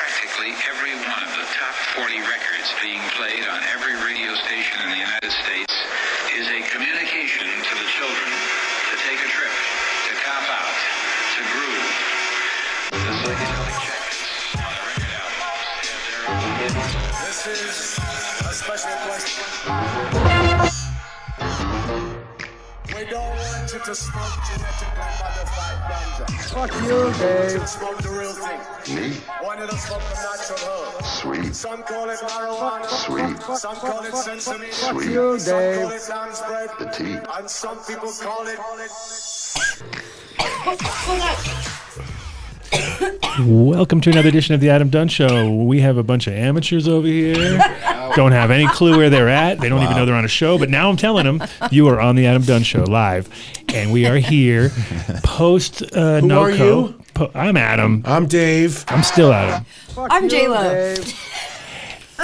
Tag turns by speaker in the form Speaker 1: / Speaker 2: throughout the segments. Speaker 1: virtually every one of the top 40 records being played on every radio station in the United States is a communication to the children to take a trip, to cop out, to groove. The psychedelic checkers on the record albums have their own
Speaker 2: This is a special question. We don't want you to smoke genetically modified ganja.
Speaker 3: Fuck you, Dave.
Speaker 2: To smoke the real thing.
Speaker 4: Me?
Speaker 2: Want you to smoke the natural herb.
Speaker 4: Sweet.
Speaker 2: Some call it marijuana.
Speaker 4: Sweet.
Speaker 2: Some call it sensory.
Speaker 3: Fuck
Speaker 4: Sweet.
Speaker 3: you,
Speaker 2: Some call
Speaker 3: Dave.
Speaker 2: it lamb's bread.
Speaker 4: The tea.
Speaker 2: And some people call it.
Speaker 5: Welcome to another edition of the Adam Dunn Show. We have a bunch of amateurs over here. Don't have any clue where they're at. They don't even know they're on a show. But now I'm telling them, you are on the Adam Dunn Show live, and we are here post uh, Who
Speaker 6: are you?
Speaker 5: Po- I'm Adam.
Speaker 6: I'm Dave.
Speaker 5: I'm still Adam,
Speaker 7: I'm J Lo.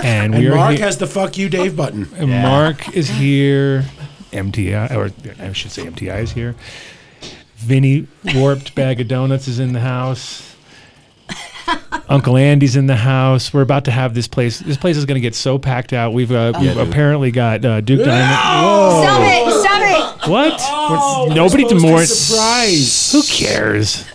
Speaker 5: and we
Speaker 6: And
Speaker 5: are
Speaker 6: Mark
Speaker 5: here.
Speaker 6: has the fuck you, Dave button.
Speaker 5: and Mark is here. MTI, or I should say MTI is here. Vinny warped bag of donuts is in the house. Uncle Andy's in the house. We're about to have this place. This place is going to get so packed out. We've, uh, we've apparently got uh, Duke Diamond.
Speaker 7: Stop it! Stop
Speaker 5: Whoa, what? We're- nobody
Speaker 6: supposed to
Speaker 5: demorse.
Speaker 6: surprise.
Speaker 5: Who cares?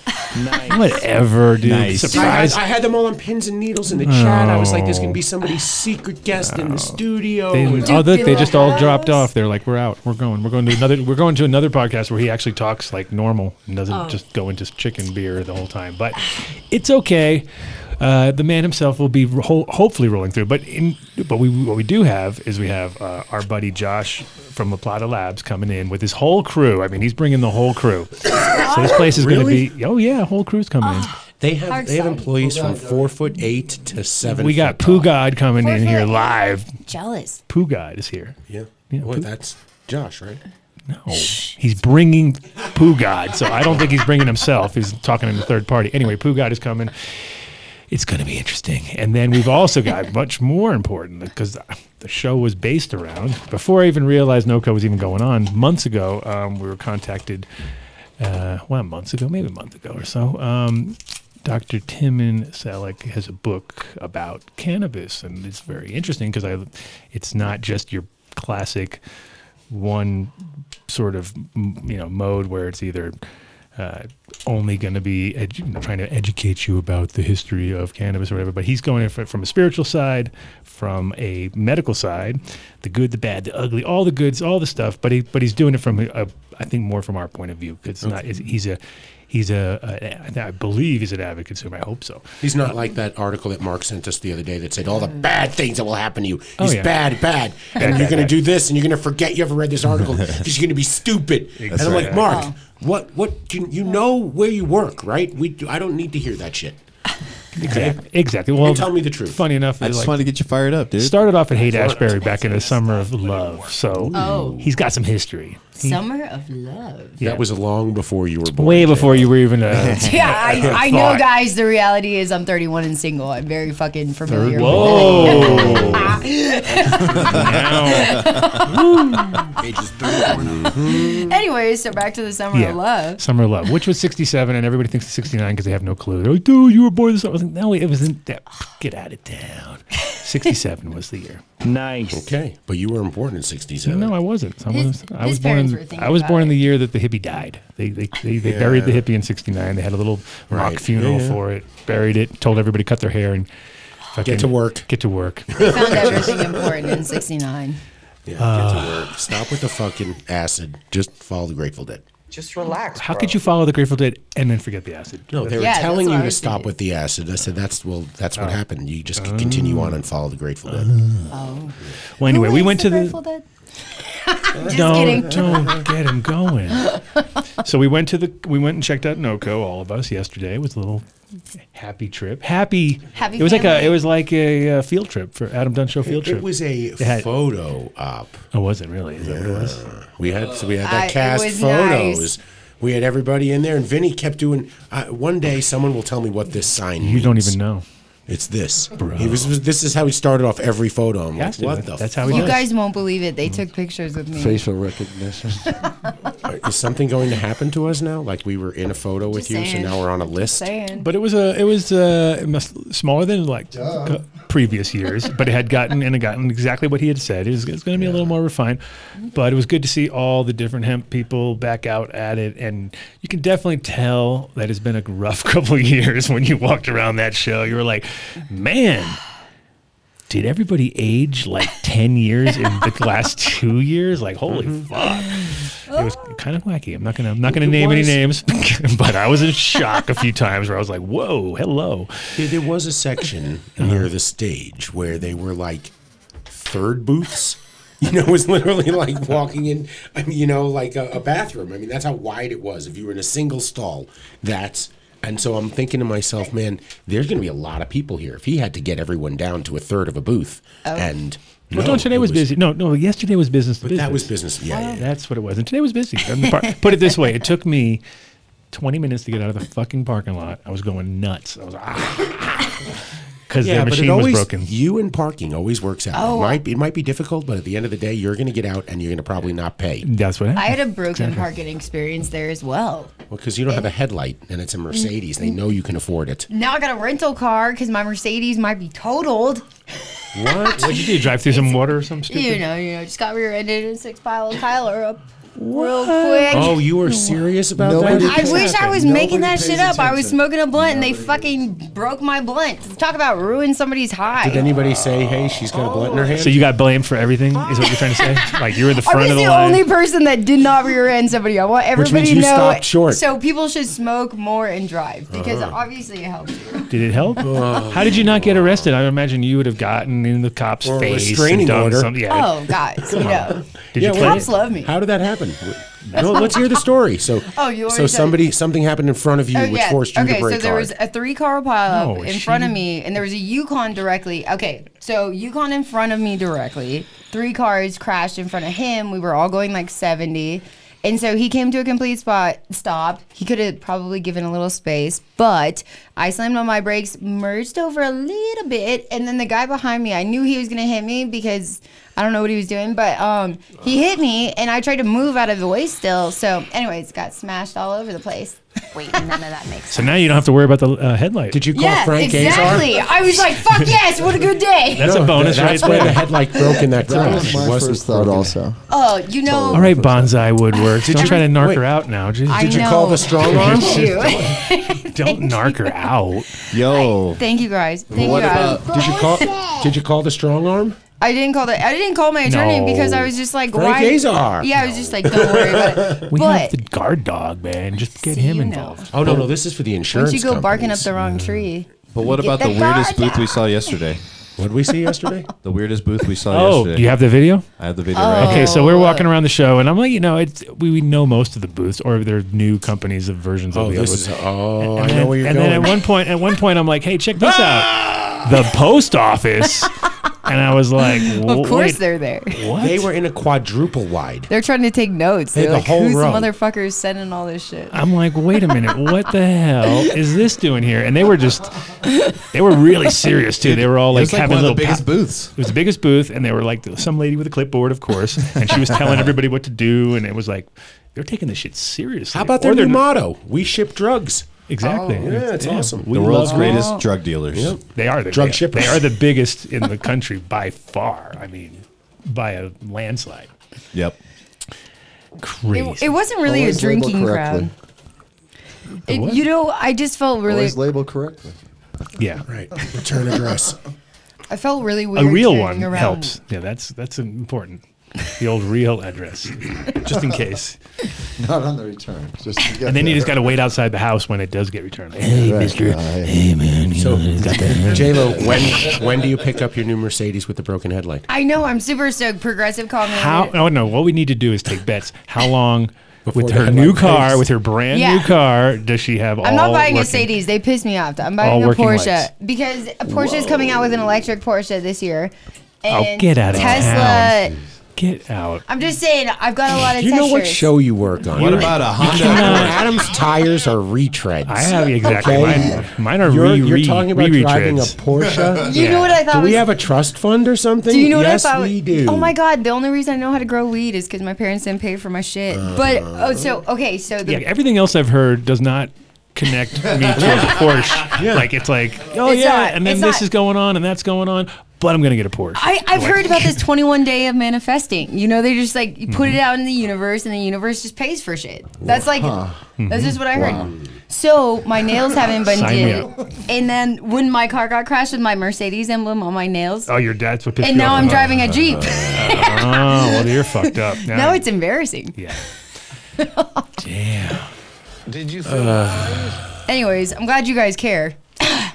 Speaker 5: Whatever, dude.
Speaker 8: Nice.
Speaker 6: I had,
Speaker 5: Surprise.
Speaker 6: I had them all on pins and needles in the chat. I was like, "There's gonna be somebody's secret guest in the studio."
Speaker 5: They,
Speaker 6: And-
Speaker 5: oh, look, they just all
Speaker 7: Duke
Speaker 5: dropped
Speaker 7: Diamond.
Speaker 5: off. They're like, we're out. We're going. We're going to another. We're going to another podcast where he actually talks like normal and doesn't just go into chicken beer the whole time. But it's okay. Uh, the man himself will be ho- hopefully rolling through. But in but we what we do have is we have uh, our buddy Josh from La Plata Labs coming in with his whole crew. I mean, he's bringing the whole crew. so this place is
Speaker 6: Really?
Speaker 5: going to be. Oh yeah, whole crew's coming in.
Speaker 6: they have they have
Speaker 7: excited.
Speaker 6: employees from four foot eight to seven.
Speaker 5: We got
Speaker 6: foot tall.
Speaker 5: Poo God coming in here
Speaker 7: Perfect.
Speaker 5: live.
Speaker 7: it! Jealous.
Speaker 5: Poo God is here.
Speaker 6: Yeah,
Speaker 5: Yeah,
Speaker 6: Well,
Speaker 5: Poo-
Speaker 6: that's Josh, right?
Speaker 5: No, Oh, he's bringing Pooh God, so I don't think he's bringing himself. He's talking in the third party. Anyway, Pooh God is coming. It's going to be interesting. And then we've also got much more important because the show was based around. Before I even realized NOCA was even going on, months ago, um, we were contacted. Uh, well, months ago, maybe a month ago or so. Um, Dr. Timon Selleck has a book about cannabis, and it's very interesting because I, it's not just your classic one sort of m- you know mode where it's either uh, only going to be edu- you know, trying to educate you about the history of cannabis or whatever, but he's going fr- from a spiritual side, from a medical side, the good, the bad, the ugly, all the goods, all the stuff. But he, but he's doing it from a, a, I think more from our point of view. 'cause It's not. It's, he's a, he's a, a, I believe he's an avid consumer. I hope so.
Speaker 6: He's not like that article that Mark sent us the other day that said all the bad things that will happen to you. He's
Speaker 5: Oh, yeah.
Speaker 6: bad, bad, and
Speaker 5: bad,
Speaker 6: you're going to
Speaker 5: bad.
Speaker 6: do this, and you're going to forget you ever read this article because you're going to be stupid. and I'm
Speaker 5: right.
Speaker 6: like, Mark, what, what? You, you know where you work, right? We, do, I don't need to hear that shit.
Speaker 5: Exactly. Exactly. Well,
Speaker 6: tell me the truth.
Speaker 5: Funny enough,
Speaker 8: I
Speaker 5: like-
Speaker 8: just wanted to get you fired up, dude.
Speaker 5: started off at Haight Ashbury back in the summer of love. So he's got some history.
Speaker 7: Summer of Love.
Speaker 5: Yeah.
Speaker 6: That was long before you were born.
Speaker 5: Way
Speaker 6: Jay.
Speaker 5: before you were even a.
Speaker 7: Yeah, I, I know,
Speaker 5: Fuck.
Speaker 7: guys. The reality is, I'm 31 and single. I'm very fucking familiar.
Speaker 5: Whoa! now,
Speaker 7: With it. Anyways, so back to the Summer
Speaker 5: yeah,
Speaker 7: of Love.
Speaker 5: Summer of Love, which was '67, and everybody thinks it's '69 because they have no clue. They're like, "Dude, you were born this." I was like, "No, it wasn't that. Get out of town." '67 was the year.
Speaker 9: Nice.
Speaker 6: Okay, but you were born in '67.
Speaker 5: No, I wasn't. I
Speaker 7: His-
Speaker 5: was, I
Speaker 7: his
Speaker 5: was born.
Speaker 7: parents
Speaker 5: In,
Speaker 7: were thinking
Speaker 5: I was
Speaker 7: about
Speaker 5: born
Speaker 7: it.
Speaker 5: in the year that the hippie died. They they, they, they buried the hippie in '69. They had a little rock
Speaker 6: Right.
Speaker 5: funeral
Speaker 6: Yeah, yeah.
Speaker 5: for it. Buried it. Told everybody to cut their hair and fucking-
Speaker 6: to work.
Speaker 5: Get to work.
Speaker 7: I found everything important in '69.
Speaker 6: Yeah, get
Speaker 5: Ah.
Speaker 6: to work. Stop with the fucking acid. Just follow the Grateful Dead.
Speaker 9: Just relax.
Speaker 5: How could you follow the Grateful Dead and then forget the acid?
Speaker 6: No, they were
Speaker 7: Yeah, that's
Speaker 6: telling
Speaker 7: what
Speaker 6: you
Speaker 7: I
Speaker 6: to
Speaker 7: was
Speaker 6: stop
Speaker 7: thinking.
Speaker 6: with the acid. I said that's well, that's
Speaker 5: Ah.
Speaker 6: what happened. You just could continue on and follow the Grateful Dead.
Speaker 7: Oh,
Speaker 5: Well, anyway,
Speaker 7: Who
Speaker 5: we
Speaker 7: is
Speaker 5: went to the.
Speaker 7: Grateful Dead? Just
Speaker 5: don't,
Speaker 7: kidding.
Speaker 5: don't get him going. so we went to the we went and checked out Noco, all of us yesterday. It was a little happy trip. Happy.
Speaker 7: Happy
Speaker 5: It was like a
Speaker 7: family.
Speaker 5: it was like a uh, field trip for Adam Dunn show field trip.
Speaker 6: It was a
Speaker 5: had-
Speaker 6: photo op. Uh,
Speaker 5: Oh, was it really? Is that what it was?
Speaker 6: We had so we had
Speaker 7: I-
Speaker 6: that
Speaker 7: it
Speaker 6: cast
Speaker 7: was
Speaker 6: photos. We had everybody in there, and Vinny kept doing. Uh, one day, someone will tell me what this sign.
Speaker 5: You don't even know.
Speaker 6: It's this. He was, was- This is how he started off every photo. I'm like,
Speaker 5: Has to.
Speaker 6: what the?
Speaker 5: That's
Speaker 6: fuck?
Speaker 5: how he
Speaker 7: You
Speaker 5: does.
Speaker 7: guys won't believe it. They took pictures with me.
Speaker 8: Facial recognition.
Speaker 6: Is something going to happen to us now? Like we were in a photo with
Speaker 7: Just
Speaker 6: you,
Speaker 7: saying.
Speaker 6: so now we're on a list.
Speaker 7: Saying.
Speaker 5: But it was a it was uh, it must- smaller than like c- previous years, but it had gotten and it gotten exactly what he had said. It was, going to be a little more refined, but it was good to see all the different hemp people back out at it, and you can definitely tell that it's been a rough couple of years when you walked around that show. You were like, man. Did everybody age like 10 years in the last two years? Like, holy fuck. It was kind of wacky. I'm not going to, I'm not going to
Speaker 6: Mm-hmm. Oh. It
Speaker 5: name any
Speaker 6: was.
Speaker 5: names, but I was in shock a few times where I was like, whoa, hello.
Speaker 6: There, there was a section near the stage where they were like third booths. You know, it was literally like walking in, I mean, you know, like a, a bathroom. I mean, that's how wide it was. If you were in a single stall, that's. And so I'm thinking to myself, man, there's going to be a lot of people here. If he had to get everyone down to a third of a booth,
Speaker 7: Oh.
Speaker 6: and
Speaker 5: Well,
Speaker 6: no,
Speaker 5: no, today
Speaker 6: it
Speaker 5: was, busy. No, no, yesterday was business. to
Speaker 6: But that was
Speaker 5: business.
Speaker 6: business. Yeah,
Speaker 7: Oh,
Speaker 6: yeah, yeah.
Speaker 5: That's what it was. And today was busy. I'm the par- Put it this way it took me 20 minutes to get out of the fucking parking lot. I was going nuts. I was Because
Speaker 6: Yeah,
Speaker 5: their
Speaker 6: but it
Speaker 5: machine
Speaker 6: always,
Speaker 5: was broken.
Speaker 6: you and parking always works out.
Speaker 7: Oh.
Speaker 6: It might it might be difficult, but at the end of the day, you're going to get out and you're going to probably not pay.
Speaker 5: That's what happened.
Speaker 7: I had a broken parking experience there as well.
Speaker 6: Well, because you don't have a headlight and it's a Mercedes. They know you can afford it.
Speaker 7: Now I got a rental car because my Mercedes might be totaled.
Speaker 5: What? What'd you do? Drive through some water or some stupid?
Speaker 7: You know, you know, just got rear-ended in a six-pile Tyler up real quick.
Speaker 6: Oh, you were serious about
Speaker 3: Nobody-
Speaker 6: that?
Speaker 7: I
Speaker 3: This
Speaker 7: wish I
Speaker 3: happened.
Speaker 7: was
Speaker 3: Nobody
Speaker 7: making that
Speaker 3: pays
Speaker 7: shit up. I was
Speaker 3: attention.
Speaker 7: smoking a blunt and they fucking broke my blunt. Talk about ruin somebody's high.
Speaker 6: Did anybody say, "Hey, she's got a blunt
Speaker 7: Oh.
Speaker 6: in her hand"?
Speaker 5: So you got blamed for everything, is what you're trying to say? like you're in the
Speaker 7: I
Speaker 5: front
Speaker 7: was
Speaker 5: of the,
Speaker 7: the
Speaker 5: line.
Speaker 7: only person that did not rear end somebody. I want
Speaker 6: Which
Speaker 7: everybody
Speaker 6: means
Speaker 7: to
Speaker 6: you
Speaker 7: know.
Speaker 6: stopped short.
Speaker 7: So people should smoke more and drive because obviously it helps. you.
Speaker 5: Did it help? How did you not get arrested? I imagine you would have gotten in the cop's
Speaker 6: Or a
Speaker 5: face
Speaker 6: restraining
Speaker 5: and done
Speaker 6: order.
Speaker 5: something. Yeah.
Speaker 7: Oh, guys, you know.
Speaker 5: Did
Speaker 6: Yeah,
Speaker 5: you play
Speaker 6: well-
Speaker 7: Cops
Speaker 5: it?
Speaker 7: love me.
Speaker 6: How did that happen? no, let's hear the story. So,
Speaker 7: Oh,
Speaker 6: so
Speaker 7: you already said-
Speaker 6: somebody something happened in front of you,
Speaker 7: Oh,
Speaker 6: which
Speaker 7: yeah.
Speaker 6: forced you
Speaker 7: okay,
Speaker 6: to break
Speaker 7: so there
Speaker 6: hard.
Speaker 7: was a three car pileup
Speaker 5: No,
Speaker 7: in front of
Speaker 5: she-
Speaker 7: me, and there was a Yukon directly. Okay, so Yukon in front of me directly. Three cars crashed in front of him. We were all going like 70. And so he came to a complete spot stop. He could have probably given a little space, but I slammed on my brakes, merged over a little bit, and then the guy behind me, I knew he was gonna hit me because I don't know what he was doing, but um, he hit me, and I tried to move out of the way still. So, anyways, got smashed all over the place.
Speaker 4: Wait, none of that makes
Speaker 5: So now you don't have to worry about the uh, headlight.
Speaker 6: Did you call
Speaker 7: Yeah,
Speaker 6: Frank
Speaker 7: exactly.
Speaker 6: Azar?
Speaker 7: I was like, "Fuck yes, what a good day."
Speaker 5: That's a bonus
Speaker 6: That's
Speaker 5: right
Speaker 6: where the
Speaker 5: there.
Speaker 6: headlight broke in that
Speaker 3: That
Speaker 6: crash.
Speaker 3: was
Speaker 6: It
Speaker 3: my
Speaker 6: wasn't
Speaker 3: first thought
Speaker 6: broken.
Speaker 3: also.
Speaker 7: Oh, you know,
Speaker 5: All right, bonsai woodworks. Don't try to narc her
Speaker 6: wait.
Speaker 5: out now. Just,
Speaker 7: I
Speaker 6: Did you
Speaker 7: know.
Speaker 6: call the strong arm?
Speaker 7: Thank you.
Speaker 5: don't narc her out.
Speaker 3: Yo.
Speaker 7: Thank you guys. Thank
Speaker 3: What
Speaker 7: you guys.
Speaker 3: about
Speaker 6: Did you call? Did you call the strong arm?
Speaker 7: I didn't call the. I didn't call my attorney
Speaker 5: No.
Speaker 7: because I was just like,
Speaker 6: Frank
Speaker 7: why?
Speaker 6: Azar.
Speaker 7: Yeah, I was just like, don't worry about it.
Speaker 5: We have
Speaker 7: but
Speaker 5: the guard dog, man. Just get
Speaker 7: See,
Speaker 5: him
Speaker 7: you know.
Speaker 5: involved.
Speaker 6: Oh no, no, this is for the
Speaker 7: once
Speaker 6: insurance.
Speaker 7: you go barking up
Speaker 6: companies.
Speaker 7: the wrong tree,
Speaker 8: But what
Speaker 7: Get
Speaker 8: about the
Speaker 7: the
Speaker 8: weirdest
Speaker 7: guard
Speaker 8: booth we saw yesterday?
Speaker 6: What did we see yesterday?
Speaker 8: The weirdest booth we saw
Speaker 5: Oh,
Speaker 8: yesterday.
Speaker 5: do you have the video?
Speaker 8: I have the video
Speaker 6: Oh.
Speaker 8: right
Speaker 5: Okay, so
Speaker 7: Oh.
Speaker 5: we're walking around the show, and I'm like, you know, it's, we, we know most of the booths, or they're new companies of versions of
Speaker 6: Oh,
Speaker 5: the
Speaker 6: this
Speaker 5: others.
Speaker 6: is. Oh, I
Speaker 5: and
Speaker 6: know
Speaker 5: then,
Speaker 6: where you're
Speaker 5: and
Speaker 6: going.
Speaker 5: then at one point, at one point, I'm like, "Hey, check this out, the post office," and I was like,
Speaker 7: of course
Speaker 5: wait,
Speaker 7: they're there.
Speaker 5: what?
Speaker 6: They were in a quadruple wide.
Speaker 7: They're trying to take notes.
Speaker 6: They
Speaker 7: They're
Speaker 6: had
Speaker 7: like,
Speaker 6: the whole
Speaker 7: who's
Speaker 6: row.
Speaker 7: the motherfucker sending all this shit?
Speaker 5: I'm like, wait a minute, what the hell is this doing here? And they were just, they were really serious too. They were all
Speaker 8: It
Speaker 5: like
Speaker 8: was like
Speaker 5: having
Speaker 8: one of the
Speaker 5: little
Speaker 8: biggest
Speaker 5: pa-
Speaker 8: booths.
Speaker 5: It was the biggest booth, and they were like some lady with a clipboard, of course, and she was telling everybody what to do, and it was like they're taking this shit seriously.
Speaker 6: How about
Speaker 5: Or
Speaker 6: their
Speaker 5: they're
Speaker 6: new
Speaker 5: not-
Speaker 6: motto? We ship drugs. Oh,
Speaker 5: Exactly.
Speaker 6: yeah, it's awesome.
Speaker 5: We
Speaker 8: The world's
Speaker 5: love-
Speaker 8: greatest drug dealers.
Speaker 5: They are the
Speaker 6: Drug
Speaker 5: they,
Speaker 6: shippers.
Speaker 5: They are the biggest in the country by far. I mean, by a landslide.
Speaker 8: Yep.
Speaker 5: Crazy.
Speaker 7: It, it wasn't really
Speaker 3: Always
Speaker 7: a
Speaker 3: label
Speaker 7: drinking crowd.
Speaker 3: correctly.
Speaker 7: It-
Speaker 5: what?
Speaker 7: you know, I just felt really,
Speaker 3: Always label correctly.
Speaker 5: yeah.
Speaker 6: Right. Return address.
Speaker 7: I felt really
Speaker 5: A
Speaker 7: weird.
Speaker 5: real
Speaker 7: carrying
Speaker 5: one
Speaker 7: around.
Speaker 5: helps. Yeah, that's that's important. The old real address, just in case.
Speaker 3: Not on the return. Just to get
Speaker 5: And then you
Speaker 3: there.
Speaker 5: just got to wait outside the house when it does get returned. Like, hey,
Speaker 3: Right,
Speaker 5: mister.
Speaker 3: uh, hey.
Speaker 5: Hey, man. You
Speaker 6: So,
Speaker 5: know, it's got that-
Speaker 6: J Lo, when when do you pick up your new Mercedes with the broken headlight?
Speaker 7: I know. I'm super stoked. Progressive called me.
Speaker 5: how? Oh, no. What we need to do is take bets. How long,
Speaker 6: Before
Speaker 5: with
Speaker 6: the
Speaker 5: her
Speaker 6: headlight
Speaker 5: new car,
Speaker 6: fades.
Speaker 5: with her brand new
Speaker 7: Yeah.
Speaker 5: car, does she have all
Speaker 7: I'm not buying a
Speaker 5: working?
Speaker 7: Mercedes. They piss me off. I'm buying
Speaker 5: All
Speaker 7: a
Speaker 5: working
Speaker 7: Porsche
Speaker 5: lights.
Speaker 7: because Porsche is coming out with an electric Porsche this year.
Speaker 5: Oh,
Speaker 7: And
Speaker 5: get outta
Speaker 7: Tesla
Speaker 5: Get out.
Speaker 7: I'm just saying, I've got a lot of
Speaker 6: You know what
Speaker 7: textures.
Speaker 6: show you work on?
Speaker 8: What
Speaker 6: right?
Speaker 8: about a Honda?
Speaker 5: cannot-
Speaker 6: Adam's tires are retreads.
Speaker 5: I have exactly.
Speaker 6: Okay.
Speaker 5: Mine, mine are
Speaker 6: You're,
Speaker 5: re
Speaker 6: you're
Speaker 5: re
Speaker 6: talking about
Speaker 5: re
Speaker 6: driving a
Speaker 5: retreads.
Speaker 6: Porsche.
Speaker 7: You know what I thought
Speaker 6: Do
Speaker 7: was
Speaker 6: we have a trust fund or something?
Speaker 7: Do you know
Speaker 6: yes,
Speaker 7: what I thought?
Speaker 6: we do.
Speaker 7: Oh my god, the only reason I know how to grow weed is because my parents didn't pay for my shit. but oh, so okay, so the,
Speaker 5: Yeah, everything else I've heard does not connect me to a Porsche. Like it's like, oh
Speaker 7: It's
Speaker 5: yeah,
Speaker 7: not.
Speaker 5: and then
Speaker 7: It's
Speaker 5: this
Speaker 7: not.
Speaker 5: is going on and that's going on, but I'm gonna get a Porsche.
Speaker 7: I, I've heard about this 21 day of manifesting. You know, they just like you
Speaker 5: Mm-hmm.
Speaker 7: put it out in the universe, and the universe just pays for shit. That's like that's just what I heard. So my nails haven't been
Speaker 5: Mm-hmm. Sign me
Speaker 7: did, and then when my car got crashed with my Mercedes emblem on my nails,
Speaker 5: oh, your dad's what pissed
Speaker 7: and
Speaker 5: you
Speaker 7: now
Speaker 5: off.
Speaker 7: I'm driving a jeep.
Speaker 5: Oh, well, you're fucked up. Now
Speaker 7: now it's embarrassing.
Speaker 5: yeah. Damn,
Speaker 7: Anyways, I'm glad you guys care.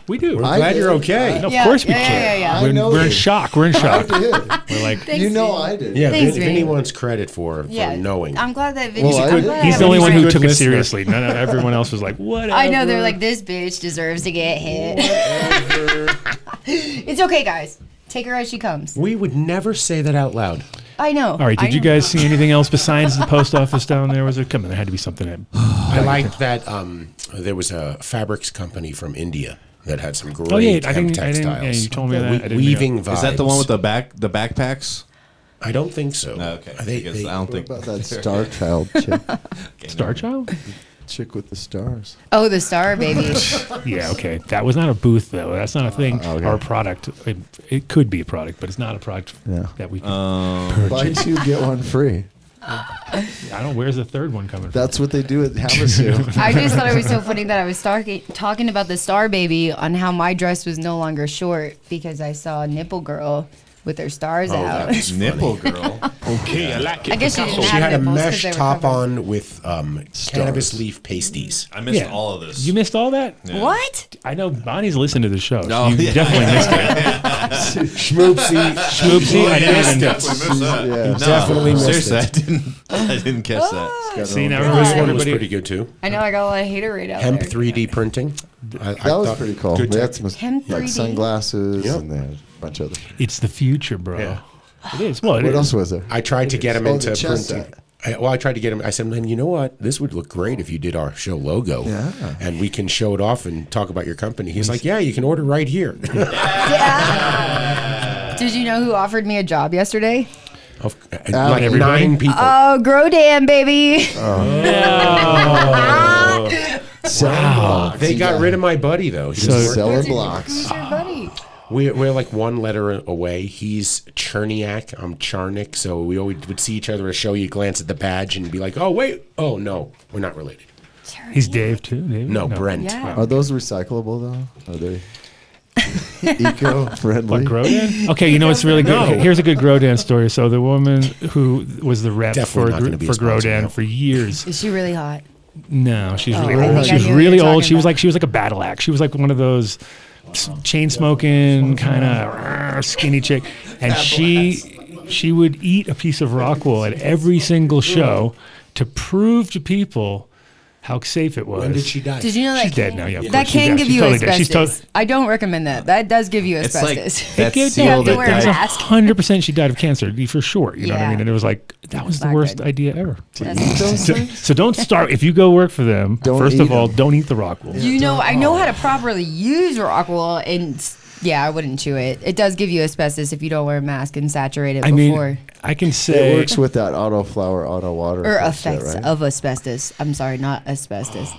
Speaker 5: we do.
Speaker 6: I'm glad you're okay.
Speaker 5: No, of
Speaker 7: Yeah,
Speaker 5: course we
Speaker 7: yeah, yeah,
Speaker 5: care.
Speaker 7: yeah, yeah. I
Speaker 5: We're, in-
Speaker 3: know
Speaker 5: we're in
Speaker 3: you.
Speaker 5: shock. We're in shock.
Speaker 3: I
Speaker 5: we're like,
Speaker 3: did.
Speaker 7: Thanks,
Speaker 3: You know
Speaker 7: Vin.
Speaker 3: I did.
Speaker 6: Yeah,
Speaker 7: Thanks,
Speaker 6: Vin-
Speaker 7: Vin.
Speaker 6: Vinny wants credit for, for knowing.
Speaker 7: I'm glad that Vinny.
Speaker 3: Well, I
Speaker 7: I'm
Speaker 3: did.
Speaker 7: glad
Speaker 5: he's
Speaker 7: that
Speaker 5: the only
Speaker 7: Vinny's
Speaker 5: one
Speaker 7: right.
Speaker 5: who
Speaker 6: good
Speaker 5: took it
Speaker 6: listener.
Speaker 5: seriously. None of everyone else was like, whatever.
Speaker 7: I know they're like this bitch deserves to get hit. it's okay, guys. Take her as she comes.
Speaker 6: we would never say that out loud.
Speaker 7: I know.
Speaker 5: All right,
Speaker 7: I
Speaker 5: did you
Speaker 7: know.
Speaker 5: guys see anything else besides the post office down there? Was there come on, there had to be something that
Speaker 6: I liked that um, there was a fabrics company from India that had some great
Speaker 5: Oh yeah, I
Speaker 6: hemp
Speaker 5: didn't, I didn't.
Speaker 6: textiles.
Speaker 5: Yeah, you told me
Speaker 6: The
Speaker 5: that. I
Speaker 6: we-
Speaker 5: didn't read it.
Speaker 6: weaving vibes.
Speaker 8: Is that the one with the back the backpacks?
Speaker 6: I don't think so.
Speaker 5: Oh,
Speaker 8: No, okay.
Speaker 6: They,
Speaker 8: because
Speaker 6: they-
Speaker 8: I don't think
Speaker 3: About that star child chick,
Speaker 5: Star Child?
Speaker 3: chick with the stars.
Speaker 7: Oh, the star baby.
Speaker 5: yeah, okay. That was not a booth though. That's not a thing
Speaker 3: Uh, okay.
Speaker 5: or a product. It, it could be a product, but it's not a product
Speaker 3: Yeah.
Speaker 5: that we. Can,
Speaker 6: Uh, Oh,
Speaker 3: Buy two get one free.
Speaker 5: I don't. Where's the third one coming
Speaker 3: That's what they do at Havasu.
Speaker 7: I just thought it was so funny that I was talking talking about the star baby on how my dress was no longer short because I saw a nipple girl with her stars
Speaker 6: oh, that
Speaker 7: out.
Speaker 6: was funny.
Speaker 8: nipple girl.
Speaker 6: Okay, I like
Speaker 7: I guess she didn't
Speaker 6: She
Speaker 7: have
Speaker 6: had a
Speaker 7: nipples 'cause
Speaker 6: mesh
Speaker 7: they were
Speaker 6: top
Speaker 7: covered.
Speaker 6: on with um, cannabis leaf pasties.
Speaker 8: I missed
Speaker 5: Yeah.
Speaker 8: all of this.
Speaker 5: from? You missed all that?
Speaker 7: What?
Speaker 5: I know Bonnie's listened to the show.
Speaker 8: No,
Speaker 5: you
Speaker 8: yeah.
Speaker 5: definitely missed it.
Speaker 6: Schmoopsy,
Speaker 8: Oh,
Speaker 5: Schmoopsy, I didn't even-
Speaker 3: yeah.
Speaker 6: Definitely missed
Speaker 8: seriously,
Speaker 6: it.
Speaker 8: I didn't. I didn't catch
Speaker 6: Oh.
Speaker 8: that.
Speaker 5: See, now
Speaker 7: This
Speaker 5: everybody,
Speaker 7: one
Speaker 6: It was
Speaker 5: everybody-
Speaker 6: pretty good too.
Speaker 7: Oh. I know I got a lot of hater right out
Speaker 6: Hemp
Speaker 7: there.
Speaker 6: 3D printing. I,
Speaker 3: That was pretty cool.
Speaker 6: Good
Speaker 3: We had
Speaker 6: tech.
Speaker 3: some
Speaker 7: Hemp
Speaker 3: like
Speaker 7: 3D.
Speaker 3: sunglasses
Speaker 6: Yep.
Speaker 3: and then a bunch of other.
Speaker 5: it's the future, bro.
Speaker 6: Yeah.
Speaker 5: It is. Well, it
Speaker 3: What
Speaker 5: is.
Speaker 3: else was there?
Speaker 6: I tried to get him
Speaker 3: Oh, the
Speaker 6: into
Speaker 3: chess
Speaker 6: printing.
Speaker 3: set.
Speaker 6: I, well, I tried to get him. I said, man, you know what? This would look great if you did our show logo,
Speaker 3: Yeah.
Speaker 6: and we can show it off and talk about your company. He's like, yeah, you can order right here.
Speaker 7: Did you know who offered me a job yesterday?
Speaker 6: Of- like
Speaker 5: everybody?
Speaker 6: nine people.
Speaker 7: Oh, Grow Damn, baby.
Speaker 3: Wow.
Speaker 6: they got rid of my buddy though. He
Speaker 5: So-
Speaker 6: was working-
Speaker 3: Cellar blocks.
Speaker 7: Who's your buddy?
Speaker 6: We're, we're like one letter away. He's Cherniak. I'm Charnik. So we always would see each other at a show. You glance at the badge and be like, "Oh wait, oh no, we're not related."
Speaker 5: He's Dave too. Dave?
Speaker 6: No, Brent.
Speaker 7: Yeah.
Speaker 3: Are those recyclable though? Are they eco friendly?
Speaker 5: Grow Dan? Okay, you know what's really good?
Speaker 6: No.
Speaker 5: Here's a good Grow Dan story. So the woman who was the rep
Speaker 6: Definitely not
Speaker 5: for
Speaker 6: gonna be
Speaker 5: for
Speaker 6: a
Speaker 5: Grow
Speaker 6: sponsor
Speaker 5: Dan
Speaker 6: now.
Speaker 5: for years.
Speaker 7: Is she really hot?
Speaker 5: No, she's
Speaker 7: Oh,
Speaker 5: really
Speaker 7: I
Speaker 5: old.
Speaker 7: think
Speaker 5: She
Speaker 7: I
Speaker 5: was
Speaker 7: knew what
Speaker 5: really
Speaker 7: you're
Speaker 5: old.
Speaker 7: talking
Speaker 5: She was
Speaker 7: about.
Speaker 5: like she was like a battle axe. She was like one of those s- chain smoking kind of skinny chick, and she she would eat a piece of rock wool at every single show to prove to people how safe it was.
Speaker 6: When did she die?
Speaker 7: Did you know that
Speaker 5: She's dead
Speaker 7: can-
Speaker 5: now. Yeah, of
Speaker 7: That
Speaker 5: course she's
Speaker 7: can
Speaker 5: dead.
Speaker 7: give
Speaker 5: She's
Speaker 7: you
Speaker 5: totally dead. She's
Speaker 7: asbestos.
Speaker 5: tot-
Speaker 7: I don't recommend that. That does give you
Speaker 8: It's like
Speaker 7: asbestos.
Speaker 8: that
Speaker 5: It
Speaker 7: you
Speaker 8: seal
Speaker 7: have to wear a
Speaker 8: that died.
Speaker 7: mask.
Speaker 5: Hundred percent, she died of cancer for sure. You know what I
Speaker 7: Yeah.
Speaker 5: mean? And it was like that was the
Speaker 7: Not
Speaker 5: worst
Speaker 7: good.
Speaker 5: idea ever.
Speaker 7: That's-
Speaker 5: So don't start if you go work for them.
Speaker 3: Don't
Speaker 5: first of
Speaker 3: eat
Speaker 5: all,
Speaker 3: 'em.
Speaker 5: don't eat the rock wool.
Speaker 7: you know, I know how to
Speaker 8: Oh.
Speaker 7: properly use rock wool, and s- yeah, I wouldn't chew it. It does give you asbestos if you don't wear a mask and saturate it
Speaker 5: I mean,
Speaker 7: before.
Speaker 5: I can say
Speaker 3: It works with that auto flour, auto water.
Speaker 7: or
Speaker 3: effect shit,
Speaker 7: effects
Speaker 3: right?
Speaker 7: of asbestos. I'm sorry, not asbestos.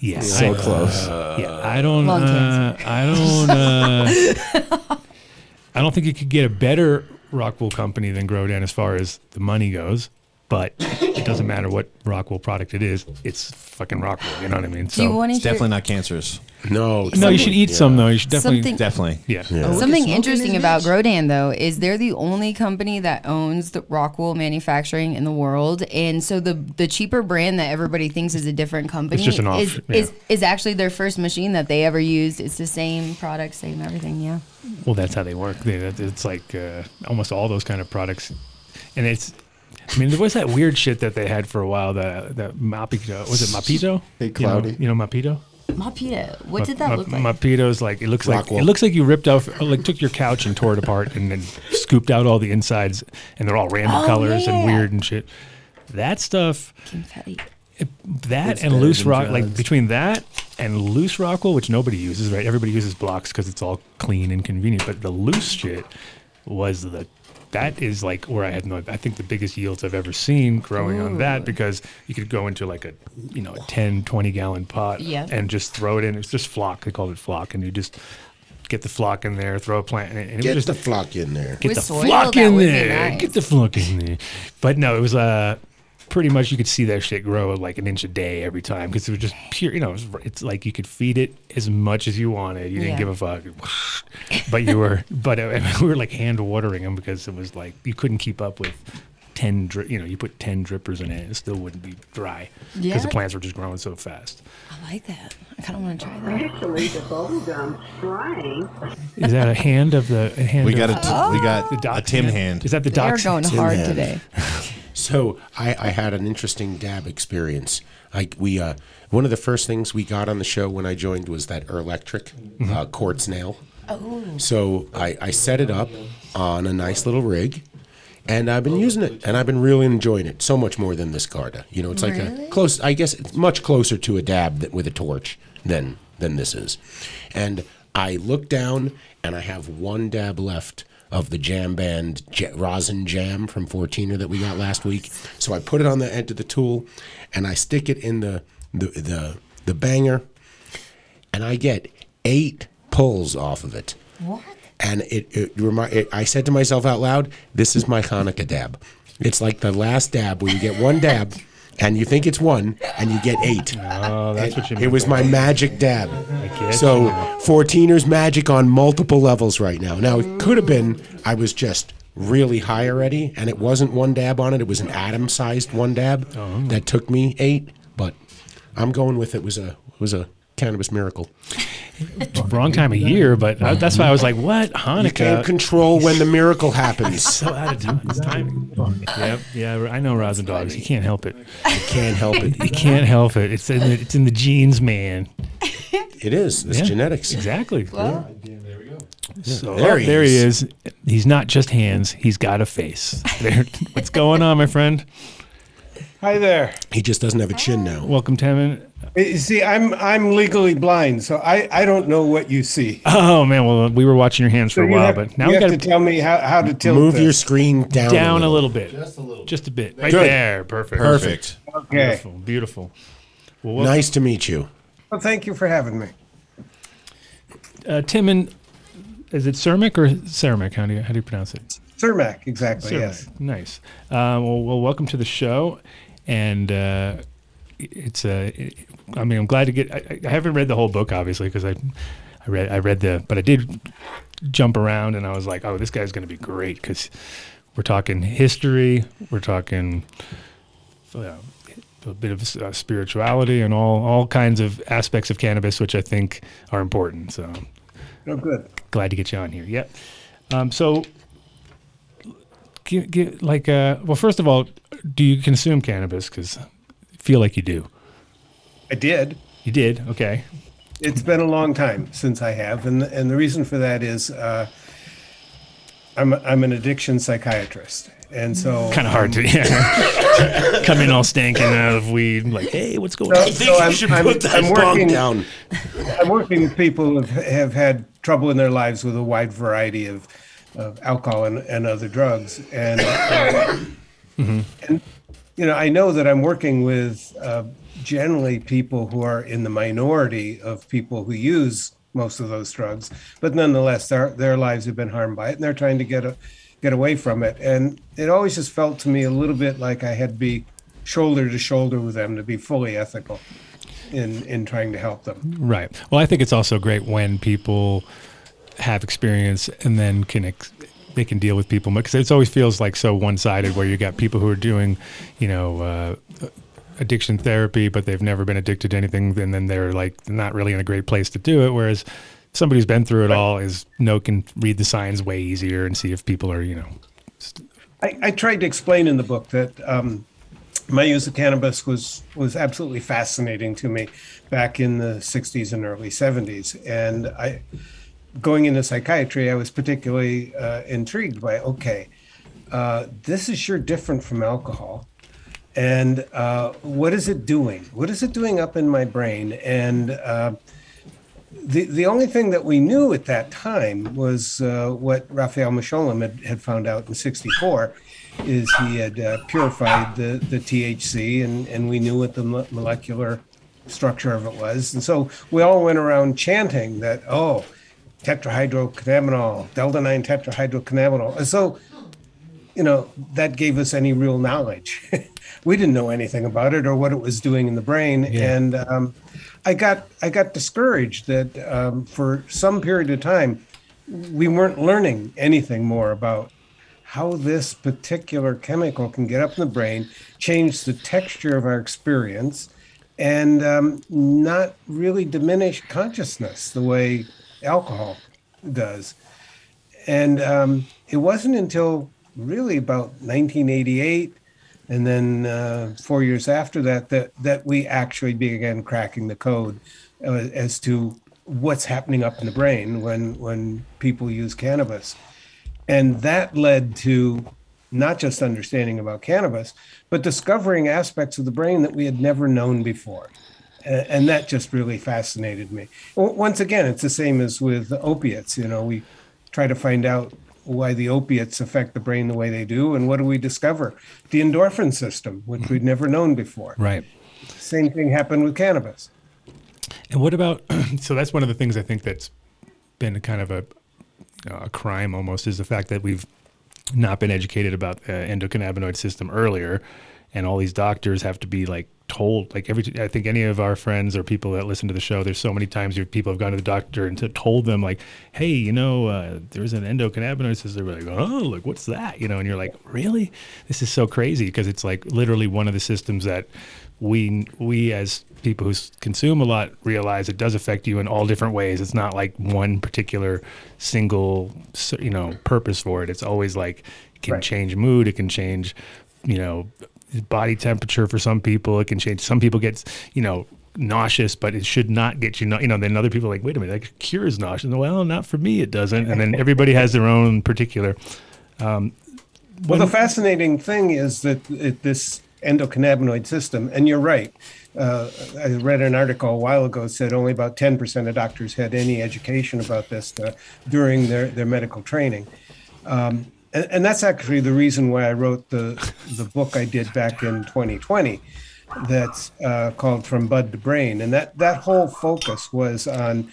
Speaker 5: Yes,
Speaker 3: So
Speaker 5: I-
Speaker 3: close.
Speaker 5: Yeah, I don't.
Speaker 7: Lung
Speaker 5: Uh, I don't. Uh, I don't think you could get a better Rockwell company than Grodan as far as the money goes. But it doesn't matter what Rockwell product it is. It's fucking Rockwell. You know what I mean? So
Speaker 7: Do you want to
Speaker 8: It's
Speaker 7: hear
Speaker 8: definitely not cancerous.
Speaker 6: No,
Speaker 5: no, you should eat some though. You should definitely.
Speaker 7: something?
Speaker 8: Definitely.
Speaker 5: Yeah.
Speaker 7: Something interesting about Grodan though is they're the only company that owns the rock wool manufacturing in the world, and so the the cheaper brand that everybody thinks is a different company
Speaker 5: just an off-
Speaker 7: is,
Speaker 5: yeah.
Speaker 7: is is actually their first machine that they ever used. It's the same product, same everything. Yeah,
Speaker 5: Well, that's how they work. They, that- it's like uh, almost all those kind of products, and it's. I mean, there was that weird shit that they had for a while. That that Mapito was it Mapito?
Speaker 3: Hey,
Speaker 5: you know,
Speaker 3: Cloudy.
Speaker 5: you know Mapito.
Speaker 4: Mapita. What did that
Speaker 5: my,
Speaker 4: look like?
Speaker 5: my pedo's like it looks like
Speaker 6: Rockwell.
Speaker 5: it looks like you ripped off like took your couch and tore it apart and then scooped out all the insides and they're all random
Speaker 4: Oh,
Speaker 5: colors
Speaker 4: yeah.
Speaker 5: and weird and shit. That stuff,
Speaker 4: Confetti.
Speaker 5: that
Speaker 8: It's
Speaker 5: and
Speaker 8: better
Speaker 5: loose
Speaker 8: than
Speaker 5: rock, like
Speaker 8: drugs.
Speaker 5: between that and loose rockwell, which nobody uses, right? Everybody uses blocks because it's all clean and convenient. But the loose shit was the that is like where I had no. I think the biggest yields I've ever seen growing on that because you could go into like a you know a 10, 20 gallon pot
Speaker 4: Yeah.
Speaker 5: and just throw it in. It's just flock. They called it flock, and you just get the flock in there, throw a plant in it, and it
Speaker 6: Get
Speaker 5: was just
Speaker 6: the flock in there.
Speaker 5: get
Speaker 7: With
Speaker 5: the
Speaker 7: soil,
Speaker 5: flock
Speaker 7: that
Speaker 5: in
Speaker 7: would be
Speaker 5: there.
Speaker 7: nice.
Speaker 5: Get the flock in there. But no, it was uh pretty much you could see that shit grow like an inch a day every time because it was just pure. You know, it was, it's like you could feed it as much as you wanted. You didn't
Speaker 4: Yeah.
Speaker 5: give a fuck. But you were, but uh, we were like hand watering them because it was like you couldn't keep up with. 10 dri- you know you put 10 drippers in it it still wouldn't be dry because
Speaker 4: Yeah.
Speaker 5: the plants were just growing so fast
Speaker 4: I like that. I kind of want to try that.
Speaker 9: Actually, the bubblegum spraying
Speaker 5: is that a hand of the a hand
Speaker 8: We
Speaker 5: of
Speaker 8: got a t- we
Speaker 5: Oh. the
Speaker 8: got a
Speaker 5: doc's
Speaker 8: Tim hand.
Speaker 5: is that the
Speaker 7: They're
Speaker 5: doc's
Speaker 7: going hard
Speaker 6: hand.
Speaker 7: today.
Speaker 6: So I, I had an interesting dab experience. Like we, uh, one of the first things we got on the show when I joined was that electric uh, quartz nail. Oh. So I, I set it up on a nice little rig, and I've been using it, and I've been really enjoying it so much more than this Garda. You know, it's like a close. I guess it's much closer to a dab that, with a torch than than this is. And I look down, and I have one dab left of the jam band j- rosin jam from 14er that we got last week. So I put it on the end of the tool and I stick it in the the the, the banger and I get 8 pulls off of it. What? And it it, remi- it I said to myself out loud, this is my Hanukkah dab. It's like the last dab where you get one dab and you think it's one and you get 8.
Speaker 5: oh that's what you
Speaker 6: It
Speaker 5: meant
Speaker 6: was my magic dab.
Speaker 5: get
Speaker 6: So
Speaker 5: you.
Speaker 6: 14ers magic on multiple levels right now. Now it could have been I was just really high already, and it wasn't one dab on it. It was an atom-sized one dab
Speaker 5: Oh.
Speaker 6: that took me eight. But I'm going with it was a was a cannabis miracle.
Speaker 5: wrong time of year, but I, that's why I was like, "What
Speaker 6: You can't
Speaker 5: Hanukkah?"
Speaker 6: control when the miracle happens.
Speaker 5: So out of time. It's timing. Yep. Yeah, I know rosin dogs. You can't help it.
Speaker 6: you can't help it.
Speaker 5: You can't help it. It's in the, it's in the genes, man.
Speaker 6: It is. It's
Speaker 5: Yeah,
Speaker 6: genetics.
Speaker 5: Exactly.
Speaker 4: Well,
Speaker 5: So,
Speaker 6: There
Speaker 5: there,
Speaker 6: he
Speaker 5: he, there he is. He's not just hands. He's got a face. There. What's going on, my friend?
Speaker 10: Hi there. Eh,
Speaker 6: He just doesn't have a chin now.
Speaker 5: Welcome, Temin.
Speaker 10: You see, I'm I'm legally blind, so I I don't know what you see.
Speaker 5: Oh man. Well, we were watching your hands for
Speaker 10: So
Speaker 5: a
Speaker 10: you
Speaker 5: while,
Speaker 10: have-
Speaker 5: but now
Speaker 10: you
Speaker 5: we
Speaker 10: have
Speaker 5: got
Speaker 10: to tell me how, how to tilt.
Speaker 6: Move your
Speaker 10: this.
Speaker 6: screen down,
Speaker 5: down a little bit. Just a little. Just a bit. Right
Speaker 6: Good.
Speaker 5: there. Perfect.
Speaker 8: Perfect.
Speaker 10: Okay.
Speaker 5: Beautiful. Beautiful. Well, what-
Speaker 6: Nice to meet you.
Speaker 10: Well, thank you for having me.
Speaker 5: uh, Timin, is it Cermak or Cermak? How do you how do you pronounce it?
Speaker 10: Cermak, exactly. Yes.
Speaker 5: Certainly. Nice. Uh, well, well, welcome to the show, and uh, it's uh, I mean, I'm glad to get. I, I haven't read the whole book, obviously, because I, I read, I read the, but I did jump around, and I was like, oh, this guy's going to be great because we're talking history, we're talking. Uh, a bit of uh, spirituality and all all kinds of aspects of cannabis, which I think are important. So
Speaker 10: Oh, good.
Speaker 5: glad to get you on here. Yep. Um, so, gi- gi- like, uh, well, first of all, do you consume cannabis? Because feel like you do.
Speaker 10: I did.
Speaker 5: You did. Okay.
Speaker 10: It's been a long time since I have, and the, and the reason for that is uh, I'm I'm an addiction psychiatrist, and so
Speaker 5: Kind of hard to yeah. come in all stank and out of weed. Like, hey, what's going
Speaker 10: So,
Speaker 5: on?
Speaker 10: so I'm, I'm,
Speaker 6: Bong
Speaker 10: I'm working.
Speaker 6: down.
Speaker 10: I'm working with people who have, have had trouble in their lives with a wide variety of, of alcohol and, and other drugs. And, um, and, you know, I know that I'm working with uh, generally people who are in the minority of people who use most of those drugs, but nonetheless, their, their lives have been harmed by it and they're trying to get, a, get away from it. And it always just felt to me a little bit like I had to be shoulder to shoulder with them to be fully ethical. In, in trying to help them.
Speaker 5: Right. Well, I think it's also great when people have experience and then can ex- they can deal with people because it always feels like so one sided where you got people who are doing, you know, uh, addiction therapy, but they've never been addicted to anything, and then they're like not really in a great place to do it. Whereas somebody who's been through it all is no can read the signs way easier and see if people are you know
Speaker 10: I, I tried to explain in the book that um, my use of cannabis was was absolutely fascinating to me back in the 60s and early 70s and i going into psychiatry i was particularly uh, intrigued by okay uh, this is sure different from alcohol and uh, what is it doing what is it doing up in my brain and uh, the, the only thing that we knew at that time was uh, what Raphael Misholim had, had found out in 64 is he had uh, purified the, the THC and, and we knew what the mo- molecular structure of it was. And so we all went around chanting that, oh, tetrahydrocannabinol, delta 9 tetrahydrocannabinol. And so you know, that gave us any real knowledge. we didn't know anything about it or what it was doing in the brain. And um, I got I got discouraged that um, for some period of time we weren't learning anything more about how this particular chemical can get up in the brain, change the texture of our experience, and um, not really diminish consciousness the way alcohol does. And um, it wasn't until really about 1988, and then uh, four years after that, that that we actually began cracking the code uh, as to what's happening up in the brain when when people use cannabis, and that led to not just understanding about cannabis, but discovering aspects of the brain that we had never known before and, and that just really fascinated me. O- Once again, it's the same as with opiates. You know, we try to find out why the opiates affect the brain the way they do, and what do we discover? The endorphin system, which we'd never known before.
Speaker 5: Right.
Speaker 10: Same thing happened with cannabis.
Speaker 5: And what about? so that's one of the things I think that's been kind of a, a crime almost is the fact that we've not been educated about the endocannabinoid system earlier, and all these doctors have to be like told like every I think any of our friends or people that listen to the show there's so many times your people have gone to the doctor and to, told them like hey you know uh, there's an endocannabinoid system they're like oh like what's that you know and you're like really this is so crazy because it's like literally one of the systems that we we as people who s- consume a lot realize it does affect you in all different ways. It's not like one particular single s- you know purpose for it. It's always like it can change mood, it can change you know body temperature for some people. It can change. Some people get you know nauseous, but it should not get you. nau- You know, then other people are like, wait a minute, that cures nauseous. Well, not for me, it doesn't. And then everybody has their own particular.
Speaker 10: Well, the fascinating thing is that it, this endocannabinoid system, and you're right. Uh, I read an article a while ago said only about 10% of doctors had any education about this uh, during their, their medical training. Um, and, and that's actually the reason why I wrote the the book I did back in 2020, that's uh, called From Bud to Brain, and that that whole focus was on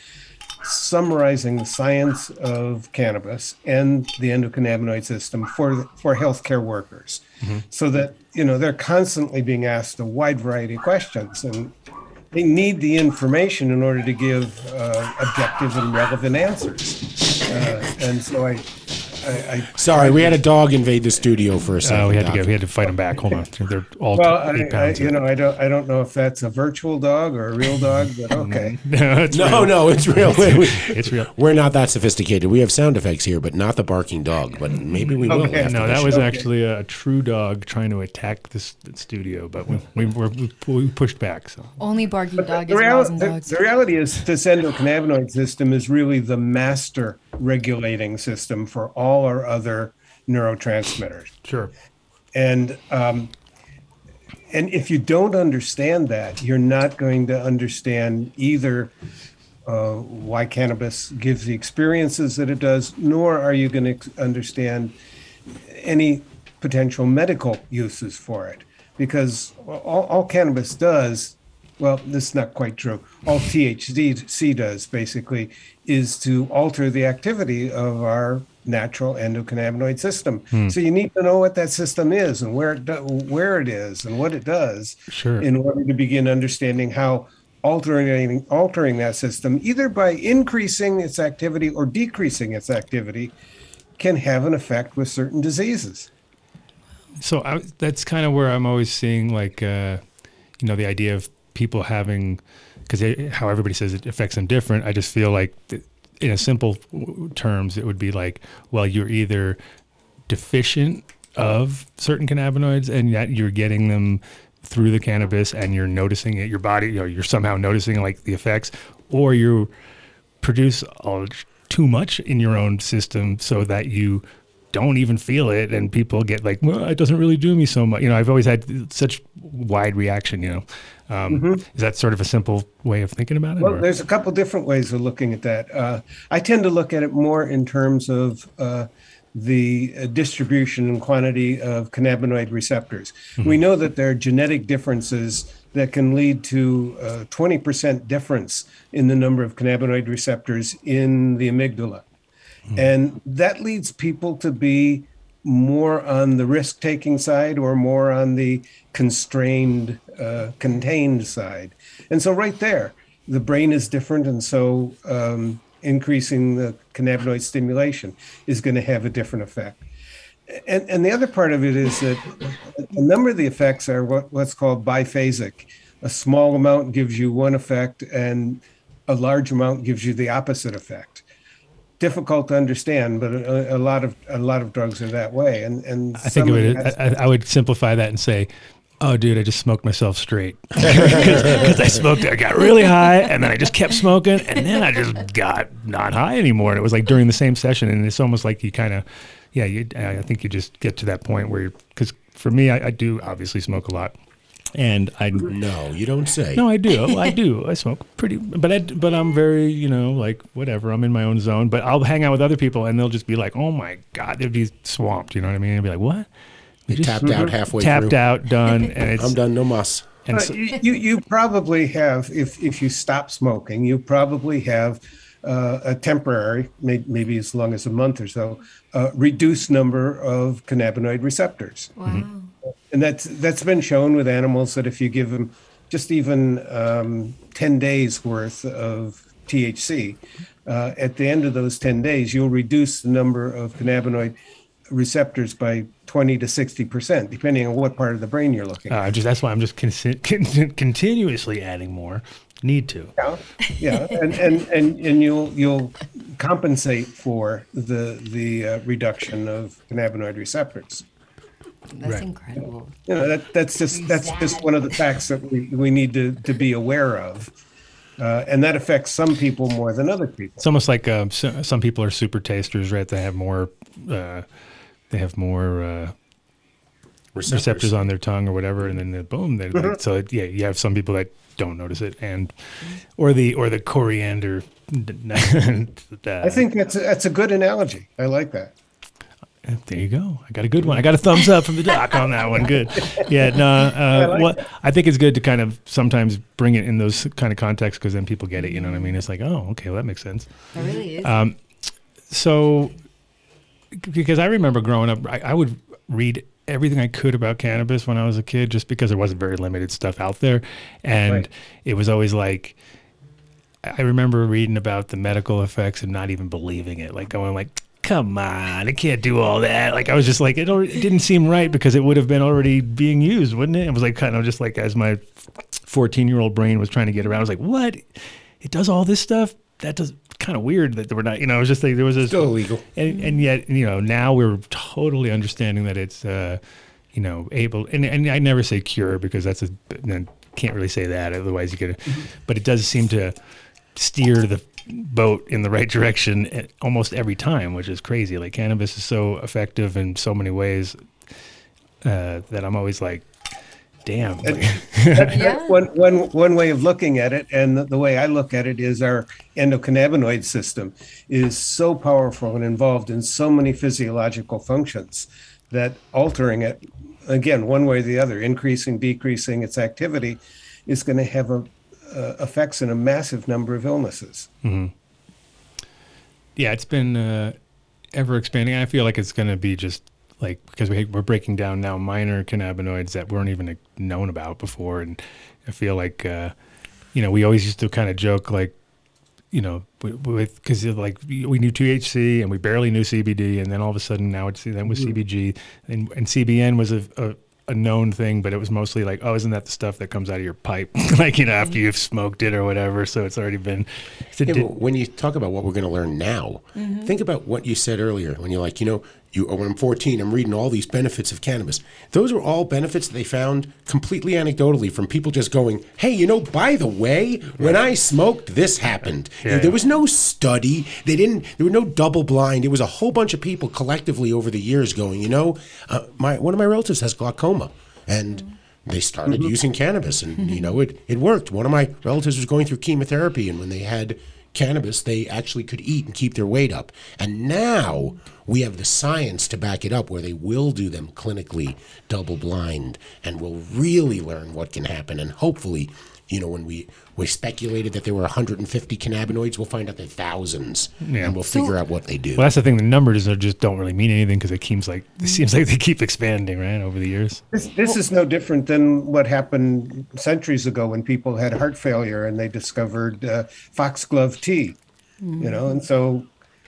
Speaker 10: summarizing the science of cannabis and the endocannabinoid system for for healthcare workers, so that you know they're constantly being asked a wide variety of questions and. They need the information in order to give uh, objective and relevant answers. Uh, and so I, I, I
Speaker 6: Sorry, we had a dog invade the studio for a second.
Speaker 5: Uh, we had to
Speaker 6: Doc.
Speaker 5: go. We had to fight them back. Hold on, they're all
Speaker 10: Well,
Speaker 5: eight
Speaker 10: I, I,
Speaker 5: pounds.
Speaker 10: you know, I don't, I don't know if that's a virtual dog or a real dog, but okay.
Speaker 5: It's
Speaker 6: No,
Speaker 5: real.
Speaker 6: no, it's real. We- we-
Speaker 5: it's real.
Speaker 6: We're not that sophisticated. We have sound effects here, but not the barking dog. But maybe we will.
Speaker 10: Okay.
Speaker 6: after
Speaker 5: No,
Speaker 6: the
Speaker 5: that
Speaker 6: show.
Speaker 5: was actually a true dog trying to attack this studio, but we we, were, we pushed back. So
Speaker 7: Only barking dog
Speaker 10: The,
Speaker 7: is
Speaker 10: reali-
Speaker 7: rousing
Speaker 10: the,
Speaker 7: dogs.
Speaker 10: the reality is this endocannabinoid system is really the master regulating system for all our other neurotransmitters.
Speaker 5: sure,
Speaker 10: and um, and if you don't understand that, you're not going to understand either uh, why cannabis gives the experiences that it does, nor are you going to understand any potential medical uses for it, because all, all cannabis does. Well, this is not quite true. All THC does basically is to alter the activity of our natural endocannabinoid system. So you need to know what that system is and where it do, where it is and what it does
Speaker 5: Sure.
Speaker 10: in order to begin understanding how altering altering that system either by increasing its activity or decreasing its activity can have an effect with certain diseases.
Speaker 5: so I, that's kind of where I'm always seeing like uh, you know the idea of people having because how everybody says it affects them different. I just feel like th- in a simple w- terms, it would be like well you're either deficient of certain cannabinoids and yet you're getting them through the cannabis and you're noticing it, your body, you know, you're somehow noticing like the effects, or you produce all, too much in your own system so that you don't even feel it and people get like well it doesn't really do me so much you know i've always had such wide reaction you know um, is that sort of a simple way of thinking about it
Speaker 10: Well,
Speaker 5: or-
Speaker 10: there's a couple different ways of looking at that. Uh, I tend to look at it more in terms of uh, the uh, distribution and quantity of cannabinoid receptors. We know that there are genetic differences that can lead to a 20% difference in the number of cannabinoid receptors in the amygdala. Mm-hmm. And that leads people to be more on the risk taking side or more on the constrained, uh, contained side. And so, right there, the brain is different. And so, um, increasing the cannabinoid stimulation is going to have a different effect. And, and the other part of it is that a number of the effects are what, what's called biphasic. A small amount gives you one effect, and a large amount gives you the opposite effect difficult to understand, but a, a lot of a lot of drugs are that way. And and
Speaker 5: I think
Speaker 10: some
Speaker 5: it
Speaker 10: of
Speaker 5: would,
Speaker 10: that's-
Speaker 5: I, I would simplify that and say, oh, dude, I just smoked myself straight. Because I smoked, I got really high, and then I just kept smoking, and then I just got not high anymore. And it was like during the same session. And it's almost like you kind of, yeah, you, I I think you just get to that point where you're, because for me, I, I do obviously smoke a lot. And I
Speaker 6: No, you don't say.
Speaker 5: no, I do. Well, I do. I smoke pretty, but I, but I'm very, you know, like whatever. I'm in my own zone. But I'll hang out with other people, and they'll just be like, "Oh my god," they'd be swamped. You know what I mean? They'd be like, "What?" We
Speaker 6: They tapped out halfway
Speaker 5: Tapped
Speaker 6: through.
Speaker 5: out, done, and it's
Speaker 6: I'm done. No muss.
Speaker 5: and
Speaker 10: Uh,
Speaker 5: so-
Speaker 10: you you- you probably have if if you stop smoking, you probably have uh, a temporary, may, maybe as long as a month or so, uh, reduced number of cannabinoid receptors.
Speaker 7: Wow.
Speaker 5: Mm-hmm.
Speaker 10: and that's that's been shown with animals that if you give them just even um, 10 days worth of THC, uh, at the end of those 10 days, you'll reduce the number of cannabinoid receptors by 20 to 60 percent, depending on what part of the brain you're looking. at.
Speaker 5: uh, just that's why I'm just consi- con- continuously adding more. Need to.
Speaker 10: yeah, and, and and and you'll you'll compensate for the the uh, reduction of cannabinoid receptors.
Speaker 4: That's
Speaker 5: Right.
Speaker 4: incredible.
Speaker 10: You know that that's just that's just one of the facts that we, we need to, to be aware of, uh, and that affects some people more than other people.
Speaker 5: It's almost like um, so, some people are super tasters, right? They have more, uh, they have more. Uh, receptors on their tongue or whatever, and then the boom. They're like, so yeah, you have some people that don't notice it, and or the or the coriander.
Speaker 10: I think that's a, that's a good analogy. I like that.
Speaker 5: uh, there you go. I got a good one. I got a thumbs up from the doc on that one. Good. Yeah. No. Uh, well, I think it's good to kind of sometimes bring it in those kind of contexts because then people get it. You know what I mean? It's like, oh, okay, well, that makes sense.
Speaker 4: That really is.
Speaker 5: Uh, so because I remember growing up, I, I would read everything I could about cannabis when I was a kid, just because there wasn't very limited stuff out there, and
Speaker 10: Right.
Speaker 5: it was always like. I remember reading about the medical effects and not even believing it, like going like, "Come on, it can't do all that." Like I was just like, it, al- it didn't seem right because it would have been already being used, wouldn't it? It was like kind of just like as my fourteen-year-old brain was trying to get around, I was like, "What? It does all this stuff? That does kind of weird that we're not." You know, it was just like there was this
Speaker 6: Still illegal.
Speaker 5: and, and yet you know now we're totally understanding that it's uh, you know able and, and I never say cure because that's a then can't really say that otherwise you could but it does seem to steer the boat in the right direction at almost every time which is crazy like cannabis is so effective in so many ways uh, that I'm always like damn
Speaker 10: That- One, one, one way of looking at it, and the, the way I look at it, is our endocannabinoid system is so powerful and involved in so many physiological functions that altering it, again, one way or the other, increasing, decreasing its activity, is going to have a, uh, effects in a massive number of illnesses.
Speaker 5: yeah, it's been uh, ever expanding. I feel like it's going to be just like because we, we're breaking down now minor cannabinoids that weren't even like, known about before, and I feel like uh, you know we always used to kind of joke like you know wi- with because like we knew THC and we barely knew CBD, and then all of a sudden now it's then with CBG and and CBN was a, a a known thing, but it was mostly like, oh, isn't that the stuff that comes out of your pipe, like you know, after you've smoked it or whatever? So it's already been. it's a
Speaker 6: Yeah,
Speaker 5: di- Mm-hmm.
Speaker 6: but when you talk about what we're going to learn now, think about what you said earlier when you're like, you know, You, or when I'm 14, I'm reading all these benefits of cannabis. Those are all benefits that they found completely anecdotally from people just going, hey, you know, by the way, when I smoked, this happened.
Speaker 5: Yeah,
Speaker 6: there
Speaker 5: yeah.
Speaker 6: was no study. They didn't, there were no double blind. It was a whole bunch of people collectively over the years going, you know, uh, my, one of my relatives has glaucoma.
Speaker 5: Mm-hmm.
Speaker 6: And they started using cannabis and you know it it worked one of my relatives was going through chemotherapy and when they had cannabis they actually could eat and keep their weight up and now we have the science to back it up where they will do them clinically double blind and we'll really learn what can happen and hopefully you know when we we speculated that there were 150 cannabinoids we'll find out there are thousands and we'll figure out what they do
Speaker 5: Well, that's the thing. The numbers are just don't really mean anything because it seems like it seems like they keep expanding, right, over the years.
Speaker 10: This, this is no different than what happened centuries ago when people had heart failure and they discovered uh, foxglove tea. You know, and so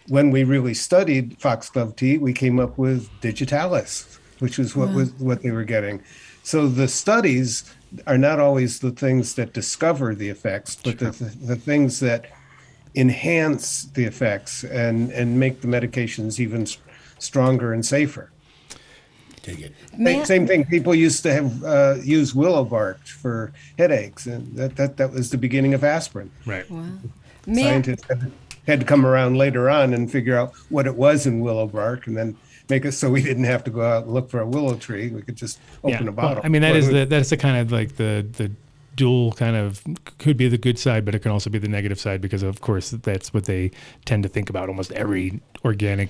Speaker 10: when we really studied foxglove tea, we came up with digitalis, which was what was what they were getting. So the studies are not always the things that discover the effects, but the, the, the things that enhance the effects and and make the medications even s- stronger and safer.
Speaker 6: Take it.
Speaker 10: Same, same thing. People used to have uh, use willow bark for headaches, and that, that that was the beginning of aspirin.
Speaker 5: Right.
Speaker 7: May I-
Speaker 10: Scientists had, had to come around later on and figure out what it was in willow bark, and then make it so we didn't have to go out and look for a willow tree. We could just open a
Speaker 5: Well,
Speaker 10: bottle.
Speaker 5: I mean, that is
Speaker 10: Well,
Speaker 5: the that's the kind of like the the dual kind of could be the good side, but it can also be the negative side because of course that's what they tend to think about almost every organic.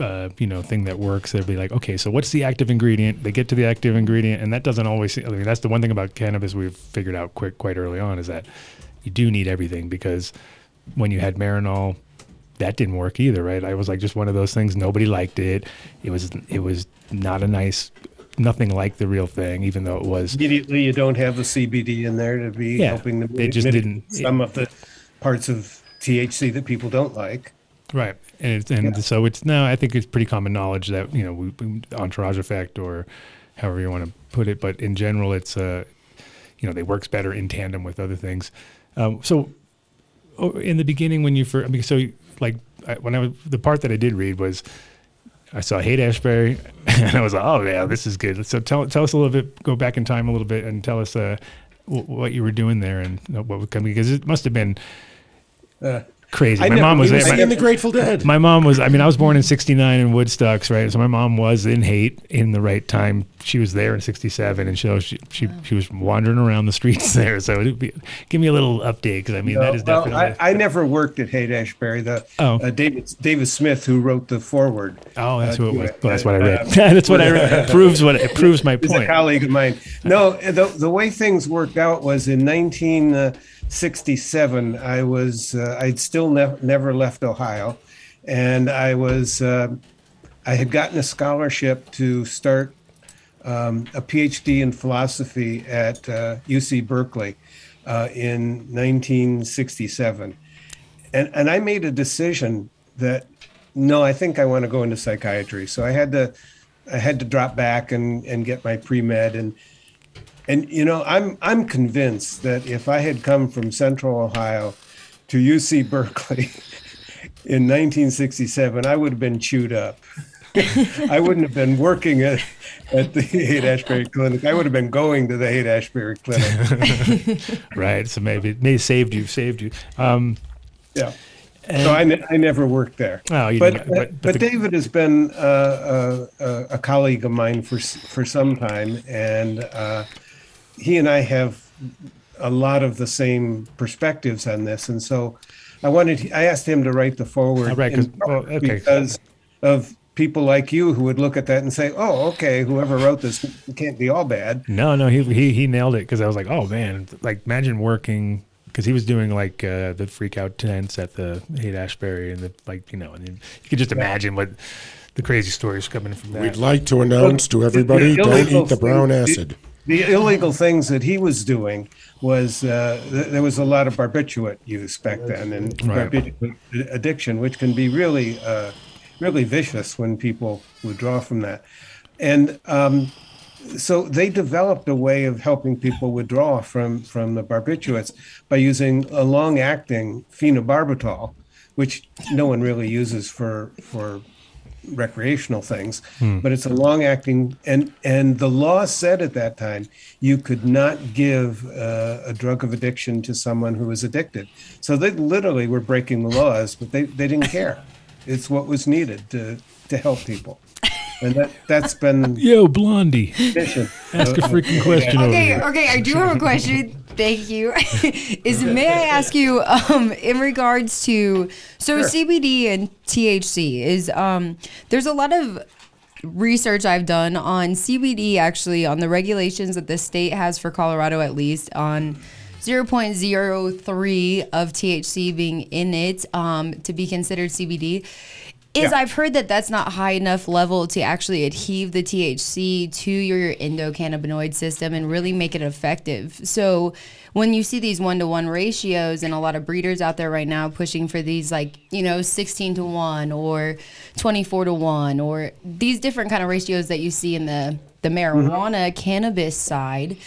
Speaker 5: Uh, you know, thing that works. They'll be like, okay, so what's the active ingredient? They get to the active ingredient, and that doesn't always. seem- I mean, that's the one thing about cannabis we've figured out quick, quite early on is that you do need everything because when you had Marinol, that didn't work either, right? I was like just one of those things. Nobody liked it. It was it was not a nice, nothing like the real thing, even though it was.
Speaker 10: immediately you don't have the CBD in there to be
Speaker 5: Yeah,
Speaker 10: helping them.
Speaker 5: they just
Speaker 10: mitigate
Speaker 5: didn't-
Speaker 10: some of the parts of THC that people don't like.
Speaker 5: Right. And it's, and so it's no, I think it's pretty common knowledge that you know we, we, entourage effect or however you want to put it, but in general, it's uh, you know, they works better in tandem with other things. Um, so oh, in the beginning, when you first, I mean, so like I, when I was the part that I did read was. I saw Haight Ashbury, and I was like, "Oh yeah, this is good." So tell tell us a little bit, go back in time a little bit, and tell us uh, w- what you were doing there and uh, what would come because it must have been crazy.
Speaker 10: Uh, I
Speaker 5: my
Speaker 10: never-
Speaker 5: mom was
Speaker 10: we
Speaker 5: there.
Speaker 10: were
Speaker 5: My-
Speaker 6: and the grateful dead
Speaker 5: my mom was, I mean, I was born in 69 in Woodstocks, right? So my mom was in hate in the right time. She was there in 67. And so she, she, she was wandering around the streets there. So it'd be, give me a little update because I mean, that is
Speaker 10: Well,
Speaker 5: definitely.
Speaker 10: I, I never worked at Haight Ashbury. The
Speaker 5: Oh.
Speaker 10: uh, David David Smith, who wrote the foreword, Uh,
Speaker 5: oh, that's what it
Speaker 10: do
Speaker 5: was.
Speaker 10: it.
Speaker 5: Well, that's what I read. that's what I read. proves what it proves my
Speaker 10: is a
Speaker 5: point.
Speaker 10: colleague of mine. No, the the way things worked out was in 1967. I was uh, I'd still ne- never left Ohio, and I was uh, I had gotten a scholarship to start um, a PhD in philosophy at uh, UC Berkeley uh, in 1967, and and I made a decision that no, I think I want to go into psychiatry. So I had to I had to drop back and and get my pre med and and you know I'm I'm convinced that if I had come from Central Ohio to UC Berkeley. In 1967, I would have been chewed up. I wouldn't have been working at, at the Haight Ashbury Clinic. I would have been going to the Haight Ashbury Clinic.
Speaker 5: Right. So maybe it may saved you, saved you. Um,
Speaker 10: Yeah. so I, ne- I never worked there.
Speaker 5: Oh, you
Speaker 10: but,
Speaker 5: didn't-
Speaker 10: but,
Speaker 5: but-
Speaker 10: but,
Speaker 5: but the-
Speaker 10: David has been uh, a, a, a colleague of mine for s- for some time, and uh, he and I have a lot of the same perspectives on this, and so I wanted I asked him to write the forward
Speaker 5: Oh, right, 'cause- well, okay.
Speaker 10: because of people like you who would look at that and say, "Oh, okay, whoever wrote this can't be all bad."
Speaker 5: No, no, he he he nailed it because I was like, oh man, like imagine working because he was doing like uh, the freak out tents at the Haight Ashbury and the like, you know, and you could just imagine what the crazy stories coming from that.
Speaker 6: we'd like to announce to everybody don't
Speaker 10: illegal
Speaker 6: eat the brown
Speaker 10: thing-
Speaker 6: acid
Speaker 10: The illegal things that he was doing was uh, th- there was a lot of barbiturate use back then and
Speaker 5: Right.
Speaker 10: barbiturate uh, addiction, which can be really, uh, really vicious when people withdraw from that. And um, so they developed a way of helping people withdraw from from the barbiturates by using a long-acting phenobarbital, which no one really uses for for recreational things,
Speaker 5: Hmm.
Speaker 10: but it's a long acting and and the law said at that time you could not give uh, a drug of addiction to someone who was addicted. So they literally were breaking the laws, but they they didn't care. it's what was needed to to help people, and that that's been
Speaker 5: Yo, Blondie,
Speaker 10: efficient.
Speaker 5: ask a freaking question over
Speaker 7: Okay,
Speaker 5: here.
Speaker 7: okay, I do have a question. Thank you. Is may I ask you um, in regards to so CBD and THC is um, there's a lot of research I've done on CBD actually on the regulations that the state has for Colorado at least on 0.03 of THC being in it um, to be considered CBD. Is
Speaker 10: Yeah.
Speaker 7: I've heard that that's not high enough level to actually adhere the THC to your endocannabinoid system and really make it effective. So when you see these one to one ratios and a lot of breeders out there right now pushing for these like you know 16 to 1 or 24 to 1 or these different kind of ratios that you see in the the marijuana cannabis side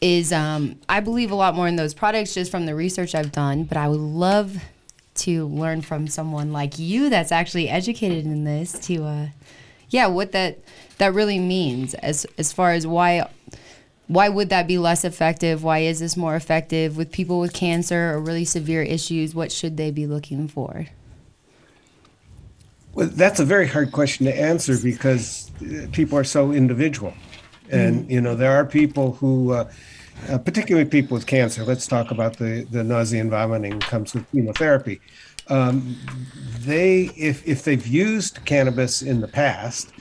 Speaker 7: is um, I believe a lot more in those products just from the research I've done, but I would love to learn from someone like you that's actually educated in this to uh, yeah, what that that really means as as far as why why would that be less effective? Why is this more effective with people with cancer or really severe issues? What should they be looking for?
Speaker 10: Well, that's a very hard question to answer because uh, people are so individual, and you know there are people who, uh, uh, particularly people with cancer. Let's talk about the the nausea and vomiting comes with chemotherapy. Um, they, if if they've used cannabis in the past,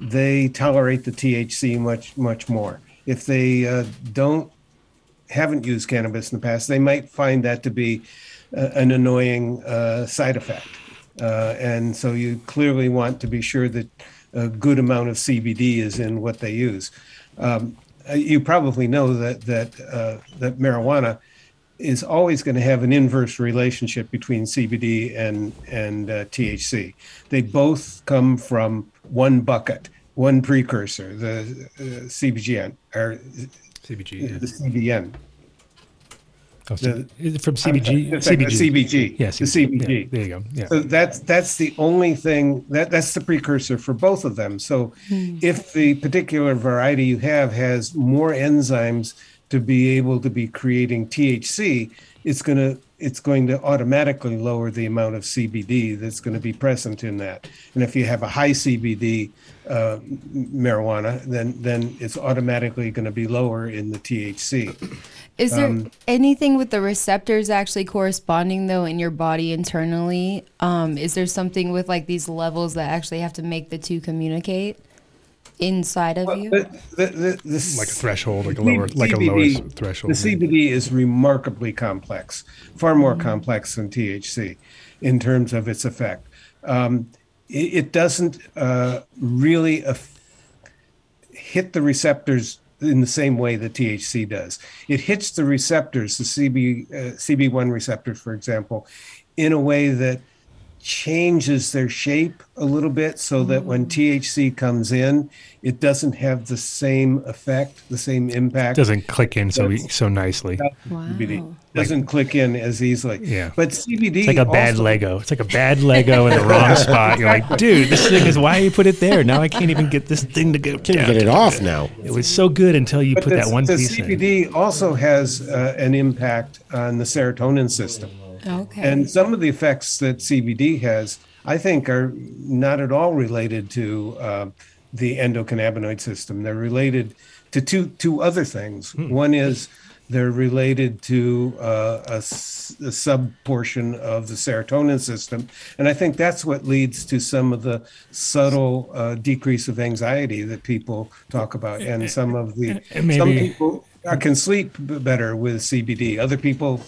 Speaker 10: they tolerate the THC much much more. If they uh, don't haven't used cannabis in the past, they might find that to be uh, an annoying uh, side effect. Uh, and so you clearly want to be sure that a good amount of CBD is in what they use. Um, uh, you probably know that that uh, that marijuana is always going to have an inverse relationship between CBD and and uh, THC. They both come from one bucket, one precursor, the uh, CBGN or uh,
Speaker 5: CBG.
Speaker 10: the CBN.
Speaker 5: Oh, so-
Speaker 10: Uh, the-
Speaker 5: is it from
Speaker 10: I'm sorry,
Speaker 5: CBG?
Speaker 10: the sec- the CBG.
Speaker 5: Yes,
Speaker 10: The CBG.
Speaker 5: there you go. Yeah.
Speaker 10: So that's that's the only thing that that's the precursor for both of them. So if the particular variety you have has more enzymes to be able to be creating THC, it's gonna it's going to automatically lower the amount of CBD that's going to be present in that. And if you have a high CBD uh, marijuana, then then it's automatically going to be lower in the THC.
Speaker 7: Is there anything with the receptors actually corresponding though in your body internally? Um, is there something with like these levels that actually have to make the two communicate inside of you?
Speaker 10: The- the- the- the
Speaker 5: Like a threshold, like a lower, like a lower s- threshold.
Speaker 10: The CBD is remarkably complex, far more
Speaker 7: Mm-hmm.
Speaker 10: complex than THC in terms of its effect. Um, it, it doesn't uh, really aff- hit the receptors in the same way that THC does. It hits the receptors, the CB, uh, CB1 receptors, for example, in a way that changes their shape a little bit so that when THC comes in, it doesn't have the same effect, the same impact.
Speaker 5: doesn't click in so e- so nicely.
Speaker 10: CBD doesn't click in as easily.
Speaker 5: Yeah.
Speaker 10: But CBD
Speaker 5: It's like a bad
Speaker 10: also-
Speaker 5: Lego. It's like a bad Lego in the wrong spot. You're like, dude, this thing is why you put it there. Now I can't even get this thing to go.
Speaker 6: Can
Speaker 5: down.
Speaker 6: get it off now.
Speaker 5: It was so good until you put
Speaker 10: the,
Speaker 5: that one
Speaker 10: the
Speaker 5: piece in.
Speaker 10: CBD also has uh, an impact on the serotonin system.
Speaker 7: Okay.
Speaker 10: And some of the effects that CBD has, I think, are not at all related to uh, the endocannabinoid system. They're related to two two other things.
Speaker 5: Hmm.
Speaker 10: One is they're related to uh, a, s- a sub portion of the serotonin system, and I think that's what leads to some of the subtle uh, decrease of anxiety that people talk about, and some of the
Speaker 5: and
Speaker 10: some
Speaker 5: maybe-
Speaker 10: people uh, can sleep b- better with CBD. Other people,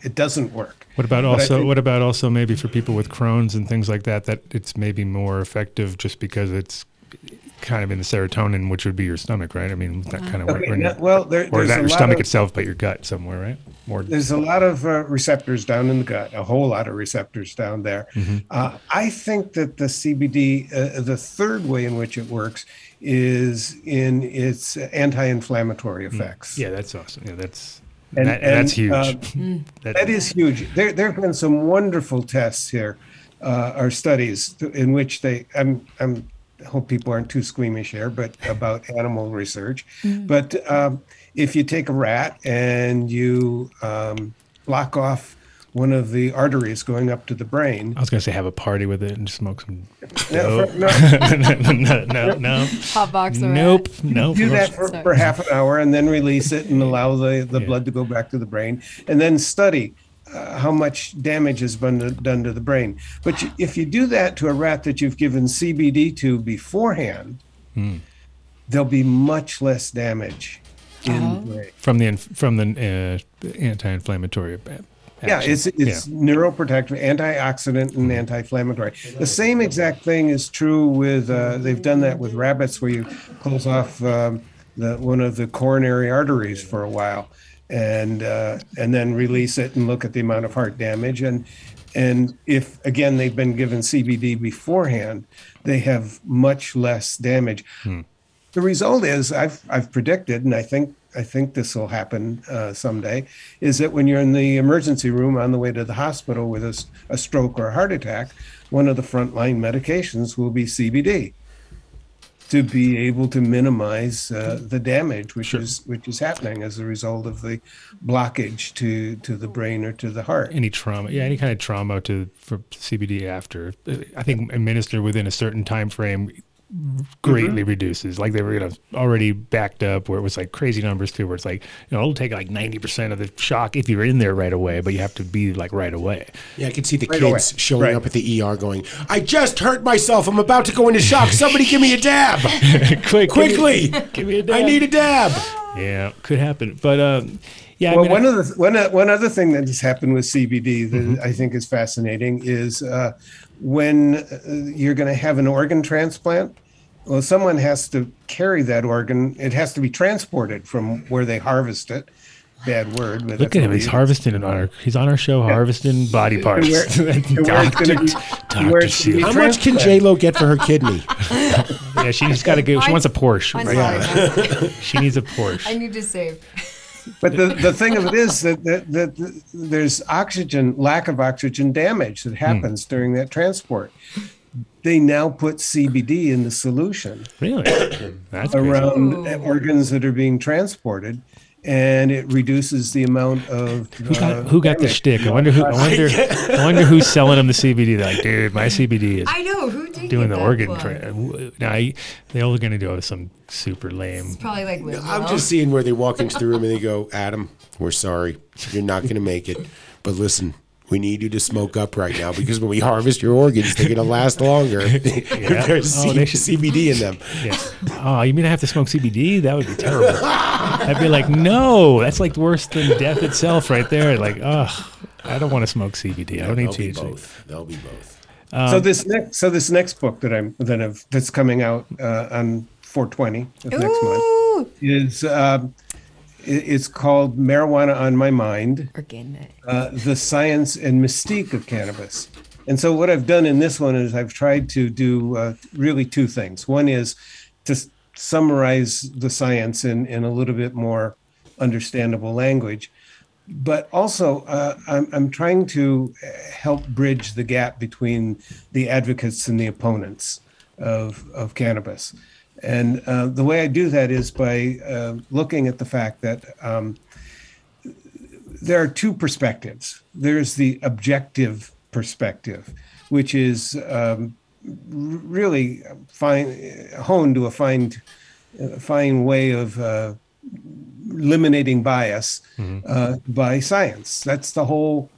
Speaker 10: it doesn't work.
Speaker 5: What about
Speaker 10: But I
Speaker 5: also?
Speaker 10: think-
Speaker 5: what about also maybe for people with Crohn's and things like that? That it's maybe more effective just because it's kind of in the serotonin, which would be your stomach, right? I mean, that kind of
Speaker 10: Okay,
Speaker 5: or,
Speaker 10: now- well, there-
Speaker 5: or
Speaker 10: there's
Speaker 5: not
Speaker 10: a
Speaker 5: your
Speaker 10: lot
Speaker 5: stomach
Speaker 10: of-
Speaker 5: itself, but your gut somewhere, right? More
Speaker 10: There's a lot of uh, receptors down in the gut, a whole lot of receptors down there.
Speaker 5: Mm-hmm.
Speaker 10: Uh, I think that the CBD, uh, the third way in which it works, is in its anti-inflammatory
Speaker 5: Mm,
Speaker 10: effects.
Speaker 5: Yeah, that's awesome. Yeah, that's
Speaker 10: And-
Speaker 5: that, that's
Speaker 10: and,
Speaker 5: huge.
Speaker 10: uh,
Speaker 5: that,
Speaker 10: That is huge. There, there have been some wonderful tests here uh, are studies in which they I'm I'm I hope people aren't too squeamish here, but about animal research. But um, if you take a rat and you um, block off one of the arteries going up to the brain,
Speaker 5: I was gonna say have a party with it and smoke some.
Speaker 10: No,
Speaker 5: dope.
Speaker 10: for- no.
Speaker 5: no, no, no.
Speaker 7: Hot box the rat.
Speaker 5: Nope, nope.
Speaker 10: do that for, for half an hour and then release it and allow the, the
Speaker 5: Yeah.
Speaker 10: blood to go back to the brain and then study uh, how much damage has been done to the brain. But you, if you do that to a rat that you've given CBD to beforehand, there'll be much less damage in the brain.
Speaker 5: from the inf- from the uh, anti-inflammatory. a-
Speaker 10: Yeah,
Speaker 5: action.
Speaker 10: it's it's neuroprotective, antioxidant, and anti-inflammatory. The same exact thing is true with uh, they've done that with rabbits, where you close off um, the one of the coronary arteries for a while, and uh, and then release it and look at the amount of heart damage and and if again they've been given CBD beforehand, they have much less damage the result is I've I've predicted, and I think I think this will happen uh, someday, is that when you're in the emergency room on the way to the hospital with a, s- a stroke or a heart attack, one of the frontline medications will be CBD to be able to minimize uh, the damage which is which is happening as a result of the blockage to to the brain or to the heart.
Speaker 5: any trauma yeah any kind of trauma to for cbd after uh, i think administered within a certain time frame greatly
Speaker 10: Mm-hmm.
Speaker 5: reduces like they were you know, already backed up where it was like crazy numbers too where it's like you know it'll take like 90% of the shock if you're in there right away but you have to be like right away
Speaker 6: Yeah, I can see the
Speaker 10: away.
Speaker 6: kids showing
Speaker 10: Right.
Speaker 6: up at the ER going, I just hurt myself. I'm about to go into shock. Somebody give me a dab.
Speaker 5: quick
Speaker 6: Quickly.
Speaker 5: give me
Speaker 6: I
Speaker 5: a dab.
Speaker 6: need a dab.
Speaker 5: yeah could happen but um yeah
Speaker 10: Well,
Speaker 5: I mean,
Speaker 10: one
Speaker 5: I-
Speaker 10: other one, o- one other thing that has happened with CBD that
Speaker 5: Mm-hmm.
Speaker 10: I think is fascinating is uh, when uh, you're going to have an organ transplant. Well, someone has to carry that organ. It has to be transported from where they harvest it. Bad word. But
Speaker 5: Look
Speaker 10: that's
Speaker 5: at
Speaker 10: what
Speaker 5: him!
Speaker 10: we
Speaker 5: He's
Speaker 10: use.
Speaker 5: harvesting it on our. He's on our show, harvesting body parts.
Speaker 10: where- and where it's
Speaker 5: Doctor,
Speaker 10: gonna be- and where
Speaker 5: Dr.
Speaker 10: it's gonna
Speaker 5: Seuss.
Speaker 10: be
Speaker 6: How much can
Speaker 10: transplanted.
Speaker 6: J Lo get for her kidney?
Speaker 5: yeah, she's got to go. She wants a Porsche.
Speaker 7: I'm
Speaker 5: right?
Speaker 7: sorry. guys.
Speaker 5: She needs
Speaker 7: I
Speaker 5: a Porsche.
Speaker 7: need to save.
Speaker 10: But the, the thing of it is that, that, that that there's oxygen, lack of oxygen damage
Speaker 5: Hmm.
Speaker 10: that happens during that transport. They now put CBD in the solution
Speaker 5: Really? That's crazy.
Speaker 10: around organs that are being transported, and it reduces the amount of. uh,
Speaker 5: Who got, who got the shtick? I wonder who. I wonder. I wonder who's selling them the CBD. They're like, dude, my CBD is
Speaker 7: I know who did
Speaker 5: doing
Speaker 7: get
Speaker 5: the
Speaker 7: that
Speaker 5: organ.
Speaker 7: plug?
Speaker 5: Tra- now I, they're all gonna do some super lame.
Speaker 7: Probably like Will.
Speaker 6: I'm just seeing where they walk into the room and they go, Adam, we're sorry. You're not going to make it. But listen, we need you to smoke up right now because when we harvest your organs, they're going to last longer. if there's
Speaker 5: Oh, they should-
Speaker 6: C- CBD in them.
Speaker 5: Yeah. Oh, you mean I have to smoke CBD? That would be terrible. I'd be like, no, that's like worse than death itself, right there. Like, ugh, I don't want to smoke CBD. I don't need
Speaker 6: They'll be
Speaker 5: THC.
Speaker 6: both. They'll be both.
Speaker 5: uh,
Speaker 10: so this next, so this next book that I'm that I've, that's coming out uh, on 420 of next month
Speaker 7: Ooh,
Speaker 10: is um, i- it's called Marijuana on My Mind.
Speaker 7: organic.
Speaker 10: uh, the science and mystique of cannabis. And so, what I've done in this one is I've tried to do uh, really two things. One is to s- summarize the science in, in a little bit more understandable language, but also uh, I'm, I'm trying to uh, help bridge the gap between the advocates and the opponents of, of cannabis. And uh, the way I do that is by uh, looking at the fact that um, there are two perspectives. There's the objective perspective, which is um, r- really fine, honed to a fine, a fine way of uh, eliminating bias
Speaker 5: Mm-hmm.
Speaker 10: uh, by science. That's the whole,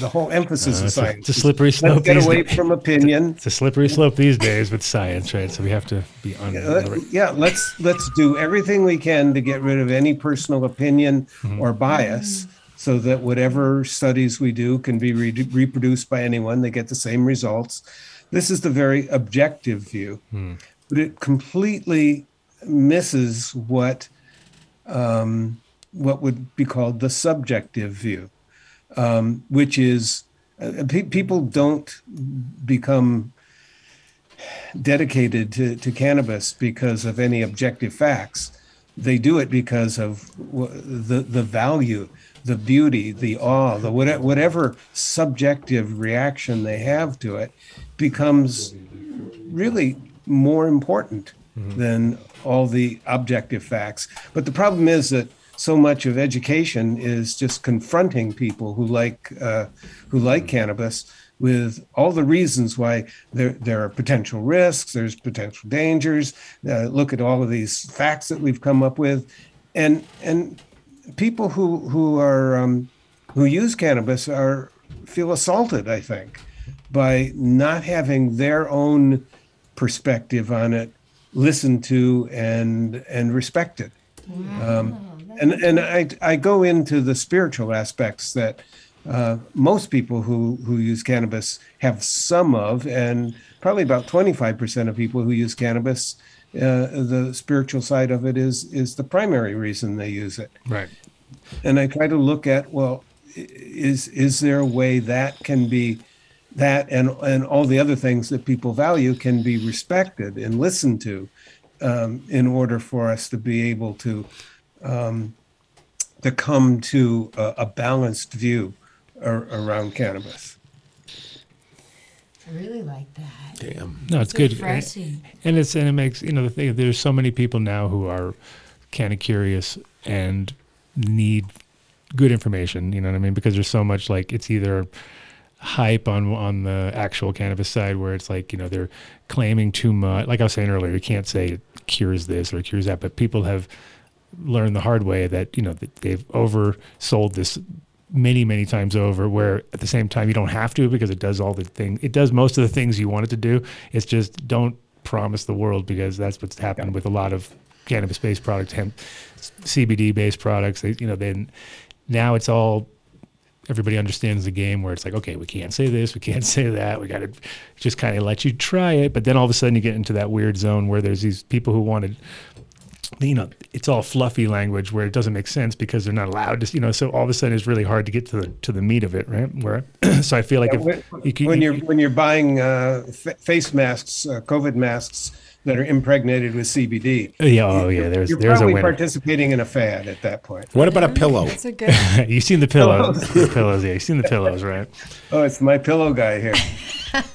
Speaker 10: the whole emphasis of
Speaker 5: it's Uh, a-
Speaker 10: science.
Speaker 5: it's a slippery
Speaker 10: Let's
Speaker 5: slope
Speaker 10: Get
Speaker 5: these
Speaker 10: away
Speaker 5: days.
Speaker 10: from opinion.
Speaker 5: It's a slippery slope these days with science, right? So we have to be on.
Speaker 10: Let- Uh, yeah let's let's do everything we can to get rid of any personal opinion or bias so that whatever studies we do can be re- reproduced by anyone they get the same results this is the very objective view but it completely misses what um, what would be called the subjective view um, which is uh, pe- people don't become dedicated to, to cannabis because of any objective facts. They do it because of w- the the value, the beauty, the awe, the whatever, whatever subjective reaction they have to it becomes really more important than all the objective facts. But the problem is that so much of education is just confronting people who like uh, who like cannabis with all the reasons why there there are potential risks, there's potential dangers. Uh, look at all of these facts that we've come up with, and and people who who are um, who use cannabis are feel assaulted. I think by not having their own perspective on it listened to and and respected. Um, and and I I go into the spiritual aspects that uh, most people who who use cannabis have some of, and probably about twenty five percent of people who use cannabis. Uh, the spiritual side of it is is the primary reason they use it
Speaker 5: Right.
Speaker 10: and I try to look at well, i- is is there a way that can be that and and all the other things that people value can be respected and listened to, um, in order for us to be able to, um, to come to a, a balanced view ar- around cannabis.
Speaker 4: I really like that.
Speaker 6: Damn.
Speaker 5: No, it's good.
Speaker 4: refreshing.
Speaker 5: And it's and it makes you know the thing. There's so many people now who are kind of curious and need good information. You know what I mean? Because there's so much like it's either hype on on the actual cannabis side where it's like you know they're claiming too much. Like I was saying earlier, you can't say it cures this or it cures that, but people have learned the hard way that you know that they've oversold this many many times over where at the same time you don't have to because it does all the things it does most of the things you want it to do it's just don't promise the world because that's what's happened with a lot of cannabis based products hemp cbd based products they, you know then now it's all everybody understands the game where it's like, okay, we can't say this, we can't say that, we got to just kind of let you try it. But then all of a sudden you get into that weird zone where there's these people who wanted, you know, it's all fluffy language where it doesn't make sense because they're not allowed to, you know. So all of a sudden it's really hard to get to the to the meat of it, right? Where so I feel like if
Speaker 10: when,
Speaker 5: you can,
Speaker 10: when you're when you're buying uh, fa face masks, uh, COVID masks that are impregnated with CBD,
Speaker 5: yeah, oh yeah, there's
Speaker 10: you're
Speaker 5: there's a
Speaker 10: probably
Speaker 5: winner.
Speaker 10: participating in a fad at that point.
Speaker 6: What about a pillow?
Speaker 4: That's a good.
Speaker 5: you've seen the pillows, the pillows, yeah, you've seen the pillows, right?
Speaker 10: Oh, it's my pillow guy here.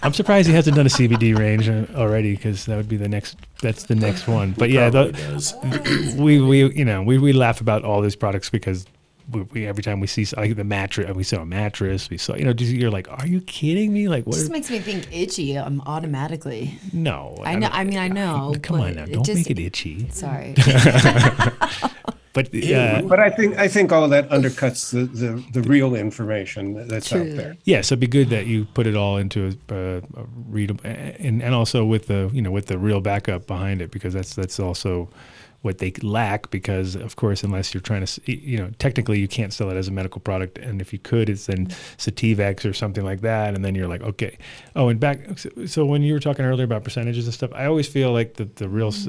Speaker 5: I'm surprised he hasn't done a CBD range uh, already because that would be the next. That's the next one. But yeah,
Speaker 6: Probably
Speaker 5: the,
Speaker 6: does.
Speaker 5: we we you know we, we laugh about all these products because we, we every time we see s- like the mattress we saw a mattress we saw you know just- you're like are you kidding me like what
Speaker 4: This
Speaker 5: are,
Speaker 4: makes me think itchy um, automatically.
Speaker 5: no
Speaker 4: I know.
Speaker 5: don't-
Speaker 4: I mean, I know.
Speaker 5: come
Speaker 4: but
Speaker 5: on now
Speaker 4: it
Speaker 5: don't
Speaker 4: just-
Speaker 5: make it itchy
Speaker 4: Sorry.
Speaker 5: but uh, yeah
Speaker 10: But I think I think all that undercuts the, the, the real information that's out there.
Speaker 4: Truly.
Speaker 5: yeah so it'd be good that you put it all into a, a, a readable and and also with the you know with the real backup behind it because that's that's also what they lack because of course unless you're trying to s- y- you know technically you can't sell it as a medical product and if you could it's then sativex or something like that and then you're like okay oh and back so, so when you were talking earlier about percentages and stuff i always feel like the, the real s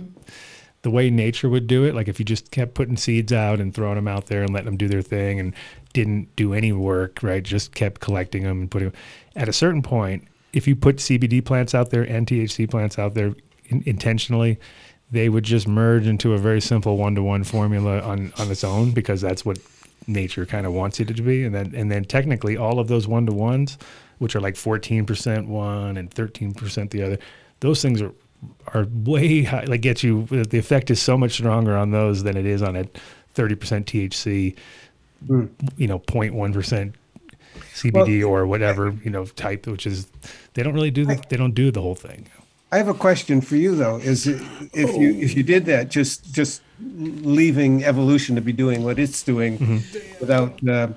Speaker 5: the way nature would do it, like if you just kept putting seeds out and throwing them out there and letting them do their thing and didn't do any work, right? Just kept collecting them and putting at a certain point, if you put CBD plants out there and THC plants out there in, intentionally, they would just merge into a very simple one-to-one formula on on its own because that's what nature kind of wants it to be and then and then technically all of those one-to-ones which are like 14% one and 13% the other those things are are way high, like get you the effect is so much stronger on those than it is on a 30% THC,
Speaker 10: Hmm.
Speaker 5: you know, 0.1% CBD or whatever, you know, type, which is, they don't really do, the, they don't do the whole thing.
Speaker 10: I have a question for you though. Is it, if you if you did that, just just leaving evolution to be doing what it's doing,
Speaker 5: Mm-hmm.
Speaker 10: without uh,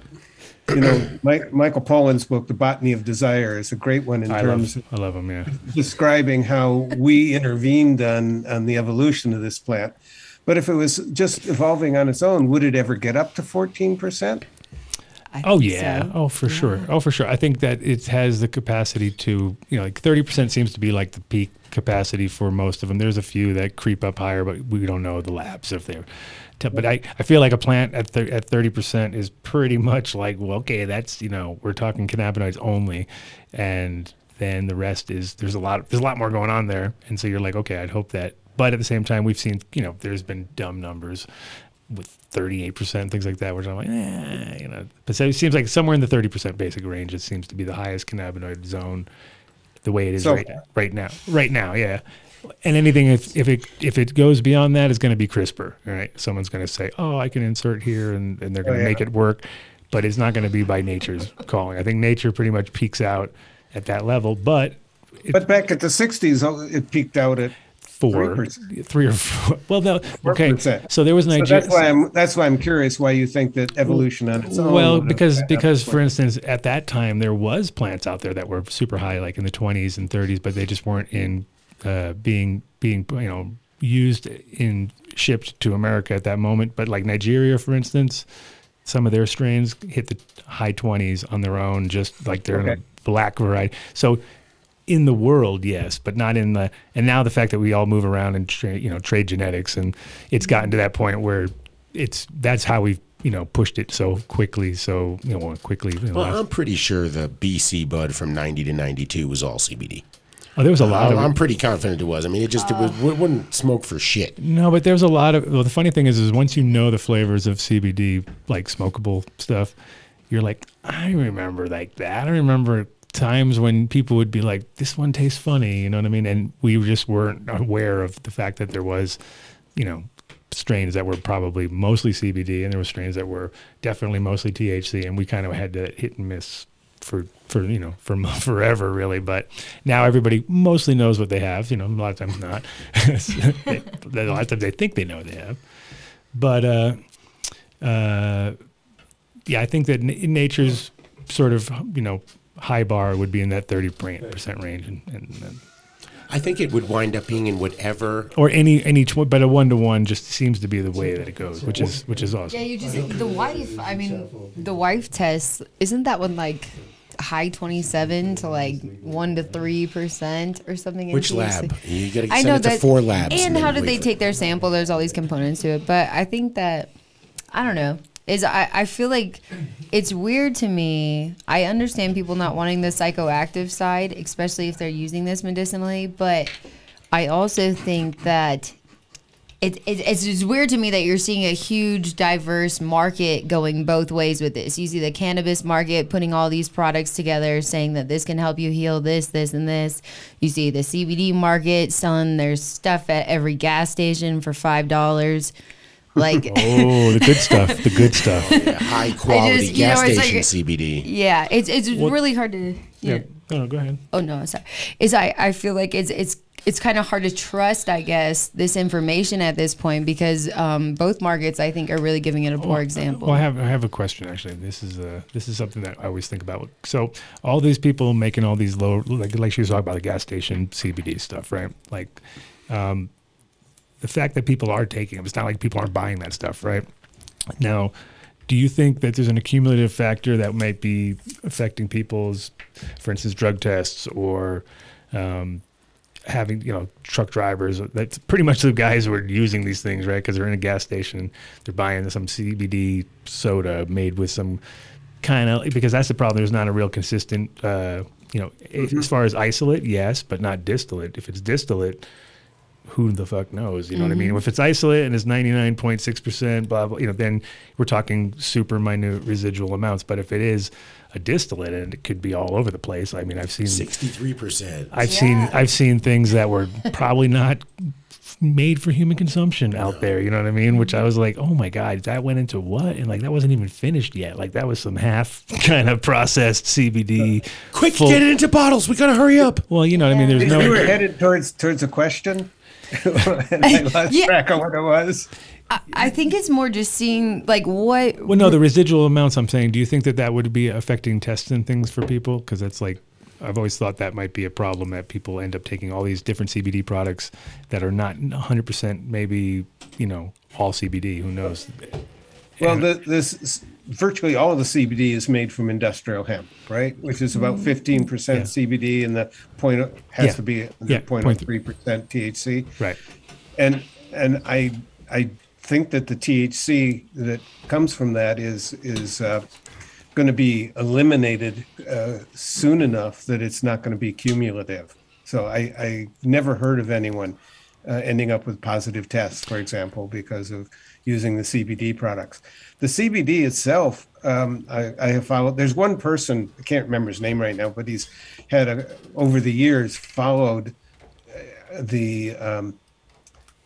Speaker 10: you know, Mike, Michael Pollan's book, The Botany of Desire, is a great one in
Speaker 5: I
Speaker 10: terms
Speaker 5: love, I love them. Yeah.
Speaker 10: describing how we intervened on on the evolution of this plant. But if it was just evolving on its own, would it ever get up to fourteen percent?
Speaker 4: I
Speaker 5: Oh
Speaker 4: think
Speaker 5: yeah.
Speaker 4: so.
Speaker 5: Oh for sure. Oh for sure. I think that it has the capacity to, you know, like 30% seems to be like the peak capacity for most of them. There's a few that creep up higher, but we don't know the labs if they're t- but I, I feel like a plant at thir- at 30% is pretty much like, well, okay, that's, you know, we're talking cannabinoids only and then the rest is there's a lot there's a lot more going on there. And so you're like, okay, I'd hope that but at the same time, we've seen, you know, there's been dumb numbers with 38%, things like that, which I'm like, eh, you know. But so it seems like somewhere in the 30% basic range, it seems to be the highest cannabinoid zone the way it is
Speaker 10: So-
Speaker 5: right, right now. Right now, yeah. And anything if, if it if it goes beyond that is going to be CRISPR, all right? Someone's going to say, "Oh, I can insert here," and, and they're going to
Speaker 10: Oh, yeah.
Speaker 5: make it work, but it's not going to be by nature's calling. I think nature pretty much peaks out at that level, but it,
Speaker 10: But back at the 60s, all- it peaked out at
Speaker 5: four,
Speaker 10: 3%.
Speaker 5: three or four. Well, no, okay.
Speaker 10: 4%.
Speaker 5: So there was an
Speaker 10: So
Speaker 5: idea.
Speaker 10: that's why I'm that's why I'm curious why you think that evolution on its own.
Speaker 5: well,
Speaker 10: would-
Speaker 5: because because for instance, at that time there was plants out there that were super high, like in the 20s and 30s, but they just weren't in uh, being being you know used in shipped to America at that moment. But like Nigeria, for instance, some of their strains hit the high 20s on their own, just like they're in
Speaker 10: Okay.
Speaker 5: a black variety. So in the world, yes, but not in the. And now the fact that we all move around and tra- you know trade genetics, and it's gotten to that point where it's that's how we've you know pushed it so quickly, so you know well, quickly. you know,
Speaker 6: Well,
Speaker 5: last-
Speaker 6: I'm pretty sure the BC bud from 90 to 92 was all CBD.
Speaker 5: oh, there was a lot
Speaker 6: I'm,
Speaker 5: of
Speaker 6: I'm pretty confident it was. I mean, it just it, was, it wouldn't smoke for shit.
Speaker 5: no, but there's a lot of. Well, the funny thing is, is once you know the flavors of CBD, like smokable stuff, you're like, I remember like that. I remember times when people would be like, this one tastes funny, you know what I mean? And we just weren't aware of the fact that there was, you know, strains that were probably mostly CBD, and there were strains that were definitely mostly THC, and we kind of had to hit and miss for for you know for mo- forever really. But now everybody mostly knows what they have. You know, a lot of times not. They- a lot of times they think they know what they have, but uh, uh, yeah, I think that na- nature's sort of you know high bar would be in that thirty percent range, and, and, and
Speaker 6: I think it would wind up being in whatever.
Speaker 5: or any any tw- but a one to one just seems to be the way that it goes, which is which is awesome.
Speaker 7: Yeah, you just the wife. I mean, the wife test isn't that one like high twenty seven to like one to three percent or something? in
Speaker 6: Which
Speaker 7: THC?
Speaker 6: lab? You got to
Speaker 7: I
Speaker 6: send
Speaker 7: know
Speaker 6: it to
Speaker 7: that.
Speaker 6: four labs.
Speaker 7: And how
Speaker 6: then
Speaker 7: did they
Speaker 6: wait for-
Speaker 7: take their sample? There's all these components to it, but I think that I don't know. Is I, I feel like it's weird to me. I understand people not wanting the psychoactive side, especially if they're using this medicinally, but I also think that it, it, it's just weird to me that you're seeing a huge diverse market going both ways with this. You see the cannabis market putting all these products together, saying that this can help you heal this, this, and this. You see the CBD market selling their stuff at every gas station for five dollars. Like,
Speaker 5: Oh, the good stuff, the good stuff.
Speaker 6: Yeah, high quality
Speaker 7: you
Speaker 6: gas
Speaker 7: know, it's
Speaker 6: station
Speaker 7: like-
Speaker 6: CBD.
Speaker 7: yeah, it's it's really hard to.
Speaker 5: Yeah. No, no, go ahead.
Speaker 7: oh no sorry is i i feel like it's it's it's kind of hard to trust i guess this information at this point because um both markets i think are really giving it a poor example
Speaker 5: Well, Oh, I have I have a question actually. This is uh this is something that I always think about. So all these people making all these low like like she was talking about the gas station CBD stuff, right? Like, um, the fact that people are taking them, it's not like people aren't buying that stuff, right? Now, do you think that there's an accumulative factor that might be affecting people's, for instance, drug tests or um, having you know truck drivers that's pretty much the guys who are using these things right because they're in a gas station they're buying some cbd soda made with some kind of because that's the problem there's not a real consistent uh you know a- as far as isolate yes but not distillate if it's distillate who the fuck knows? You know what I mean? If it's isolate and it's 99.6%, blah, blah, you know, then we're talking super minute residual amounts. But if it is a distillate and it could be all over the place, I mean, I've seen
Speaker 6: Sixty-three percent.
Speaker 5: I've seen I've seen things that were probably not made for human consumption out there. You know what I mean? Which I was like, oh my god, that went into what? And like that wasn't even finished yet. Like that was some half kind of processed CBD.
Speaker 6: Quick,
Speaker 5: full-
Speaker 6: get it into bottles. We gotta hurry up.
Speaker 5: Well, you know what I mean. There's
Speaker 10: we were
Speaker 5: no.
Speaker 10: headed towards towards a question. and I lost
Speaker 7: Yeah.
Speaker 10: track of what it was.
Speaker 7: I, I think it's more just seeing like what
Speaker 5: Well, no, the residual amounts. I'm saying, do you think that that would be affecting tests and things for people? Because that's like. I've always thought that might be a problem that people end up taking all these different CBD products that are not 100% maybe, you know, all CBD. Who knows?
Speaker 10: Well, the, this virtually all of the CBD is made from industrial hemp, right? Which is about fifteen percent CBD, and the point has
Speaker 5: Yeah.
Speaker 10: to be
Speaker 5: Yeah,
Speaker 10: the point oh three percent THC.
Speaker 5: Right.
Speaker 10: and and I I think that the THC that comes from that is is uh, going to be eliminated uh, soon enough that it's not going to be cumulative. So I I never heard of anyone uh, ending up with positive tests, for example, because of using the CBD products. The CBD itself, um, I, I have followed. There's one person I can't remember his name right now, but he's had a, over the years followed uh, the um,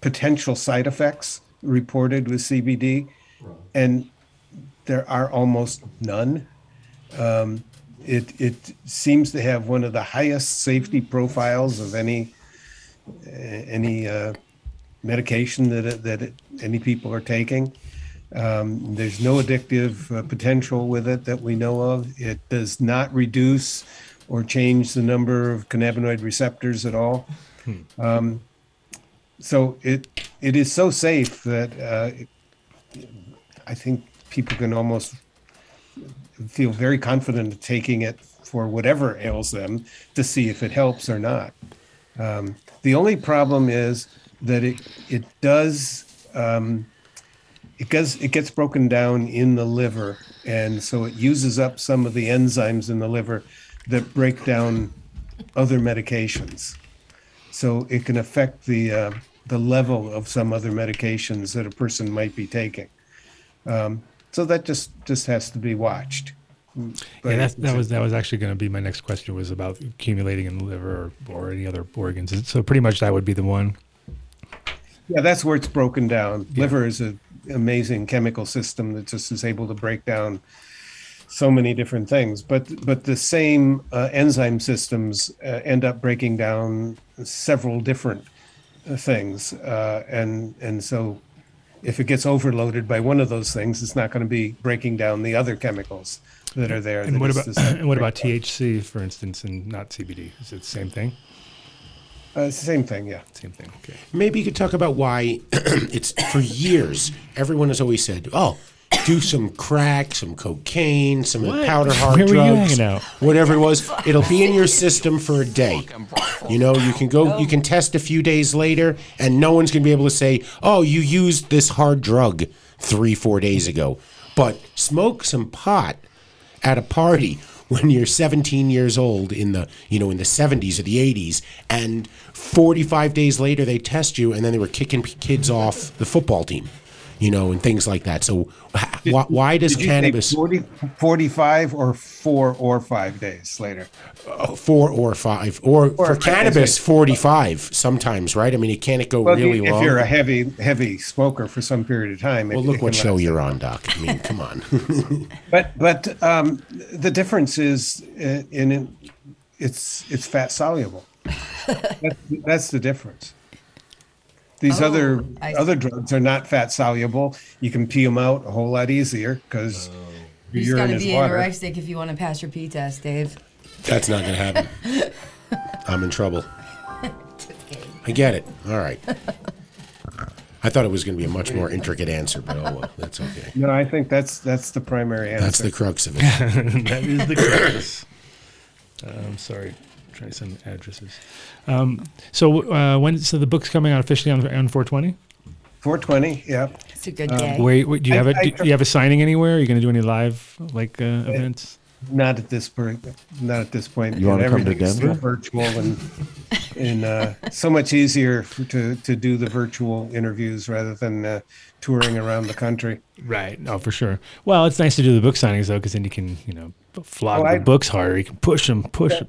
Speaker 10: potential side effects reported with CBD, and there are almost none. Um, it it seems to have one of the highest safety profiles of any uh, any uh, medication that it, that it, any people are taking. Um, there's no addictive uh, potential with it that we know of. It does not reduce or change the number of cannabinoid receptors at all. Um, so it it is so safe that uh, it, I think people can almost feel very confident of taking it for whatever ails them to see if it helps or not. Um, the only problem is that it it does um, it gets it gets broken down in the liver, and so it uses up some of the enzymes in the liver that break down other medications. So it can affect the uh, the level of some other medications that a person might be taking. Um, so that just just has to be watched.
Speaker 5: Yeah,
Speaker 10: But
Speaker 5: that's, that
Speaker 10: it's-
Speaker 5: was that was actually going to be my next question was about accumulating in the liver or, or any other organs. So pretty much that would be the one.
Speaker 10: Yeah, that's where it's broken down. Liver is an amazing chemical system that just is able to break down so many different things. But but the same uh, enzyme systems uh, end up breaking down several different uh, things, uh, and and so if it gets overloaded by one of those things, it's not going to be breaking down the other chemicals that are there.
Speaker 5: And
Speaker 10: that
Speaker 5: what
Speaker 10: it's
Speaker 5: about
Speaker 10: designed to
Speaker 5: and what
Speaker 10: break
Speaker 5: about
Speaker 10: down.
Speaker 5: THC for instance and not CBD? Is it the same thing?
Speaker 10: Uh, it's the same thing, yeah.
Speaker 5: Same thing. Okay.
Speaker 6: Maybe you could talk about why it's for years everyone has always said, "Oh, do some crack, some cocaine, some
Speaker 5: What?
Speaker 6: powder hard
Speaker 5: Where were you
Speaker 6: drugs,
Speaker 5: hanging out?
Speaker 6: whatever it was. It'll be in your system for a day. You know, you can go, you can test a few days later, and no one's gonna be able to say, "Oh, you used this hard drug three, four days ago." But smoke some pot at a party when you're 17 years old in the you know in the 70s or the 80s and 45 days later they test you and then they were kicking p- kids off the football team you know and things like that so wh- why, why does
Speaker 10: Did you say
Speaker 6: cannabis
Speaker 10: 40, 45 or four or five days later?
Speaker 6: uh, four or five or for
Speaker 10: Or-
Speaker 6: cannabis 45 sometimes right i mean it can't go
Speaker 10: Well, if you-
Speaker 6: really
Speaker 10: if
Speaker 6: long
Speaker 10: you're a heavy, heavy smoker for some period of time, it-
Speaker 6: well
Speaker 10: it
Speaker 6: look what
Speaker 10: can
Speaker 6: show
Speaker 10: last.
Speaker 6: you're on doc i mean come on
Speaker 10: But but um, the difference is uh, in in- it's it's fat soluble. that's, that's the difference. These other
Speaker 4: Oh, I see.
Speaker 10: other drugs are not fat soluble. You can pee them out a whole lot easier because your
Speaker 4: You just
Speaker 10: urine
Speaker 4: gotta
Speaker 10: is
Speaker 4: be
Speaker 10: water.
Speaker 4: anorexic if you want to pass your P test, Dave.
Speaker 6: that's not gonna happen i'm in trouble i get it all right i thought it was gonna be a much more intricate answer but oh well that's okay
Speaker 10: No, I think that's that's the primary answer.
Speaker 6: That's the crux of it.
Speaker 5: that is the case. Uh, I'm sorry. Try to send addresses. Um, so uh, when so the book's coming out officially on, on 420?
Speaker 10: 420. Yeah.
Speaker 4: It's a good day.
Speaker 5: Um, Wait, wait, do you
Speaker 10: I-
Speaker 5: have it?
Speaker 10: I-
Speaker 5: Do you have a signing anywhere? Are you going to do any live like uh, events?
Speaker 10: not at this per, not at this point.
Speaker 3: You wanna
Speaker 10: And
Speaker 3: come to
Speaker 10: everything's still
Speaker 3: Denver?
Speaker 10: Virtual and and uh, so much easier to to do the virtual interviews rather than uh, touring around the country.
Speaker 5: Right. No, for sure. Well, it's nice to do the book signings though, because then you can, you know, flog
Speaker 10: Oh,
Speaker 5: the
Speaker 10: I-
Speaker 5: books harder. You can push them, push them.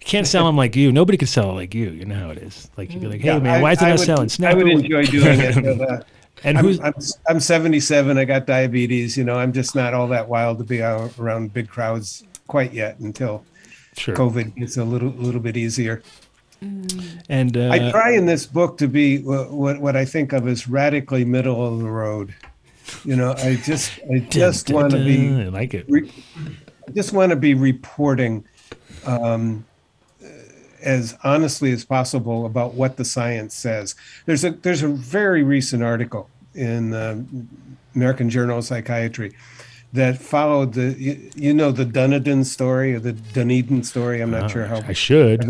Speaker 5: You can't sell them like you. Nobody can sell it like you. You know how it is. Like you'd be like, hey man, why is it
Speaker 10: Mm, I
Speaker 5: not
Speaker 10: would-
Speaker 5: selling?
Speaker 10: I
Speaker 5: Snap
Speaker 10: would
Speaker 5: it.
Speaker 10: enjoy doing it. but, uh,
Speaker 5: And
Speaker 10: I'm,
Speaker 5: who's
Speaker 10: I'm, I'm 77. I got diabetes. You know, I'm just not all that wild to be out around big crowds quite yet until
Speaker 5: sure?
Speaker 10: COVID gets a little little bit easier.
Speaker 5: And uh,
Speaker 10: I try in this book to be wha- what what I think of as radically middle of the road. You know, I just I
Speaker 5: dun,
Speaker 10: just
Speaker 5: dun,
Speaker 10: want to
Speaker 5: dun.
Speaker 10: be
Speaker 5: I like it.
Speaker 10: re- I just want to be reporting um, uh, as honestly as possible about what the science says. There's a there's a very recent article in um, American Journal of Psychiatry that followed the you, you know the Dunedin story or the Dunedin story. I'm not sure how
Speaker 5: Uh, I should.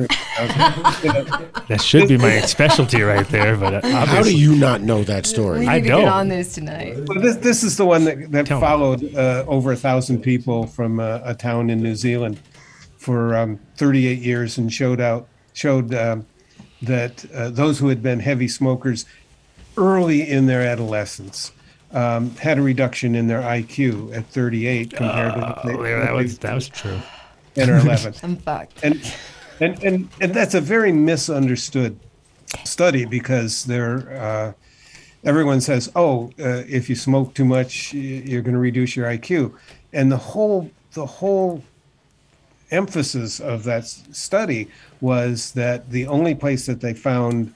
Speaker 5: that should be my specialty right there. But uh,
Speaker 6: How do
Speaker 5: obviously,
Speaker 6: you not know that story?
Speaker 7: We need
Speaker 5: I
Speaker 7: to
Speaker 5: don't.
Speaker 7: get on this tonight.
Speaker 10: Well, this this is the one that, that
Speaker 5: Tell me.
Speaker 10: followed uh, over a thousand people from uh, a town in New Zealand for um, 38 years and showed out showed um, that uh, those who had been heavy smokers early in their adolescence um, had a reduction in their IQ at 38 compared to the,
Speaker 5: Oh, yeah, that was that was true.
Speaker 10: and or 11.
Speaker 7: I'm fucked.
Speaker 10: and and and and that's a very misunderstood study because there uh, everyone says oh uh, if you smoke too much y- you're going to reduce your IQ and the whole the whole emphasis of that s- study was that the only place that they found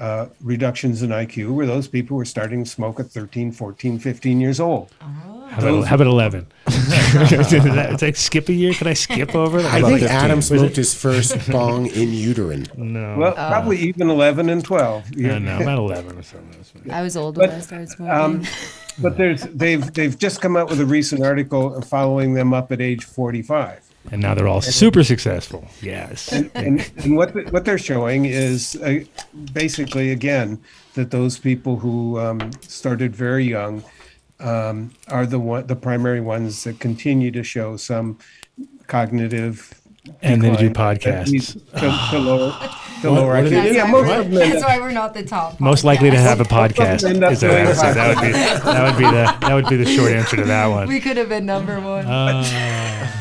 Speaker 10: uh, reductions in IQ were those people who were starting to smoke at 13 14 15 years old
Speaker 5: How about, how about eleven? it's like skip a year. Could I skip over?
Speaker 6: I think
Speaker 5: Like,
Speaker 6: Adam
Speaker 5: Was it-
Speaker 6: smoked his first bong in uterine.
Speaker 5: No,
Speaker 10: well probably even 11 and 12
Speaker 5: no, no, about uh, eleven or something.
Speaker 4: I was old when I started smoking.
Speaker 10: But there's they've they've just come out with a recent article following them up at age 45,
Speaker 5: And now they're all super successful. Yes.
Speaker 10: and, and what the- what they're showing is uh, basically again that those people who um, started very young um, are the one the primary ones that continue to show some cognitive.
Speaker 5: And they do
Speaker 10: decline that leads
Speaker 5: podcasts.
Speaker 10: to, to lower to lower
Speaker 6: what do they
Speaker 10: IQ.
Speaker 6: do?
Speaker 10: Yeah, most of them end
Speaker 4: That's
Speaker 10: up-
Speaker 4: why we're not the top.
Speaker 5: Most likely to have a podcast.
Speaker 10: End up
Speaker 5: Is what I would say.
Speaker 10: doing
Speaker 5: That would be that would be the that would be the short answer to that one. Uh,
Speaker 4: We could have been number one.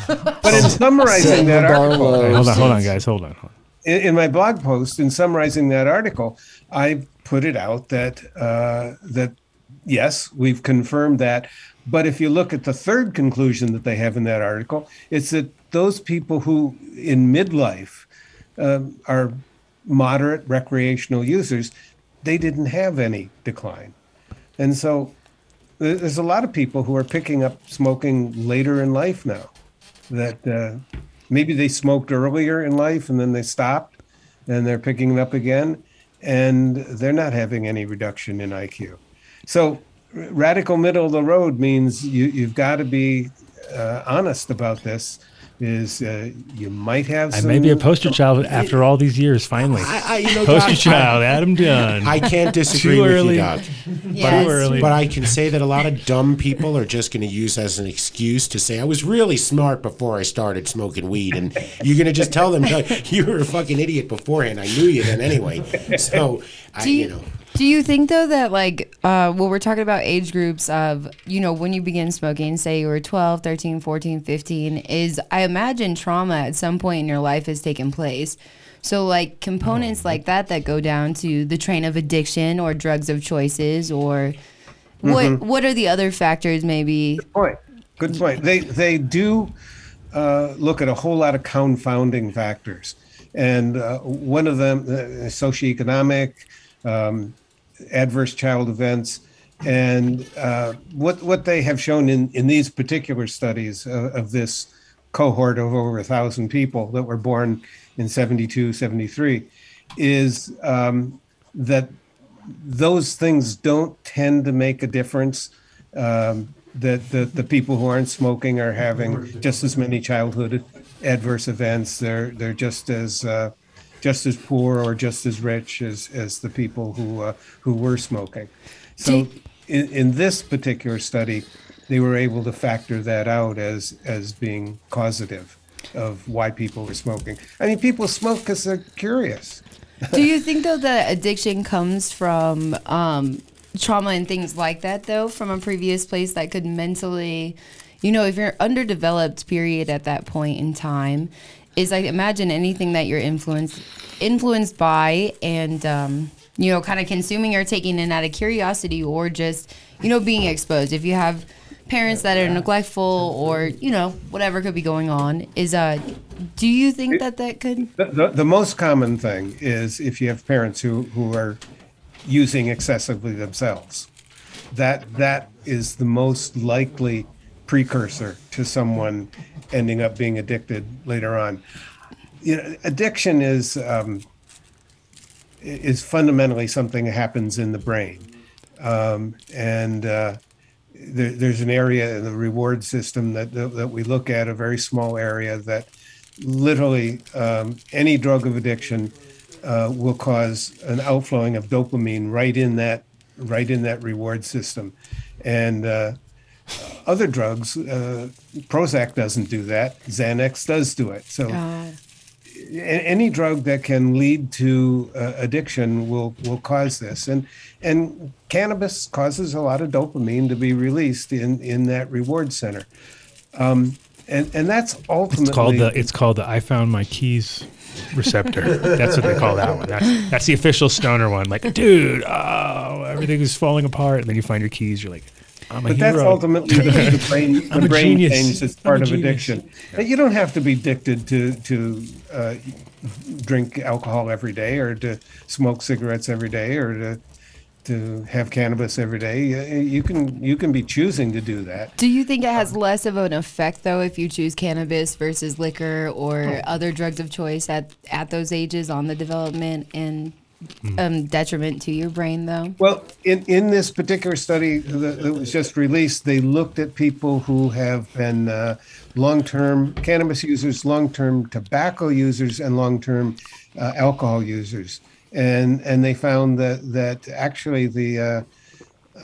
Speaker 10: But in summarizing that article,
Speaker 5: Okay, hold on, hold on, guys, hold on. Hold on.
Speaker 10: in, in my blog post in summarizing that article, I put it out that uh, that yes, we've confirmed that. But if you look at the third conclusion that they have in that article, it's that those people who in midlife um, are moderate recreational users, they didn't have any decline, and so there- there's a lot of people who are picking up smoking later in life now that uh, maybe they smoked earlier in life and then they stopped and they're picking it up again and they're not having any reduction in IQ. So r- radical middle of the road means you, you've got to be uh, honest about this is uh, you might have
Speaker 5: I
Speaker 10: some
Speaker 5: may be a poster child after all these years. Finally,
Speaker 6: I, I, you know,
Speaker 5: poster
Speaker 6: Doc,
Speaker 5: child, Adam Dunn.
Speaker 6: I, I can't disagree
Speaker 5: Too
Speaker 6: with
Speaker 5: early.
Speaker 6: you, Doc.
Speaker 5: Too early.
Speaker 6: But I can say that a lot of dumb people are just going to use as an excuse to say, I was really smart before I started smoking weed. And you're going to just tell them, "No, you were a fucking idiot beforehand. I knew you then anyway. So, I,
Speaker 7: do you,
Speaker 6: you know.
Speaker 7: do you think though that like uh well we're talking about age groups of you know when you begin smoking say you were 12 13 14 15 is i imagine trauma at some point in your life has taken place so like components
Speaker 6: Oh,
Speaker 7: like that that go down to the train of addiction or drugs of choices or what
Speaker 6: Mm-hmm.
Speaker 7: what are the other factors maybe
Speaker 10: point. Good point. They they do uh, look at a whole lot of confounding factors, and uh, one of them, uh, socioeconomic, um, adverse child events, and uh, what what they have shown in in these particular studies uh, of, of this cohort of over a thousand people that were born in 72 73 is um, that those things don't tend to make a difference. Um, that the, the people who aren't smoking are having just as many childhood adverse events. They're they're just as uh, just as poor or just as rich as, as the people who uh, who were smoking. So in, in this particular study, they were able to factor that out as as being causative of why people were smoking. I mean, people smoke because they're curious.
Speaker 7: Do you think though that addiction comes from um, trauma and things like that though from a previous place that could mentally, you know, if you're underdeveloped period at that point in time, is like imagine anything that you're influenced influenced by and um, you know kind of consuming or taking in out of curiosity or just you know being exposed. If you have parents that are neglectful or you know whatever could be going on, is uh, do you think that that could?
Speaker 10: The, the, the most common thing is if you have parents who, who are using excessively themselves. That that is the most likely precursor to someone ending up being addicted later on. You know, addiction is um, i- is fundamentally something that happens in the brain, um, and uh, there, there's an area in the reward system that, that that we look at a very small area that literally um, any drug of addiction uh, will cause an outflowing of dopamine right in that right in that reward system, and uh, other
Speaker 7: Oh.
Speaker 10: drugs, uh, Prozac doesn't do that, Xanax does do it. So a- any drug that can lead to uh, addiction will will cause this, and and cannabis causes a lot of dopamine to be released in in that reward center, um, and and that's ultimately
Speaker 5: It's called the it's called the I found my keys receptor. That's what they call that one. That's, that's the official stoner one. Like, dude, oh, everything is falling apart, and then you find your keys. You're like, I'm a
Speaker 10: But
Speaker 5: hero.
Speaker 10: that's ultimately the, the brain,
Speaker 5: I'm
Speaker 10: the
Speaker 5: a
Speaker 10: brain
Speaker 5: genius.
Speaker 10: change that's
Speaker 5: I'm a
Speaker 10: part of
Speaker 5: genius.
Speaker 10: addiction. And You don't have to be addicted to to uh, drink alcohol every day, or to smoke cigarettes every day, or to to have cannabis every day. Uh, You can you can be choosing to do that.
Speaker 7: Do you think it has less of an effect though if you choose cannabis versus liquor or other drugs of choice at at those ages on the development and um, detriment to your brain though?
Speaker 10: Well, in, in this particular study that, that was just released, they looked at people who have been uh, long term cannabis users, long term tobacco users, and long term uh, alcohol users. And, and they found that, that actually the,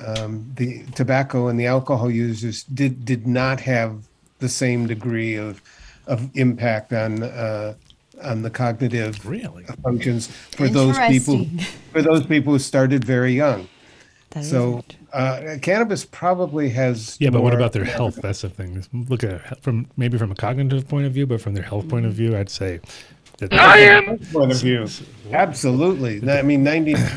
Speaker 10: uh, um, the tobacco and the alcohol users did, did not have the same degree of, of impact on, uh, on the cognitive
Speaker 5: Really?
Speaker 10: functions for those people
Speaker 7: Interesting.
Speaker 10: for those people who started very young.
Speaker 7: That is
Speaker 10: So
Speaker 7: interesting.
Speaker 10: uh, cannabis probably has
Speaker 5: Yeah, but what
Speaker 10: more-
Speaker 5: about their health? That's the thing. Look at it from maybe from a cognitive point of view, but from their health point of view, I'd say that I am.
Speaker 10: point of view? Absolutely. I mean, 90,
Speaker 5: Turn that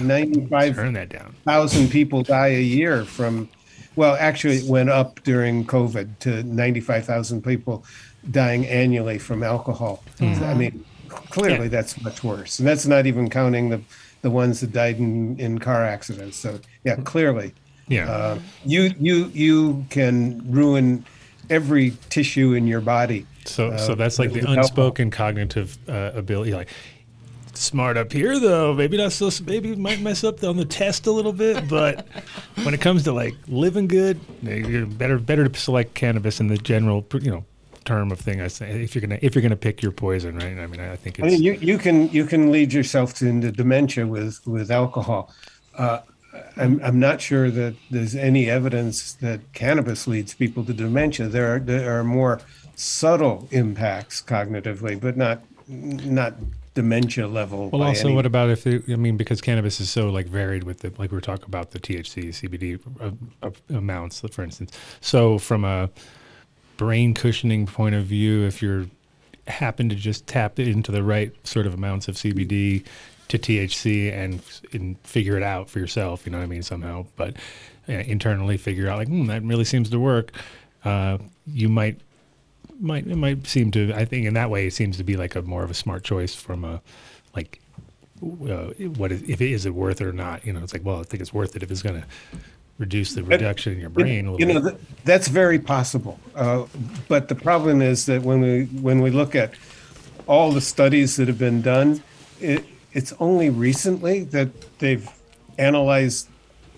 Speaker 5: down.
Speaker 10: 95,000 people die a year from. Well, actually, it went up during COVID to 95,000 people dying annually from alcohol.
Speaker 7: Mm-hmm.
Speaker 10: I mean, clearly that's much worse, and that's not even counting the the ones that died in, in car accidents. So yeah,
Speaker 5: Mm-hmm.
Speaker 10: clearly.
Speaker 5: Yeah.
Speaker 10: Uh, you you you can ruin every tissue in your body.
Speaker 5: So,
Speaker 10: uh,
Speaker 5: so that's like the
Speaker 10: with alcohol.
Speaker 5: unspoken cognitive uh, ability. Like, smart up here though. Maybe not so. Maybe you might mess up on the test a little bit, but when it comes to like living good, you're better better to select cannabis in the general, you know, term of thing. I say if you're gonna if you're gonna pick your poison, right? I mean, I think it's
Speaker 10: I mean, you, you can you can lead yourself to, into dementia with with alcohol. Uh, I'm I'm not sure that there's any evidence that cannabis leads people to dementia. There are there are more subtle impacts cognitively, but not not dementia level.
Speaker 5: Well,
Speaker 10: by
Speaker 5: also,
Speaker 10: any-
Speaker 5: what about if it, I mean because cannabis is so like varied with the like we are talking about the THC, CBD uh, uh, amounts, for instance. So from a brain cushioning point of view, if you're happen to just tap into the right sort of amounts of CBD to THC and and figure it out for yourself, you know what I mean somehow, but uh, internally figure out like hmm, that really seems to work. Uh, you might might it might seem to I think in that way it seems to be like a more of a smart choice from a like uh, what is, if it is it worth it or not you know it's like well I think it's worth it if it's going to reduce the reduction in your brain a little
Speaker 10: you know
Speaker 5: bit.
Speaker 10: th- that's very possible uh, but the problem is that when we when we look at all the studies that have been done it, it's only recently that they've analyzed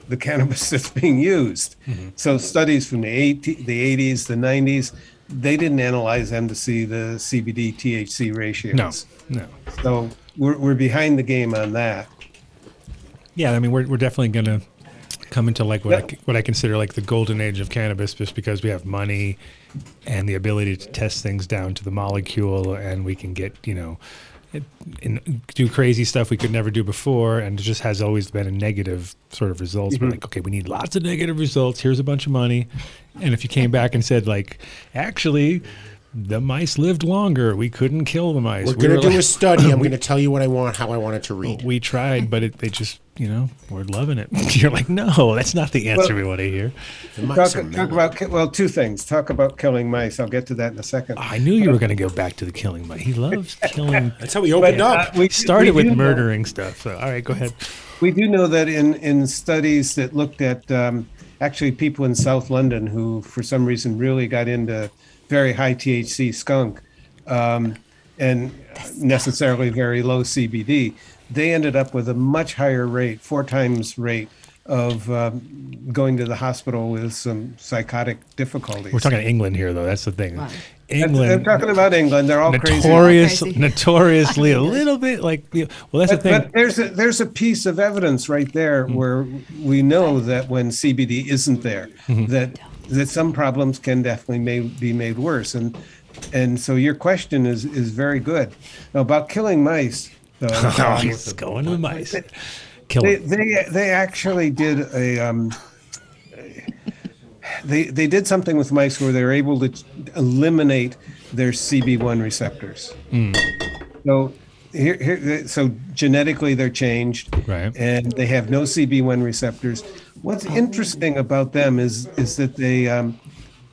Speaker 10: the cannabis that's being used
Speaker 5: Mm-hmm.
Speaker 10: so studies from the 80, the 80s the 90s they didn't analyze them to see the cbd thc ratios
Speaker 5: no no
Speaker 10: so we're, we're behind the game on that
Speaker 5: yeah I mean we're we're definitely going to come into like what I
Speaker 10: Yeah.
Speaker 5: c what I consider like the golden age of cannabis just because we have money and the ability to test things down to the molecule and we can get you know it- and do crazy stuff we could never do before and it just has always been a negative sort of results
Speaker 6: Mm-hmm.
Speaker 5: we're like okay we need lots of negative results here's a bunch of money and if you came back and said like actually the mice lived longer we couldn't kill the mice
Speaker 6: We're
Speaker 5: We
Speaker 6: gonna
Speaker 5: were
Speaker 6: do
Speaker 5: like-
Speaker 6: a study. I'm gonna tell you what I want, how I want it to read.
Speaker 5: we tried but it, they just you know we're loving it you're like no that's not the answer
Speaker 10: Well-
Speaker 5: we want to hear
Speaker 6: The mice
Speaker 10: talk,
Speaker 6: are
Speaker 10: talk
Speaker 6: mellow.
Speaker 10: about ki- well two things talk about killing mice i'll get to that in a second
Speaker 5: I knew you were going to go back to the killing, but he loves killing.
Speaker 6: That's how we opened
Speaker 10: uh,
Speaker 6: up.
Speaker 10: we
Speaker 5: Started
Speaker 10: we
Speaker 5: with
Speaker 10: do know-
Speaker 5: murdering stuff. So, all right, go ahead.
Speaker 10: We do know that in, in studies that looked at um, actually people in South London who, for some reason, really got into very high THC skunk um, and necessarily very low CBD, they ended up with a much higher rate, four times rate of um, going to the hospital with some psychotic difficulties.
Speaker 5: We're talking England here, though. That's the thing.
Speaker 10: I'm
Speaker 5: England,
Speaker 10: talking about England. They're all crazy.
Speaker 5: notorious,
Speaker 4: Crazy.
Speaker 5: notoriously a little bit like. Well, that's the
Speaker 10: But,
Speaker 5: thing. Mm-hmm.
Speaker 10: but there's a, there's a piece of evidence right there where we know that when
Speaker 5: Mm-hmm.
Speaker 10: CBD isn't there, that that some problems can definitely may, be made worse, and and so your question is is very good. Now, about killing mice, uh, though,
Speaker 5: Oh, he's going to the mice. Kill
Speaker 10: they,
Speaker 5: him.
Speaker 10: they they actually did a um, they they did something with mice where they were able to eliminate their CB1 receptors.
Speaker 5: Hmm.
Speaker 10: So here, here so genetically they're changed,
Speaker 5: Right.
Speaker 10: And they have no CB1 receptors. What's interesting about them is is that they um,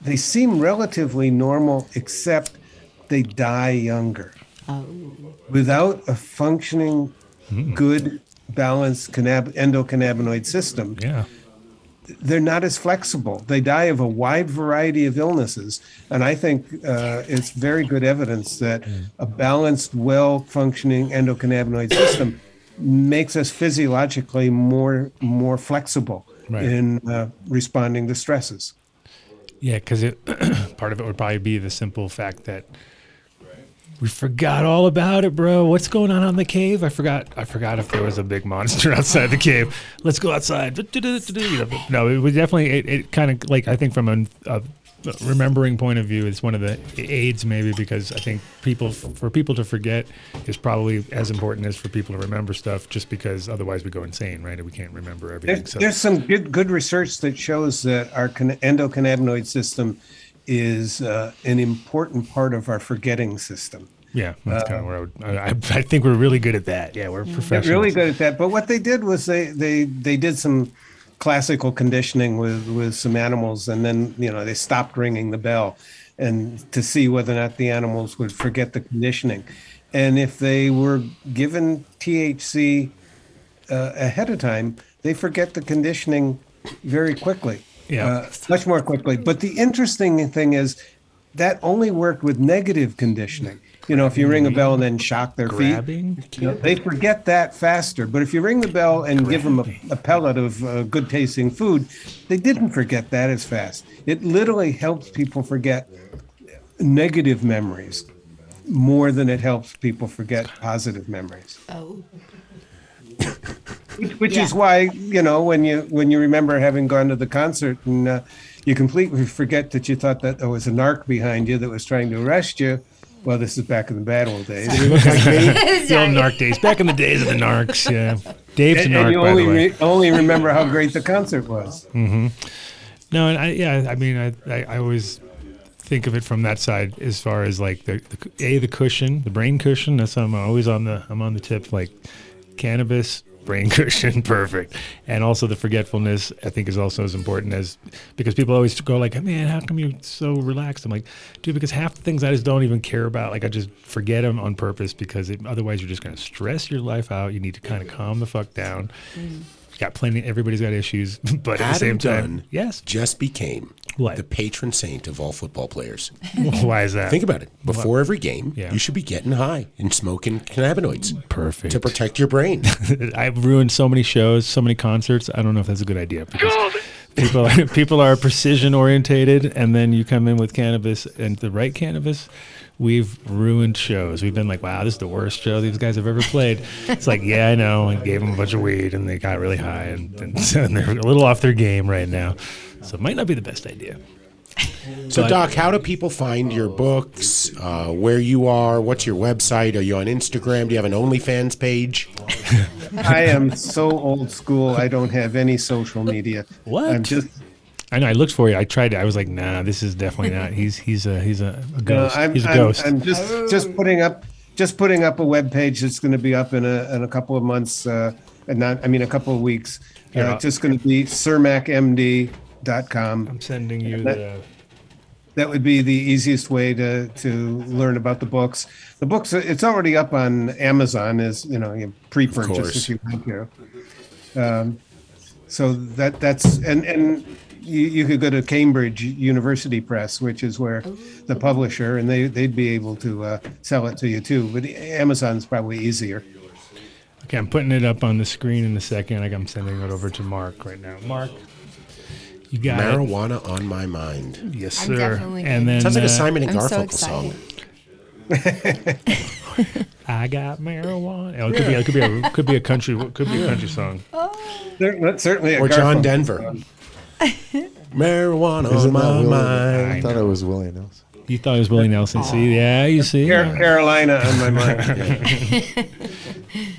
Speaker 10: they seem relatively normal, except they die younger without a functioning, good, balanced cannab- endocannabinoid system,
Speaker 5: Yeah.
Speaker 10: they're not as flexible. They die of a wide variety of illnesses. And I think uh, it's very good evidence that a balanced, well functioning endocannabinoid system makes us physiologically more more flexible
Speaker 5: Right.
Speaker 10: in uh, responding to stresses.
Speaker 5: Yeah, because it part of it would probably be the simple fact that we forgot all about it, bro. What's going on out in the cave? I forgot. I forgot if there was a big monster outside the cave. Let's go outside. No, it was definitely. It, it kind of like I think from a, a remembering point of view, it's one of the aids maybe because I think people for people to forget is probably as important as for people to remember stuff. Just because otherwise we go insane, right? And we can't remember everything.
Speaker 10: There's, there's some good good research that shows that our can- endocannabinoid system is uh, an important part of our forgetting system.
Speaker 5: Yeah, that's kind of where I, would, I, I I think we're really good at that. Yeah, we're
Speaker 10: They're
Speaker 5: professionals.
Speaker 10: Um, really good at that. But what they did was they they they did some classical conditioning with with some animals, and then you know they stopped ringing the bell, and to see whether or not the animals would forget the conditioning, and if they were given THC uh, ahead of time, they forget the conditioning very quickly.
Speaker 5: Yeah.
Speaker 10: uh, much more quickly. But the interesting thing is that only worked with negative conditioning. You know, if you ring a bell and then shock their
Speaker 5: Grabbing?
Speaker 10: feet, you know, they forget that faster. But if you ring the bell and give them a, a pellet of uh, good tasting food, they didn't forget that as fast. It literally helps people forget negative memories more than it helps people forget positive memories
Speaker 4: Oh.
Speaker 10: which is why you know when you when you remember having gone to the concert and uh, you completely forget that you thought that there was a narc behind you that was trying to arrest you well this is back in the bad old days
Speaker 5: The old narc days. Back in the days of the narcs. Yeah. Dave's
Speaker 10: and,
Speaker 5: a narc,
Speaker 10: you
Speaker 5: by
Speaker 10: only
Speaker 5: the way.
Speaker 10: re- only remember how great the concert was
Speaker 5: no, and I, yeah, I mean, I, I, I always think of it from that side as far as like the, the cu- a the cushion, the brain cushion. That's I'm always on the I'm on the tip like cannabis brain cushion perfect and also the forgetfulness i think is also as important as because people always go like man how come you're so relaxed i'm like dude because half the things i just don't even care about like i just forget them on purpose because it, otherwise you're just going to stress your life out you need to kind of calm the fuck down got plenty everybody's got issues but at the same time
Speaker 6: Dunn
Speaker 5: yes
Speaker 6: just became
Speaker 5: What?
Speaker 6: the patron saint of all football players.
Speaker 5: Why is that?
Speaker 6: Think about it. Before every game,
Speaker 5: Yeah.
Speaker 6: you should be getting high and smoking cannabinoids
Speaker 5: Perfect.
Speaker 6: to protect your brain.
Speaker 5: I've ruined so many shows, so many concerts. I don't know if that's a good idea. because People, people are precision orientated, and then you come in with cannabis and the right cannabis. We've ruined shows. We've been like, wow, this is the worst show these guys have ever played. It's like, yeah, I know. I gave them a bunch of weed, and they got really high, and, and, and they're a little off their game right now. So it might not be the best idea.
Speaker 6: so, Doc, how do people find your books? Uh, where you are? What's your website? Are you on Instagram? Do you have an OnlyFans page?
Speaker 10: i am so old school i don't have any social media
Speaker 5: What?
Speaker 10: i'm just uh,
Speaker 5: I know. I looked for you. I tried. to- I was like, nah, this is definitely not. He's he's a he's a, a
Speaker 10: No,
Speaker 5: ghost.
Speaker 10: I'm,
Speaker 5: he's a
Speaker 10: I'm-
Speaker 5: ghost.
Speaker 10: I'm just just putting up just putting up a web page that's going to be up in a in a couple of months, uh, and not I mean a couple of weeks.
Speaker 5: Yeah.
Speaker 10: Uh, just going to be cermacmd.com.
Speaker 5: I'm sending you
Speaker 10: that-
Speaker 5: the.
Speaker 10: That would be the easiest way to to learn about the books. The books it's already up on Amazon as you know you
Speaker 6: course.
Speaker 10: pre-purchase if you want to. Um, so that that's and and. You, you could go to Cambridge University Press, which is where the publisher, and they, they'd be able to uh, sell it to you too. But Amazon's probably easier.
Speaker 5: Okay, I'm putting it up on the screen in a second. Like I'm sending it over to Mark right now. Mark, you got it.
Speaker 6: Marijuana on my mind.
Speaker 5: Yes,
Speaker 4: I'm
Speaker 5: sir.
Speaker 4: definitely
Speaker 5: and then
Speaker 4: getting
Speaker 6: Sounds like
Speaker 5: uh,
Speaker 6: a Simon and
Speaker 4: I'm so
Speaker 6: Garfunkel song.
Speaker 4: excited.
Speaker 5: I got marijuana. Oh, it could be. It could be. A, could be a country. Could be a country song.
Speaker 4: Oh.
Speaker 10: Cer- Certainly, a
Speaker 6: Or John
Speaker 10: Garfunkel.
Speaker 6: Denver. Marijuana
Speaker 3: Is
Speaker 6: on
Speaker 3: it not
Speaker 6: my
Speaker 3: Willie?
Speaker 6: mind.
Speaker 3: I thought it was Willie Nelson.
Speaker 5: You thought it was Willie Nelson. See, yeah, you see.
Speaker 10: Car- Carolina on my mind.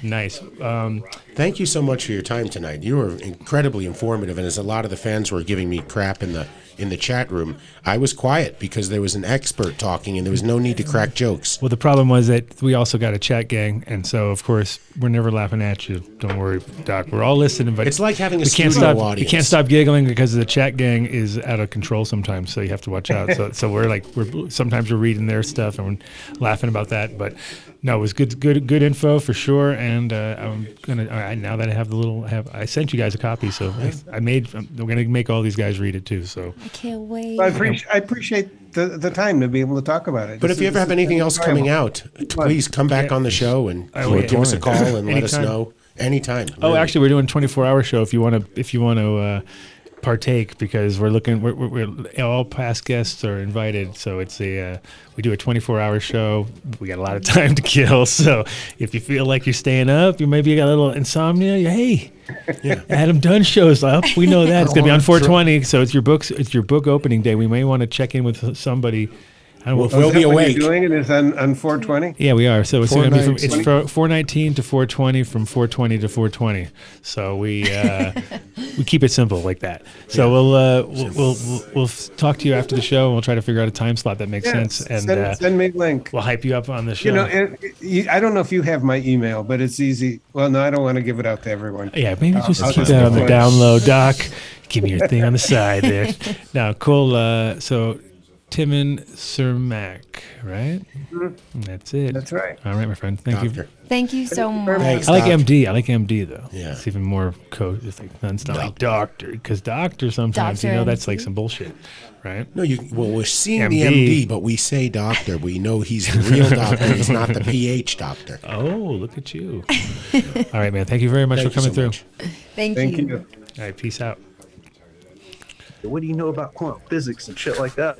Speaker 5: Nice. Um,
Speaker 6: Thank you so much for your time tonight. You were incredibly informative, and as a lot of the fans were giving me crap in the in the chat room, I was quiet because there was an expert talking, and there was no need to crack jokes.
Speaker 5: well, the problem was that we also got a chat gang, and so of course we're never laughing at you. Don't worry, Doc. We're all listening, but
Speaker 6: It's like having a
Speaker 5: we can't
Speaker 6: studio
Speaker 5: stop.
Speaker 6: audience.
Speaker 5: We can't stop giggling because the chat gang is out of control sometimes. So you have to watch out. So, so we're like we're sometimes we're reading their stuff and we're laughing about that. But no, it was good, good, good info for sure. And uh, I'm gonna all right, now that I have the little, I have I sent you guys a copy, so I, I made. I'm, we're gonna make all these guys read it too. So
Speaker 4: I can't wait.
Speaker 10: I appreciate I appreciate the, the time to be able to talk about it.
Speaker 6: But if you ever have anything else coming out, t- please come back on the show and
Speaker 5: will,
Speaker 6: give us a
Speaker 5: yeah.
Speaker 6: call and let us
Speaker 5: Anytime.
Speaker 6: know anytime.
Speaker 5: Oh,
Speaker 6: really.
Speaker 5: actually, we're doing 24 hour show. If you want to, if you want to uh, partake, because we're looking, we're, we're, we're all past guests are invited. So it's a uh, we do a 24 hour show. We got a lot of time to kill. So if you feel like you're staying up, you maybe you got a little insomnia. you- Hey, Adam Dunn shows up. We know that it's gonna be on 420. So it's your books. It's your book opening day. We may want to check in with somebody. I don't know if-
Speaker 6: we'll be awake.
Speaker 10: You're doing it is on, on 420.
Speaker 5: yeah, we are. So it's
Speaker 8: Four
Speaker 5: going to be from
Speaker 8: nights.
Speaker 5: it's fro- 419 to 420 from 420 to 420. So we uh, we keep it simple like that. So we'll, uh, we'll, we'll we'll we'll f- talk to you after the show and we'll try to figure out a time slot that makes
Speaker 10: Yeah,
Speaker 5: sense and
Speaker 10: send,
Speaker 5: uh,
Speaker 10: send me a link.
Speaker 5: we'll hype you up on the show.
Speaker 10: You know, it, it- you, I don't know if you have my email, but it's easy. Well, no, I don't want to give it out to everyone.
Speaker 5: yeah, maybe just
Speaker 10: I'll
Speaker 5: keep
Speaker 10: just
Speaker 5: that
Speaker 10: go
Speaker 5: on the
Speaker 10: for it.
Speaker 5: down low, Doc. Give me your thing on the side there. Now, Cole. Uh, so Timon Cermak, right? That's it.
Speaker 10: Mm-hmm. That's right.
Speaker 5: All right, my friend. Thank you.
Speaker 6: Doctor.
Speaker 7: Thank you so much.
Speaker 6: Thanks,
Speaker 5: I like
Speaker 6: Doc.
Speaker 5: MD. I like MD though.
Speaker 6: Yeah.
Speaker 5: it's even more co. It's like it's not like doctor because doctor sometimes you know
Speaker 7: Doctor
Speaker 5: that's like some bullshit, right?
Speaker 6: No, you. Well, we're seeing
Speaker 5: MD.
Speaker 6: the MD, but we say doctor. We know he's the real doctor. He's not the PH doctor.
Speaker 5: Oh, look at you! All right, man. Thank you very much
Speaker 6: Thank
Speaker 5: for
Speaker 6: you so
Speaker 5: coming through.
Speaker 6: much.
Speaker 7: Thank,
Speaker 10: Thank
Speaker 7: you.
Speaker 10: you.
Speaker 5: All right, peace out.
Speaker 2: What do you know about quantum physics and shit like that?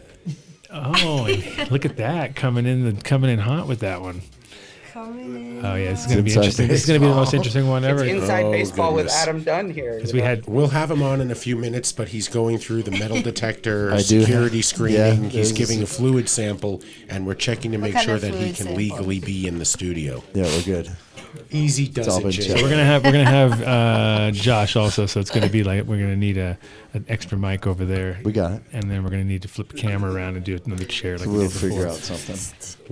Speaker 5: Oh, and look at that coming in the coming in hot with that one. Coming in. Oh yeah, this is gonna be
Speaker 3: Inside
Speaker 5: interesting. This is gonna be the most interesting one ever.
Speaker 11: Inside
Speaker 6: Oh,
Speaker 11: baseball
Speaker 6: goodness.
Speaker 11: with Adam Dunn here.
Speaker 5: Because we had
Speaker 6: We'll have him on in a few minutes, but he's going through the metal detector,
Speaker 3: I do have-
Speaker 6: security screening.
Speaker 3: yeah,
Speaker 6: he's
Speaker 3: there's-
Speaker 6: giving a fluid sample, and we're checking to make
Speaker 7: kind
Speaker 6: sure
Speaker 7: of
Speaker 6: that he can
Speaker 7: fluid sample?
Speaker 6: legally be in the studio.
Speaker 3: Yeah, we're good.
Speaker 6: Easy does
Speaker 3: all
Speaker 6: it,
Speaker 3: been
Speaker 6: Jay.
Speaker 3: checked.
Speaker 5: we're gonna have we're gonna have uh, Josh also, so it's gonna be like we're gonna need a an extra mic over there.
Speaker 3: We got it.
Speaker 5: And then we're gonna need to flip the camera around and do another chair like we
Speaker 3: We'll
Speaker 5: did before.
Speaker 3: figure out something.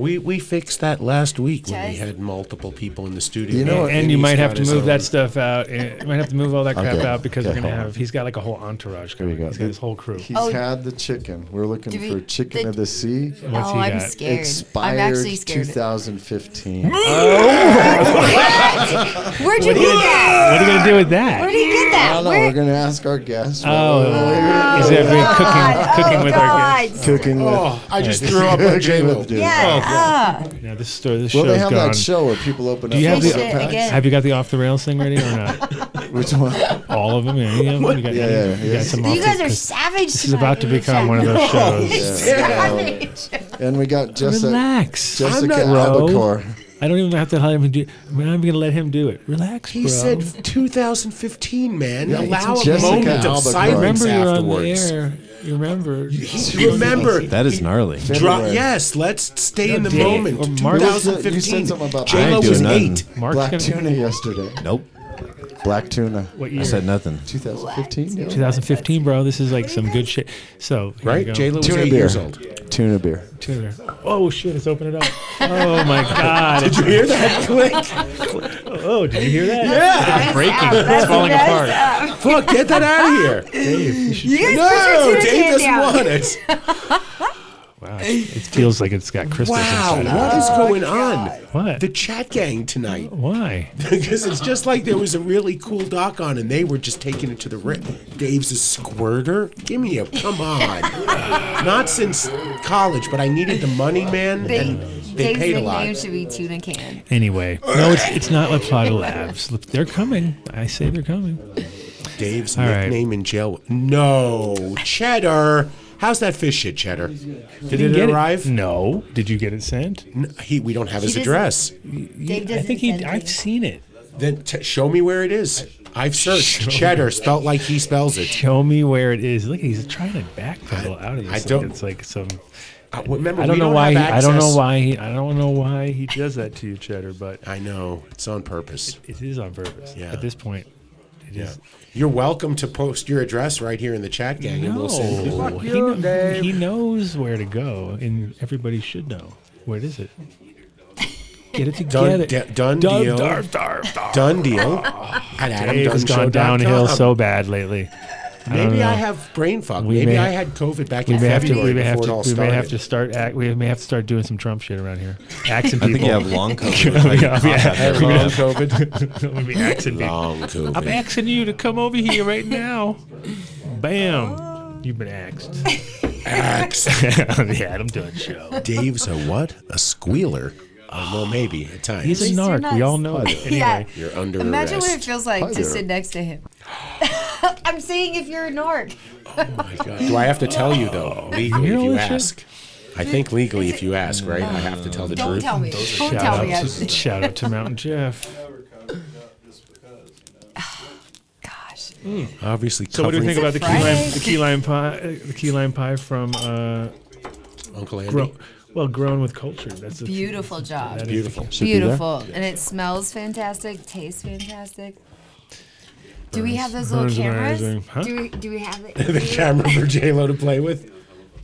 Speaker 6: We we fixed that last week when we
Speaker 7: Just-
Speaker 6: had multiple people in the studio.
Speaker 3: You know what?
Speaker 5: and, you
Speaker 6: he's
Speaker 5: might
Speaker 6: got
Speaker 5: have to
Speaker 6: his
Speaker 5: move that
Speaker 6: own-
Speaker 5: stuff out. eh, You might have to move all that crap
Speaker 3: Okay.
Speaker 5: out because
Speaker 3: Okay,
Speaker 5: we're gonna
Speaker 3: hold on.
Speaker 5: have. He's got like a whole entourage.
Speaker 3: Here we
Speaker 5: Coming.
Speaker 3: go.
Speaker 5: He's got his whole crew.
Speaker 3: He's
Speaker 7: Oh.
Speaker 3: had the chicken. We're looking
Speaker 7: Do we-
Speaker 3: for chicken
Speaker 7: the-
Speaker 3: of the sea.
Speaker 5: What's
Speaker 7: Oh,
Speaker 5: he
Speaker 7: I'm
Speaker 5: got?
Speaker 7: scared.
Speaker 3: Expired
Speaker 7: I'm actually scared.
Speaker 3: 2015.
Speaker 7: Where'd you get that?
Speaker 5: What are you gonna do with
Speaker 7: Where'd
Speaker 5: that?
Speaker 7: you get
Speaker 3: I
Speaker 7: that?
Speaker 3: don't know.
Speaker 7: Where-
Speaker 3: We're gonna ask our guests.
Speaker 5: Oh, is that we're
Speaker 7: God.
Speaker 5: cooking cooking
Speaker 7: Oh,
Speaker 5: with our
Speaker 7: God.
Speaker 5: guests?
Speaker 3: cooking with.
Speaker 6: Oh, I just
Speaker 5: Yeah,
Speaker 6: threw up on J Lo.
Speaker 3: dude.
Speaker 7: Yeah. ah.
Speaker 5: No, this store, this
Speaker 3: Well,
Speaker 5: show's
Speaker 3: they have
Speaker 5: gone.
Speaker 3: that show where people open up.
Speaker 5: you have
Speaker 3: their
Speaker 5: the-
Speaker 3: little
Speaker 7: Fish it
Speaker 3: packs.
Speaker 5: Have you got the off the rails thing ready or not?
Speaker 3: Which one?
Speaker 5: All of them? Any of them? You got,
Speaker 3: Yeah,
Speaker 5: any-
Speaker 3: yeah,
Speaker 5: you
Speaker 3: yeah.
Speaker 5: got some off
Speaker 7: you
Speaker 5: the-
Speaker 7: guys are
Speaker 5: 'cause
Speaker 7: savage.
Speaker 5: This is about to become one of
Speaker 7: the.
Speaker 5: those shows.
Speaker 3: And we got Jessica.
Speaker 5: Relax.
Speaker 3: Jessica
Speaker 5: I'm not, bro.
Speaker 3: Albacore.
Speaker 5: I don't even have to let him do. I'm not even gonna let him do it. Relax,
Speaker 6: He
Speaker 5: bro.
Speaker 6: said 2015, man. Allow a
Speaker 3: Jessica
Speaker 6: moment of
Speaker 3: Alba
Speaker 6: silence
Speaker 5: remember you're
Speaker 6: afterwards.
Speaker 5: on the air. You remember.
Speaker 6: He- Remember,
Speaker 8: That is gnarly.
Speaker 6: Drop,
Speaker 3: February.
Speaker 6: yes, let's stay in the
Speaker 5: Dave
Speaker 6: moment.
Speaker 5: or Mark-
Speaker 3: You said
Speaker 6: 2015.
Speaker 3: something about-
Speaker 8: I
Speaker 6: J Lo
Speaker 8: ain't doing
Speaker 6: was
Speaker 8: nothing.
Speaker 6: eight.
Speaker 5: Mark's
Speaker 3: Black
Speaker 5: gonna-
Speaker 3: tuna yesterday.
Speaker 8: Nope.
Speaker 3: Black tuna.
Speaker 5: What
Speaker 8: I
Speaker 5: year?
Speaker 8: said nothing.
Speaker 3: 2015.
Speaker 5: 2015, bro. This is like some good shit. So here we
Speaker 6: Right?
Speaker 5: go.
Speaker 6: J Lo was
Speaker 3: Tuna
Speaker 6: eight
Speaker 3: beer.
Speaker 6: years old.
Speaker 3: Tuna beer.
Speaker 5: Tuner. Oh shit! It's opening it up. Oh my god! Did you hear that click? Oh, did you hear that? Yeah, it's breaking. It's falling apart.
Speaker 6: Fuck, get that out of here.
Speaker 7: Uh, You guys
Speaker 6: No,
Speaker 7: put your
Speaker 6: Dave
Speaker 7: tuna can
Speaker 6: doesn't
Speaker 7: down.
Speaker 6: want it.
Speaker 5: Wow, it it feels like it's got crystals
Speaker 6: Wow,
Speaker 5: inside.
Speaker 6: what is
Speaker 7: Oh,
Speaker 6: going on?
Speaker 5: What?
Speaker 6: The chat gang tonight.
Speaker 5: Why?
Speaker 6: Because it's just like there was a really cool doc on and they were just taking it to the rip. Dave's a squirter? Give me a come on. Not since college, but I needed the money, man. and they
Speaker 7: Dave's
Speaker 6: paid a
Speaker 7: nickname
Speaker 6: lot.
Speaker 7: should be tuna can.
Speaker 5: Anyway, no, it's it's not like Plata Labs. Look, they're coming. I say they're coming.
Speaker 6: Dave's
Speaker 5: All right.
Speaker 6: nickname in jail. No, Cheddar. How's that fish shit, Cheddar? Did
Speaker 5: Didn't
Speaker 6: it
Speaker 5: get Mm.
Speaker 6: arrive?
Speaker 5: No. Did you get it sent?
Speaker 6: N- He, we don't have his
Speaker 7: doesn't-
Speaker 6: address.
Speaker 7: Dave
Speaker 5: I
Speaker 7: doesn't
Speaker 5: think he.
Speaker 7: send
Speaker 5: I've
Speaker 7: things.
Speaker 5: seen it.
Speaker 6: Then t- show me where it is. I've searched cheddar, spelt like he spells it.
Speaker 5: Show me where it is. Look, he's trying to backpedal out of this.
Speaker 6: I
Speaker 5: like
Speaker 6: don't-
Speaker 5: It's like some.
Speaker 6: Uh, remember,
Speaker 5: I don't
Speaker 6: we
Speaker 5: know why. He,
Speaker 6: have
Speaker 5: I don't know
Speaker 6: access-
Speaker 5: why. He, I don't know why he does that to you, Cheddar. But
Speaker 6: I know it's on purpose.
Speaker 5: it is on purpose.
Speaker 6: Yeah.
Speaker 5: At this point, it
Speaker 6: Yeah.
Speaker 5: is.
Speaker 6: You're welcome to post your address right here in the chat, gang, and we'll send you.
Speaker 5: No, he, kn- he knows where to go, and everybody should know. What is it? Get it
Speaker 6: Done,
Speaker 5: together.
Speaker 6: de- done
Speaker 5: Dun-
Speaker 6: deal.
Speaker 5: dar- dar- dar.
Speaker 6: Done deal. At
Speaker 5: Dave has
Speaker 6: AdamDunnShow.com.
Speaker 5: gone downhill so bad lately.
Speaker 6: Maybe
Speaker 5: don't
Speaker 6: I
Speaker 5: know.
Speaker 6: have brain fog.
Speaker 5: We
Speaker 6: Maybe
Speaker 5: may-
Speaker 6: I had COVID back
Speaker 5: We
Speaker 6: in
Speaker 5: may have to.
Speaker 6: February
Speaker 5: We may have
Speaker 6: before it
Speaker 5: to.
Speaker 6: all
Speaker 5: We may have to
Speaker 6: started.
Speaker 5: start. Act, we may have to start doing some Trump shit around here. Axing people.
Speaker 8: I think you have long COVID.
Speaker 5: yeah, yeah.
Speaker 6: Long COVID.
Speaker 5: We'll be axing people.
Speaker 6: Long
Speaker 5: I'm
Speaker 6: COVID.
Speaker 5: asking you to come over here right now. Bam. You've been axed.
Speaker 6: Axe.
Speaker 5: on the Adam Dunn Show.
Speaker 6: Dave's a what? A squealer? Uh, well, maybe at times.
Speaker 5: He's a
Speaker 4: least you're
Speaker 5: narc. We
Speaker 4: nice.
Speaker 5: all know it. Anyway,
Speaker 7: Yeah.
Speaker 6: You're under
Speaker 7: Imagine
Speaker 6: arrest.
Speaker 7: what it feels like to
Speaker 3: there.
Speaker 7: sit next to him. I'm seeing if you're a narc.
Speaker 6: My God. Do I have to tell you though? Legally,
Speaker 5: You know
Speaker 6: if you
Speaker 5: what, Chef?
Speaker 6: ask. Oh. I think legally, if you ask, right, I have to tell the
Speaker 7: Don't
Speaker 6: truth.
Speaker 7: tell me. Don't
Speaker 5: shout,
Speaker 7: tell me.
Speaker 5: out
Speaker 7: I'm-
Speaker 5: to, shout out to Mountain Jeff.
Speaker 7: Gosh.
Speaker 6: Obviously,
Speaker 5: So, what do you think
Speaker 6: covering
Speaker 5: about the key
Speaker 7: Friday.
Speaker 5: lime, the key lime pie, the key lime pie from uh,
Speaker 6: Uncle Andy?
Speaker 5: grow, well, grown with culture? That's a,
Speaker 7: Beautiful job.
Speaker 6: Beautiful.
Speaker 7: Beautiful. And it smells fantastic, tastes fantastic. Do we have those little
Speaker 5: Burns and
Speaker 7: cameras?
Speaker 5: everything. Huh?
Speaker 7: Do we do we have it?
Speaker 6: the camera for J Lo to play with.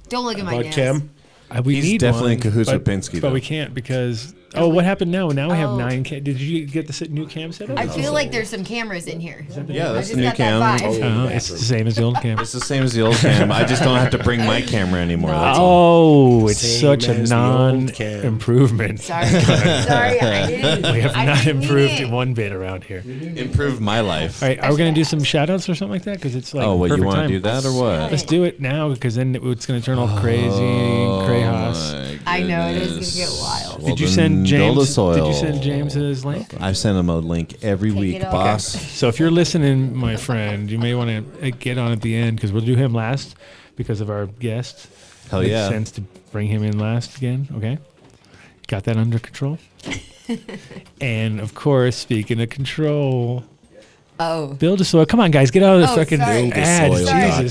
Speaker 7: Don't look at my
Speaker 6: Bud
Speaker 7: nails.
Speaker 6: Cam.
Speaker 5: Uh, we
Speaker 8: He's
Speaker 5: need
Speaker 8: definitely
Speaker 5: one,
Speaker 8: in cahoots
Speaker 5: but,
Speaker 8: with Penske,
Speaker 5: but
Speaker 8: though.
Speaker 5: we can't because. Oh, what happened now? Now we have
Speaker 7: Oh.
Speaker 5: nine. Ca- Did you get the sit- new cam set up?
Speaker 7: I feel like there's some cameras in here.
Speaker 8: Yeah, that's
Speaker 7: I
Speaker 8: the
Speaker 7: just
Speaker 8: new
Speaker 7: got that
Speaker 8: cam. Oh.
Speaker 7: vibe.
Speaker 5: Uh, it's the same as the old cam.
Speaker 8: It's the same as the old cam. I just don't have to bring my camera anymore. That's all.
Speaker 5: Oh, it's
Speaker 6: Same
Speaker 5: such a
Speaker 6: as the old cam.
Speaker 5: non-improvement.
Speaker 7: Sorry. Sorry. I didn't.
Speaker 5: We have
Speaker 7: I
Speaker 5: not
Speaker 7: didn't mean
Speaker 5: improved
Speaker 7: it.
Speaker 5: one bit around here.
Speaker 8: Improved my life.
Speaker 5: Oh. All right, are we going to do some shout outs or something like that? Because it's like,
Speaker 8: Oh, what you
Speaker 5: perfect
Speaker 8: want
Speaker 5: time.
Speaker 8: to do that or what?
Speaker 5: Let's do it now because then it- it's going to turn all crazy,
Speaker 8: Oh,
Speaker 5: crayos.
Speaker 7: I know it is gonna get wild.
Speaker 8: Well,
Speaker 5: Did you
Speaker 8: then
Speaker 5: send
Speaker 8: Golda
Speaker 5: James? Did you
Speaker 8: Soil.
Speaker 5: send James his link?
Speaker 8: I send him a link every week,
Speaker 7: it off.
Speaker 8: boss.
Speaker 5: So if you're listening, my friend, you may want to get on at the end because we'll do him last because of our guest.
Speaker 8: Hell
Speaker 5: Makes
Speaker 8: yeah.
Speaker 5: sense to bring him in last again. Okay, got that under control. and of course, speaking of control,
Speaker 7: Oh.
Speaker 5: build a soil. Come on, guys, get out of the
Speaker 7: Oh,
Speaker 5: fucking
Speaker 7: sorry.
Speaker 5: ads.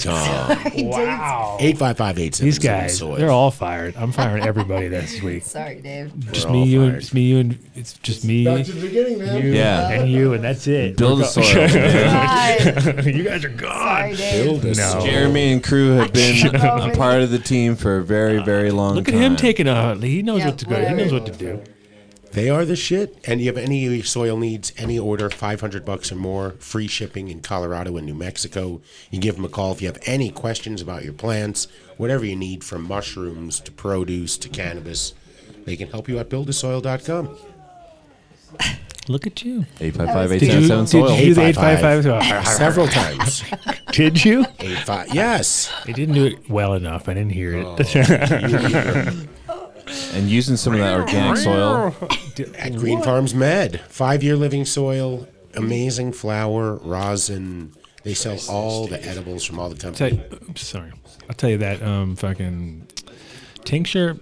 Speaker 5: Jesus
Speaker 7: I didn't.
Speaker 6: Eight five five eight seven.
Speaker 5: These guys, they're all fired. I'm firing everybody this week.
Speaker 7: Sorry, Dave.
Speaker 5: Just
Speaker 6: all
Speaker 5: me, you, and
Speaker 6: fired.
Speaker 5: just me, you, and it's just me
Speaker 3: Back to the beginning, man.
Speaker 8: Yeah.
Speaker 5: and you, and that's it.
Speaker 8: Build a soil. man.
Speaker 7: Hi.
Speaker 5: you guys are gone.
Speaker 7: Sorry, Dave.
Speaker 5: No.
Speaker 8: Jeremy and crew have been a part of the team for a very, very long
Speaker 5: Uh, Look at
Speaker 8: time.
Speaker 5: him taking a. He knows
Speaker 7: Yeah,
Speaker 5: what to go. He knows what to do.
Speaker 6: They are the shit. And you have any soil needs, any order, 500 bucks or more, free shipping in Colorado and New Mexico. You give them a call if you have any questions about your plants, whatever you need from mushrooms to produce to cannabis. They can help you at buildasoil.com.
Speaker 5: Look at you.
Speaker 8: 855
Speaker 5: Did you, did you do the eight five five?
Speaker 6: Several times.
Speaker 5: Did you?
Speaker 6: Eight five. Yes.
Speaker 5: I didn't do it well enough. I didn't hear it.
Speaker 8: And using some of that organic soil.
Speaker 6: At Green Farms Med. Five year living soil, amazing flower, rosin. They sell all the edibles from all the
Speaker 5: tell
Speaker 6: companies.
Speaker 5: you, oops, sorry. I'll tell you that um, fucking tincture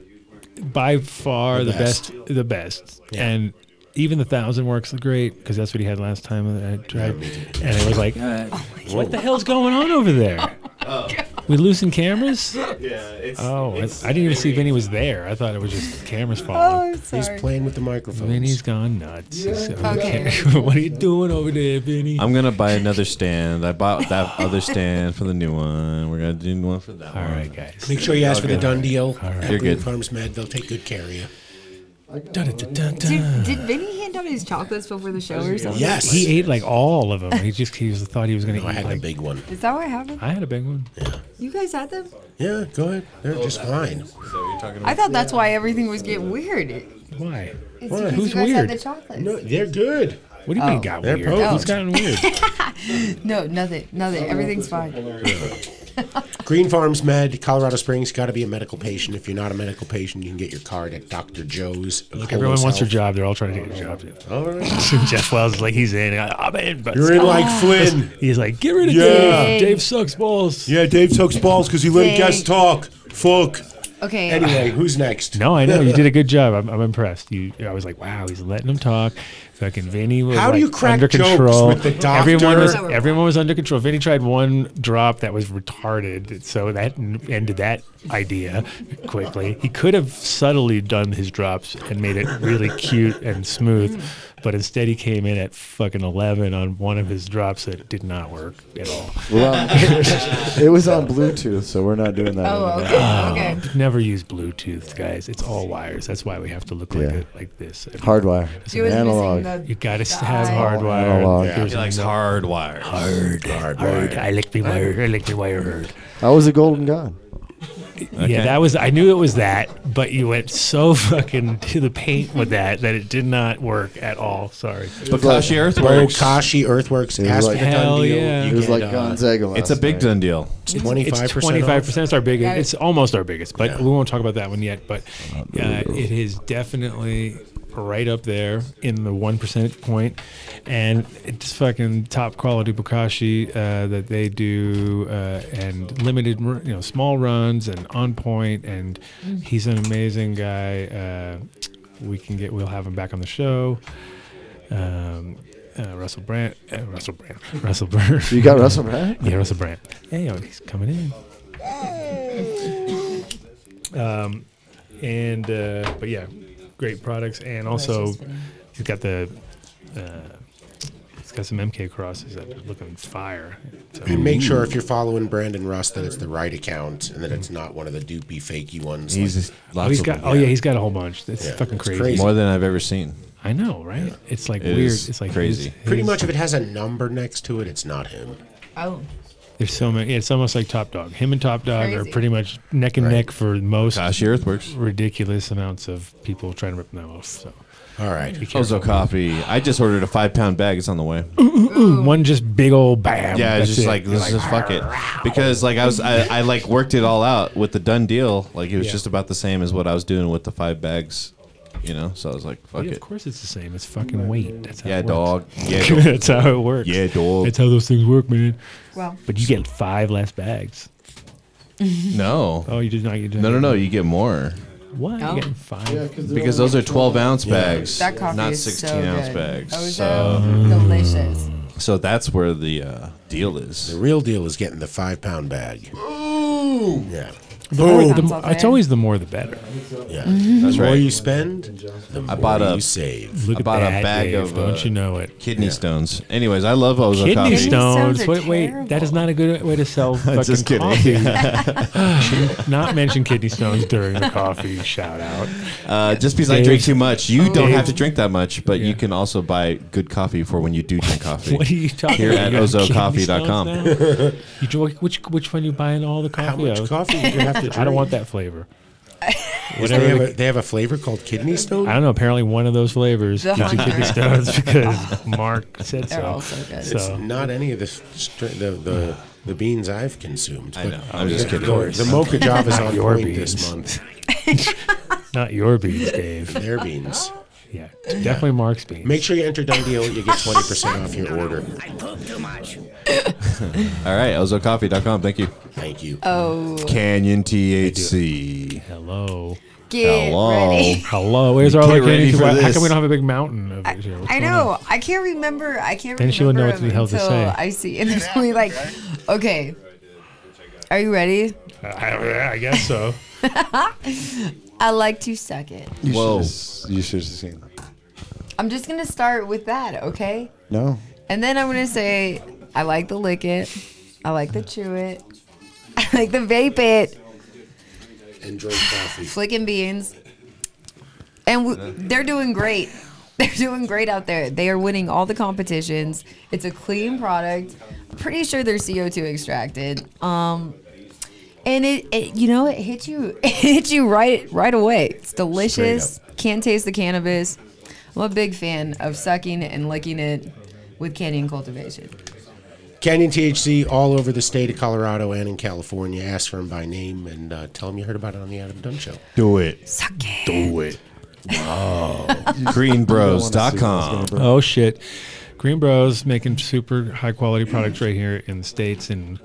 Speaker 5: by far the,
Speaker 6: The
Speaker 5: best.
Speaker 6: best.
Speaker 5: the best, and even the thousand works great because that's what he had last time that I tried, and it was like, uh, what the hell's going on over there? We losing cameras? Oh. Yeah. It's, oh, I, I didn't even see Vinny was there. I thought it was just the cameras falling.
Speaker 7: Oh,
Speaker 6: He's
Speaker 7: sorry.
Speaker 6: playing with the microphones.
Speaker 5: Vinny's gone nuts.
Speaker 7: Okay.
Speaker 5: Okay. what are you doing over there, Vinny?
Speaker 8: I'm going to buy another stand. I bought that other stand for the new one. We're going to do one for that
Speaker 5: All
Speaker 8: one.
Speaker 5: right, guys.
Speaker 6: Make sure you ask for the done deal. At
Speaker 8: You're
Speaker 6: Green
Speaker 8: good.
Speaker 6: Farms Med, they'll take good care of you.
Speaker 7: Did, did Vinny hand out his chocolates before the show or something?
Speaker 6: Yes. Oh,
Speaker 5: He ate like all of them. He just he was, thought he was going to
Speaker 6: I
Speaker 5: eat
Speaker 6: had
Speaker 5: like
Speaker 6: the big one.
Speaker 7: Is that what happened?
Speaker 5: I had a big one.
Speaker 7: You guys had them?
Speaker 6: Yeah, go ahead. They're just fine.
Speaker 7: I thought that's why everything was getting weird. It's
Speaker 5: Why?
Speaker 7: because
Speaker 5: Who's
Speaker 7: you guys
Speaker 5: weird?
Speaker 7: had the chocolates.
Speaker 6: No,
Speaker 7: No,
Speaker 6: they're good.
Speaker 5: What do you mean got
Speaker 6: Oh, They're
Speaker 5: weird?
Speaker 6: potent.
Speaker 5: Who's gotten weird?
Speaker 7: nothing. Nothing. Everything's fine.
Speaker 6: Green Farms Med, Colorado Springs. Got to be a medical patient. If you're not a medical patient, you can get your card at Dr. Joe's. Look,
Speaker 5: Everyone wants their job. They're all trying to get their jobs.
Speaker 6: All right.
Speaker 5: Jeff Wells is like, he's in. I'm in. But
Speaker 6: You're in like Flynn.
Speaker 5: He's like, get rid of
Speaker 6: Yeah.
Speaker 5: Dave. Dave sucks balls.
Speaker 6: Yeah, Dave sucks balls because he let
Speaker 7: Dave. guests
Speaker 6: talk. Fuck.
Speaker 7: Okay.
Speaker 6: Anyway, who's next?
Speaker 5: No, I know you did a good job. I'm, I'm impressed. You, I was like, wow, he's letting him talk. Fucking Vinny was
Speaker 6: How do
Speaker 5: like,
Speaker 6: you crack
Speaker 5: under
Speaker 6: jokes
Speaker 5: control.
Speaker 6: with the
Speaker 5: Everyone was
Speaker 6: doctor?
Speaker 5: everyone was under control. Vinny tried one drop that was retarded, so that n- ended that idea quickly. He could have subtly done his drops and made it really cute and smooth, but instead he came in at fucking eleven on one of his drops that did not work at all.
Speaker 3: Well, it was on Bluetooth, so we're not doing that.
Speaker 7: Oh,
Speaker 3: anymore.
Speaker 7: okay. Okay.
Speaker 5: Never use Bluetooth, guys. It's all wires. That's why we have to look like
Speaker 3: Yeah.
Speaker 5: it like this.
Speaker 3: Hardwire.
Speaker 4: She was
Speaker 3: Analog.
Speaker 4: missing the.
Speaker 5: You gotta s- have
Speaker 4: eye.
Speaker 5: hard
Speaker 3: Analog.
Speaker 5: wire.
Speaker 3: Yeah.
Speaker 5: There's
Speaker 8: He likes hard wires. Hard.
Speaker 6: Hard
Speaker 5: Hard.
Speaker 6: wire.
Speaker 5: I licked me wire. I licked me wire. Hard.
Speaker 3: I was a golden god.
Speaker 5: Yeah, that was. I knew it was that, but you went so fucking to the paint with that that it did not work at all. Sorry.
Speaker 8: Bokashi Earthworks.
Speaker 6: Bokashi Earthworks.
Speaker 3: It was
Speaker 6: Ask
Speaker 3: like-
Speaker 6: for done
Speaker 5: Hell
Speaker 6: deal.
Speaker 5: yeah.
Speaker 6: You
Speaker 3: It was
Speaker 6: get,
Speaker 3: like
Speaker 6: uh,
Speaker 3: Gonzaga last
Speaker 8: It's a big
Speaker 3: night.
Speaker 8: done deal.
Speaker 5: It's
Speaker 6: 25%
Speaker 5: twenty five percent. It's our biggest.
Speaker 4: Yeah.
Speaker 5: It's almost our biggest, but we won't talk about that one yet. But uh, it is definitely right up there in the one percent point, and it's fucking top quality bokashi uh, that they do, uh, and limited, r- you know, small runs and on point, and he's an amazing guy. Uh, we can get. We'll have him back on the show. Um, uh, Russell Brand, uh, Russell Brand, Russell Brand.
Speaker 3: You got Russell Brand?
Speaker 5: Yeah, Russell Brand. Yeah, yeah, oh, he's coming in. Um, and uh, but yeah, great products, and also he's got the uh, he's got some MK crosses that are looking fire. So,
Speaker 6: And make sure if you're following Brandon Russ that it's the right account and that it's not one of the doopy fakey ones.
Speaker 8: He's
Speaker 6: like-
Speaker 8: just
Speaker 5: oh,
Speaker 8: lots
Speaker 5: he's
Speaker 8: of
Speaker 5: got
Speaker 8: them,
Speaker 5: oh yeah, he's got a whole bunch. It's
Speaker 6: Yeah,
Speaker 5: fucking
Speaker 6: it's
Speaker 5: crazy.
Speaker 6: crazy.
Speaker 8: more than I've ever seen.
Speaker 5: I know, right? It's like
Speaker 8: It
Speaker 5: weird.
Speaker 8: is
Speaker 5: It's like
Speaker 8: crazy.
Speaker 5: his-
Speaker 6: pretty
Speaker 5: his-
Speaker 6: much if it has a number next to it, it's not him.
Speaker 7: Oh.
Speaker 5: There's so many. yeah, It's almost like Top Dog. Him and Top Dog are
Speaker 7: Crazy.
Speaker 5: pretty much neck and neck for most
Speaker 8: Bokashi Earthworks.
Speaker 5: ridiculous amounts of people trying to rip them off. So.
Speaker 6: All right.
Speaker 8: Ozo coffee. I just ordered a five pound bag. It's on the way.
Speaker 5: One just big old bam.
Speaker 8: Yeah,
Speaker 5: That's
Speaker 8: it's just
Speaker 5: it.
Speaker 8: like let's just fuck it because like I was I, I like worked it all out with the done deal. Like it was
Speaker 5: Yeah.
Speaker 8: just about the same as what I was doing with the five bags, you know. So I was like, fuck
Speaker 5: Oh, Yeah, of
Speaker 8: it.
Speaker 5: course it's the same. It's fucking weight. That's how
Speaker 8: Yeah,
Speaker 5: it works.
Speaker 8: dog. Yeah, dog.
Speaker 5: That's how it works.
Speaker 8: Yeah, dog.
Speaker 5: That's how those things work, man.
Speaker 4: Well,
Speaker 5: But you get five less bags.
Speaker 8: no,
Speaker 5: Oh, you did not get
Speaker 8: no, no, no. You get more
Speaker 5: What?
Speaker 4: No.
Speaker 5: You get five?
Speaker 8: because those are twelve ounce bags,
Speaker 7: That coffee
Speaker 8: not
Speaker 7: is
Speaker 8: sixteen
Speaker 7: so
Speaker 8: ounce
Speaker 7: good.
Speaker 8: bags.
Speaker 7: Oh, is
Speaker 8: so
Speaker 7: that delicious.
Speaker 8: so that's where the uh, deal
Speaker 6: The
Speaker 8: is.
Speaker 6: real deal is getting the five pound bag. Ooh. Yeah.
Speaker 5: Oh, The
Speaker 6: Boom.
Speaker 5: mo- it's always the more the better.
Speaker 6: Yeah.
Speaker 8: That's
Speaker 6: The more
Speaker 8: right.
Speaker 6: you spend, the more
Speaker 8: bought a-
Speaker 6: you save.
Speaker 5: Look
Speaker 8: I
Speaker 5: at
Speaker 8: bought a
Speaker 5: that,
Speaker 8: bag
Speaker 5: Dave.
Speaker 8: of,
Speaker 5: Don't
Speaker 8: uh,
Speaker 5: you know it?
Speaker 8: Kidney stones. Anyways, I love Ozo
Speaker 5: Kidney
Speaker 8: coffee.
Speaker 4: stones
Speaker 5: stones.
Speaker 4: are
Speaker 5: wait, wait. That is not a good way to sell fucking
Speaker 8: Just kidding.
Speaker 5: coffee. Should not mention kidney stones during the coffee shout out.
Speaker 8: Uh, just because I
Speaker 5: Dave. Oh,
Speaker 8: drink too much, you don't
Speaker 5: Dave.
Speaker 8: have to drink that much, but
Speaker 5: Yeah.
Speaker 8: you can also buy good coffee for when you do drink coffee.
Speaker 5: What are you talking
Speaker 8: Here
Speaker 5: about?
Speaker 8: at
Speaker 5: You got kidney
Speaker 8: ozocoffee.com.
Speaker 5: stones now? You drink, which which one you buying all the coffee?
Speaker 6: How much
Speaker 5: of?
Speaker 6: coffee do you have to drink?
Speaker 5: I don't want that flavor.
Speaker 6: They
Speaker 5: Whatever.
Speaker 6: have,
Speaker 5: the-
Speaker 6: a, they have a flavor called kidney stone.
Speaker 5: I don't know. Apparently, one of those flavors
Speaker 4: The
Speaker 5: gives you kidney
Speaker 4: hunter.
Speaker 5: stones because Mark said
Speaker 7: They're all
Speaker 5: so.
Speaker 7: so good.
Speaker 6: It's
Speaker 5: So
Speaker 6: not any of the str- the the, the beans I've consumed.
Speaker 8: I
Speaker 6: but
Speaker 8: know. I'm just
Speaker 6: the-
Speaker 8: kidding.
Speaker 6: The, the mocha job is on
Speaker 5: Oh, your
Speaker 6: point
Speaker 5: beans.
Speaker 6: this month.
Speaker 5: not your beans, Dave.
Speaker 6: Their beans.
Speaker 5: Yeah, definitely Mark's beans.
Speaker 6: Make sure you enter Done Deal. You get twenty percent off your order.
Speaker 8: All right, ozocoffee.com. Thank you.
Speaker 6: Thank you.
Speaker 7: Oh,
Speaker 8: Canyon THC.
Speaker 5: Hello,
Speaker 7: Get
Speaker 8: Hello.
Speaker 7: ready.
Speaker 5: hello. Where's our
Speaker 8: Get
Speaker 5: like?
Speaker 8: ready
Speaker 5: How
Speaker 8: for
Speaker 5: come we
Speaker 8: this.
Speaker 5: don't have a big mountain of it here? What's
Speaker 4: I
Speaker 5: going on?
Speaker 4: know. I can't remember. I can't
Speaker 5: Then
Speaker 4: remember.
Speaker 5: she wouldn't know what
Speaker 4: him
Speaker 5: the hell to
Speaker 4: until
Speaker 5: say.
Speaker 4: I see. And there's only like, okay. Are you ready?
Speaker 5: I, I guess so.
Speaker 4: I like to suck it.
Speaker 3: You
Speaker 8: Whoa.
Speaker 3: should've- You should have seen that.
Speaker 4: I'm just going to start with that, okay?
Speaker 3: No.
Speaker 4: And then I'm going to say, I like to lick it. I like to chew it. I like to vape it.
Speaker 6: And drink coffee.
Speaker 4: Flicking beans. And w- they're doing great. They're doing great out there. They are winning all the competitions. It's a clean product. Pretty sure they're CO2 extracted. Um, and it, it, you know, it hits you, it hits you right, right away. It's delicious. Can't taste the cannabis. I'm a big fan of sucking and licking it with canyon cultivation.
Speaker 6: Canyon THC all over the state of Colorado and in California. Ask for them by name and uh, tell them you heard about it on the Adam Dunn Show.
Speaker 8: Do it.
Speaker 4: Suck it.
Speaker 8: Do it. Wow. Greenbros.com.
Speaker 5: Oh shit. Green Bros making super high quality products right here in the states in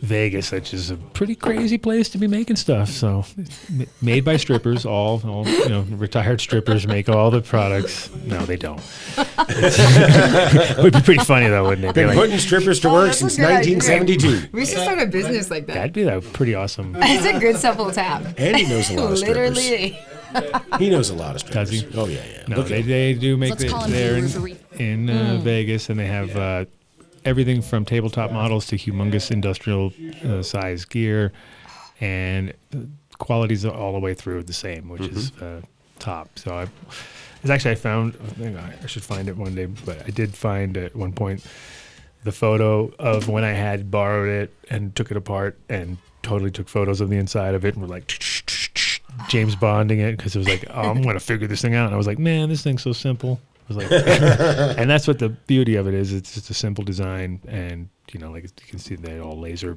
Speaker 5: Vegas, which is a pretty crazy place to be making stuff. So, m- made by strippers, all, all you know, retired strippers make all the products. No, they don't. it would be pretty funny though, wouldn't it? Be
Speaker 6: Been
Speaker 5: like,
Speaker 6: putting strippers to
Speaker 4: Oh,
Speaker 6: work
Speaker 4: that's a
Speaker 6: since
Speaker 4: good idea.
Speaker 6: 1972.
Speaker 4: We should start a business like that.
Speaker 5: That'd be a pretty awesome.
Speaker 4: It's a good supple tab.
Speaker 6: And he knows a lot of strippers.
Speaker 4: Literally.
Speaker 6: He knows a lot of
Speaker 5: Does
Speaker 6: strippers.
Speaker 5: he?
Speaker 6: Oh yeah, yeah.
Speaker 5: No,
Speaker 6: Look
Speaker 5: they,
Speaker 6: at
Speaker 5: they do make
Speaker 11: Let's
Speaker 5: it
Speaker 11: call him
Speaker 5: there
Speaker 11: Peter
Speaker 5: in,
Speaker 11: Rubery.
Speaker 5: in uh, Vegas, and they have uh, everything from tabletop models to humongous industrial uh, size gear, and the qualities are all the way through the same, which is uh, top. So I, it's actually I found I think I I should find it one day, but I did find at one point the photo of when I had borrowed it and took it apart and totally took photos of the inside of it and were like James Bonding it because it was like, oh, I'm going to figure this thing out. And I was like, man, this thing's so simple. I was like, and that's what the beauty of it is. It's just a simple design, and you know, like you can see, they all laser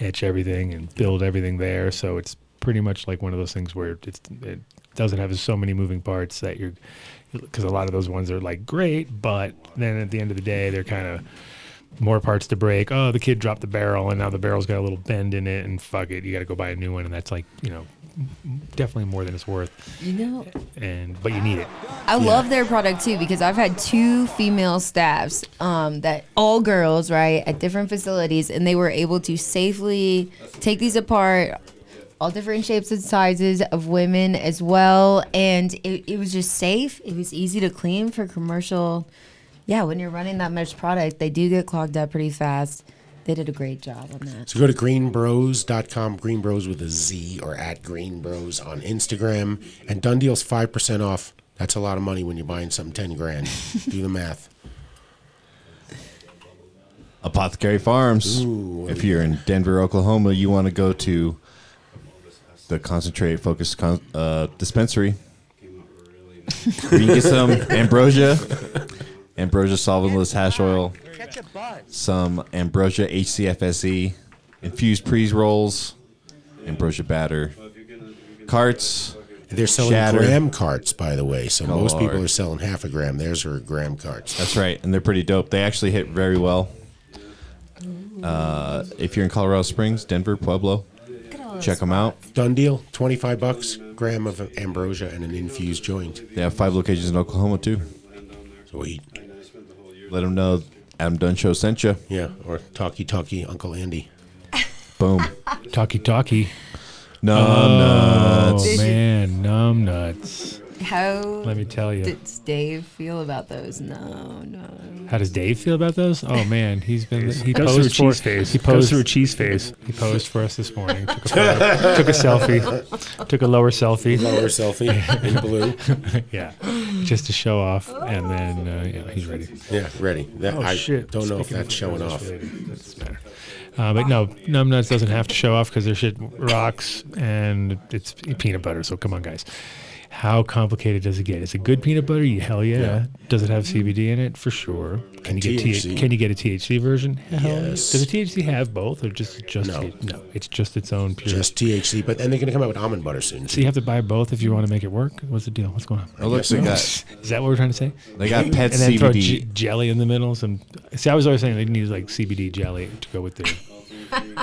Speaker 5: etch everything and build everything there. So it's pretty much like one of those things where it's, it doesn't have so many moving parts that you're, because a lot of those ones are like great, but then at the end of the day, they're kind of more parts to break. Oh, the kid dropped the barrel, and now the barrel's got a little bend in it, and fuck it, you got to go buy a new one, and that's like you know, definitely more than it's worth.
Speaker 4: You know,
Speaker 5: And but you need it.
Speaker 4: I love their product too because I've had two female staffs um, that all girls, right, at different facilities, and they were able to safely take these apart, all different shapes and sizes of women as well. And it, it was just safe, it was easy to clean for commercial. Yeah, when you're running that much product, they do get clogged up pretty fast. They did a great job on that.
Speaker 6: So go to greenbros.com, greenbros with a Z, or at greenbros on Instagram. And done deal's 5% off. That's a lot of money when you're buying something 10 grand. Do the math.
Speaker 8: Apothecary Farms. if you're in Denver, Oklahoma, you want to go to the concentrate focused con- uh, dispensary. Where you can get some ambrosia, ambrosia solventless hash oil, some ambrosia HCFSE, E. infused pre rolls, ambrosia batter, carts.
Speaker 6: They're selling
Speaker 8: Shatter.
Speaker 6: gram carts, by the way. So most people
Speaker 8: Lord.
Speaker 6: are selling half a gram. Theirs are gram carts.
Speaker 8: That's right, and they're pretty dope. They actually hit very well. Uh, if you're in Colorado Springs, Denver, Pueblo, check them out.
Speaker 6: Done deal, 25 bucks, gram of ambrosia and an infused joint.
Speaker 8: They have five locations in Oklahoma too.
Speaker 6: Sweet.
Speaker 8: Let them know Adam Dunn Show sent you.
Speaker 6: Yeah, or talkie talkie Uncle Andy.
Speaker 8: Boom.
Speaker 5: Talkie talkie.
Speaker 8: No,
Speaker 5: Oh man, numb nuts.
Speaker 4: How
Speaker 5: Let me tell you.
Speaker 4: did Dave feel about those? No, no.
Speaker 5: How does Dave feel about those? Oh man, he's been he
Speaker 11: Goes through
Speaker 5: posed for
Speaker 11: cheese phase.
Speaker 5: he
Speaker 11: Goes
Speaker 5: posed
Speaker 11: through cheese phase.
Speaker 5: he posed for us this morning. Took a, photo, took a selfie, took a lower selfie.
Speaker 6: Lower selfie in blue.
Speaker 5: Yeah, just to show off, and then uh, yeah, he's ready.
Speaker 6: Yeah, ready. That, I don't know if
Speaker 5: Oh, Speaking of
Speaker 6: that's showing
Speaker 5: photos
Speaker 6: off.
Speaker 5: related, doesn't matter. Uh, but no, Numb Nuts doesn't have to show off because their shit rocks and it's peanut butter. So come on, guys. How complicated does it get? Is it good peanut butter? Yeah, Hell yeah. Does it have CBD in it? For sure. Can you get
Speaker 6: THC.
Speaker 5: Th- can you get a THC version? Hell yeah.
Speaker 6: Yes.
Speaker 5: Does a THC have both or just just
Speaker 6: No.
Speaker 5: Th- no? It's just its own pure.
Speaker 6: Just THC, but then they're going to come out with almond butter soon.
Speaker 5: so you have to buy both if you want to make it work. What's the deal? What's going on?
Speaker 8: Oh, look, they got
Speaker 5: Is that what we're trying to say?
Speaker 8: they got pet
Speaker 5: and then throw
Speaker 8: CBD.
Speaker 5: j- jelly in the middle. Some see, I was always saying they need like CBD jelly to go with their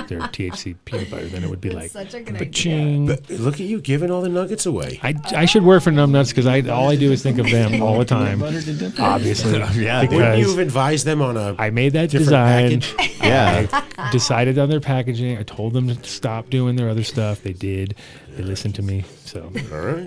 Speaker 5: their THC peanut butter. Then it would be like
Speaker 4: such a good
Speaker 5: ba-ching.
Speaker 6: But look at you giving all the nuggets away.
Speaker 5: I, I should work for Numb Nuts because I all I do is think of them all the time. Obviously,
Speaker 8: Yeah, dude.
Speaker 6: Wouldn't you
Speaker 5: because
Speaker 6: have advised them on a
Speaker 5: I made that
Speaker 6: different
Speaker 5: design,
Speaker 6: package?
Speaker 8: yeah.
Speaker 5: decided on their packaging. I told them to stop doing their other stuff. They did. They listened to me. So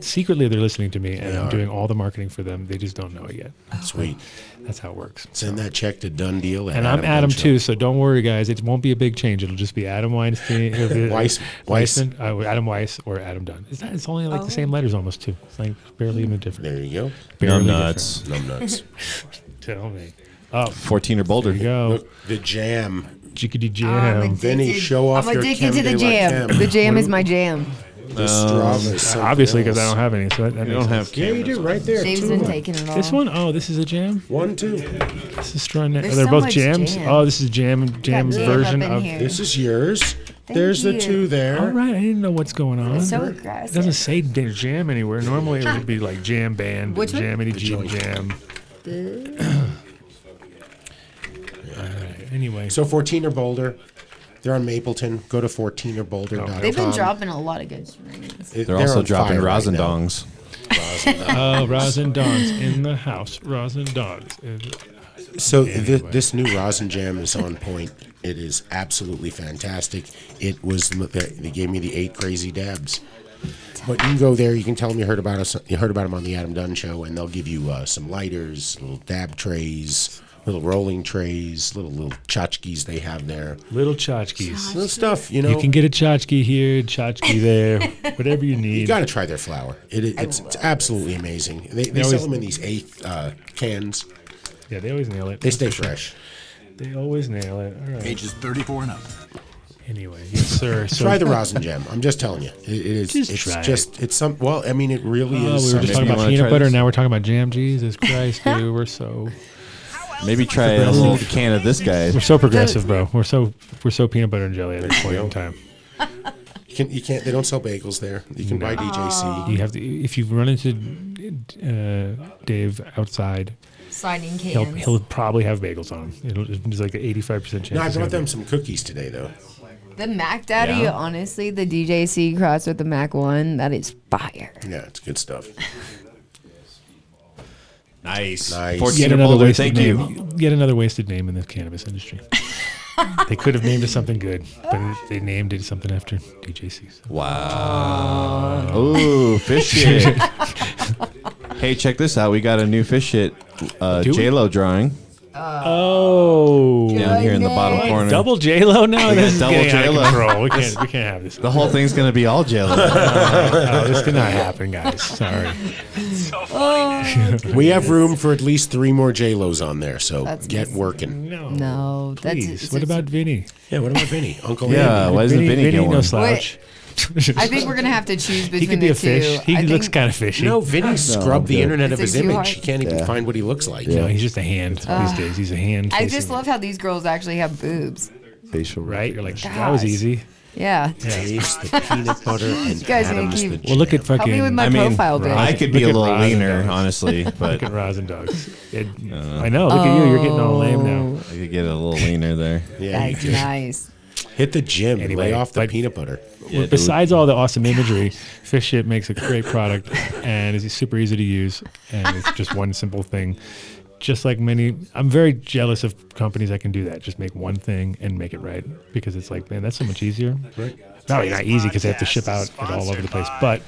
Speaker 5: secretly, they're listening to me, and I'm doing all the marketing for them. They just don't know it yet.
Speaker 6: Sweet.
Speaker 5: That's how it works.
Speaker 6: Send that check to Done Deal.
Speaker 5: And I'm Adam too, so don't worry, guys. It won't be a big change. It'll just be Adam Weinstein, it'll be-
Speaker 6: Weiss- Weiss.
Speaker 5: Weissman, uh, Adam Weiss, or Adam Dunn. It's, not, it's only like the
Speaker 4: Oh.
Speaker 5: same letters almost too. It's like barely even different.
Speaker 6: There you
Speaker 5: Barely different.
Speaker 8: Numb nuts.
Speaker 6: go. Numb nuts.
Speaker 5: Tell me. Oh,
Speaker 8: Fourteen or bolder.
Speaker 5: there you go.
Speaker 6: Look, the jam.
Speaker 4: Oh,
Speaker 5: Chickadee jam.
Speaker 6: Benny, show off
Speaker 4: I'm
Speaker 6: your
Speaker 4: addicted to
Speaker 6: Creme
Speaker 4: the
Speaker 6: de la
Speaker 4: jam.
Speaker 6: creme.
Speaker 4: The jam is my jam.
Speaker 6: The
Speaker 8: Uh,
Speaker 6: Strava is something
Speaker 5: Obviously, because I
Speaker 6: else.
Speaker 5: don't have any. So that, that
Speaker 8: You
Speaker 5: makes
Speaker 8: don't have
Speaker 5: sense.
Speaker 6: Yeah, you do. Right there.
Speaker 4: Dave's
Speaker 6: two
Speaker 4: been
Speaker 6: of 'em.
Speaker 4: taking it all.
Speaker 5: This one, oh, this is a jam.
Speaker 6: One, two.
Speaker 5: This is strong. They're
Speaker 4: There's so
Speaker 5: both
Speaker 4: much
Speaker 5: jams.
Speaker 4: jam.
Speaker 5: Oh, this is jam jam
Speaker 4: jam up
Speaker 5: version
Speaker 4: in
Speaker 5: of.
Speaker 4: here.
Speaker 6: This is yours. There's the
Speaker 4: you.
Speaker 6: two there.
Speaker 5: All right, I didn't know what's going on.
Speaker 4: So
Speaker 5: It
Speaker 4: aggressive.
Speaker 5: doesn't say da- jam anywhere. Normally it would be like jam band,
Speaker 4: Which one?
Speaker 5: jamity jam jam. Anyway,
Speaker 6: So 14 or Boulder, they're on Mapleton. Go to 14 or Boulder.
Speaker 5: Oh.
Speaker 4: They've been dropping a lot of good streams.
Speaker 6: They're,
Speaker 8: They're also
Speaker 6: on
Speaker 8: dropping
Speaker 6: fire right
Speaker 8: rosin
Speaker 6: now.
Speaker 8: dongs.
Speaker 5: uh, Rosin Dogs in the house. Rosin Dogs.
Speaker 6: So th- this new rosin jam is on point. It is absolutely fantastic. It was they they gave me the eight crazy dabs. But you can go there. You can tell them you heard about us. You heard about them on the Adam Dunn show, and they'll give you uh, some lighters, little dab trays, little rolling trays, little little tchotchkes they have there.
Speaker 5: Little tchotchkes.
Speaker 6: Little stuff, you know.
Speaker 5: You can get a tchotchke here, tchotchke there, whatever you need.
Speaker 6: You got to try their flour. It, it, it's, it's absolutely amazing. They, they sell
Speaker 5: always-
Speaker 6: them in these eight uh, cans.
Speaker 5: yeah, they always nail it.
Speaker 6: They stay fresh.
Speaker 5: They always nail it. All right.
Speaker 1: Ages 34 and up.
Speaker 5: Anyway, yes, sir. So uh,
Speaker 6: Try the rosin jam. I'm just telling you. It, it is.
Speaker 5: Just
Speaker 6: it's
Speaker 5: try it.
Speaker 6: just. It's some. Well, I mean, it really
Speaker 5: Oh,
Speaker 6: is.
Speaker 5: we were just talking
Speaker 8: Maybe you
Speaker 5: about
Speaker 8: wanna
Speaker 5: peanut
Speaker 8: try
Speaker 5: butter.
Speaker 8: this.
Speaker 5: Now we're talking about jam. Jesus Christ, dude, we're so
Speaker 8: Maybe try a little can of this guy.
Speaker 5: we're so progressive, bro. We're so we're so peanut butter and jelly at this point in time.
Speaker 6: You, can, you can't. They don't sell bagels there. You can buy DJC.
Speaker 5: You have to if you run into uh, Dave outside,
Speaker 4: Signing cans.
Speaker 5: he'll he'll probably have bagels on. It'll, it's like an eighty-five percent chance.
Speaker 6: No, I
Speaker 5: it's
Speaker 6: brought
Speaker 5: gonna
Speaker 6: them some cookies today, though.
Speaker 4: The Mac Daddy,
Speaker 8: Yeah.
Speaker 4: honestly, the DJC cross with the Mac One, that is fire.
Speaker 6: Yeah, it's good stuff.
Speaker 8: Nice.
Speaker 6: Nice.
Speaker 5: be-
Speaker 8: 14
Speaker 5: Yet
Speaker 8: or
Speaker 5: another
Speaker 8: Boulder,
Speaker 5: wasted
Speaker 8: thank
Speaker 5: name.
Speaker 8: you.
Speaker 5: Yet another wasted name in the cannabis industry. they could have named it something good, but they named it something after DJC.
Speaker 8: Uh,
Speaker 5: So.
Speaker 8: Wow. Ooh, fish shit. hey, check this out. We got a new fish shit uh,
Speaker 5: Do we?
Speaker 8: J-Lo drawing
Speaker 5: Oh,
Speaker 8: down here in the bottom corner.
Speaker 5: double J Lo now.
Speaker 8: We got
Speaker 5: This is
Speaker 8: double
Speaker 5: getting out of
Speaker 8: J-Lo.
Speaker 5: control. We can't we can't have this.
Speaker 8: the whole thing's going to be all J-Lo.
Speaker 5: Oh, this cannot happen, guys. Sorry.
Speaker 6: We have room for at least three more J Los on there, so
Speaker 4: That's Mm-hmm.
Speaker 6: get working.
Speaker 5: No.
Speaker 4: No, that's
Speaker 5: Please.
Speaker 4: it's-
Speaker 5: what
Speaker 4: it's-
Speaker 5: about Vinny?
Speaker 6: Yeah. What about Vinny? Uncle.
Speaker 8: yeah,
Speaker 6: Andy?
Speaker 8: Uh, why doesn't Vinny, get
Speaker 5: no
Speaker 8: one?
Speaker 5: slouch.
Speaker 4: I think we're gonna have to choose between
Speaker 5: he could be
Speaker 4: the
Speaker 5: a fish.
Speaker 4: two.
Speaker 5: He
Speaker 4: I
Speaker 5: looks
Speaker 4: think-
Speaker 5: kind of fishy.
Speaker 6: No, Vinny scrubbed the
Speaker 3: good.
Speaker 6: internet of
Speaker 4: Is it
Speaker 6: his
Speaker 4: too
Speaker 6: image.
Speaker 4: hard?
Speaker 6: He can't even
Speaker 3: Yeah.
Speaker 6: find what he looks like.
Speaker 5: No, he's just a hand these days. He's a hand.
Speaker 4: Uh, I
Speaker 5: facing-
Speaker 4: just love how these girls actually have boobs.
Speaker 3: Facial.
Speaker 5: right. You're like that was
Speaker 4: Gosh.
Speaker 5: easy.
Speaker 4: Yeah.
Speaker 6: Taste the peanut butter and
Speaker 4: guys need to
Speaker 6: Adam's
Speaker 4: keep-
Speaker 6: the
Speaker 5: Well, look at
Speaker 6: jam.
Speaker 5: fucking.
Speaker 4: Help me with my
Speaker 8: I mean,
Speaker 4: profile pic.
Speaker 8: I could be a
Speaker 5: Look at
Speaker 8: little
Speaker 5: Rosin
Speaker 8: leaner, Uh.
Speaker 5: dogs.
Speaker 8: honestly, but
Speaker 5: fucking rosin dogs. It, I know. Look at you. You're getting all lame
Speaker 4: Oh.
Speaker 5: now.
Speaker 8: I could get a little leaner there.
Speaker 6: Yeah, you
Speaker 4: That's
Speaker 6: just
Speaker 4: nice.
Speaker 6: hit the gym and
Speaker 5: Anyway,
Speaker 6: lay off the
Speaker 5: but-
Speaker 6: peanut butter.
Speaker 8: Yeah,
Speaker 5: Besides all the awesome imagery, Fish It makes a great product and is super easy to use. And it's just one simple thing. Just like many, I'm very jealous of companies that can do that. Just make one thing and make it right because it's like, man, that's so much easier. Right. Not, not easy because they have to ship out it all over the place, but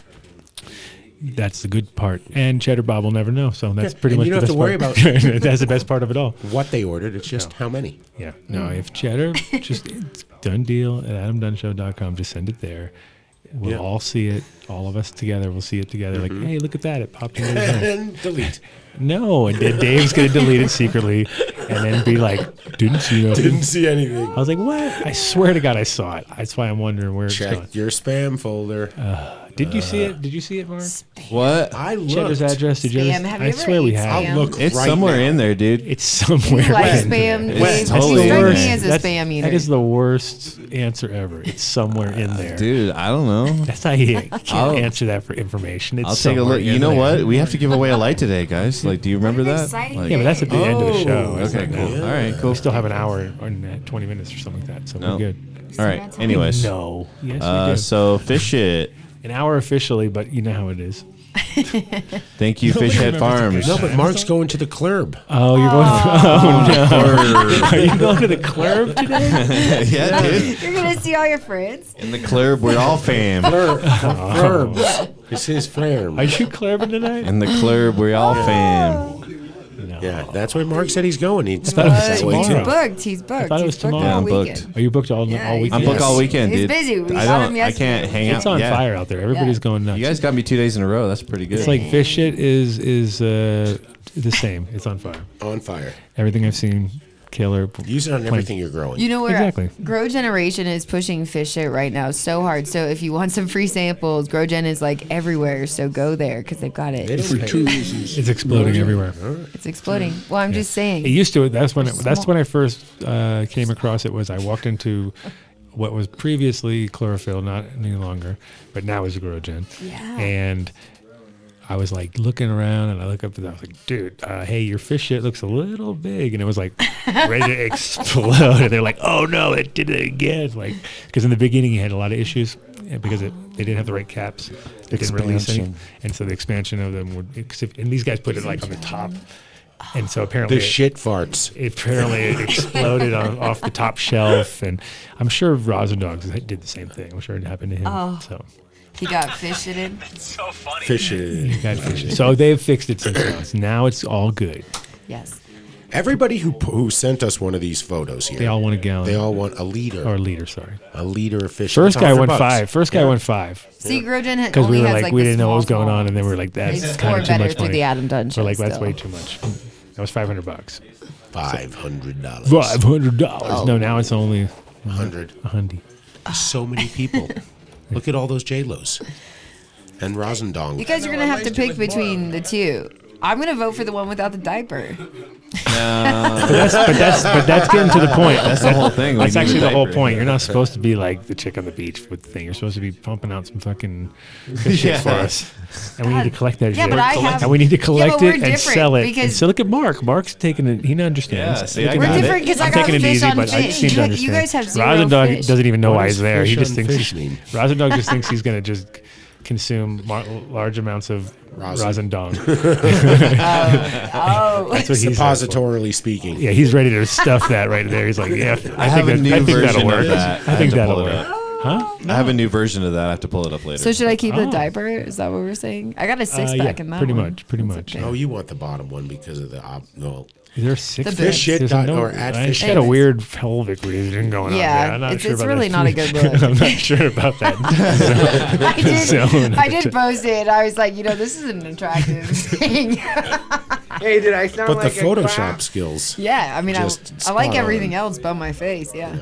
Speaker 5: that's the good part. And Cheddar Bob will never know. So that's pretty
Speaker 6: and
Speaker 5: much
Speaker 6: you
Speaker 5: the
Speaker 6: don't have
Speaker 5: best
Speaker 6: to worry
Speaker 5: part.
Speaker 6: about-
Speaker 5: that's the best part of it all.
Speaker 6: What they ordered, it's just how many.
Speaker 5: Yeah. No, if cheddar, just it's done deal at adamdunshow.com. Just send it there. We'll
Speaker 6: Yeah. Mm-hmm.
Speaker 5: all see it. All of us together. We'll see it together. Like, hey, look at that. It popped in your hand.
Speaker 6: And delete.
Speaker 5: No. And then Dave's going to delete it secretly and then be like, didn't see nothing.
Speaker 6: Didn't see anything.
Speaker 5: I was like, what? I swear to God, I saw it. That's why I'm wondering where it's going.
Speaker 6: Check your spam folder.
Speaker 5: Uh, Did you see it? Did you see it, Mark?
Speaker 8: What?
Speaker 6: I
Speaker 5: Cheddar's
Speaker 6: looked.
Speaker 5: address. Did you
Speaker 4: Spam.
Speaker 5: ever-
Speaker 4: Have
Speaker 5: I
Speaker 4: you ever
Speaker 5: swear we
Speaker 4: ate
Speaker 5: have.
Speaker 4: spam?
Speaker 6: I'll look.
Speaker 8: It's
Speaker 6: right
Speaker 8: somewhere
Speaker 6: now.
Speaker 8: in there, dude.
Speaker 5: It's somewhere.
Speaker 4: Like
Speaker 5: in there.
Speaker 4: spam.
Speaker 8: It's
Speaker 4: Dave.
Speaker 8: totally
Speaker 4: you strike
Speaker 8: in
Speaker 4: me
Speaker 8: there.
Speaker 4: as a
Speaker 5: That's-
Speaker 4: spam eater.
Speaker 5: That is the worst answer ever. It's somewhere in
Speaker 6: Ah,
Speaker 5: there.
Speaker 8: Dude, I don't know.
Speaker 5: That's how you can't
Speaker 8: I'll-
Speaker 5: answer that for information. It's
Speaker 8: Oh. I'll take a
Speaker 5: somewhere
Speaker 8: look. You
Speaker 5: in
Speaker 8: know
Speaker 5: there.
Speaker 8: what? We have to give away a light today, guys. Like, do you remember
Speaker 4: What an
Speaker 8: that?
Speaker 4: exciting
Speaker 8: Like,
Speaker 5: Yeah, but that's at the end of the show. It's
Speaker 8: Oh, okay,
Speaker 5: like,
Speaker 8: cool.
Speaker 5: no.
Speaker 8: All right, cool.
Speaker 5: We still have an hour and uh, 20 minutes or something like that, so
Speaker 8: No.
Speaker 5: we're good.
Speaker 8: All right. Anyways,
Speaker 5: No. Yes, we
Speaker 8: uh,
Speaker 5: do.
Speaker 8: so fish it.
Speaker 5: an hour officially, but you know how it is.
Speaker 8: Thank you,
Speaker 5: Nobody
Speaker 8: Fish Head
Speaker 5: remembers the
Speaker 8: Farms. Oh,
Speaker 6: No, but Mark's going to the club.
Speaker 5: Oh, you're going to, Are you going to the club today?
Speaker 8: yeah, dude.
Speaker 4: You're gonna see all your friends.
Speaker 8: In the club, we're all fam.
Speaker 5: Oh.
Speaker 6: Clurbs. This is
Speaker 5: Are
Speaker 6: Flair.
Speaker 5: you clubbing tonight?
Speaker 8: In the club, we're all fam.
Speaker 5: No.
Speaker 6: Yeah, that's where Mark said he's going. He's
Speaker 5: thought it was
Speaker 6: that
Speaker 4: But
Speaker 6: way
Speaker 4: he's
Speaker 5: tomorrow.
Speaker 6: too.
Speaker 4: booked. He's booked.
Speaker 5: thought it was
Speaker 4: he's booked
Speaker 5: tomorrow.
Speaker 8: Yeah,
Speaker 4: all
Speaker 8: I'm
Speaker 4: weekend.
Speaker 8: booked.
Speaker 5: Are you booked all,
Speaker 4: Yeah,
Speaker 5: all
Speaker 4: he's-
Speaker 8: I'm
Speaker 5: weekend?
Speaker 8: booked all weekend,
Speaker 4: He's
Speaker 8: dude.
Speaker 4: busy. We
Speaker 8: I
Speaker 4: saw
Speaker 8: don't.
Speaker 4: him
Speaker 8: I
Speaker 4: yesterday.
Speaker 8: can't hang out.
Speaker 5: It's on
Speaker 8: yeah.
Speaker 5: fire out there. Everybody's
Speaker 4: Yeah.
Speaker 5: going nuts.
Speaker 8: You guys got me two days in a row. That's pretty good.
Speaker 5: it's like fish shit is is uh, the same. It's on fire.
Speaker 6: On fire.
Speaker 5: Everything I've seen, killer.
Speaker 6: Use it on everything you're growing.
Speaker 4: You know where uh,
Speaker 5: Exactly.
Speaker 4: Grow Generation is pushing fish it right now so hard. So if you want some free samples, Grow Gen is like everywhere. So go there because they've got
Speaker 6: They
Speaker 4: it.
Speaker 6: don't pay.
Speaker 5: It's exploding everywhere.
Speaker 4: It's exploding. Well, I'm just saying.
Speaker 5: It used to. That's when. It, that's
Speaker 4: small.
Speaker 5: when I first uh, came across it. Was I walked into what was previously chlorophyll, not any longer, but now is grogen.
Speaker 4: Yeah.
Speaker 5: And I was like looking around and I look up and I was like, dude, uh, hey, your fish shit looks a little big. And it was like ready to explode. And they're like, oh no, it did it again. Like, because in the beginning, you had a lot of issues uh, because it, they didn't have the right caps. It didn't release any.
Speaker 3: Expansion.
Speaker 5: And so the expansion of them would, and these guys put it like on the top. And so
Speaker 6: The
Speaker 5: apparently, it-
Speaker 6: shit farts.
Speaker 5: it apparently it exploded on, off the top shelf, and I'm sure Rosin Dogs did the same thing. I'm sure it happened to him. So
Speaker 4: He got fish in it.
Speaker 6: Fishes.
Speaker 5: God, fish. so they've fixed it since then. So Now it's all good.
Speaker 4: Yes.
Speaker 6: Everybody who who sent us one of these photos here,
Speaker 5: They all want a gallon
Speaker 6: they all want a liter,
Speaker 5: or a liter. Sorry.
Speaker 6: a liter of fish.
Speaker 5: First
Speaker 6: It's all
Speaker 5: guy
Speaker 6: for
Speaker 5: won
Speaker 6: bucks.
Speaker 5: five. First guy won five
Speaker 4: See, Grojan had
Speaker 5: because
Speaker 4: only
Speaker 5: we were
Speaker 4: has
Speaker 5: like,
Speaker 4: like
Speaker 5: we
Speaker 4: the
Speaker 5: didn't know what was
Speaker 4: small,
Speaker 5: going on,
Speaker 4: small
Speaker 5: and then we were
Speaker 4: ones.
Speaker 5: like
Speaker 4: They
Speaker 5: that's
Speaker 4: score
Speaker 5: kind of too
Speaker 4: better
Speaker 5: much
Speaker 4: through
Speaker 5: money.
Speaker 4: the Adam Dungeon.
Speaker 5: We're like that's
Speaker 4: still.
Speaker 5: way too much. That was five hundred bucks.
Speaker 6: Five hundred dollars.
Speaker 5: Five hundred dollars. No, now it's only
Speaker 6: hundred.
Speaker 5: a hundred.
Speaker 6: So many people. Look at all those J Los and Rosendong.
Speaker 4: You guys are gonna have to pick between the two. I'm gonna vote for the one without the diaper.
Speaker 5: But that's but that's getting to the point.
Speaker 8: That's the whole thing. We
Speaker 5: That's
Speaker 8: need
Speaker 5: actually
Speaker 8: a
Speaker 5: the whole
Speaker 8: diaper.
Speaker 5: point. You're not supposed to be like the chick on the beach with the thing. You're supposed to be pumping out some fucking good shit for us, and we need to collect that
Speaker 4: Yeah,
Speaker 5: shit.
Speaker 4: but I have-
Speaker 5: and we need to
Speaker 4: Yeah, but
Speaker 5: collect
Speaker 4: we're
Speaker 5: it and
Speaker 4: different
Speaker 5: sell it. And
Speaker 4: because-
Speaker 5: so look at Mark. Mark's taking it. He understands.
Speaker 8: Yeah, see,
Speaker 5: Look
Speaker 8: I
Speaker 5: at
Speaker 8: got
Speaker 5: him.
Speaker 8: it. Different,
Speaker 4: 'cause I
Speaker 5: I'm
Speaker 4: got
Speaker 5: taking it
Speaker 4: fish
Speaker 5: easy,
Speaker 4: on
Speaker 5: but I
Speaker 4: fish.
Speaker 5: seem
Speaker 4: You-
Speaker 5: to
Speaker 4: you
Speaker 5: understand.
Speaker 4: guys have zero
Speaker 5: Dog
Speaker 4: fish.
Speaker 5: doesn't even know
Speaker 6: What
Speaker 5: why
Speaker 6: does
Speaker 5: he's there. He
Speaker 6: fish
Speaker 5: just
Speaker 6: on
Speaker 5: thinks
Speaker 6: fish
Speaker 5: he's,
Speaker 6: mean?
Speaker 5: Rosin Dog just thinks he's gonna just consume mar- large amounts of
Speaker 6: Rosin.
Speaker 5: Rosin Dog. That's
Speaker 4: Oh,
Speaker 5: what he's there for.
Speaker 6: Suppositorily speaking,
Speaker 5: Yeah, he's ready to stuff that right there. He's like, yeah, I,
Speaker 8: I have
Speaker 5: think, that,
Speaker 8: a new
Speaker 5: I think that'll
Speaker 8: version of
Speaker 5: work.
Speaker 8: that. I
Speaker 5: I
Speaker 8: had
Speaker 5: think
Speaker 8: to
Speaker 5: that'll
Speaker 8: pull
Speaker 5: work.
Speaker 8: it up.
Speaker 5: Huh?
Speaker 8: I have a new version of that. I have to pull it up later.
Speaker 4: so should I keep
Speaker 5: Oh.
Speaker 4: the diaper? Is that what we're saying? I got a six
Speaker 5: Uh, yeah,
Speaker 4: pack in that.
Speaker 5: pretty
Speaker 4: one.
Speaker 5: much, pretty much.
Speaker 6: Oh, you want the bottom one because of the ob- no.
Speaker 5: Is there six?
Speaker 4: The
Speaker 5: there?
Speaker 4: fish
Speaker 6: shit
Speaker 5: There's
Speaker 6: dot- or at
Speaker 5: I
Speaker 6: fish
Speaker 5: got a
Speaker 4: dot-
Speaker 5: weird pelvic reason going on.
Speaker 4: Yeah,
Speaker 5: there. I'm not
Speaker 4: it's-
Speaker 5: sure
Speaker 4: it's
Speaker 5: about
Speaker 4: really
Speaker 5: that.
Speaker 4: not a good look.
Speaker 5: I'm not sure about that.
Speaker 4: I did.
Speaker 5: So-
Speaker 4: I did post it. I was like, you know, this is an attractive thing.
Speaker 2: Hey, did I sound
Speaker 6: But
Speaker 2: like
Speaker 6: the
Speaker 2: a
Speaker 6: Photoshop
Speaker 2: clown?
Speaker 6: skills.
Speaker 4: yeah, I mean, I,
Speaker 6: Just
Speaker 4: I like
Speaker 6: spot
Speaker 4: everything
Speaker 6: on.
Speaker 4: else but my face. Yeah.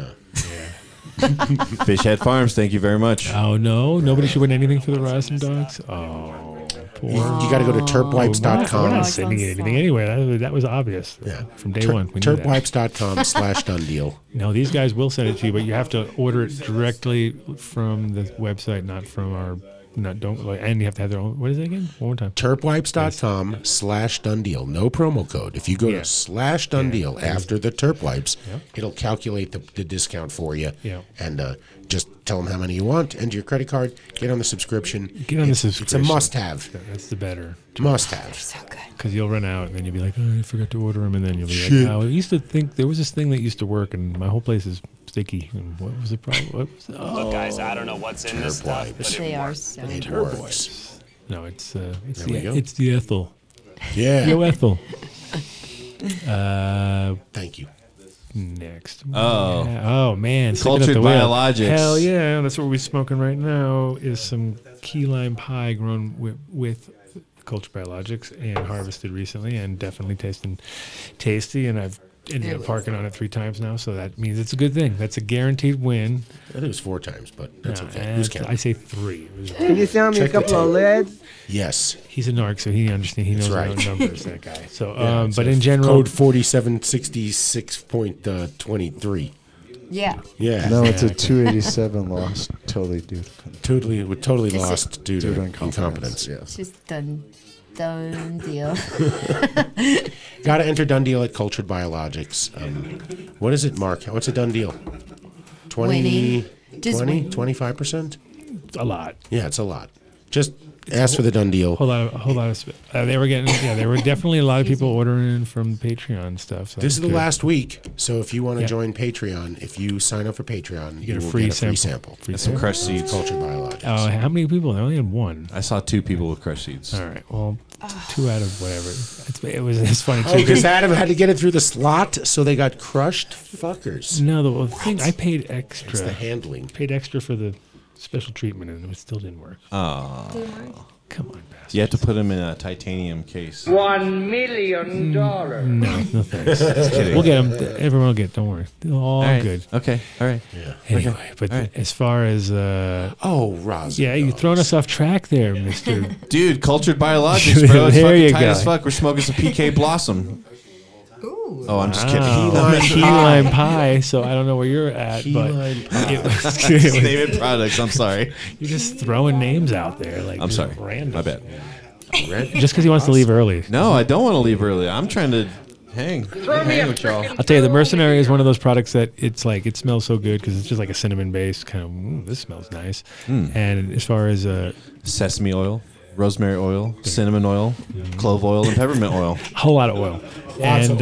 Speaker 8: Fishhead Farms, thank you very much.
Speaker 5: oh no, nobody should win anything for the Rosin dogs. Oh,
Speaker 6: You,
Speaker 5: poor.
Speaker 6: you got to go to
Speaker 5: We're not
Speaker 6: turpwipes.com.
Speaker 5: sending you anything anyway. That, that was obvious
Speaker 6: Yeah.
Speaker 5: from day
Speaker 6: Tur-
Speaker 5: one. We knew that.
Speaker 6: Turpwipes.com slash done deal.
Speaker 5: No, these guys will send it to you, but you have to order it directly from the website, not from our. Not don't like, and you have to have their own. What is it again? One more time.
Speaker 6: Turpwipes.com slash done deal. No promo code. If you go
Speaker 5: Yeah.
Speaker 6: to slash done deal after the Turpwipes, it'll calculate the, the discount for you.
Speaker 5: Yeah.
Speaker 6: And uh, just tell them how many you want, enter your credit card, get on the subscription.
Speaker 5: Get on the
Speaker 6: It's-
Speaker 5: subscription.
Speaker 6: It's a must have.
Speaker 5: That's the better,
Speaker 6: Must have.
Speaker 4: So good.
Speaker 5: because you'll run out, and then you'll be like, oh, I forgot to order them, and then you'll be like, oh, I used to think there was this thing that used to work, and my whole place is sticky. And what was the problem? What was the, oh.
Speaker 11: Guys, I don't know what's in this stuff.
Speaker 6: Turpwipes.
Speaker 4: They are so.
Speaker 6: It works.
Speaker 5: No, it's uh, it's
Speaker 6: we
Speaker 5: the,
Speaker 6: go.
Speaker 5: it's the ethyl. Yo,
Speaker 6: Yeah.
Speaker 5: ethyl. Uh,
Speaker 6: Thank you.
Speaker 5: next.
Speaker 8: Oh.
Speaker 5: Yeah. oh man, sticking up
Speaker 8: Cultured
Speaker 5: the wheel.
Speaker 8: biologics.
Speaker 5: Hell yeah, that's what we're smoking right now. Is some key lime pie grown with, with cultured biologics and harvested recently, and definitely tasting tasty. And I've ended up parking on it three times now, so that means it's a good thing. That's a guaranteed win.
Speaker 6: I think it was four times, but that's
Speaker 5: No,
Speaker 6: okay. Who's
Speaker 5: that's- I
Speaker 6: counting?
Speaker 5: say three. It was-
Speaker 2: Can you sell me
Speaker 6: Check
Speaker 2: a
Speaker 6: the
Speaker 2: couple of
Speaker 6: tape.
Speaker 2: leads?
Speaker 6: Yes.
Speaker 5: he's a narc, so he understands. He knows
Speaker 6: That's
Speaker 5: about
Speaker 6: right.
Speaker 5: numbers. That guy. So, um,
Speaker 6: Yeah,
Speaker 5: but
Speaker 6: so
Speaker 5: in general,
Speaker 6: code forty-seven sixty-six point uh, twenty-three.
Speaker 4: Yeah.
Speaker 6: Yeah,
Speaker 3: No, it's a 287 loss. Totally, dude.
Speaker 6: totally, we totally
Speaker 4: Just-
Speaker 6: lost due to
Speaker 3: Dude,
Speaker 6: incompetence.
Speaker 3: incompetence.
Speaker 4: It's just done. Done deal.
Speaker 6: Got to enter done deal at Cultured Biologics. Um, what is it, Mark? What's a done deal? 20,
Speaker 4: Winning. Just
Speaker 6: 20
Speaker 4: winning.
Speaker 6: 25 percent?
Speaker 5: a lot.
Speaker 6: Yeah, it's a lot. Just ask for the done deal.
Speaker 5: whole lot of a whole lot of sp- uh, they were getting yeah there were definitely a lot of people ordering from Patreon stuff. So
Speaker 6: This is the
Speaker 5: good.
Speaker 6: last week, so if you want to
Speaker 5: Yeah.
Speaker 6: join Patreon, if you sign up for Patreon, you,
Speaker 5: get a
Speaker 6: will
Speaker 5: free
Speaker 6: get a free
Speaker 5: sample.
Speaker 6: sample.
Speaker 5: Free
Speaker 8: And some crushed seeds.
Speaker 6: Cultured Biologics.
Speaker 5: Oh, how many people? They only had one.
Speaker 8: I saw two people with crushed seeds.
Speaker 5: All right, well, t- two out of whatever. It's, it was it's funny too.
Speaker 6: Oh,
Speaker 5: 'cause-
Speaker 6: because Adam had to get it through the slot, so they got crushed. Fuckers.
Speaker 5: no, the well, thing I paid
Speaker 6: It's the
Speaker 5: extra
Speaker 6: handling.
Speaker 5: paid extra for the special treatment and it still didn't work. Oh, come on, bastard.
Speaker 8: You have to put them in a titanium case.
Speaker 2: One million dollars.
Speaker 5: No, no thanks. we'll get them. Everyone will get. Don't worry. They're all
Speaker 8: All right.
Speaker 5: good.
Speaker 8: Okay. All right.
Speaker 5: Anyway, but
Speaker 8: all right.
Speaker 5: as far as uh,
Speaker 6: Oh, Roz.
Speaker 5: yeah, you've thrown us off track there, Mister.
Speaker 8: Dude, cultured biologics, bro. It's
Speaker 5: There
Speaker 8: fucking
Speaker 5: you
Speaker 8: tight
Speaker 5: go.
Speaker 8: as fuck. We're smoking some PK Blossom. oh, I'm just
Speaker 5: Wow.
Speaker 8: kidding.
Speaker 6: Lime
Speaker 5: key lime pie. So I don't know where you're at,
Speaker 6: Key
Speaker 5: but
Speaker 6: lime
Speaker 5: it was, it was-
Speaker 8: David products. I'm sorry.
Speaker 5: you're just throwing names out there. Like
Speaker 8: I'm
Speaker 5: just
Speaker 8: sorry.
Speaker 5: random.
Speaker 8: My bad. Red?
Speaker 5: Just because he wants to leave early.
Speaker 8: No, I don't want to leave early. I'm trying to hang, hang with y'all.
Speaker 5: I'll tell you, the mercenary is one of those products that it's like it smells so good because it's just like a cinnamon base kind of. "Ooh, this smells nice.
Speaker 8: Mm.
Speaker 5: And as far as uh,
Speaker 8: sesame oil, rosemary oil, cinnamon oil, clove oil, and peppermint oil.
Speaker 5: a whole lot of oil,
Speaker 8: Lots
Speaker 5: and
Speaker 8: of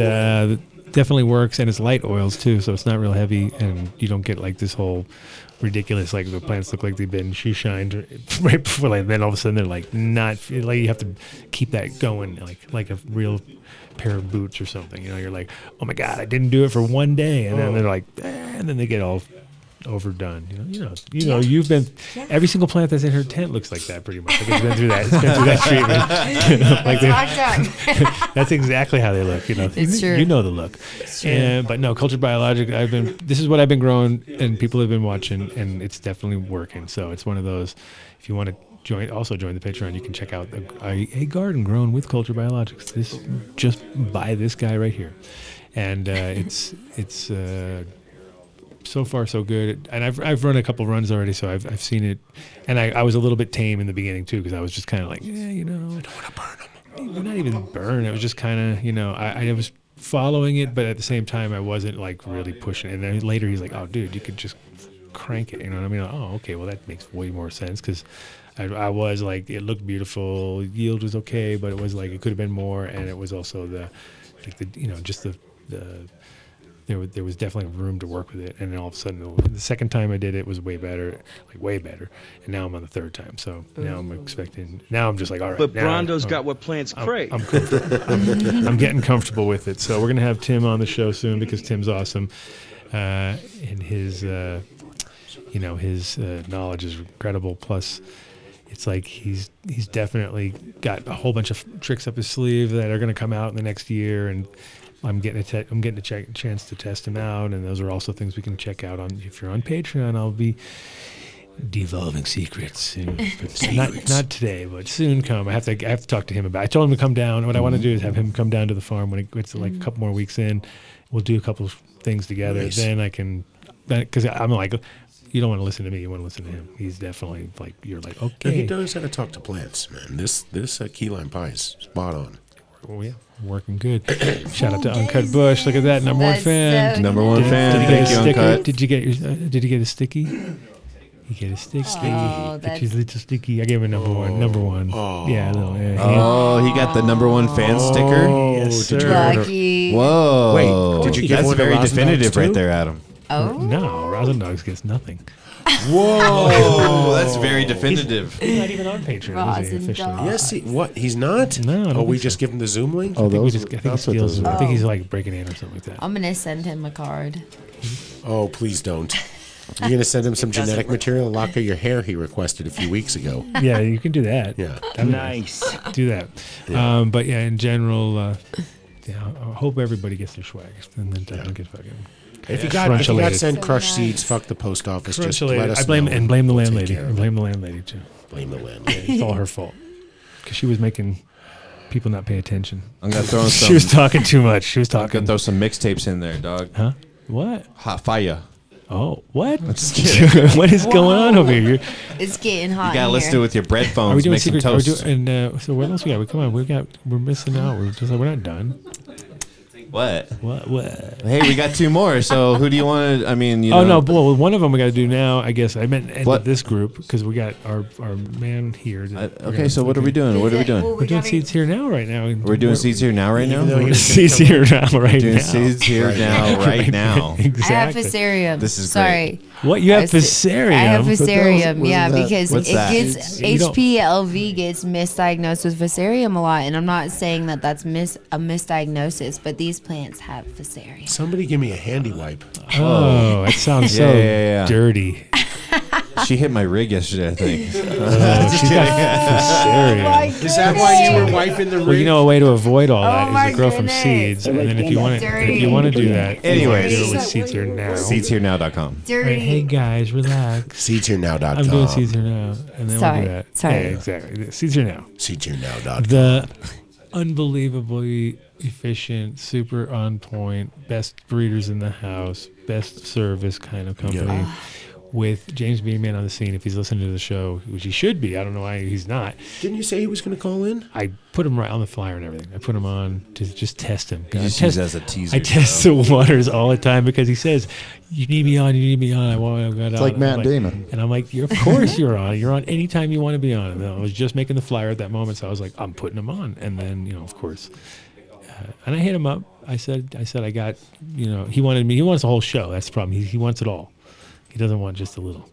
Speaker 5: uh, definitely works. And it's light oils too, so it's not real heavy, and you don't get like this whole ridiculous like the plants look like they've been shoe shined right before, like then all of a sudden they're like not like you have to keep that going like like a real pair of boots or something. You know, you're like, oh my god, I didn't do it for one day, and then they're like, "Eh," and then they get all overdone. You know, you know, you know, you've been every single plant that's in her tent looks like that pretty much. Like it's been through that, it's been through that treatment. You know, like
Speaker 4: That's
Speaker 5: they- that's exactly how they look. You know,
Speaker 4: It's
Speaker 5: you,
Speaker 4: true.
Speaker 5: you know the look.
Speaker 4: It's true.
Speaker 5: And, but no, cultured biologic. I've been. This is what I've been growing, and people have been watching, and it's definitely working. So it's one of those. If you want to. Join, also join the Patreon. You can check out a, a, a garden grown with Culture Biologics. This just by this guy right here, and uh, it's it's uh, so far so good and i've, I've run a couple runs already so i've, I've seen it and I, I was a little bit tame in the beginning too because i was just kind of like yeah you know i don't want to burn them not even burn it was just kind of you know I, I was following it but at the same time i wasn't like really pushing it and then later he's like oh dude you could just crank it you know what i mean oh okay well that makes way more sense because I, I was like it looked beautiful yield was okay but it was like it could have been more and it was also the like the you know just the the there was, there was definitely room to work with it. And then all of a sudden, the, the second time I did it was way better, like way better. And now I'm on the third time. So now I'm expecting, now I'm just like, all right.
Speaker 12: But
Speaker 5: now I-
Speaker 12: Brondo's
Speaker 5: I'm-
Speaker 12: got what plants
Speaker 5: uh, I'm-
Speaker 12: crave.
Speaker 5: I'm, comfortable. I'm, I'm getting comfortable with it. So we're going to have Tim on the show soon because Tim's awesome. Uh, and his, uh, you know, his uh, knowledge is incredible. Plus, it's like he's he's definitely got a whole bunch of tricks up his sleeve that are going to come out in the next year, and I'm getting a te- I'm getting a check- chance to test him out, and those are also things we can check out on if you're on Patreon. I'll be devolving secrets, and- but not
Speaker 13: Secrets.
Speaker 5: not today, but soon come. I have to I have to talk to him about. It. I told him to come down. What I want to do is have him come down to the farm when it gets like a couple more weeks in. We'll do a couple of things together.
Speaker 13: Mm-hmm. Nice.
Speaker 5: Then I can because I'm like. You don't want to listen to me. You want to listen to him. He's definitely like you're like okay.
Speaker 6: No, He knows how to talk to plants, man. This this uh, key lime pie is spot on.
Speaker 5: Oh yeah, working good. Shout out to
Speaker 4: Oh,
Speaker 5: Uncut Bush. Look at that, number one
Speaker 8: That's
Speaker 5: fan.
Speaker 8: so Number one
Speaker 5: Did-
Speaker 8: fan.
Speaker 5: Did you get
Speaker 8: Thank you,
Speaker 5: a sticker?
Speaker 8: Uncut.
Speaker 5: Did you get your? Uh, did you get a sticky? You get a stick. Sticky.
Speaker 4: Oh,
Speaker 5: Get
Speaker 4: that's-
Speaker 5: your little sticky. I gave him a number one. Number one. Yeah. a Little, yeah.
Speaker 8: Oh, he got the number one fan sticker.
Speaker 5: Yes, sir. Lucky.
Speaker 8: Whoa!
Speaker 5: Wait, did you give
Speaker 8: That's
Speaker 5: one to
Speaker 8: very
Speaker 5: Rosendogs
Speaker 8: definitive right
Speaker 5: too?
Speaker 8: there, Adam.
Speaker 4: Oh.
Speaker 5: No, Rosin Dogs gets nothing.
Speaker 8: Whoa, that's very definitive.
Speaker 5: He's not even on Patreon. Is he officially?
Speaker 6: Yes, he, what? He's not?
Speaker 5: No.
Speaker 6: Oh, we just give him the Zoom link?
Speaker 5: Oh, I think, we just, I think he steals. I think
Speaker 4: Oh.
Speaker 5: he's like breaking in or something like that.
Speaker 4: I'm gonna send him a card.
Speaker 6: Oh, please don't. You're going to send him some genetic material and lock of your hair he requested a few weeks ago.
Speaker 5: yeah, you can do that.
Speaker 6: Yeah.
Speaker 5: That'd be Do that. Um, but yeah, in general, uh, yeah, I I hope everybody gets their swag and then doesn't get fucking.
Speaker 6: If you got, if you got
Speaker 5: crunchylated.
Speaker 6: sent crushed seeds, fuck the post office. Just
Speaker 5: Crunchylated.
Speaker 6: let us
Speaker 5: I blame
Speaker 6: know.
Speaker 5: and blame the
Speaker 6: We'll take
Speaker 5: landlady.
Speaker 6: care of
Speaker 5: I
Speaker 6: it.
Speaker 5: blame the landlady too.
Speaker 6: Blame the landlady.
Speaker 5: it's all her fault because she was making people not pay attention.
Speaker 8: I'm gonna throw in some.
Speaker 5: she was talking too much. She was
Speaker 8: I'm
Speaker 5: talking.
Speaker 8: gonna throw some mixtapes in there, dog.
Speaker 5: Huh? What?
Speaker 8: Hot fire.
Speaker 5: Oh, what?
Speaker 8: I'm just kidding.
Speaker 5: what is going on over here?
Speaker 4: It's getting hot.
Speaker 8: You gotta
Speaker 4: in
Speaker 8: listen
Speaker 4: here.
Speaker 8: to it with your bread phones.
Speaker 5: Are we doing
Speaker 8: make
Speaker 5: secret?
Speaker 8: some
Speaker 5: Are we
Speaker 8: toast.
Speaker 5: doing, and uh, so what else we got? We come on. We got. We're missing out. We're just like we're not done.
Speaker 8: what?
Speaker 5: What? What?
Speaker 8: Hey, we got two more. So who do you want to? I mean, you
Speaker 5: oh
Speaker 8: know,
Speaker 5: no! Well, one of them we got to do now. I guess I meant end of this group because we got our our man here. that-
Speaker 8: Uh, okay, so what are we doing? What are we doing?
Speaker 5: We're doing seeds here now, right now.
Speaker 8: We're doing seeds here now, right now.
Speaker 5: We're doing seeds here now, right
Speaker 8: doing
Speaker 5: now.
Speaker 8: seeds here now, right now.
Speaker 5: exactly.
Speaker 4: I have fusarium.
Speaker 8: This is
Speaker 4: sorry.
Speaker 5: What you have
Speaker 4: I see-
Speaker 5: fusarium?
Speaker 4: I have
Speaker 5: What the hell is-
Speaker 4: fusarium,
Speaker 5: what is
Speaker 4: yeah,
Speaker 5: that?
Speaker 4: because
Speaker 5: What's
Speaker 4: it
Speaker 5: that?
Speaker 4: gets
Speaker 5: You don't-
Speaker 4: HPLV gets misdiagnosed with fusarium a lot, and I'm not saying that that's mis a misdiagnosis, but these plants have fusarium.
Speaker 6: Somebody give me a handy wipe.
Speaker 5: Oh, that sounds so
Speaker 8: Yeah, yeah, yeah.
Speaker 5: dirty.
Speaker 8: She hit my rig yesterday, I think.
Speaker 5: Oh, she's got
Speaker 4: Oh
Speaker 5: fusarium.
Speaker 6: Is that why you were wiping the rig?
Speaker 5: Well, you know a way to avoid
Speaker 4: Oh
Speaker 5: all that is
Speaker 6: my
Speaker 5: to grow from
Speaker 6: goodness.
Speaker 5: seeds, and then if you want to, if you want to do that, you wanna
Speaker 8: Anyways.
Speaker 5: do it with seeds here now.
Speaker 8: Seedsherenow.com.
Speaker 5: Right, hey guys, relax.
Speaker 6: Seedsherenow.com.
Speaker 5: I'm doing seeds here now, and then
Speaker 4: Sorry,
Speaker 5: we'll do that.
Speaker 4: sorry.
Speaker 5: Yeah, exactly. Seeds here now.
Speaker 6: Seedsherenow.com.
Speaker 5: The unbelievably efficient, super on point, best breeders in the house, best service kind of company. with James Beanman on the scene if he's listening to the show, which he should be. I don't know why he's not.
Speaker 6: Didn't you say he was going to call in?
Speaker 5: I put him right on the flyer and everything. I put him on to just test him.
Speaker 8: You
Speaker 5: I
Speaker 8: just
Speaker 5: test,
Speaker 8: use it as a teaser,
Speaker 5: I test
Speaker 8: you know?
Speaker 5: the waters all the time because he says, "You need me on. You need me on. I want. I got
Speaker 3: It's
Speaker 5: on."
Speaker 3: like
Speaker 5: I'm
Speaker 3: Matt Damon.
Speaker 5: And I'm like, "You're- "Of course you're on. You're on anytime you want to be on." And I was just making the flyer at that moment, so I was like, "I'm putting him on." And then you know, of course, uh, and I hit him up. I said, "I said I got. You know, he wanted me. He wants the whole show. That's the problem. He, he wants it all. He doesn't want just a little."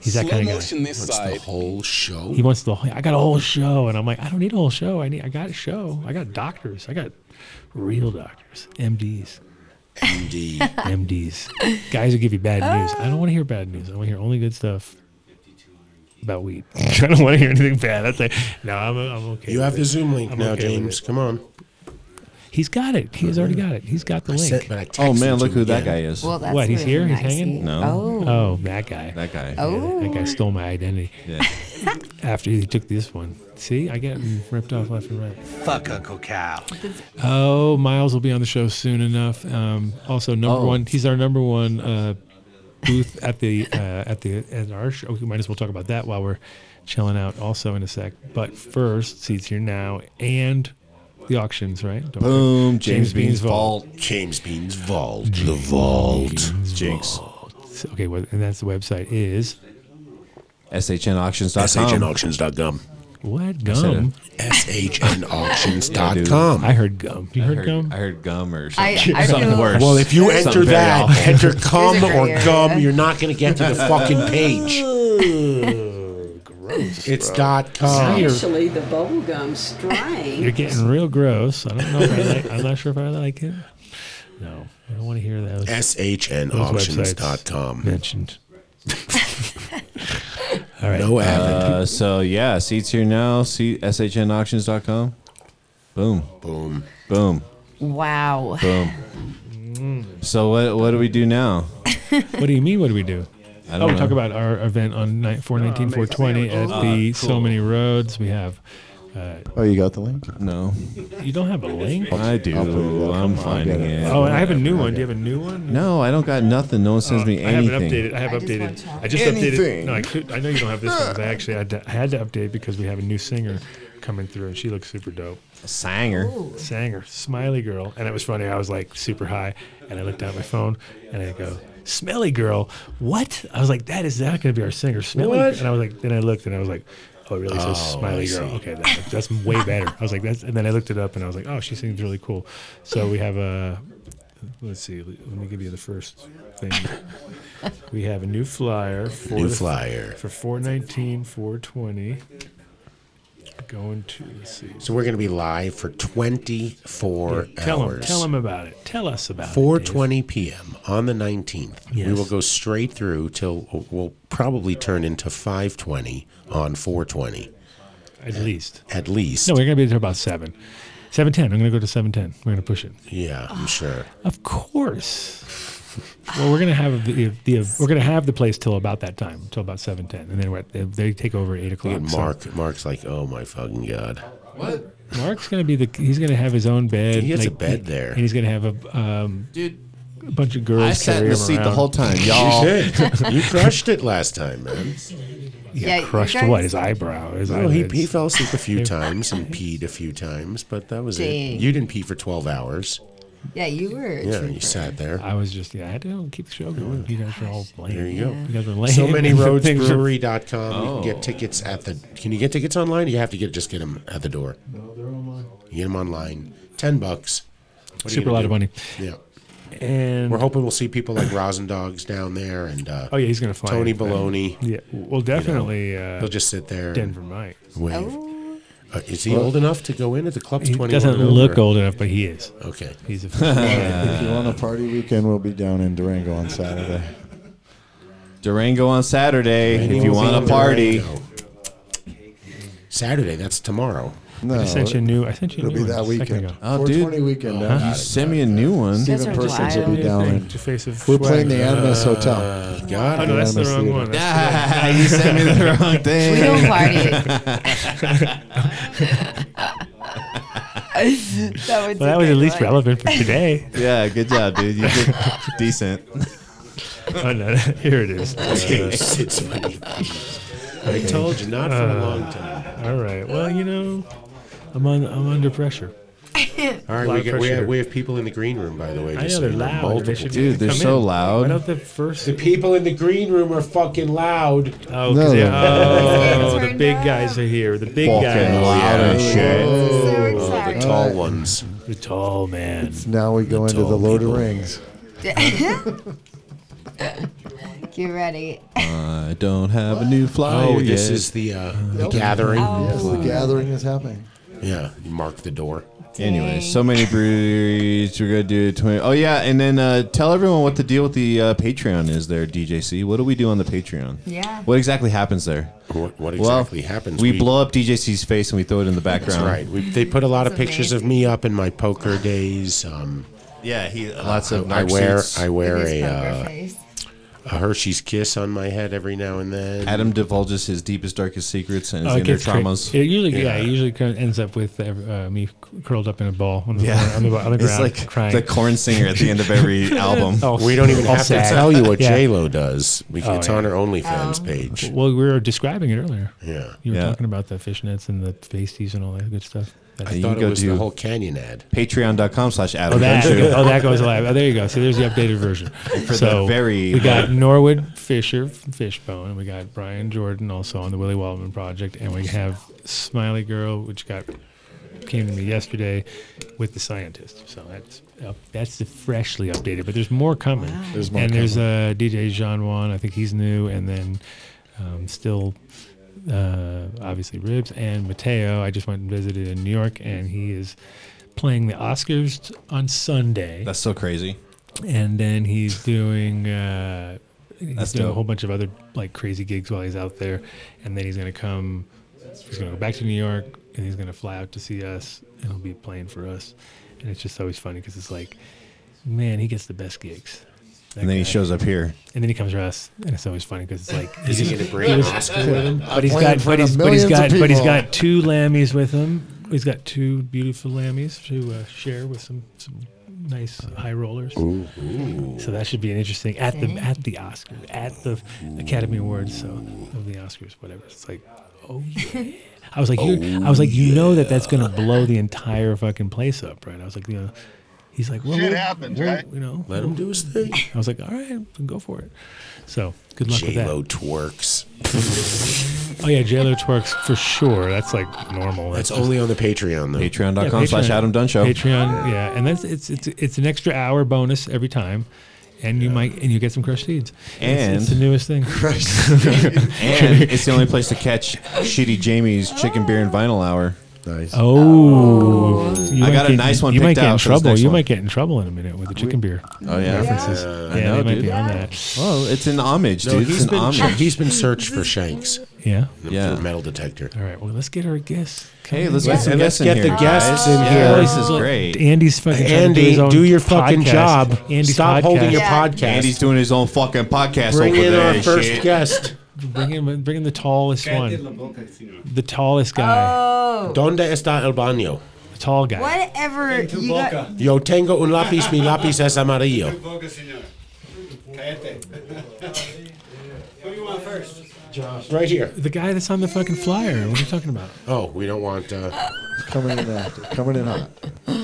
Speaker 5: He's that
Speaker 6: Slow
Speaker 5: kind of guy.
Speaker 6: motion this Wants the side. whole show?
Speaker 5: He wants the whole. I got a whole show, and I'm like, I don't need a whole show. I need. I got a show. I got doctors. I got real doctors, MDs,
Speaker 6: MD,
Speaker 5: MDs, guys who give you bad news. I don't want to hear bad news. I want to hear only good stuff about weed. I don't want to hear anything bad. That's like, no, I'm, I'm okay.
Speaker 6: You
Speaker 5: with
Speaker 6: have
Speaker 5: it.
Speaker 6: the Zoom link
Speaker 5: I'm
Speaker 6: now,
Speaker 5: okay with
Speaker 6: James.
Speaker 5: it.
Speaker 6: Come on.
Speaker 5: He's got it. He has already got it. He's got the
Speaker 6: I
Speaker 5: link.
Speaker 6: sent- but I texted Oh, man, look you who that again. guy is. Well, that's
Speaker 5: what? He's
Speaker 6: really
Speaker 5: here. He's
Speaker 6: nice of
Speaker 5: hanging.
Speaker 6: you. No.
Speaker 5: Oh. that guy.
Speaker 8: That guy.
Speaker 5: Yeah, that guy
Speaker 8: Oh.
Speaker 5: stole my identity.
Speaker 8: Yeah.
Speaker 5: After he took this one. See, I get ripped off left and right.
Speaker 12: Fuck Uncle Cal.
Speaker 5: Oh, Miles will be on the show soon enough. Um, also, number
Speaker 12: Oh.
Speaker 5: one, he's our number one uh, booth at the uh, at the at our show. We might as well talk about that while we're chilling out. Also, in a sec. But first, seats here now and the auctions, right? Don't forget.
Speaker 6: Boom, James Bean's
Speaker 5: Vault.
Speaker 6: James Bean's vault. The vault. Jinx.
Speaker 5: So- Okay, well, and that's the website is
Speaker 8: SHNauctions.com.
Speaker 5: what
Speaker 8: I said
Speaker 5: gum?
Speaker 6: SHNauctions.com.
Speaker 5: I heard gum. You
Speaker 8: I
Speaker 5: heard,
Speaker 8: heard-
Speaker 5: gum?
Speaker 8: I heard gum or
Speaker 4: I-
Speaker 8: something,
Speaker 4: I
Speaker 8: something
Speaker 4: feel-
Speaker 8: worse.
Speaker 6: Well, if you
Speaker 8: Something
Speaker 6: enter
Speaker 8: very
Speaker 6: that,
Speaker 8: awful.
Speaker 6: enter cum
Speaker 4: There's a
Speaker 6: or
Speaker 4: gray
Speaker 6: gum,
Speaker 4: area.
Speaker 6: you're not going to get to the fucking page. It's dot com.
Speaker 9: Actually, the bubblegum strain.
Speaker 5: You're getting real gross. I don't know. If I like, I'm not sure if I like it. No, I don't want to hear those. those websites
Speaker 6: SHNauctions.com.
Speaker 5: Mentioned. All right.
Speaker 6: No ad.
Speaker 8: Uh, so yeah, seats here now. See shnauctions.com. Boom.
Speaker 6: Boom.
Speaker 8: Boom.
Speaker 4: Wow.
Speaker 8: Boom. So what what do we do now?
Speaker 5: What do you mean? What do we do?
Speaker 8: I
Speaker 5: oh,
Speaker 8: don't
Speaker 5: we talk
Speaker 8: know.
Speaker 5: about our event on night 419, 420 at
Speaker 8: Oh,
Speaker 5: the
Speaker 8: cool.
Speaker 5: So Many Roads. We have. Uh,
Speaker 3: Oh, you got the link?
Speaker 8: No.
Speaker 5: you don't have a link?
Speaker 8: I do. I'm finding it.
Speaker 5: Oh, and I have a new one. Do you have a new one?
Speaker 8: No, I don't got nothing. No one sends me
Speaker 5: Uh, I haven't
Speaker 8: anything.
Speaker 5: updated. I have updated. I just updated. No, I could. I know you don't have this one. but I actually had to, I had to update because we have a new singer coming through, and she looks super dope.
Speaker 8: A sanger.
Speaker 5: Sanger, smiley girl, and it was funny. I was like super high, and I looked down at my phone, and I go, "Smelly girl, what?" I was like, "That is not going to be our singer, Smelly."
Speaker 12: What?
Speaker 5: And I was like, then I looked, and I was like, "Oh, it really?
Speaker 12: Oh,
Speaker 5: says smiley
Speaker 12: I
Speaker 5: girl?
Speaker 12: see.
Speaker 5: Okay, that, that's way better." I was like, "That's," and then I looked it up, and I was like, "Oh, she sings really cool." So we have a. Let's see. Let me give you the first thing. we have a new flyer for
Speaker 6: New
Speaker 5: the-
Speaker 6: flyer.
Speaker 5: for 419, 420. Going to let's see.
Speaker 6: So we're going to be live for 24
Speaker 5: Tell him,
Speaker 6: hours.
Speaker 5: tell him about it. Tell us about it. Dave.
Speaker 6: 4:20 p.m. on the 19th. We
Speaker 5: Yes.
Speaker 6: will go straight through till we'll probably turn into 5:20 on 4:20
Speaker 5: At least.
Speaker 6: at least.
Speaker 5: No, we're gonna be there about seven. Seven ten. I'm gonna go to seven ten. We're gonna push it.
Speaker 6: Yeah,
Speaker 5: Ah.
Speaker 6: I'm sure.
Speaker 5: Of course. well, we're gonna have the, the we're gonna have the place till about that time, till about seven ten, and then we're at, they, they take over at eight o'clock.
Speaker 6: And
Speaker 5: so-
Speaker 6: Mark, Mark's like, oh my fucking god.
Speaker 5: What? Mark's gonna be the he's gonna have his own bed.
Speaker 6: He has a
Speaker 5: like,
Speaker 6: bed there.
Speaker 5: and he's gonna have a um,
Speaker 8: dude.
Speaker 5: A bunch of girls.
Speaker 8: I sat in
Speaker 5: carry
Speaker 8: the
Speaker 5: him
Speaker 8: seat the
Speaker 5: around.
Speaker 8: whole time,
Speaker 5: Oh.
Speaker 6: y'all. You did. You crushed it last time, man.
Speaker 4: Yeah, you
Speaker 5: crushed
Speaker 4: guys-
Speaker 5: what? His eyebrow. His
Speaker 6: No, he,
Speaker 5: eyelids.
Speaker 6: he fell asleep a few times and peed a few times, but that was
Speaker 4: Dang.
Speaker 6: it. You didn't pee for 12 hours.
Speaker 4: Yeah, you were. a
Speaker 6: Yeah, you
Speaker 4: trooper.
Speaker 6: sat there.
Speaker 5: I was just yeah. I had to keep the show going. You guys were all lame.
Speaker 6: There you go.
Speaker 5: You guys were lame.
Speaker 6: So many roads
Speaker 5: Things were-
Speaker 6: brewery.com. You
Speaker 8: Oh.
Speaker 6: can get tickets at the. Can you get tickets online? You have to get just get them at the door. No, they're online. You get them online. Ten bucks. What are you
Speaker 5: Super
Speaker 6: gonna
Speaker 5: lot of
Speaker 6: do?
Speaker 5: money.
Speaker 6: Yeah.
Speaker 5: And
Speaker 6: we're hoping we'll see people like Rosin Dogs down there, and uh,
Speaker 5: Oh yeah, he's gonna fly.
Speaker 6: Tony
Speaker 5: in.
Speaker 6: Baloney.
Speaker 5: Yeah, well, definitely. uh,
Speaker 6: he'll just sit there. and
Speaker 5: Denver Mike.
Speaker 6: Wave.
Speaker 8: Oh.
Speaker 6: Uh, is he
Speaker 5: Well-
Speaker 6: old enough to go in at the club's
Speaker 5: He
Speaker 6: twenty?
Speaker 5: doesn't look old enough, but he is.
Speaker 6: Okay.
Speaker 5: He's a.
Speaker 3: if you want a party weekend, we'll be down in Durango on Saturday.
Speaker 8: Durango on Saturday.
Speaker 6: Durango
Speaker 8: if you
Speaker 6: will be
Speaker 8: want
Speaker 6: in
Speaker 8: a party,
Speaker 6: Durango. Saturday. That's tomorrow.
Speaker 3: No,
Speaker 5: I sent you a new. I sent you a
Speaker 3: it'll
Speaker 5: new
Speaker 3: be
Speaker 5: one
Speaker 3: that
Speaker 5: a second
Speaker 3: weekend.
Speaker 5: ago.
Speaker 8: oh dude,
Speaker 3: 420 weekend. uh,
Speaker 8: you
Speaker 3: down there.
Speaker 8: sent me a new one.
Speaker 3: Steven Persons will be down. in-
Speaker 5: To face of
Speaker 3: We're
Speaker 5: swag.
Speaker 3: playing the Animus Hotel.
Speaker 6: Uh, God.
Speaker 5: Oh no, that's the
Speaker 3: Animus
Speaker 5: wrong
Speaker 3: Theater.
Speaker 5: one.
Speaker 8: Ah, you sent me the wrong thing.
Speaker 4: We don't party. that was,
Speaker 5: Well, that was at least relevant for today.
Speaker 8: Yeah, good job, dude. You did decent.
Speaker 5: Oh, no, here it is.
Speaker 6: Yes, it's funny. I told you, not for a long
Speaker 5: time. All right. Well, you know, I'm on, I'm under pressure.
Speaker 6: All right,
Speaker 5: Lot
Speaker 6: we, got,
Speaker 5: of
Speaker 6: we,
Speaker 5: pressure
Speaker 6: have,
Speaker 5: here.
Speaker 6: we have people in the green room, by the way.
Speaker 5: I
Speaker 6: just so
Speaker 5: know they're
Speaker 6: you
Speaker 5: loud. They
Speaker 6: multiple
Speaker 5: should
Speaker 6: people.
Speaker 5: Dude, they're come so in. loud. Why don't
Speaker 6: the
Speaker 5: first?
Speaker 6: people in the green room are fucking loud.
Speaker 5: Oh, 'cause they- oh, the big guys are here. The big
Speaker 6: Fucking
Speaker 5: guys.
Speaker 6: loud as
Speaker 5: Oh,
Speaker 6: shit.
Speaker 5: yeah.
Speaker 6: Oh, the Sorry. tall ones.
Speaker 5: The tall man.
Speaker 3: Now we go into the Lord of Rings.
Speaker 7: Get ready.
Speaker 8: I don't have a new flyer.
Speaker 6: Oh, this
Speaker 8: yet.
Speaker 6: is the, uh, the Nope. Oh. gathering.
Speaker 3: Yes, the gathering is happening.
Speaker 6: Yeah, you mark the door.
Speaker 8: Anyway, so many breweries. We're gonna do twenty. Oh yeah, and then uh, tell everyone what the deal with the uh, Patreon is. There, DJC. What do we do on the Patreon?
Speaker 6: Yeah.
Speaker 8: What exactly happens there?
Speaker 6: What, what
Speaker 8: Well,
Speaker 6: exactly happens?
Speaker 8: We, blow up DJC's face and we throw it in the
Speaker 6: That's
Speaker 8: background.
Speaker 6: right. We, they put a lot of pictures of me up in my poker days. Um,
Speaker 8: Yeah, he- lots of
Speaker 6: I
Speaker 8: narc
Speaker 6: wear
Speaker 8: suits.
Speaker 6: I wear
Speaker 8: With his
Speaker 6: a
Speaker 8: poker
Speaker 6: uh, a Hershey's kiss on my head every now and then.
Speaker 8: Adam divulges his deepest, darkest secrets and his
Speaker 5: Oh, it
Speaker 8: inner
Speaker 5: gets cra-
Speaker 8: traumas.
Speaker 5: It usually, yeah, it usually kind of ends up with uh, me curled up in a ball on the,
Speaker 8: Yeah.
Speaker 5: on the, on the
Speaker 8: It's
Speaker 5: ground,
Speaker 8: like
Speaker 5: crying. Oh,
Speaker 8: the corn singer at the end of every album.
Speaker 6: we don't even
Speaker 5: all
Speaker 6: have
Speaker 5: sad.
Speaker 6: to tell you what
Speaker 5: Yeah.
Speaker 6: J Lo does. We,
Speaker 5: Oh,
Speaker 6: it's
Speaker 5: yeah.
Speaker 6: on her OnlyFans page.
Speaker 5: Well, we were describing it earlier.
Speaker 6: Yeah.
Speaker 5: you were
Speaker 6: Yeah.
Speaker 5: talking about the fishnets and the pasties and all that good stuff. That's-
Speaker 6: I thought it was the whole Canyon ad.
Speaker 8: Patreon.com slash Adam.
Speaker 5: Oh that,
Speaker 8: Venture.
Speaker 5: oh, that goes live. Oh, there you go. So there's the updated version.
Speaker 8: For
Speaker 5: so
Speaker 8: the very-
Speaker 5: we got Norwood Fisher from Fishbone, and we got Brian Jordan also on the Willie Waldman project, and we have Smiley Girl, which got came to me yesterday with the scientist. So that's up, that's the freshly updated, but there's more coming.
Speaker 3: There's more
Speaker 5: and there's uh, DJ Jean Juan. I think he's new, and then um, still. Uh, obviously, ribs and Mateo. I just went and visited in New York, and he is playing the Oscars on Sunday.
Speaker 8: That's so crazy.
Speaker 5: And then he's doing uh, he's
Speaker 8: That's
Speaker 5: doing a
Speaker 8: dope.
Speaker 5: whole bunch of other like crazy gigs while he's out there. And then he's gonna come. He's gonna go back to New York and he's gonna fly out to see us and he'll be playing for us. And it's just always funny because it's like, man, he gets the best gigs. That
Speaker 8: And then he
Speaker 5: guy.
Speaker 8: shows up here.
Speaker 5: And then he comes to us, and it's always funny because it's like,
Speaker 6: Is he
Speaker 5: just-
Speaker 6: gonna bring an
Speaker 5: was-
Speaker 6: Oscar with him?
Speaker 5: But he's
Speaker 6: I'm playing
Speaker 5: got,
Speaker 6: in
Speaker 5: but
Speaker 6: front of
Speaker 5: he's, but
Speaker 6: millions
Speaker 5: he's got,
Speaker 6: of
Speaker 5: but he's
Speaker 6: people.
Speaker 5: got two lammies with him. He's got two beautiful lammies to uh, share with some some nice high rollers.
Speaker 6: Ooh. Ooh.
Speaker 5: So that should be an interesting at the
Speaker 6: Dang.
Speaker 5: at the Oscars at the Academy Awards. So of the Oscars, whatever. It's like, oh yeah. I was like, you I was like, you know that that's gonna blow the entire fucking place up, right? I was like, you know, he's like, well,
Speaker 12: Shit
Speaker 5: we'll-
Speaker 12: happens,
Speaker 5: we'll-
Speaker 12: right?
Speaker 5: You know,
Speaker 6: Let him do his thing.
Speaker 5: I was like, all right, go for it. So good luck with that.
Speaker 6: J-Lo twerks.
Speaker 5: Oh yeah, JLo twerks for sure. That's like normal.
Speaker 6: That's only on the Patreon though.
Speaker 8: Patreon.com slash Adam Dunn Show.
Speaker 5: Patreon, yeah, and that's it's it's it's an extra hour bonus every time, and you might and you get some crushed seeds.
Speaker 8: And
Speaker 5: it's, it's the newest thing. Crushed
Speaker 8: and it's the only place to catch shitty Jamie's chicken beer and vinyl hour.
Speaker 6: Nice.
Speaker 5: Oh, you
Speaker 8: I
Speaker 5: might
Speaker 8: got a
Speaker 5: get-
Speaker 8: nice one
Speaker 5: You might
Speaker 8: picked
Speaker 5: get
Speaker 8: out
Speaker 5: in
Speaker 8: for this
Speaker 5: trouble.
Speaker 8: next
Speaker 5: You
Speaker 8: one.
Speaker 5: might get in trouble in a minute with the chicken beer.
Speaker 8: Oh yeah,
Speaker 5: references.
Speaker 8: Uh,
Speaker 5: yeah,
Speaker 8: I know,
Speaker 5: they might
Speaker 8: dude.
Speaker 5: be on that.
Speaker 8: Well, it's an homage,
Speaker 6: No,
Speaker 8: dude.
Speaker 6: he's
Speaker 8: It's an
Speaker 6: been
Speaker 8: homage.
Speaker 6: he's been searched for Shanks.
Speaker 5: Yeah.
Speaker 6: Yeah. metal detector.
Speaker 5: All right, well, let's get our guests.
Speaker 8: Hey, let's get some
Speaker 6: And let's
Speaker 8: guests in
Speaker 6: get
Speaker 8: here.
Speaker 6: the guests in
Speaker 8: guys.
Speaker 6: here.
Speaker 8: Yeah, This is great.
Speaker 5: Andy's fucking trying to do
Speaker 6: Andy,
Speaker 5: his own
Speaker 6: do your fucking
Speaker 5: podcast.
Speaker 6: job.
Speaker 5: Andy's
Speaker 6: Stop holding your
Speaker 5: podcast.
Speaker 6: podcast.
Speaker 8: Andy's doing his own fucking podcast
Speaker 6: Bring
Speaker 8: over
Speaker 6: in
Speaker 8: there.
Speaker 6: our first
Speaker 8: shit.
Speaker 6: guest.
Speaker 5: Bring in, bring in the tallest one. The tallest guy.
Speaker 6: Donde está el baño?
Speaker 5: The tall guy.
Speaker 7: Whatever. You got,
Speaker 6: Yo tengo un lápiz, mi lápiz es amarillo.
Speaker 12: Who do you want first? Josh.
Speaker 6: Right here.
Speaker 5: The guy that's on the fucking flyer. What are you talking about?
Speaker 6: Oh, we don't want. Uh,
Speaker 3: coming in after. Coming in hot.
Speaker 5: The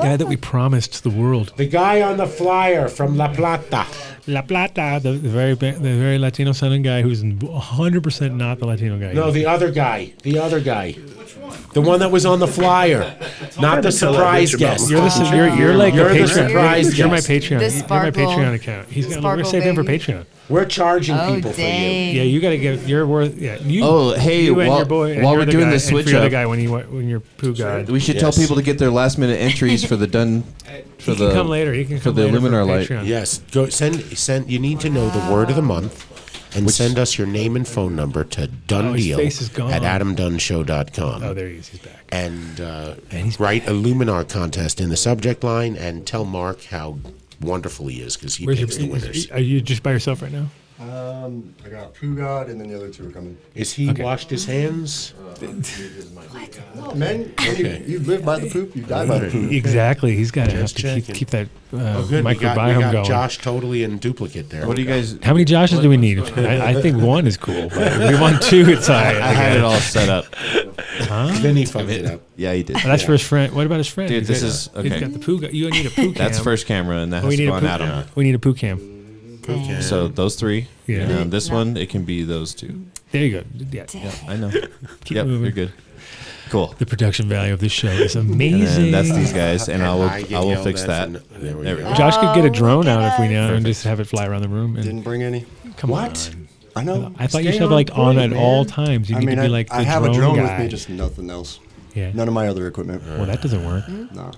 Speaker 5: guy
Speaker 6: Oh.
Speaker 5: that we promised the world.
Speaker 6: the guy on the flyer from La Plata.
Speaker 5: La Plata, the, the very ba- the very Latino sounding guy who's 100% not the Latino guy.
Speaker 6: No, the other guy. The other guy. Which one? The one that was on the flyer, not the surprise guest.
Speaker 5: You're, the, you're, you're like
Speaker 6: You're
Speaker 5: a
Speaker 6: the
Speaker 5: Patreon.
Speaker 6: surprise
Speaker 5: You're my
Speaker 6: guest.
Speaker 5: Patreon.
Speaker 6: Oh. The
Speaker 5: you're
Speaker 6: sparkle-
Speaker 5: my Patreon account. He's gonna, we're
Speaker 6: sparkle
Speaker 5: saving him for
Speaker 6: baby.
Speaker 5: Patreon.
Speaker 6: We're charging
Speaker 5: Oh,
Speaker 6: people for
Speaker 5: Yeah, you got to get. You're worth. Yeah. You,
Speaker 8: Oh, hey,
Speaker 5: you and
Speaker 8: while-
Speaker 5: your boy, and
Speaker 8: while
Speaker 5: you're
Speaker 8: we're
Speaker 5: the
Speaker 8: doing
Speaker 5: guy,
Speaker 8: this
Speaker 5: and for
Speaker 8: switch
Speaker 5: the other
Speaker 8: up-
Speaker 5: guy when you when you're poo god.
Speaker 8: We should tell people to get their last minute entries for the Dun for
Speaker 5: He can
Speaker 8: the
Speaker 5: come later. He can
Speaker 8: for
Speaker 5: come
Speaker 8: the
Speaker 5: later for
Speaker 8: Illuminar light.
Speaker 5: Patreon.
Speaker 6: you. Yes, go send send. You need to know the word of the month. And send us your name and phone number to
Speaker 5: Oh, his
Speaker 6: Dundeal
Speaker 5: face is gone.
Speaker 6: at adamdunshow.com.
Speaker 5: Oh, there he is. He's back.
Speaker 6: and, uh, write a Luminar contest in the subject line and tell Mark how wonderful he is because he
Speaker 5: Where's
Speaker 6: picks
Speaker 5: your,
Speaker 6: the winners.
Speaker 5: Are you just by yourself right now?
Speaker 13: Um, I got Pooh God, and then the other two are coming.
Speaker 6: Is he washed his hands?
Speaker 13: No, man.
Speaker 6: Okay.
Speaker 13: You, you live by the poop, you die by the poop.
Speaker 5: Exactly. He's got to have
Speaker 6: Just
Speaker 5: to keep,
Speaker 6: checking.
Speaker 5: keep that uh,
Speaker 6: Oh, good. We
Speaker 5: microbiome
Speaker 6: got, we got
Speaker 5: going.
Speaker 6: Josh totally in duplicate there.
Speaker 5: What do you guys- How many Joshes do we need? I- I think one is cool, but we want two, it's all right. I had it all set up. Huh?
Speaker 6: Then he fucked it up.
Speaker 8: Yeah, he did.
Speaker 5: And that's for his friend. What about his friend?
Speaker 8: Dude,
Speaker 5: He's
Speaker 8: this
Speaker 5: got-
Speaker 8: is
Speaker 5: He's
Speaker 8: okay.
Speaker 5: got the poo. Gu- you need a poo cam.
Speaker 8: That's first camera, and that
Speaker 5: Oh, we
Speaker 8: has to
Speaker 5: need
Speaker 8: go
Speaker 5: a
Speaker 8: on
Speaker 5: poo-
Speaker 8: Adam.
Speaker 5: We need a poo cam.
Speaker 6: Okay.
Speaker 8: So those three.
Speaker 5: Yeah.
Speaker 8: And then this one, it can be those two.
Speaker 5: There you go. Yeah.
Speaker 8: Yeah, I know.
Speaker 5: Keep
Speaker 8: yep,
Speaker 5: moving.
Speaker 8: you're good. Cool.
Speaker 5: The production value of this show is amazing.
Speaker 8: And then that's these guys, and I will
Speaker 6: I get
Speaker 8: I will
Speaker 6: yelled
Speaker 8: fix
Speaker 6: at
Speaker 8: that.
Speaker 6: for no- there we go.
Speaker 5: Josh could get a drone out if we know and just have it fly around the room. And
Speaker 13: Didn't bring any.
Speaker 5: Come
Speaker 13: what?
Speaker 5: on.
Speaker 13: I know.
Speaker 5: I thought you
Speaker 13: Stay
Speaker 5: should have, like, on
Speaker 13: point,
Speaker 5: at all
Speaker 13: man.
Speaker 5: times. You need to
Speaker 13: I,
Speaker 5: be, like,
Speaker 13: I
Speaker 5: the
Speaker 13: have a
Speaker 5: drone
Speaker 13: drone
Speaker 5: guy.
Speaker 13: with me, just nothing else.
Speaker 5: Yeah.
Speaker 13: None of my other equipment.
Speaker 5: Well, that doesn't work.
Speaker 13: No.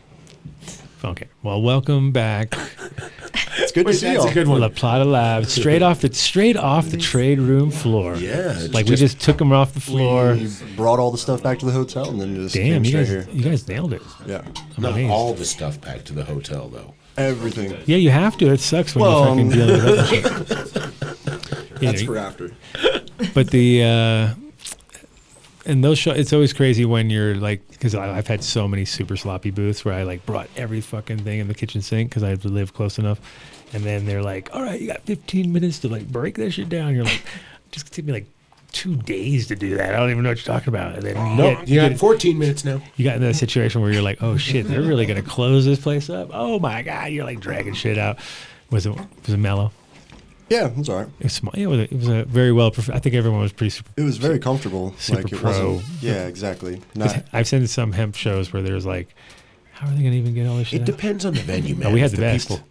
Speaker 5: Okay. Well, welcome back.
Speaker 13: It's good to see you.
Speaker 5: La Plata Lab, straight off the straight off the trade room floor.
Speaker 13: Yeah, it's
Speaker 5: like we
Speaker 13: just-
Speaker 5: just took them off the floor.
Speaker 13: You brought all the stuff back to the hotel and then just
Speaker 5: Damn,
Speaker 13: came
Speaker 5: you
Speaker 13: straight
Speaker 5: guys,
Speaker 13: here.
Speaker 5: you guys nailed it.
Speaker 13: Yeah.
Speaker 5: I'm
Speaker 6: Not
Speaker 5: amazed.
Speaker 6: all the stuff back to the hotel though.
Speaker 13: Everything.
Speaker 5: Yeah, you have to. It sucks when
Speaker 13: Well,
Speaker 5: you're fucking
Speaker 13: um,
Speaker 5: dealing with other shit. You
Speaker 13: That's
Speaker 5: know,
Speaker 13: for after.
Speaker 5: But the uh, and those show, it's always crazy when you're like because I've had so many super sloppy booths where I like brought every fucking thing in the kitchen sink because I live close enough, and then they're like, all right, you got 15 minutes to like break that shit down. You're like, just took me like two days to do that. I don't even know what you're talking about. And then you
Speaker 6: No,
Speaker 5: get-
Speaker 6: you
Speaker 5: get
Speaker 6: got 14 minutes now.
Speaker 5: you got in that situation where you're like, oh shit, they're really gonna close this place up. Oh my god, you're like dragging shit out. Was it was it mellow?
Speaker 13: Yeah, it's all right.
Speaker 5: It was small. Yeah, It was a, it was a very well. Prof- I think everyone was pretty. Super,
Speaker 13: It was very comfortable.
Speaker 5: Super
Speaker 13: like it
Speaker 5: pro.
Speaker 13: wasn't. Yeah, exactly.
Speaker 5: 'Cause
Speaker 13: Not,
Speaker 5: I've seen some hemp shows where there's like, how are they gonna even get all this shit?
Speaker 6: It
Speaker 5: out?
Speaker 6: depends on the venue,
Speaker 5: No,
Speaker 6: man.
Speaker 5: we had
Speaker 6: If
Speaker 5: the best.
Speaker 6: people-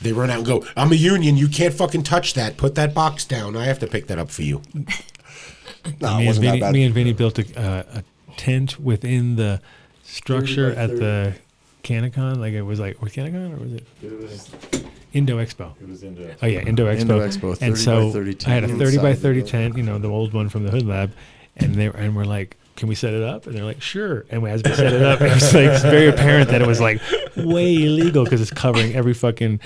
Speaker 6: they run out and go, I'm a union. You can't fucking touch that. Put that box down. I have to pick that up for you.
Speaker 13: no,
Speaker 5: me,
Speaker 13: it
Speaker 5: and
Speaker 13: wasn't that
Speaker 5: Vinny,
Speaker 13: bad.
Speaker 5: me and Vinny built a, uh, a tent within the structure
Speaker 13: 30 by
Speaker 5: at the Canicon. Like it was like was Canicon or was it? Indo Expo. It was Indo. Oh yeah, Indo Expo.
Speaker 3: Indo Expo, 30 by
Speaker 5: And so
Speaker 3: 30
Speaker 5: I had a
Speaker 3: tent
Speaker 5: thirty by
Speaker 3: inside the
Speaker 5: thirty
Speaker 3: building.
Speaker 5: tent, you know, the old one from the Hood Lab, and they were- and we're like, can we set it up? And they're like, sure. And as we set it up, it was like very apparent that it was like way illegal because it's covering every fucking,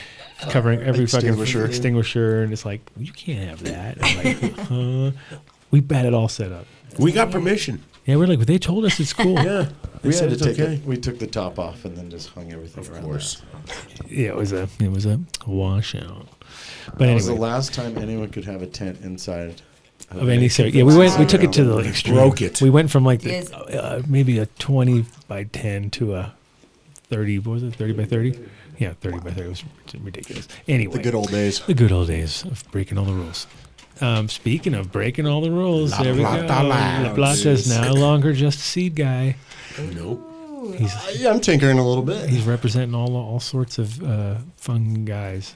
Speaker 5: covering every
Speaker 13: Extinguisher.
Speaker 5: fucking extinguisher, and it's like you can't have that. And I'm like, huh? We had it all set up.
Speaker 6: We got permission.
Speaker 5: Yeah, we're like, they told us it's cool.
Speaker 6: Yeah. They
Speaker 3: We
Speaker 6: said
Speaker 3: had to
Speaker 6: it's
Speaker 3: take
Speaker 6: okay.
Speaker 3: it. We took the top off and then just hung everything around. Of course.
Speaker 5: Yeah, it was a it was a washout. But
Speaker 3: That
Speaker 5: anyway,
Speaker 3: was the last time anyone could have a tent inside
Speaker 5: of any sort. Oh, Yeah, we went. We took it to the
Speaker 3: Wow.
Speaker 5: extreme.
Speaker 6: broke it.
Speaker 5: We went from like the,
Speaker 4: Yes.
Speaker 5: uh, maybe a twenty by ten to a thirty. What was it? Thirty by thirty. Yeah, thirty by thirty was ridiculous. Anyway,
Speaker 13: The good old days.
Speaker 5: The good old days of breaking all the rules. Um, speaking of breaking all the rules,
Speaker 6: La
Speaker 5: there we
Speaker 6: Plata
Speaker 5: go. La
Speaker 6: Lounge.
Speaker 5: Plata is no longer just a seed guy.
Speaker 6: Nope.
Speaker 5: He's
Speaker 13: yeah, I'm tinkering a little bit.
Speaker 5: he's representing all all sorts of uh, fun guys.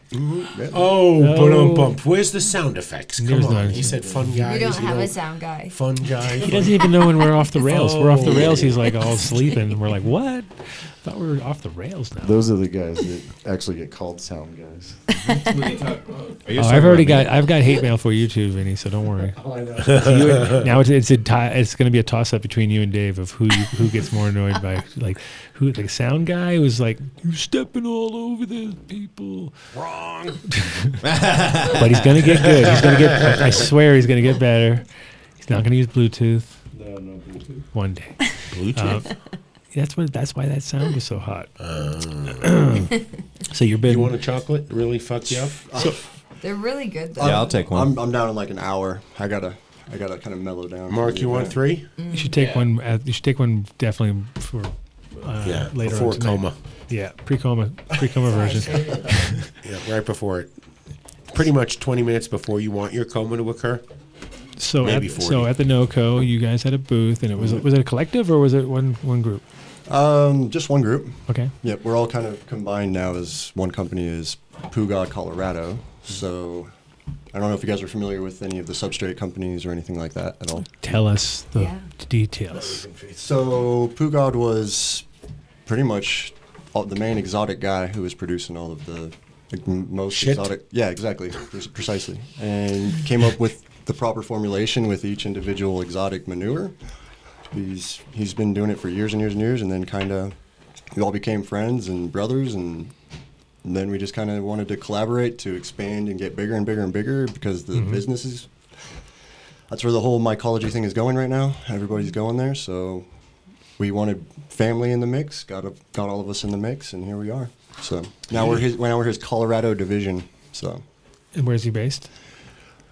Speaker 6: Oh,
Speaker 5: No.
Speaker 6: no. bump. Where's the sound effects? Come
Speaker 5: There's
Speaker 6: on.
Speaker 5: none.
Speaker 6: He said fun guys.
Speaker 4: we don't
Speaker 6: you
Speaker 4: have
Speaker 6: know,
Speaker 4: a sound guy.
Speaker 6: Fun guy.
Speaker 5: He doesn't even know when we're off the rails. We're off the
Speaker 6: Oh.
Speaker 5: rails. He's like all sleeping. And we're like, what? thought we were off the rails now.
Speaker 3: Those are the guys that actually get called sound guys.
Speaker 5: Oh, I've already got I've got hate mail for you too, Vinny. So don't worry.
Speaker 3: Oh,
Speaker 5: You and- now it's it's a tie, it's going to be a toss up between you and Dave of who you, who gets more annoyed by like who the sound guy was like you stepping all over the people.
Speaker 6: Wrong.
Speaker 5: But he's going to get good. He's going to get. I swear he's going to get better. He's not going to use Bluetooth
Speaker 3: No, no Bluetooth.
Speaker 5: one day. Uh,
Speaker 6: Bluetooth.
Speaker 5: That's what. That's why that sound was so hot.
Speaker 13: Uh,
Speaker 5: so
Speaker 6: you
Speaker 5: you're been
Speaker 6: want a chocolate? Really fuck you up?
Speaker 4: They're really good though.
Speaker 13: I'm-
Speaker 8: I'll take one.
Speaker 13: I'm, I'm down in like an hour. I gotta, I gotta kind of mellow down.
Speaker 6: Mark, you want three?
Speaker 5: You should take one. At, you should take one definitely for uh,
Speaker 6: Yeah,
Speaker 5: later
Speaker 6: before
Speaker 5: on tonight.
Speaker 6: coma.
Speaker 5: Yeah, pre-coma, pre-coma version.
Speaker 6: Yeah, right before it. Pretty much 20 minutes before you want your coma to occur.
Speaker 5: So, at,
Speaker 6: Maybe 40.
Speaker 5: so at the NoCo, you guys had a booth, and it was was it a collective or was it one one group?
Speaker 13: Um, just one group.
Speaker 5: Okay,
Speaker 13: Yep, we're all kind of combined now as one company is Puga Colorado. So I don't know if you guys are familiar with any of the substrate companies or anything like that at all.
Speaker 5: tell us the
Speaker 4: Yeah.
Speaker 5: details.
Speaker 13: So Pugod was pretty much all, the main exotic guy who was producing all of the like, m- most
Speaker 6: Shit.
Speaker 13: exotic. Yeah, exactly, pres- precisely, and came up with the proper formulation with each individual exotic manure. He's he's been uh, doing it for years and years and years, and then kind of we all became friends and brothers, and And then we just kind of wanted to collaborate to expand and get bigger and bigger and bigger because the
Speaker 5: Mhm.
Speaker 13: business is. That's where the whole mycology thing is going right now. Everybody's going there, so we wanted family in the mix. Got a, got all of us in the mix, and here we are. So now we're his. Now we're his Colorado division. So
Speaker 5: And where's he based?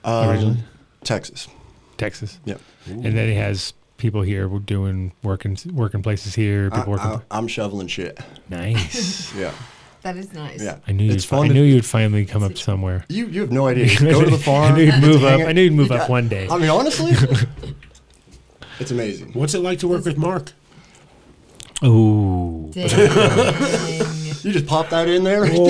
Speaker 13: um,
Speaker 5: Originally?
Speaker 13: Texas.
Speaker 5: Texas.
Speaker 13: Yep.
Speaker 5: And then he has people here who are doing working working places here.
Speaker 13: I,
Speaker 5: People working.
Speaker 13: I, am shoveling shit.
Speaker 5: Nice.
Speaker 13: yeah.
Speaker 4: That is nice.
Speaker 13: Yeah.
Speaker 5: I knew
Speaker 13: it's
Speaker 5: you'd, fi-
Speaker 13: fun.
Speaker 5: I
Speaker 13: to-
Speaker 5: knew you'd finally come up somewhere.
Speaker 13: You you have no idea. You go to the farm.
Speaker 5: I knew you'd
Speaker 13: just
Speaker 5: move up.
Speaker 13: hang it-
Speaker 5: I knew you'd move
Speaker 13: you
Speaker 5: up
Speaker 13: got-
Speaker 5: one day.
Speaker 13: I mean, honestly, it's amazing.
Speaker 6: What's it like to work with Mark?
Speaker 5: Ooh.
Speaker 13: You just pop that in there.
Speaker 8: I, think,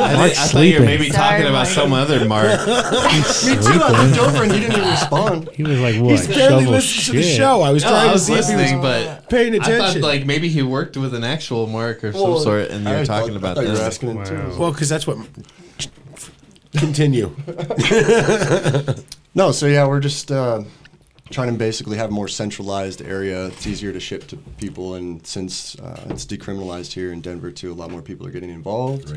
Speaker 8: I thought you were maybe talking about some other Mark.
Speaker 13: Me too. I looked over and he didn't even respond.
Speaker 5: He was like,
Speaker 8: what?
Speaker 6: He's barely
Speaker 8: Shovel
Speaker 6: listening to the
Speaker 8: shit.
Speaker 6: show. I was
Speaker 8: No,
Speaker 6: trying
Speaker 8: I was
Speaker 6: to see if he
Speaker 8: listening,
Speaker 6: was
Speaker 8: but
Speaker 6: paying
Speaker 8: I
Speaker 6: attention.
Speaker 8: thought like maybe he worked with an actual Mark or some
Speaker 6: Well,
Speaker 8: sort, and you
Speaker 6: I
Speaker 8: were
Speaker 6: thought-
Speaker 8: talking
Speaker 6: I
Speaker 8: about
Speaker 6: thought you were
Speaker 8: this.
Speaker 6: asking him too. Well, because that's what. Continue.
Speaker 13: no, so yeah, we're just uh, trying to basically have a more centralized area. It's easier to ship to people, and since uh, it's decriminalized here in Denver too, a lot more people are getting involved.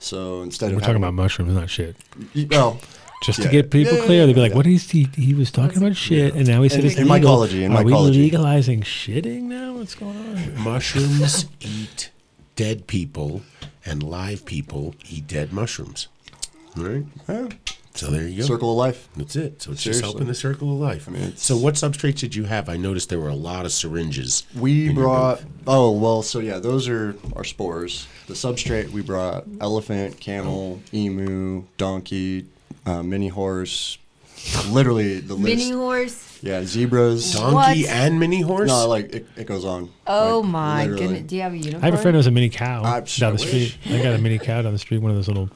Speaker 13: So instead
Speaker 5: We're
Speaker 13: of
Speaker 5: talking
Speaker 13: having-
Speaker 5: about mushrooms, not shit.
Speaker 13: Y- well,
Speaker 5: Just to
Speaker 13: yeah.
Speaker 5: get people
Speaker 13: Yeah, yeah,
Speaker 5: clear,
Speaker 13: yeah,
Speaker 5: they'd be like,
Speaker 13: yeah.
Speaker 5: "What is he? He was talking about shit, and now he said
Speaker 13: In-
Speaker 5: it's
Speaker 13: in
Speaker 5: legal.
Speaker 13: mycology, in
Speaker 5: Are we
Speaker 13: mycology.
Speaker 5: legalizing shitting now? What's going on?"
Speaker 6: Mushrooms eat dead people, and live people eat dead mushrooms. Right? So there you go.
Speaker 13: Circle of life.
Speaker 6: That's it. So it's
Speaker 13: Seriously.
Speaker 6: just helping the circle of life. so what substrates did you have? I noticed there were a lot of syringes.
Speaker 13: We brought. Oh well, so yeah, those are our spores. The substrate we brought: elephant, camel, emu, donkey, uh, mini horse. Literally the
Speaker 4: Mini
Speaker 13: list.
Speaker 4: horse.
Speaker 13: Yeah, zebras,
Speaker 4: Donkey What? and
Speaker 6: mini horse.
Speaker 13: No, like it, it goes on.
Speaker 4: Oh
Speaker 13: Like,
Speaker 4: my
Speaker 13: literally.
Speaker 4: goodness. Do you have a uniform?
Speaker 5: I have a friend who has a mini cow
Speaker 13: I-
Speaker 5: down the
Speaker 13: I
Speaker 5: street. I got a mini cow down the street. One of those little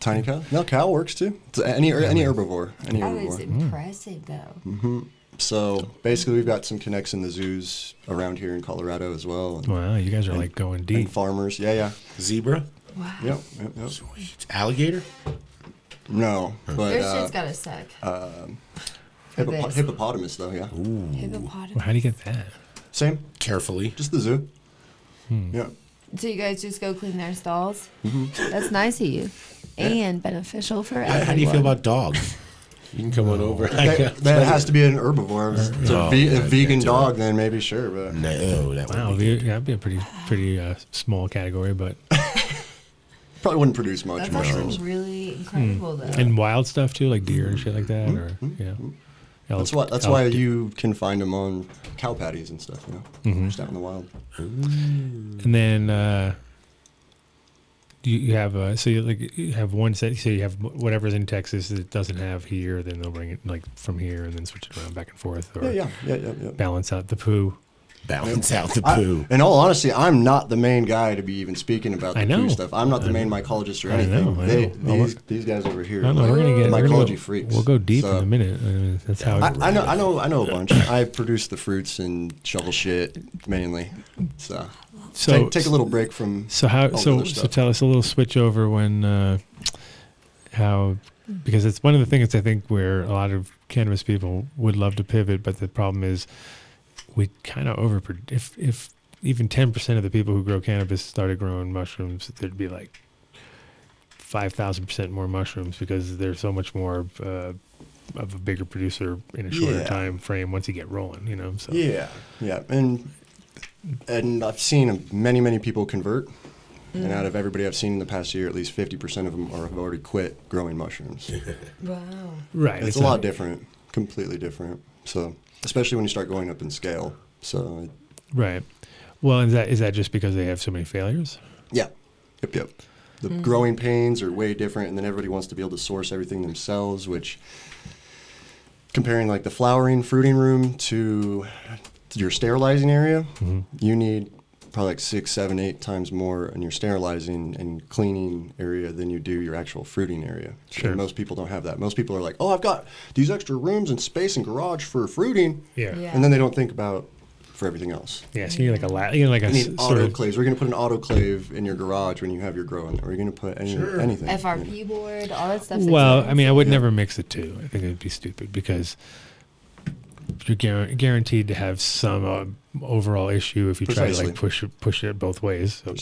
Speaker 13: Tiny cow? No, cow works too. It's any er, any herbivore. Any
Speaker 4: That is
Speaker 13: herbivore.
Speaker 4: impressive, though.
Speaker 13: hmm So basically, we've got some connects in the zoos around here in Colorado as well. and-
Speaker 5: Wow, you guys are, like, going
Speaker 13: and
Speaker 5: deep.
Speaker 13: farmers, yeah, yeah.
Speaker 6: Zebra.
Speaker 4: Wow.
Speaker 13: Yep, yep, yep.
Speaker 6: Sweet. Alligator.
Speaker 13: No, but
Speaker 4: Their
Speaker 13: uh,
Speaker 4: shit's gotta suck.
Speaker 13: um,
Speaker 4: For
Speaker 13: hippopo-
Speaker 4: this.
Speaker 13: hippopotamus, though, yeah.
Speaker 4: Hippopotamus.
Speaker 5: How do you get that?
Speaker 13: Same.
Speaker 6: Carefully.
Speaker 13: Just the zoo. Yeah.
Speaker 4: So you guys just go clean their stalls?
Speaker 13: Mhm.
Speaker 4: That's nice of you. And beneficial for
Speaker 6: How,
Speaker 4: everyone.
Speaker 6: how do you feel about dog? You can come on over. I
Speaker 13: That,
Speaker 6: got-
Speaker 13: that has to be an herbivore. If it's a,
Speaker 6: Oh,
Speaker 13: ve-
Speaker 6: yeah,
Speaker 13: a
Speaker 6: I
Speaker 13: vegan
Speaker 6: can't do
Speaker 13: dog, then maybe sure, but
Speaker 6: No, that
Speaker 5: wow, be, that'd be a pretty pretty uh, small category, but
Speaker 13: probably wouldn't produce much
Speaker 4: That's
Speaker 13: mushrooms.
Speaker 4: actually really incredible, though.
Speaker 5: Hmm. and wild stuff too, like deer and shit like that, or yeah. Elk-
Speaker 13: Mm-hmm. That's why. That's
Speaker 5: elk
Speaker 13: why
Speaker 5: deer.
Speaker 13: you can find them on cow patties and stuff. You know,
Speaker 6: Mm-hmm.
Speaker 5: Mhm.
Speaker 13: just out in the wild.
Speaker 5: And then uh, you, you have uh, so you like you have one set. So you have wh- whatever's in Texas that it doesn't have here. Then they'll bring it like from here and then switch it around back and forth. Or
Speaker 13: Yeah, yeah, yeah, yeah, yeah.
Speaker 5: Balance out the poo.
Speaker 6: Balance out the
Speaker 13: I-
Speaker 6: poo.
Speaker 13: in all honesty, I'm not the main guy to be even speaking about the
Speaker 5: I know.
Speaker 13: poo stuff. I'm not the
Speaker 5: I
Speaker 13: main mycologist or
Speaker 5: I know,
Speaker 13: anything.
Speaker 5: I
Speaker 13: They,
Speaker 5: know. Well,
Speaker 13: these, these guys over
Speaker 5: I
Speaker 13: here,
Speaker 5: don't know. We're gonna get we're gonna
Speaker 13: mycology
Speaker 5: go,
Speaker 13: freaks.
Speaker 5: We'll go deep
Speaker 13: So-
Speaker 5: in a minute. I mean, that's how.
Speaker 13: I, I know, I know, I know a bunch. I produce the fruits and shovel shit mainly. So, take, take a little break from.
Speaker 5: So how?
Speaker 13: all the
Speaker 5: So
Speaker 13: other
Speaker 5: so
Speaker 13: stuff.
Speaker 5: tell us a little switch over when uh, how because it's one of the things I think where a lot of cannabis people would love to pivot, but the problem is we kind of over if if even ten percent of the people who grow cannabis started growing mushrooms, there'd be like five thousand percent more mushrooms because there's so much more. Uh, of a bigger producer in a shorter
Speaker 13: Yeah.
Speaker 5: time frame once you get rolling, you know. So
Speaker 13: Yeah, yeah, and and I've seen many, many people convert, and out of everybody I've seen in the past year, at least fifty percent of them are, have already quit growing mushrooms.
Speaker 4: Wow.
Speaker 5: Right,
Speaker 13: it's,
Speaker 5: it's
Speaker 13: a lot
Speaker 5: not-
Speaker 13: different, completely different. So, especially when you start going up in scale. So,
Speaker 5: right. Well, is that is that just because they have so many failures?
Speaker 13: yeah, yep, yep. The
Speaker 5: Mhm.
Speaker 13: growing pains are way different, and then everybody wants to be able to source everything themselves, which comparing like the flowering fruiting room to your sterilizing area,
Speaker 5: Mhm.
Speaker 13: Mm-hmm. you need probably like six, seven, eight times more in your sterilizing and cleaning area than you do your actual fruiting area.
Speaker 5: Sure.
Speaker 13: And most people don't have that. Most people are like, oh, I've got these extra rooms and space and garage for fruiting.
Speaker 5: Yeah. Yeah.
Speaker 13: And then they don't think about for everything else.
Speaker 5: Yeah, so you need like a la- you need like a
Speaker 13: You
Speaker 5: s-
Speaker 13: need
Speaker 5: sort of
Speaker 13: autoclaves. We're going to put an autoclave in your garage when you have your grow in there. We're going to put any, anything.
Speaker 4: FRP board, all that stuff.
Speaker 5: Well, I mean, I would never mix the two. I think it'd be stupid because you're guar- guaranteed to have some uh, overall issue if you try to
Speaker 13: Precisely.
Speaker 5: like push it, push it both ways. So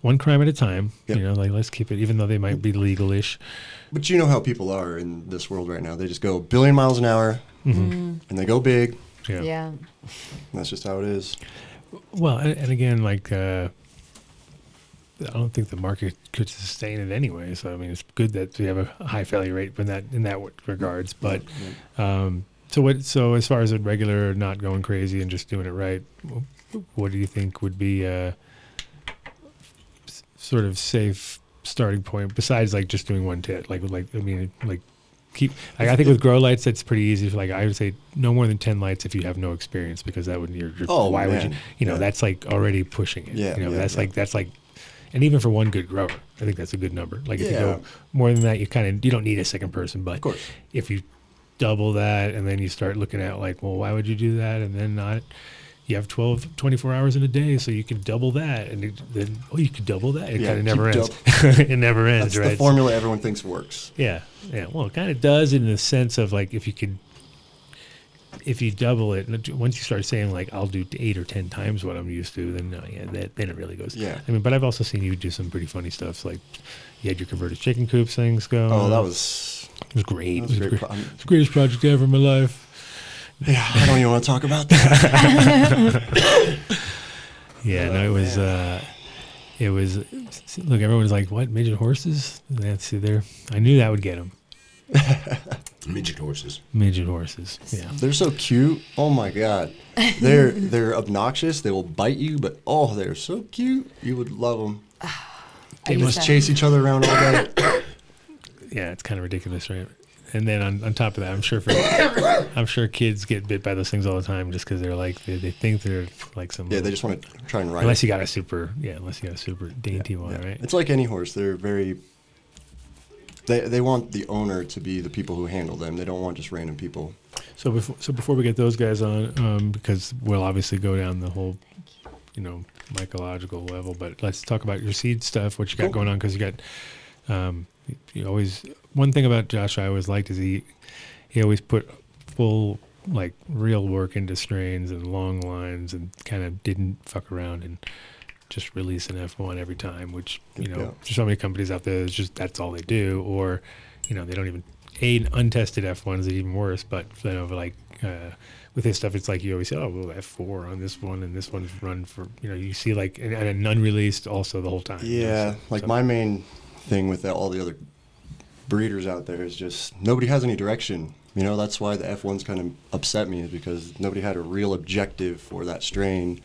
Speaker 5: One crime at a time. You know, like let's keep it, even though they might be legal-ish.
Speaker 13: But you know how people are in this world right now. They just go a billion miles an hour
Speaker 5: Mhm.
Speaker 4: Mm.
Speaker 13: and they go big.
Speaker 5: Yeah.
Speaker 4: Yeah.
Speaker 13: That's just how it is.
Speaker 5: Well, and, and again, like uh, I don't think the market could sustain it anyway. So I mean, it's good that we have a high failure rate in that in that w- regards. But um, so what? So as far as a regular, not going crazy and just doing it right, wh- what do you think would be uh, s- sort of safe starting point besides like just doing one tit? Like like I mean like. Keep. Like, I think with grow lights, it's pretty easy. Like I would say, no more than ten lights if you have no experience, because that would you're, you're
Speaker 13: Oh,
Speaker 5: why would you?
Speaker 13: man.
Speaker 5: You know, that's like already pushing it.
Speaker 13: Yeah,
Speaker 5: you know,
Speaker 13: yeah,
Speaker 5: that's
Speaker 13: yeah.
Speaker 5: like that's like, and even for one good grower, I think that's a good number. Like if you
Speaker 13: Yeah.
Speaker 5: go more than that, you kind of you don't need a second person. But if you double that and then you start looking at like, well, why would you do that? And then not. You have 12, 24 hours in a day, so you could double that, and it, then oh, you could double that. It
Speaker 13: Yeah,
Speaker 5: kind of
Speaker 13: keep
Speaker 5: never ends.
Speaker 13: doub-
Speaker 5: it never ends,
Speaker 13: That's
Speaker 5: right?
Speaker 13: the formula everyone thinks works.
Speaker 5: Yeah, yeah. Well, it kind of does in the sense of like if you could, if you double it, and once you start saying like I'll do eight or ten times what I'm used to, then no, yeah, that, then it really goes.
Speaker 13: Yeah.
Speaker 5: I mean, but I've also seen you do some pretty funny stuff. like you had your converted chicken coops things go.
Speaker 13: Oh, that was
Speaker 5: it was great.
Speaker 13: that was a
Speaker 5: it was the
Speaker 13: great pro-
Speaker 5: gre- Uh-huh. it's the greatest project ever in my life.
Speaker 13: Yeah, I don't even want to talk about that.
Speaker 5: Yeah, no, it was. Uh, it was. see, Look, everyone's like, "What midget horses?" That's there. I knew that would get them.
Speaker 6: Midget horses.
Speaker 5: Midget horses. Yeah.
Speaker 13: They're so cute. Oh my god. They're they're obnoxious. They will bite you, but oh, they're so cute. You would love them. They
Speaker 5: used
Speaker 13: must
Speaker 5: to-
Speaker 13: chase each other around all day.
Speaker 5: yeah, it's kind of ridiculous, right? And then on, on top of that, I'm sure for I'm sure kids get bit by those things all the time just because they're like they, they think they're like some
Speaker 13: Yeah, they just want to try and ride.
Speaker 5: unless
Speaker 13: it.
Speaker 5: you got a super yeah unless you got a super dainty one right
Speaker 13: It's like any horse. They're very. They they want the owner to be the people who handle them. They don't want just random people.
Speaker 5: so before so before we get those guys on um, because we'll obviously go down the whole you know mycological level but let's talk about your seed stuff what you got
Speaker 13: Cool.
Speaker 5: going on because you got um, you always one thing about Josh I always liked is he he always put full like real work into strains and long lines and kind of didn't fuck around and just release an F1 every time which you know
Speaker 13: Yeah.
Speaker 5: there's so many companies out there that's just that's all they do or you know they don't even a an untested F1 is even worse but then over like uh, with his stuff it's like you always say oh well F4 on this one and this one's run for you know you see like and, and a none released also the whole time you know,
Speaker 13: Yeah,
Speaker 5: so-
Speaker 13: like
Speaker 5: so-
Speaker 13: my main thing with all the other breeders out there is just nobody has any direction. You know, that's why the F1s kind of upset me is because nobody had a real objective for that strain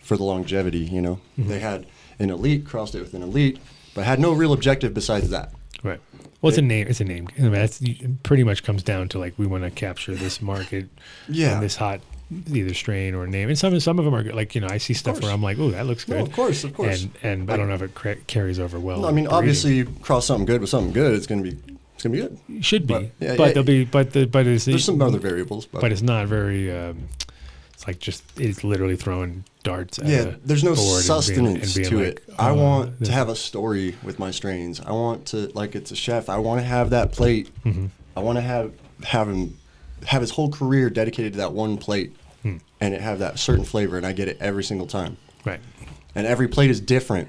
Speaker 13: for the longevity, you know.
Speaker 5: Mhm.
Speaker 13: They had an elite, crossed it with an elite, but had no real objective besides that.
Speaker 5: Right. Well, it's a name. It's a name. I mean, that's it pretty much comes down to like we want to capture this market.
Speaker 13: Yeah.
Speaker 5: And this hot either strain or name, and some some of them are good. like you know I see stuff where
Speaker 13: course.
Speaker 5: I'm like, oh, that looks
Speaker 13: No,
Speaker 5: good.
Speaker 13: of course, of course.
Speaker 5: And and I, don't know if it cra- carries over well.
Speaker 13: No, I mean,
Speaker 5: with Oh, breeding.
Speaker 13: obviously you cross something good with something good, it's going to be it's going to be good.
Speaker 5: It should be,
Speaker 13: But,
Speaker 5: but,
Speaker 13: yeah, yeah,
Speaker 5: there'll be but the but it's,
Speaker 13: There's some other variables, but-
Speaker 5: but, it's not very. Um, it's like just it's literally throwing darts. At
Speaker 13: yeah,
Speaker 5: a
Speaker 13: there's no
Speaker 5: board uh, and being-
Speaker 13: sustenance
Speaker 5: and being
Speaker 13: to
Speaker 5: like,
Speaker 13: it. I
Speaker 5: uh,
Speaker 13: want
Speaker 5: this-
Speaker 13: to have a story with my strains. I want to like it's a chef. I want to have that plate.
Speaker 5: Mhm.
Speaker 13: I want to have have him have his whole career dedicated to that one plate,
Speaker 5: Hmm.
Speaker 13: and it have that certain flavor. And I get it every single time.
Speaker 5: Right.
Speaker 13: And every plate is different.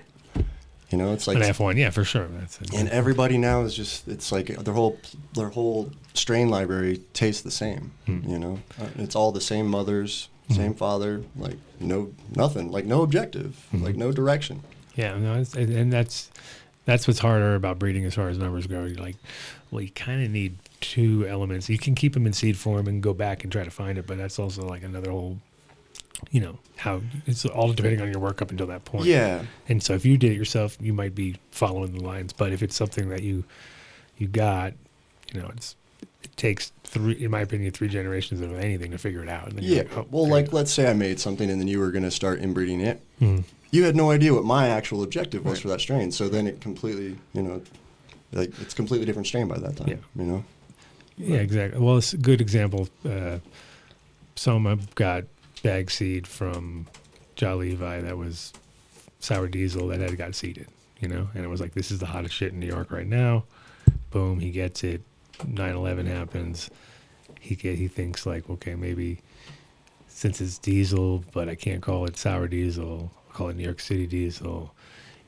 Speaker 13: You know, it's like
Speaker 5: an F one. Yeah, for sure. That's it.
Speaker 13: And everybody now is just it's like their whole their whole strain library tastes the same.
Speaker 5: Hmm.
Speaker 13: You know, Uh, it's all the same mothers, same father. Like no nothing. Like no objective.
Speaker 5: Hmm.
Speaker 13: Like no direction.
Speaker 5: Yeah, no, it's, and and that's that's what's harder about breeding as far as numbers go. You're like, well, you kind of need two elements. You can keep them in seed form and go back and try to find it, but that's also like another whole, you know, how it's all depending on your work up until that point.
Speaker 13: Yeah.
Speaker 5: And so if you did it yourself, you might be following the lines, but if it's something that you you got, you know, it's it takes three, in my opinion, three generations of anything to figure it out. And then you're
Speaker 13: Yeah.
Speaker 5: like, oh,
Speaker 13: well, like let's say I made something and then you were going to start inbreeding it.
Speaker 5: Hmm.
Speaker 13: You had no idea what my actual objective was
Speaker 5: Right.
Speaker 13: for that strain. So then it completely, you know, like it's completely different strain by that time. You know.
Speaker 5: Yeah, exactly. Well, it's a good example. Uh, Soma got bag seed from Jolly Levi that was sour diesel that had got seeded, you know, and it was like, this is the hottest shit in New York right now. Boom, he gets it. 9 11 happens. he get, he thinks like, okay, maybe since it's diesel, but I can't call it sour diesel, I'll call it New York City diesel.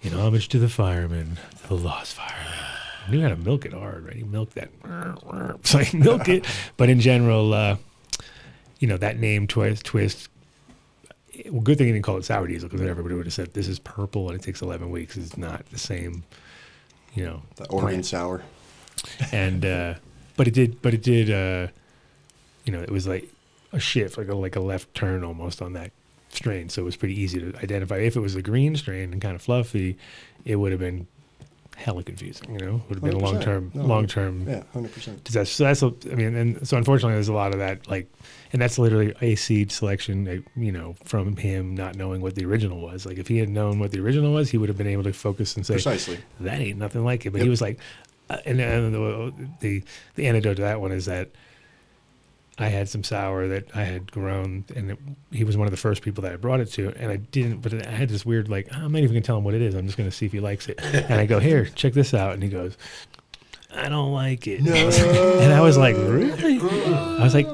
Speaker 5: In homage to the firemen, to the lost firemen. He knew how to milk it hard, right? He milked that. So I milk it. But in general, uh, you know, that name twist, twist. Well, good thing he didn't call it sour diesel because then everybody would have said this is purple and it takes 11 weeks. It's not the same, you know.
Speaker 13: The Oregon
Speaker 5: plant.
Speaker 13: sour.
Speaker 5: And, uh, but it did, but it did, uh, you know, it was like a shift, like a, like a left turn almost on that strain. So it was pretty easy to identify. If it was the green strain and kind of fluffy, it would have been hella confusing, you know, would have been a long
Speaker 13: 100%.
Speaker 5: term,
Speaker 13: No,
Speaker 5: long term
Speaker 13: yeah, 100%.
Speaker 5: disaster. So that's, a- I mean, and so unfortunately, there's a lot of that, like, and that's literally a seed selection, like, you know, from him not knowing what the original was. Like, if he had known what the original was, he would have been able to focus and say,
Speaker 13: Precisely.
Speaker 5: that ain't nothing like it. But he
Speaker 13: Yep.
Speaker 5: was like, uh, and, and the, the the antidote to that one is that I had some sour that I had grown, and it, he was one of the first people that I brought it to, and I didn't. But I had this weird like I'm not even gonna tell him what it is. I'm just gonna see if he likes it. And I go here, check this out, and he goes, I don't like it. and I was like, really? I was like,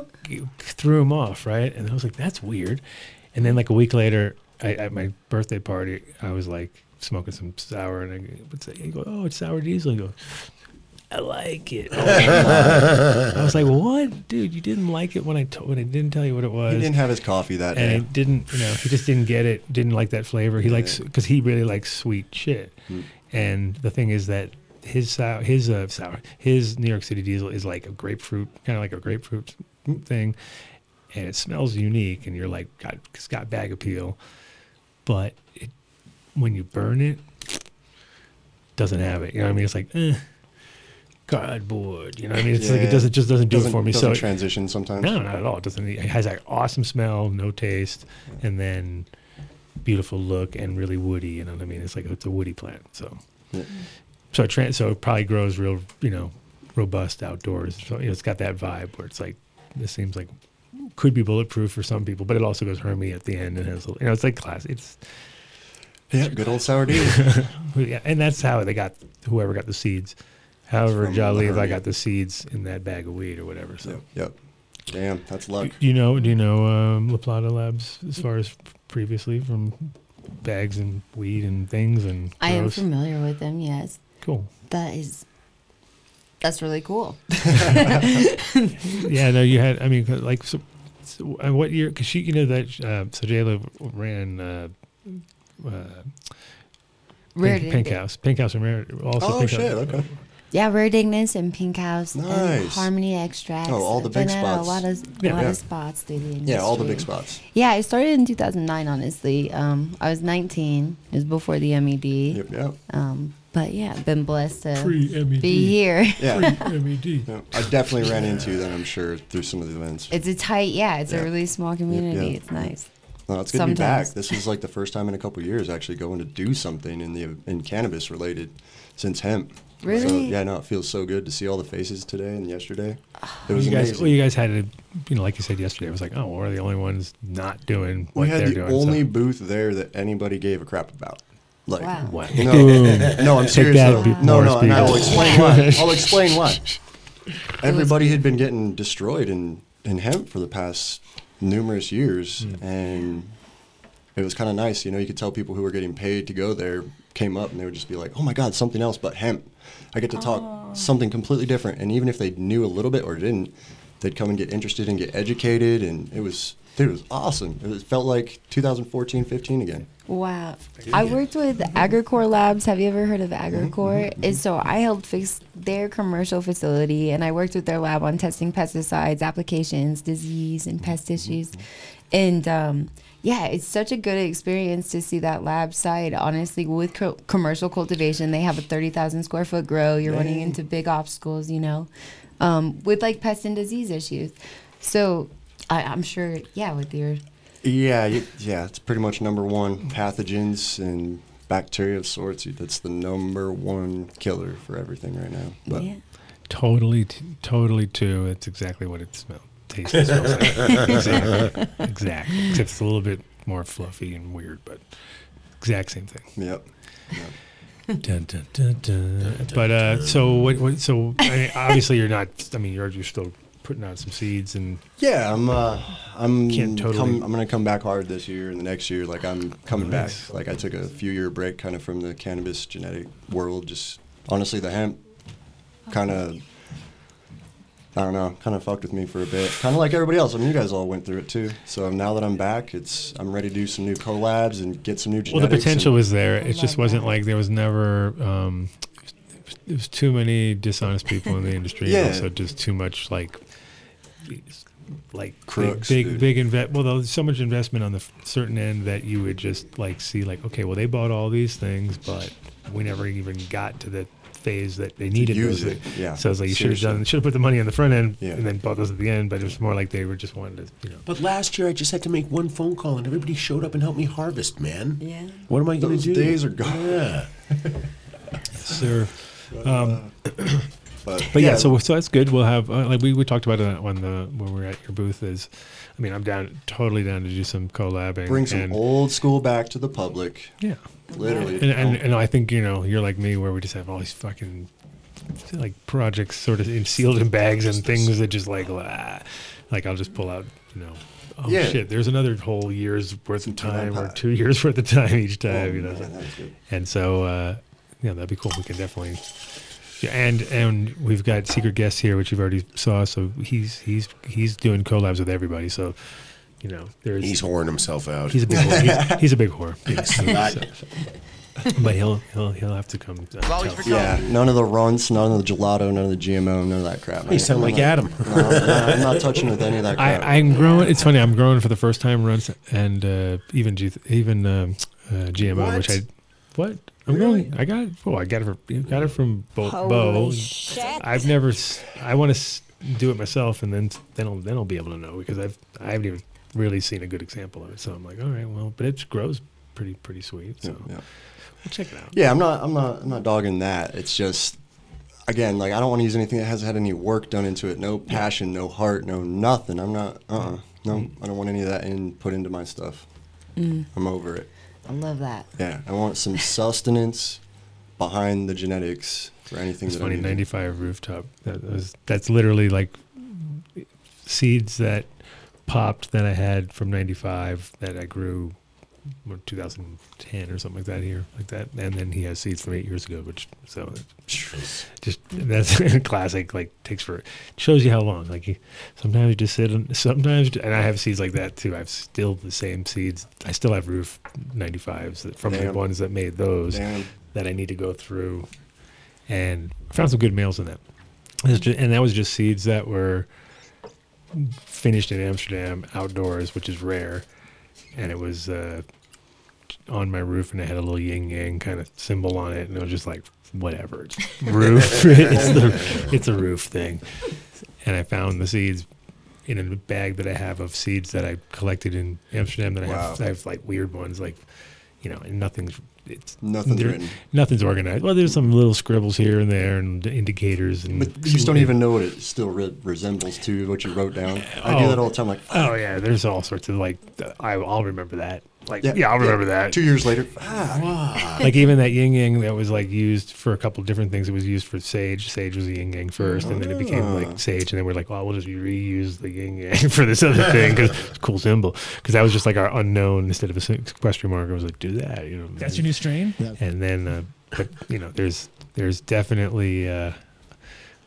Speaker 5: threw him off, right? And I was like, that's weird. And then like a week later, I, at my birthday party, I was like smoking some sour, and I go, what's that? He go, oh, it's sour diesel. He goes, I like it. Oh I was like, what, dude? You didn't like it when I told when I didn't tell you what it was.
Speaker 13: didn't have his coffee that
Speaker 5: and
Speaker 13: day.
Speaker 5: it didn't, you know, he just didn't get it. Didn't like that flavor. He likes because he really likes sweet shit.
Speaker 13: Mm.
Speaker 5: And the thing is that his sour, his uh, sour, his New York City diesel is like a grapefruit, kind of like a grapefruit thing, and it smells unique. And you're like, God, it's got bag appeal, but it, when you burn it, doesn't have it. You know what I mean? It's like, eh, cardboard. You know what I mean? It's like it
Speaker 13: Yeah.
Speaker 5: doesn't just doesn't do
Speaker 13: Doesn't-
Speaker 5: it for me.
Speaker 13: doesn't
Speaker 5: so it-
Speaker 13: transition sometimes.
Speaker 5: No, not at all. It doesn't. It has that awesome smell, no taste, and then beautiful look and really woody. You know what I mean? It's like it's a woody plant. So,
Speaker 13: Yeah.
Speaker 5: so it tran so it probably grows real, you know, robust outdoors. So you know, it's got that vibe where it's like this seems like could be bulletproof for some people, but it also goes hermy at the end and has a- you know it's like class. It's
Speaker 13: Yeah, good old sour deal.
Speaker 5: yeah, and that's how they got whoever got the seeds. However,
Speaker 13: From
Speaker 5: jolly
Speaker 13: the
Speaker 5: if I
Speaker 13: hermy.
Speaker 5: got the seeds in that bag of weed or whatever. So.
Speaker 13: Yep. Damn, that's luck.
Speaker 5: Do you know? Do you know um, La Plata Labs as far as previously from bags and weed and things and
Speaker 7: I am
Speaker 5: gross?
Speaker 7: familiar with them. Yes.
Speaker 5: Cool.
Speaker 7: That is. That's really cool.
Speaker 5: yeah, no, you had. I mean, 'cause, like, so, so uh, what year? Because she, you know, that uh, so Jayla ran. Uh, uh,
Speaker 7: Raritan
Speaker 5: Pink, Pink
Speaker 7: did.
Speaker 5: House, Pink House, and Rare, also
Speaker 13: Oh,
Speaker 5: Pink
Speaker 13: shit,
Speaker 5: House.
Speaker 13: okay.
Speaker 7: Yeah, Rare Dignus and Pink House and
Speaker 13: Nice.
Speaker 7: Harmony Extracts.
Speaker 13: Oh, all the big
Speaker 7: Been at
Speaker 13: spots.
Speaker 7: A lot of,
Speaker 13: Yeah.
Speaker 7: lot
Speaker 13: Yeah.
Speaker 7: of spots through the industry.
Speaker 13: Yeah, all the big spots.
Speaker 7: Yeah, I started in 2009, honestly. Um, I was 19. It was before the MED.
Speaker 13: Yep, yep.
Speaker 7: Um, but yeah, I've been blessed to
Speaker 5: Pre-MED.
Speaker 7: be here.
Speaker 13: Yeah.
Speaker 5: MED.
Speaker 13: No, I definitely ran into that, I'm sure, through some of the events.
Speaker 7: it's a tight, yeah, it's a
Speaker 13: Yeah.
Speaker 7: really small community. It's nice.
Speaker 13: No, it's good to be back.
Speaker 7: Sometimes.
Speaker 13: This is like the first time in a couple years actually going to do something in the in cannabis related since hemp. So,
Speaker 7: Really?
Speaker 13: yeah, no, it feels so good to see all the faces today and yesterday. It
Speaker 5: Well,
Speaker 13: was
Speaker 5: you guys,
Speaker 13: amazing.
Speaker 5: well, you guys had a, you know, like you said yesterday, it was like, oh, we're the only ones not doing what
Speaker 13: we had
Speaker 5: they're
Speaker 13: the
Speaker 5: doing. so-
Speaker 13: only booth there that anybody gave a crap about. Like,
Speaker 5: Wow. Wow.
Speaker 13: No, no, I'm
Speaker 5: Take
Speaker 13: serious.
Speaker 5: that,
Speaker 13: though.
Speaker 5: Pete
Speaker 13: no,
Speaker 5: Morris
Speaker 13: no, and I'll
Speaker 5: people.
Speaker 13: explain why. I'll explain why. Everybody had been getting destroyed in, in hemp for the past numerous years,
Speaker 5: Hmm.
Speaker 13: and it was kind of nice. You know, you could tell people who were getting paid to go there came up and they would just be like, oh my God, something else but hemp. I get to talk something completely different. And even if they knew a little bit or didn't, they'd come and get interested and get educated. And it was, dude, it was awesome. It was- felt like 2014, 15 again.
Speaker 7: Wow. I worked with AgriCore Labs. Have you ever heard of AgriCore? And so I helped fix their commercial facility and I worked with their lab on testing pesticides, applications, disease, and pest issues. And um, yeah, it's such a good experience to see that lab side. Honestly, with co- commercial cultivation, they have a 30,000 square foot grow. You're running
Speaker 4: Yay.
Speaker 7: into big obstacles, you know, um, with like pest and disease issues. So I, I'm sure, yeah, with your
Speaker 13: Yeah, you, yeah, it's pretty much number one pathogens and bacteria of sorts. That's the number one killer for everything right now. But
Speaker 7: Yeah.
Speaker 5: Totally, t- totally too. It's exactly what it smells, tastes, and smells like. exactly, exactly. Except it's a little bit more fluffy and weird, but exact same thing.
Speaker 13: Yep.
Speaker 5: Dun, dun, dun, dun. But uh, so what? what so I mean, obviously, you're not. I mean, you're you're still putting out some seeds and
Speaker 13: Yeah, I'm. Uh, I'm.
Speaker 5: Can't totally-
Speaker 13: come- I'm gonna come back hard this year and the next year. Like I'm coming
Speaker 5: Nice.
Speaker 13: back. Like I took a few year break, kind of from the cannabis genetic world. Just honestly, the hemp, kind of. I don't know. Kind of fucked with me for a bit. Kind of like everybody else. I mean, you guys all went through it too. So now that I'm back, it's I'm ready to do some new collabs and get some new. Genetics
Speaker 5: well the potential
Speaker 13: and-
Speaker 5: was there it just wasn't like there was never um it was, it was too many dishonest people in the industry
Speaker 13: Yeah.
Speaker 5: and also just too much like like big-
Speaker 13: Crooks,
Speaker 5: big
Speaker 13: dude.
Speaker 5: big invest well there's so much investment on the f- certain end that you would just like see like okay well they bought all these things but we never even got to the phase that they needed
Speaker 13: use
Speaker 5: those
Speaker 13: it,
Speaker 5: things.
Speaker 13: yeah,
Speaker 5: so it's like you should have
Speaker 13: seriously.
Speaker 5: done should have put the money on the front end
Speaker 13: Yeah.
Speaker 5: and then bought those at the end but it was more like they were just wanting to you know
Speaker 6: But last year I just had to make one phone call and everybody showed up and helped me harvest, man.
Speaker 9: Yeah.
Speaker 6: What am I going
Speaker 13: Those
Speaker 6: to do?
Speaker 13: days are gone.
Speaker 6: Yeah.
Speaker 5: sir. Um,
Speaker 13: but,
Speaker 5: but yeah,
Speaker 13: yeah.
Speaker 5: so so that's good. We'll have uh, like we, we talked about it on the when we were at your booth. Is I mean I'm down totally down to do some collabing.
Speaker 13: Bring some
Speaker 5: and,
Speaker 13: old school back to the public.
Speaker 5: Yeah.
Speaker 13: Literally.
Speaker 5: And, and and I think you know you're like me where we just have all these fucking like projects sort of in, sealed in bags and things that just like ah, like I'll just pull out you know. Oh
Speaker 13: Yeah.
Speaker 5: shit! There's another whole year's worth of time, or two years worth of time each time, you know.
Speaker 13: Oh, man, that was good.
Speaker 5: And so, uh, yeah, that'd be cool. We can definitely. Yeah, and and we've got secret guests here, which you've already saw. So he's he's he's doing collabs with everybody. So, you know, there's
Speaker 6: He's whoring himself out.
Speaker 5: He's a big whore. He's, he's a big whore.
Speaker 6: Big slut.
Speaker 5: So- but he'll he'll he'll have to come. Uh, tell us.
Speaker 13: Yeah, none of the runts, none of the gelato, none of the GMO, none of that crap.
Speaker 6: You sound
Speaker 13: I'm
Speaker 6: like
Speaker 13: not-
Speaker 6: Adam.
Speaker 13: No, I'm not- I'm not touching with any of that crap.
Speaker 5: I, I'm growing. It's funny. I'm growing for the first time runs and uh, even G, even um, uh, GMO, which I
Speaker 6: What?
Speaker 5: what I'm growing. I got it. Oh, I got it from got it from Bo.
Speaker 14: Holy
Speaker 5: Bo.
Speaker 14: shit.
Speaker 5: I've never. s- I want to do it myself, and then then I'll then I'll be able to know because I've I haven't even really seen a good example of it. So I'm like, all right, well, but it grows pretty pretty sweet. So
Speaker 13: yeah.
Speaker 5: we'll check it out.
Speaker 13: Yeah, I'm not. I'm not. I'm not dogging that. It's just, again, like I don't want to use anything that hasn't had any work done into it. No passion, no heart, no nothing. I'm not. Uh. uh No, I don't want any of that in put into my stuff.
Speaker 4: Mm.
Speaker 13: I'm over it.
Speaker 4: I love that.
Speaker 13: Yeah, I want some sustenance behind the genetics for anything
Speaker 5: It's
Speaker 13: that
Speaker 5: funny.
Speaker 13: I need.
Speaker 5: 95 rooftop. That was that's literally like seeds that popped that I had from 95 that I grew what, 2010 or something like that here, like that. And then he has seeds from eight years ago, which so just that's classic. Like takes for shows you how long. Like you, sometimes you just sit and sometimes and I have seeds like that too. I've still the same seeds. I still have roof 95s that- from the
Speaker 13: Damn.
Speaker 5: ones that made those
Speaker 13: Damn.
Speaker 5: that I need to go through, and I found some good males in that. It's ju- and that was just seeds that were finished in Amsterdam outdoors, which is rare. And it was uh, on my roof, and it had a little yin yang kind of symbol on it, and it was just like whatever it's roof. it's the it's a roof thing. And I found the seeds in a bag that I have of seeds that I collected in Amsterdam. That I
Speaker 13: Wow.
Speaker 5: have I have like weird ones, like you know, and nothing's it's
Speaker 13: Nothing's
Speaker 5: there-
Speaker 13: written.
Speaker 5: nothing's organized. Well, there's some little scribbles here and there, and indicators, and
Speaker 13: But you just don't even know what it still re- resembles to what you wrote down. I do that all the time. Like,
Speaker 5: oh yeah, there's all sorts of like, th- I, I'll remember that. Like, yeah,
Speaker 13: Yeah,
Speaker 5: I'll
Speaker 13: yeah.
Speaker 5: remember that.
Speaker 13: Two years later,
Speaker 5: like even that yin yang that was like used for a couple different things. It was used for sage. Sage was the yin yang first, and then it became like sage. And then we're like, oh, we'll just reuse the yin yang for this other thing because it's a cool symbol. Because that was just like our unknown instead of a s- question mark. I was like, do that. You know, That's your new strain? Yeah. And then, uh, but you know, there's there's definitely. Uh,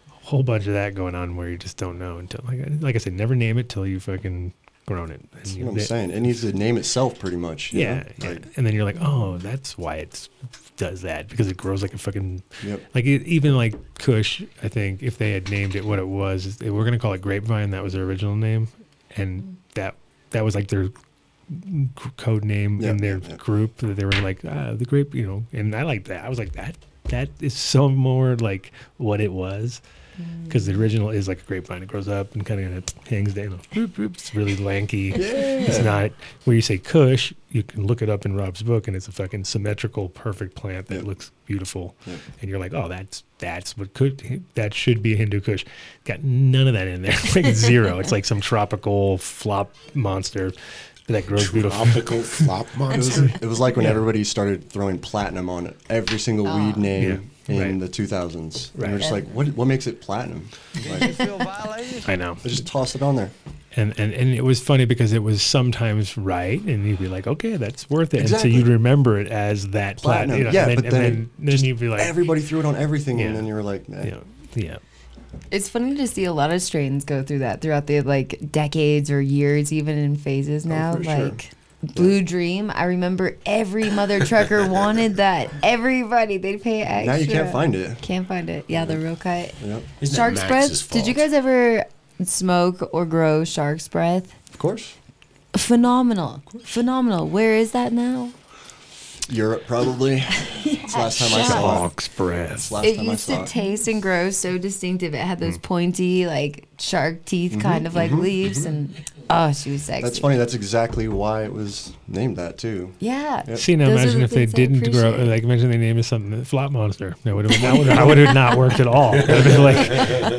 Speaker 5: a Whole bunch of that going on where you just don't know until like I- like I said, never name it till you fucking grown it. And
Speaker 13: that's
Speaker 5: you-
Speaker 13: what I'm
Speaker 5: that-
Speaker 13: saying. It needs to name itself pretty much. you
Speaker 5: yeah,
Speaker 13: know?
Speaker 5: yeah.
Speaker 13: Like,
Speaker 5: and then you're like, oh, that's why it does that because it grows like a fucking
Speaker 13: Yep.
Speaker 5: like it, even like Kush. I think if they had named it what it was, is- they we're gonna call it Grapevine. That was their original name, and that that was like their c- code name
Speaker 13: Yeah,
Speaker 5: in their
Speaker 13: yeah, yeah.
Speaker 5: group that they were like ah, the grape, you know. And I like that. I was like that. That is so more like what it was. Because the original is like a grapevine, it grows up and kind of hangs down. Boop, boop. It's really lanky. It's
Speaker 13: Yeah.
Speaker 5: not where you say Kush. You can look it up in Rob's book, and it's a fucking symmetrical, perfect plant that looks beautiful. And you're like, oh, that's that's what could that should be Hindu Kush. Got none of that in there. like zero. It's like some tropical flop monster that grows beautiful.
Speaker 6: Tropical flop
Speaker 13: It was,
Speaker 6: monster.
Speaker 13: it was like when
Speaker 5: Yeah.
Speaker 4: Ah.
Speaker 13: everybody started throwing platinum on it. Every single weed name.
Speaker 5: Yeah.
Speaker 13: in
Speaker 5: Right.
Speaker 13: the 2000s. And
Speaker 5: Right.
Speaker 13: we're just like, what, what makes it platinum? Like,
Speaker 5: I know.
Speaker 13: I just tossed it on there.
Speaker 5: And, and and it was funny because it was sometimes right, and you'd be like, okay, that's worth it,
Speaker 13: Exactly.
Speaker 5: and so you'd remember it as that platinum.
Speaker 13: Platinum.
Speaker 5: you know,
Speaker 13: yeah,
Speaker 5: and then,
Speaker 13: but
Speaker 5: and
Speaker 13: then,
Speaker 5: then, then
Speaker 13: just
Speaker 5: you'd be like,
Speaker 13: everybody threw it on everything,
Speaker 5: Yeah.
Speaker 13: and then you were like, eh.
Speaker 5: yeah.
Speaker 4: It's funny to see a lot of strains go through that throughout the like decades or years, even in phases now.
Speaker 13: Oh, for sure.
Speaker 4: like Blue Dream, I remember every mother trucker wanted that. Everybody, they'd pay extra.
Speaker 13: Now you can't find it.
Speaker 4: Can't find it. Yeah, the real cut.
Speaker 13: Yep. Isn't that
Speaker 4: Shark's
Speaker 13: Max's
Speaker 4: breath. Did you guys ever smoke or grow shark's breath?
Speaker 13: Of course.
Speaker 4: Phenomenal, phenomenal. Where is that now?
Speaker 13: Europe probably. It's last time I saw it.
Speaker 5: Shark's breath.
Speaker 13: It's last
Speaker 4: it
Speaker 13: time I
Speaker 4: used
Speaker 13: saw
Speaker 4: to
Speaker 13: it. Mm.
Speaker 4: taste and grow so distinctive. It had those pointy, like shark teeth,
Speaker 13: Mhm,
Speaker 4: kind of like
Speaker 13: mhm,
Speaker 4: leaves, and oh, she was sexy.
Speaker 13: That's funny. That's exactly why it was named that too.
Speaker 4: Yeah. Yep.
Speaker 5: See now,
Speaker 4: Those are
Speaker 5: imagine
Speaker 4: the
Speaker 5: if they
Speaker 4: things I
Speaker 5: didn't grow.
Speaker 4: appreciate.
Speaker 5: Like, imagine they named it something Flop Monster. That would have that would I would have not worked at all. I'd have been like,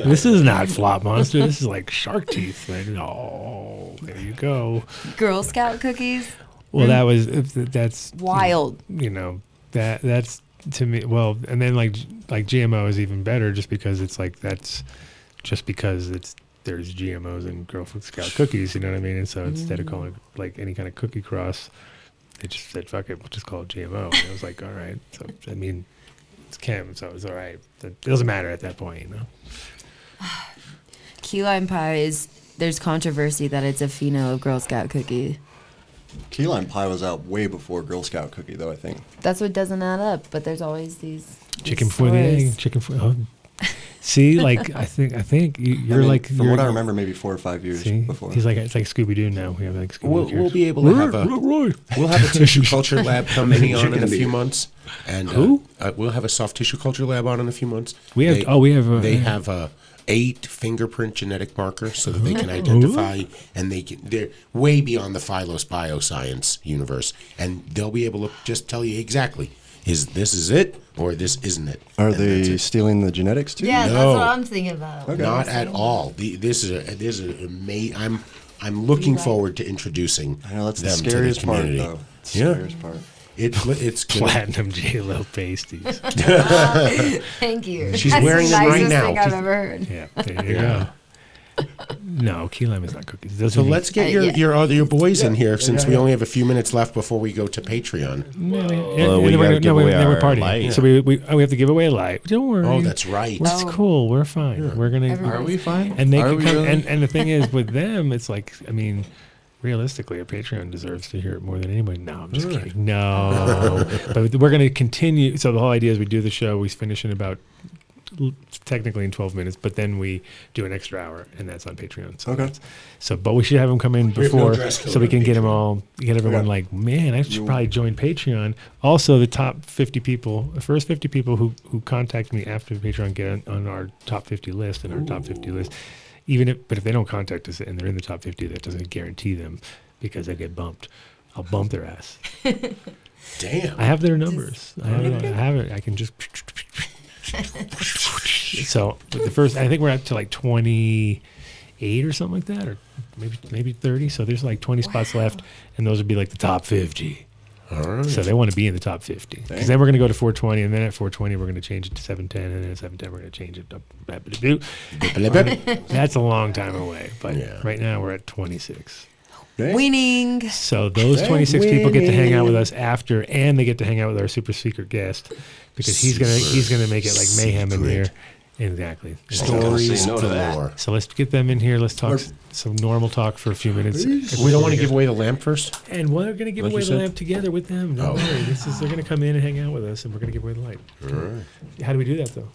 Speaker 5: this is not Flop Monster. This is like Shark Teeth. Like, oh, there you go.
Speaker 4: Girl Scout cookies.
Speaker 5: Well, that was if th- that's
Speaker 4: Wild.
Speaker 5: You know that that's to me. Well, and then like like GMO is even better just because it's like that's just because it's there's GMOs and Girl Scout cookies. You know what I mean? And so instead of calling it like any kind of cookie cross, they just said fuck it, we'll just call it GMO. And I was like, all right. So I mean, it's Kim, so it's all right. It doesn't matter at that point, you know.
Speaker 4: Key lime pie is. There's controversy that it's a pheno of Girl Scout cookie.
Speaker 13: Key lime pie was out way before Girl Scout cookie, though. I think.
Speaker 4: That's what doesn't add up. But there's always these. these
Speaker 5: Chicken for the egg.
Speaker 4: stories.
Speaker 5: Chicken for. Oh. See, like I think I think you-
Speaker 13: I
Speaker 5: you're
Speaker 13: mean,
Speaker 5: like
Speaker 13: from
Speaker 5: you're-
Speaker 13: what I remember, maybe four or five years
Speaker 5: See?
Speaker 13: before.
Speaker 5: He's like it's like Scooby Doo now. We have like Scooby
Speaker 6: We'll, we'll be able to have a we'll have a tissue culture lab coming on in a few months, and uh,
Speaker 5: Who?
Speaker 6: Uh, we'll have a soft tissue culture lab on in a few months.
Speaker 5: We have- oh, we have, uh,
Speaker 6: they
Speaker 5: yeah.
Speaker 6: have uh, eight fingerprint genetic markers so that they can identify, and they can they're way beyond the Phylos bioscience universe, and they'll be able to just tell you exactly is this is it or this isn't it.
Speaker 13: Are they stealing the genetics too?
Speaker 4: Yeah, that's what I'm thinking about.
Speaker 13: Okay.
Speaker 6: Not at all. The, this is a this is a ama- I'm I'm looking forward to introducing. I know
Speaker 13: that's the scariest part, though. It's the scariest part.
Speaker 6: It, it's gonna-
Speaker 5: platinum J Lo pasties.
Speaker 4: Thank you.
Speaker 6: She's
Speaker 4: That's
Speaker 6: wearing
Speaker 4: the
Speaker 6: them right
Speaker 4: nicest
Speaker 6: now.
Speaker 4: Thing I've ever heard.
Speaker 5: Yeah, there you
Speaker 6: Yeah.
Speaker 5: go. No, key lime is not cookies. Those
Speaker 6: So
Speaker 5: are the-
Speaker 6: let's get
Speaker 4: Uh,
Speaker 6: your,
Speaker 4: yeah.
Speaker 6: your other your boys in here since
Speaker 5: Mm-hmm. yeah,
Speaker 6: we
Speaker 5: yeah.
Speaker 6: only have a few minutes left before we go to Patreon.
Speaker 5: No, yeah,
Speaker 8: Well, we
Speaker 5: no,
Speaker 8: gotta
Speaker 5: we're-
Speaker 8: give
Speaker 5: no, we-
Speaker 8: away
Speaker 5: no, we're
Speaker 8: our
Speaker 5: partying.
Speaker 8: light.
Speaker 5: So we we, oh, we have to give away a light. Don't worry.
Speaker 6: Oh, that's right.
Speaker 5: It's cool. We're fine. We're gonna.
Speaker 4: Everybody's Are
Speaker 8: we fine?
Speaker 5: And they
Speaker 8: Are
Speaker 5: could
Speaker 8: we
Speaker 5: come.
Speaker 8: really?
Speaker 5: And, and the thing is, with them, it's like I mean, realistically, a Patreon deserves to hear it more than anybody. No, I'm just kidding. No, but we're gonna continue. So the whole idea is we do the show. We finish in about l- technically in 12 minutes, but then we do an extra hour, and that's on Patreon. So
Speaker 13: Okay.
Speaker 5: that's- So, but we should have them come in
Speaker 6: We have no
Speaker 5: before,
Speaker 6: dress code
Speaker 5: so we
Speaker 6: on
Speaker 5: can get them all, get everyone
Speaker 13: Okay.
Speaker 5: like, man, I should
Speaker 13: You-
Speaker 5: probably join Patreon. Also, the top 50 people, the first 50 people who who contact me after Patreon get on, on our top 50 list, and our top 50 list. Even if, but if they don't contact us and they're in the top 50, that doesn't guarantee them because they get bumped. I'll bump their ass.
Speaker 6: Damn.
Speaker 5: I have their numbers. I have, it, I have it. I can just. so but the first, I think we're up to like twenty eight or something like that, or maybe maybe thirty. So there's like twenty spots left, and those would be like the top fifty.
Speaker 6: All right.
Speaker 5: So they want to be in the top fifty because then we're going to go to four twenty, and then at four twenty we're going to change it to seven ten, and then at seven ten we're going to change it to. That's a long time away, but
Speaker 6: Yeah.
Speaker 5: right now we're at twenty six.
Speaker 4: Winning.
Speaker 5: So those
Speaker 6: Hey,
Speaker 5: 26 people get to hang out with
Speaker 6: winning.
Speaker 5: us after, and they get to hang out with our super secret guest because he's gonna
Speaker 6: Super
Speaker 5: he's gonna make it like mayhem in here.
Speaker 6: secret.
Speaker 5: Exactly.
Speaker 6: Stories
Speaker 8: no to that.
Speaker 6: galore.
Speaker 5: So let's get them in here. Let's talk s- some normal talk for a few minutes.
Speaker 6: We don't want to give away the lamp first.
Speaker 5: And we're gonna give
Speaker 6: Like you
Speaker 5: away the
Speaker 6: said?
Speaker 5: lamp together with them. Don't
Speaker 6: Oh.
Speaker 5: worry. This is they're gonna come in and hang out with us, and we're gonna give away the light. How do we do that though?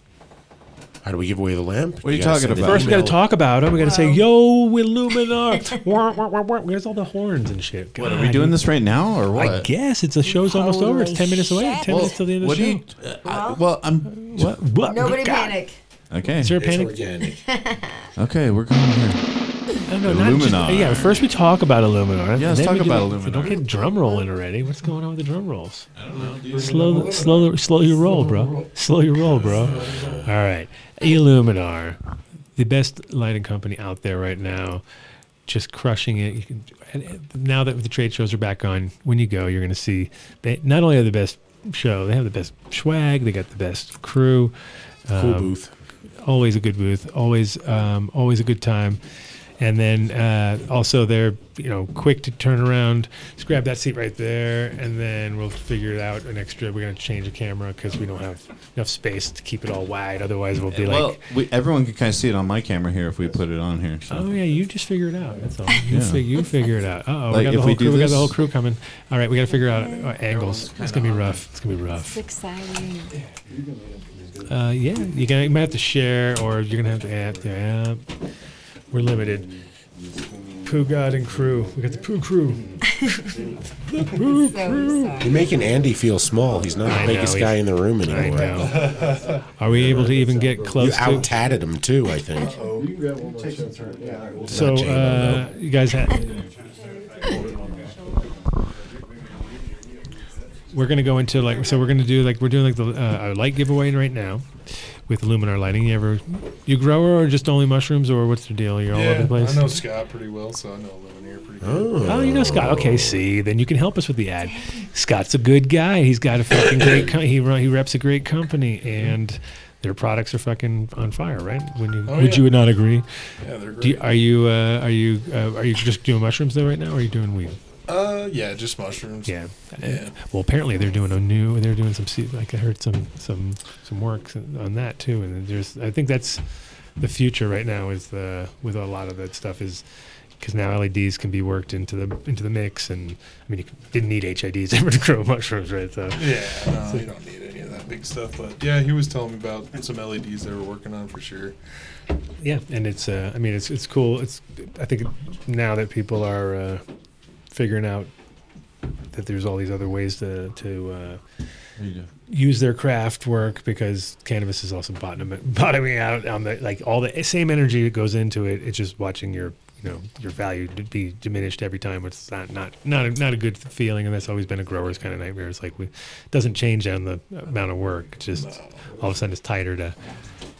Speaker 6: How do we give away the lamp?
Speaker 8: What are you
Speaker 6: gotta
Speaker 8: talking
Speaker 6: send an
Speaker 8: about?
Speaker 5: First, we got to
Speaker 6: email.
Speaker 5: talk about it. We got to say, "Yo, Illuminar!" Wah, wah, wah, wah. Where's all the horns and shit?
Speaker 8: What, are we
Speaker 5: God,
Speaker 8: doing
Speaker 5: you-
Speaker 8: this right now or what?
Speaker 5: I guess it's the show's almost over. It's ten minutes away. Ten
Speaker 8: Well,
Speaker 5: minutes till the end of the
Speaker 8: what
Speaker 5: show.
Speaker 8: do you- uh, uh, well, I'm. What?
Speaker 5: What?
Speaker 4: Nobody
Speaker 5: God.
Speaker 4: panic.
Speaker 8: Okay.
Speaker 5: Is there a
Speaker 6: It's
Speaker 5: panic?
Speaker 6: organic.
Speaker 8: Okay, we're going here.
Speaker 5: No, no, not just-
Speaker 8: Illuminar.
Speaker 5: yeah, first we talk about Illuminar.
Speaker 8: Yeah, let's
Speaker 5: then
Speaker 8: talk
Speaker 5: we do
Speaker 8: about
Speaker 5: the-
Speaker 8: Illuminar.
Speaker 5: Don't get drum rolling already. What's going on with the drum rolls? I don't know. Slow, slow, slow your roll, bro. Slow your roll, bro. All right, Illuminar, the best lighting company out there right now. Just crushing it. You can, and, and now that the trade shows are back on, when you go, you're going to see they not only are the best show. They have the best swag. They got the best crew.
Speaker 6: Cool booth.
Speaker 5: Always a good booth. Always, um, always a good time. And then uh, also they're you know quick to turn around. Just grab that seat right there, and then we'll figure it out. An extra. We're gonna change the camera because we don't have enough space to keep it all wide. Otherwise, we'll be
Speaker 8: well,
Speaker 5: like,
Speaker 8: we, everyone can kind of see it on my camera here if we put it on here. So.
Speaker 5: oh yeah, you just figure it out. That's all. You,
Speaker 8: Yeah.
Speaker 5: fi- you figure it out. Uh oh,
Speaker 8: Like,
Speaker 5: we got the
Speaker 8: if
Speaker 5: whole
Speaker 8: we do
Speaker 5: crew. We got
Speaker 8: this-
Speaker 5: the whole crew coming. All right, we got to figure out uh, angles. It's gonna be rough. It's gonna be rough.
Speaker 14: exciting.
Speaker 5: Uh, yeah, you're gonna you might have to share, or you're gonna have to add. Yeah, we're limited. Pooh God and crew. We got the Pooh crew. The Pooh crew.
Speaker 6: You're making Andy feel small. He's not
Speaker 5: I
Speaker 6: the biggest
Speaker 5: know,
Speaker 6: guy
Speaker 5: he's-
Speaker 6: in the room
Speaker 5: I
Speaker 6: anymore.
Speaker 5: know. Are we able to even get
Speaker 6: You
Speaker 5: close to-
Speaker 6: out tatted him too, I think.
Speaker 13: You can grab one more turn. Yeah, all right.
Speaker 5: So, uh, you guys had. We're gonna go into like so. We're gonna do like we're doing like the uh, our light giveaway right now, with Luminar Lighting. You ever you grower or just only mushrooms or what's the deal? You're all over the place.
Speaker 15: I know Scott pretty well, so I know Lumineer pretty
Speaker 5: Oh.
Speaker 15: good.
Speaker 5: you know Scott. Okay, see, then you can help us with the ad. Scott's a good guy. He's got a fucking great. Com- he run, he reps a great company, and their products are fucking on fire, right? When you,
Speaker 15: Oh,
Speaker 5: would
Speaker 15: yeah.
Speaker 5: you not agree?
Speaker 15: Yeah, they're
Speaker 5: Do you-
Speaker 15: great.
Speaker 5: are you uh, are you uh, are you just doing mushrooms though right now? Or are you doing weed?
Speaker 15: Uh, yeah, just mushrooms.
Speaker 5: Yeah.
Speaker 15: yeah.
Speaker 5: Well, apparently they're doing a new. They're doing some. se- Like I heard some some some work on that too, and there's. I think that's the future right now is the with a lot of that stuff is because now LEDs can be worked into the into the mix, and I mean you didn't need HIDs ever to grow mushrooms, right? So
Speaker 15: Yeah, no, you don't need any of that big stuff. But yeah, he was telling me about some LEDs they were working on for sure.
Speaker 5: Yeah, and it's uh, I mean it's it's cool. It's I think now that people are uh, figuring out that there's all these other ways to to uh,
Speaker 8: There you go.
Speaker 5: use their craft work because cannabis is also bottom, bottoming out on the like all the same energy that goes into it. It's just watching your you know your value d- be diminished every time. which is not not not a, not a good feeling, and that's always been a grower's kind of nightmare. It's like we doesn't change on the amount of work. It's Just all of a sudden it's tighter to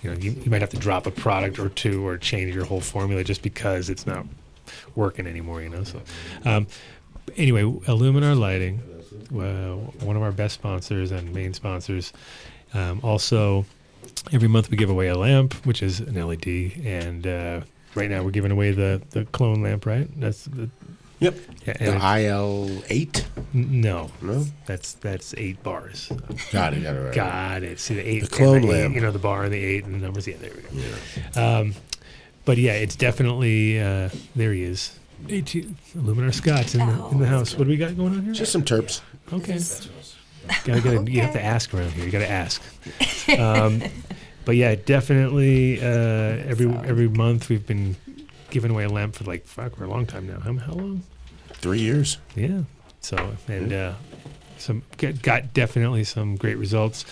Speaker 5: you know you, you might have to drop a product or two or change your whole formula just because it's not working anymore. You know so. Um, anyway, Illuminar Lighting, uh, one of our best sponsors and main sponsors. Um, also, every month we give away a lamp, which is an LED, and uh, right now we're giving away the the clone lamp. Right? That's the
Speaker 6: yep.
Speaker 5: Yeah,
Speaker 6: The IL eight.
Speaker 5: No, no, that's that's eight bars.
Speaker 6: Got it, got it, right, right.
Speaker 5: Got it. See the eight,
Speaker 6: The clone
Speaker 5: and the eight,
Speaker 6: lamp.
Speaker 5: you know, the bar and the eight and the numbers. Yeah, there we go. Um, but yeah, it's definitely uh, there. He is. 18, Luminar Scott's in the, in the house. What do we got going on here?
Speaker 6: Just some terps.
Speaker 5: Okay. Gotta- gotta- You have to ask around here. You got to ask. Um, but yeah, definitely. Uh, every every month we've been giving away a lamp for like fuck for a long time now. How, how long?
Speaker 6: Three years.
Speaker 5: Yeah. So and uh, some get, got definitely some great results.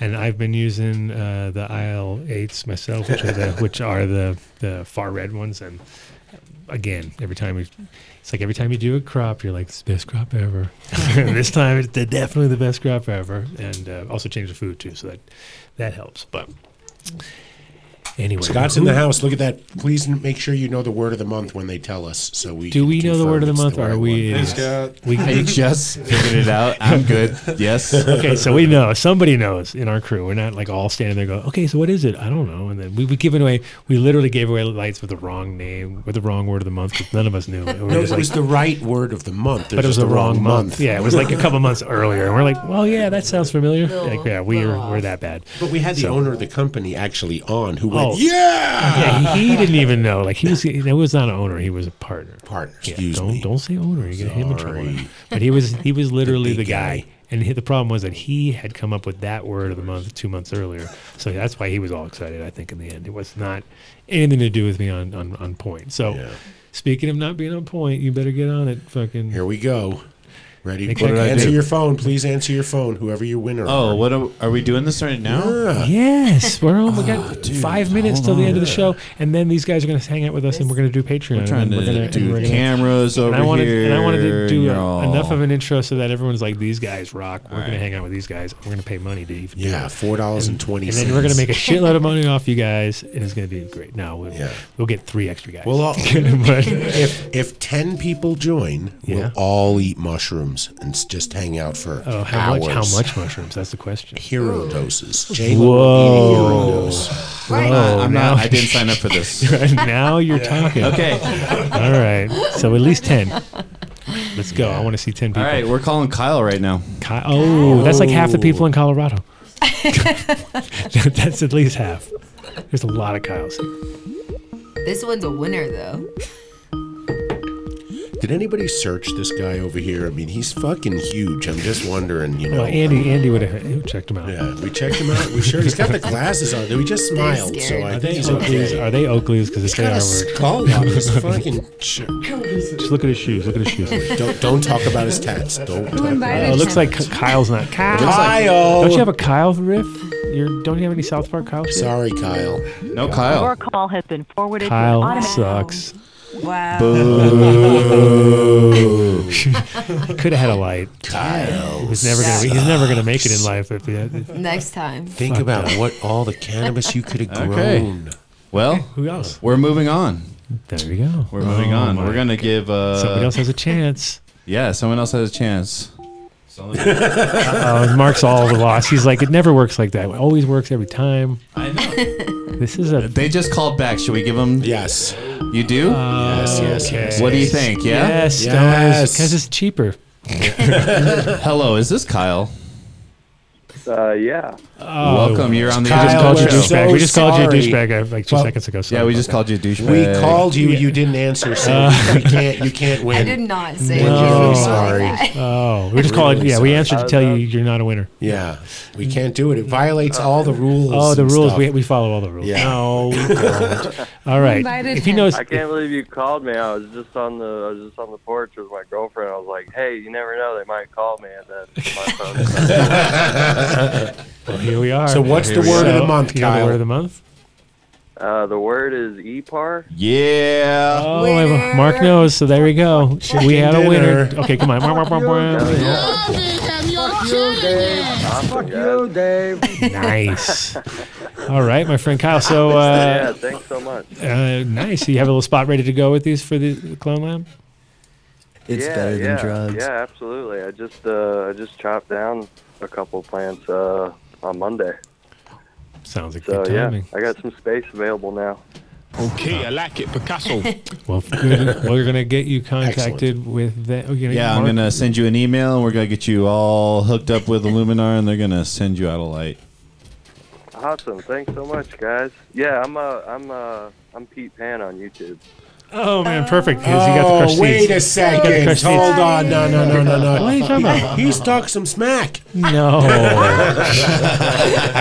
Speaker 5: And I've been using uh, the IL eights myself, which are the which are the the far red ones. And uh, again, every time we, it's like every time you do a crop, you're like, it's the best crop ever. this time it's the- definitely the best crop ever, and uh, also change the food too, so that that helps. But anyway,
Speaker 6: Scott's in the
Speaker 5: who-
Speaker 6: house. Look at that. Please n- make sure you know the word of the month when they tell us. So we
Speaker 5: Do
Speaker 6: can
Speaker 5: we know the
Speaker 6: confirm
Speaker 5: word of the
Speaker 6: it's
Speaker 5: month? or are
Speaker 6: right
Speaker 5: we?
Speaker 6: one.
Speaker 5: We
Speaker 8: I just figured it out. I'm good. Yes.
Speaker 5: okay, so we know. Somebody knows in our crew. We're not like all standing there going, okay, so what is it? I don't know. And then we were giving away, we literally gave away lights with the wrong name, with the wrong word of the month, because none of us knew. It
Speaker 6: No, it was the right word of the month.
Speaker 5: but it was
Speaker 6: just
Speaker 5: the wrong month. Yeah, it was like a couple months earlier. And we're like, well, yeah, that sounds familiar. Like, yeah, we were, we're that bad.
Speaker 6: But we had the
Speaker 5: So-
Speaker 6: owner of the company actually on who went,
Speaker 5: Oh.
Speaker 6: yeah!
Speaker 5: Yeah, he, he didn't even know. Like he was, he was not an owner. He was a partner.
Speaker 6: Partner.
Speaker 5: Yeah,
Speaker 6: excuse
Speaker 5: don't,
Speaker 6: me.
Speaker 5: Don't say owner. You get him in trouble.
Speaker 6: Sorry.
Speaker 5: But he was, he was literally the,
Speaker 6: big
Speaker 5: guy.
Speaker 6: guy.
Speaker 5: And he, the problem was that he had come up with that word of the month two months earlier. So that's why he was all excited. I think in the end, it was not anything to do with me on on, on point. So speaking of not being on point, you better get on it. Fucking.
Speaker 6: Here we go. Ready?
Speaker 5: Make that
Speaker 6: answer
Speaker 5: call.
Speaker 6: your phone. Please answer your phone, whoever your winner
Speaker 8: Oh,
Speaker 6: are.
Speaker 8: what are, are we doing this right now?
Speaker 5: Yes, we're on. We
Speaker 6: Ah,
Speaker 5: got five minutes
Speaker 8: hold
Speaker 5: till the end of the
Speaker 8: on.
Speaker 5: show, and then these guys are going to hang out with us, and we're going to do Patreon.
Speaker 8: We're trying
Speaker 5: and then
Speaker 8: to
Speaker 5: gonna- and
Speaker 8: do
Speaker 5: we're gonna-
Speaker 8: cameras
Speaker 5: and I
Speaker 8: over
Speaker 5: wanted, And I wanted to
Speaker 8: here,
Speaker 5: do a-
Speaker 8: y'all.
Speaker 5: enough of an intro so that everyone's like, "These guys rock. We're going to hang out with these guys. We're going to pay money to even do
Speaker 6: Yeah,
Speaker 5: it."
Speaker 6: $4.20.
Speaker 5: And then we're going to make a shitload of money off you guys, and it's going to be great. No, we'll, we'll get three extra guys.
Speaker 6: We'll all,
Speaker 5: But-
Speaker 6: if if ten people join,
Speaker 5: Yeah.
Speaker 6: we'll all eat mushrooms. mushrooms and s- just hang out for
Speaker 5: Oh, how much- how
Speaker 6: hours.
Speaker 5: much mushrooms? That's the question.
Speaker 6: Hero doses. J
Speaker 5: Whoa.
Speaker 6: Lo hero dose.
Speaker 5: Right.
Speaker 8: Uh, I'm
Speaker 5: now-
Speaker 8: not, I didn't sign up for this.
Speaker 5: Right, now Oh, you're talking.
Speaker 8: Okay.
Speaker 5: All right. So at least 10. Let's go. I want to see 10 people.
Speaker 8: All right, we're calling Kyle right now.
Speaker 5: Kyle, oh, that's like half the people in Colorado. that's at least half. There's a lot of Kyles.
Speaker 4: This one's a winner though.
Speaker 6: Did anybody search this guy over here? I mean, he's fucking huge. I'm just wondering, you know.
Speaker 5: Well, um, Andy, Andy would have checked him out.
Speaker 6: Yeah, we checked him out. We sure he's got the glasses on. Dude, he just smiled, so I
Speaker 5: Are
Speaker 6: think
Speaker 5: they
Speaker 6: he's
Speaker 5: Oakleys?
Speaker 6: okay.
Speaker 5: Are they Oakleys? Because if they
Speaker 6: got
Speaker 5: are,
Speaker 6: a
Speaker 5: we're-
Speaker 6: skull on his fucking shirt.
Speaker 5: Just look at his shoes. Look at his shoes.
Speaker 6: Don't- don't talk about his tats. Don't Who talk invited about
Speaker 5: it
Speaker 6: his
Speaker 5: looks like
Speaker 6: tats?
Speaker 5: Kyle's not.
Speaker 6: Kyle! Kyle!
Speaker 5: Don't you have a Kyle riff? You're, don't you have any South Park Kyle? Shit?
Speaker 6: Sorry, Kyle.
Speaker 8: No, Kyle.
Speaker 14: Your call has been forwarded
Speaker 5: Kyle
Speaker 14: to an automatic.
Speaker 5: sucks.
Speaker 4: Wow.
Speaker 5: Boo. Could have had a light.
Speaker 6: Kyle
Speaker 5: He's never gonna. He's never gonna make it in life. If he had,
Speaker 4: Next time.
Speaker 6: Think
Speaker 5: Fucked
Speaker 6: about
Speaker 5: up.
Speaker 6: what all the cannabis you could have
Speaker 8: Okay.
Speaker 6: grown.
Speaker 8: Well,
Speaker 5: Who else?
Speaker 8: We're moving on.
Speaker 5: There we go.
Speaker 8: We're moving
Speaker 5: Oh
Speaker 8: on.
Speaker 5: my
Speaker 8: We're gonna give uh,
Speaker 5: Somebody else has a chance.
Speaker 8: Yeah, someone else has a chance.
Speaker 5: Uh, Mark's all the loss. He's like, it never works like that. It always works every time.
Speaker 8: I know.
Speaker 5: This is a.
Speaker 8: They just called back. Should we give them?
Speaker 6: Yes.
Speaker 8: You do?
Speaker 5: Yes, yes, yes,
Speaker 8: What do you
Speaker 5: Uh, yes.
Speaker 8: think? Yeah.
Speaker 5: Yes, Yes. stoners, 'cause it's cheaper.
Speaker 8: Hello, is this Kyle?
Speaker 16: Uh, yeah.
Speaker 8: Welcome. You're on the.
Speaker 5: Oh, we just called you a
Speaker 8: show.
Speaker 5: douchebag. we just called you a douchebag uh, like two seconds ago.
Speaker 8: yeah, we just called you a douchebag.
Speaker 6: We called you. You didn't answer. So
Speaker 5: Uh,
Speaker 6: you can't. You can't win.
Speaker 4: I did not say
Speaker 6: No.
Speaker 4: anything about
Speaker 6: Sorry.
Speaker 4: that.
Speaker 5: Oh, we just
Speaker 6: Really
Speaker 5: called. Yeah, we
Speaker 6: sorry.
Speaker 5: answered to tell you you're not a winner.
Speaker 6: Yeah, we can't do it. It violates all the rules.
Speaker 5: Oh, the
Speaker 6: and
Speaker 5: rules.
Speaker 6: stuff.
Speaker 5: We, we follow all the rules.
Speaker 6: Yeah.
Speaker 5: No, we don't. all right. If he knows,
Speaker 16: I can't believe you called me. I was just on the I was just on the porch with my girlfriend. I was like, "Hey, you never know, they might call me." And then my phone.
Speaker 5: well, here we are.
Speaker 6: So what's the word of the month,
Speaker 5: you know
Speaker 6: Kyle?
Speaker 5: The word of the month.
Speaker 16: uh, the word is EPAR.
Speaker 8: Yeah.
Speaker 5: Oh, Mark knows. So there we go. we had a winner.
Speaker 16: dinner.
Speaker 5: Okay, come on. Wah, wah, wah, wah.
Speaker 16: Fuck you, Dave.
Speaker 5: Nice. All right, my friend Kyle. So
Speaker 16: yeah,
Speaker 5: uh,
Speaker 16: thanks so much.
Speaker 5: uh, nice. You have a little spot ready to go with these for the Clone Lab.
Speaker 16: yeah, yeah, Yeah, absolutely. I just uh, I just chopped down a couple plants uh, on Monday.
Speaker 5: Sounds like
Speaker 16: So
Speaker 5: good
Speaker 16: yeah,
Speaker 5: timing.
Speaker 16: I got some space available now. Okay, I like it, Picasso.
Speaker 6: Oh,
Speaker 5: Well, good. we're gonna get you contacted with that. Oh, We're gonna
Speaker 8: Yeah, I'm
Speaker 5: Mark-
Speaker 8: gonna send you an email, and we're gonna get you all hooked up with Illuminar, and they're gonna send you out a light.
Speaker 16: Awesome. Thanhanks so much, guys. Yeah, I'm uh, I'm uh, I'm Pete Pan on YouTube.
Speaker 5: Oh man, perfect. Because you got the crushed
Speaker 6: oh, wait a
Speaker 5: seeds. You got the
Speaker 6: second.
Speaker 5: crushed
Speaker 6: Hold
Speaker 5: seeds.
Speaker 6: on. No, no, no, no, no.
Speaker 5: What are you talking about?
Speaker 6: He's talking some smack.
Speaker 5: No. I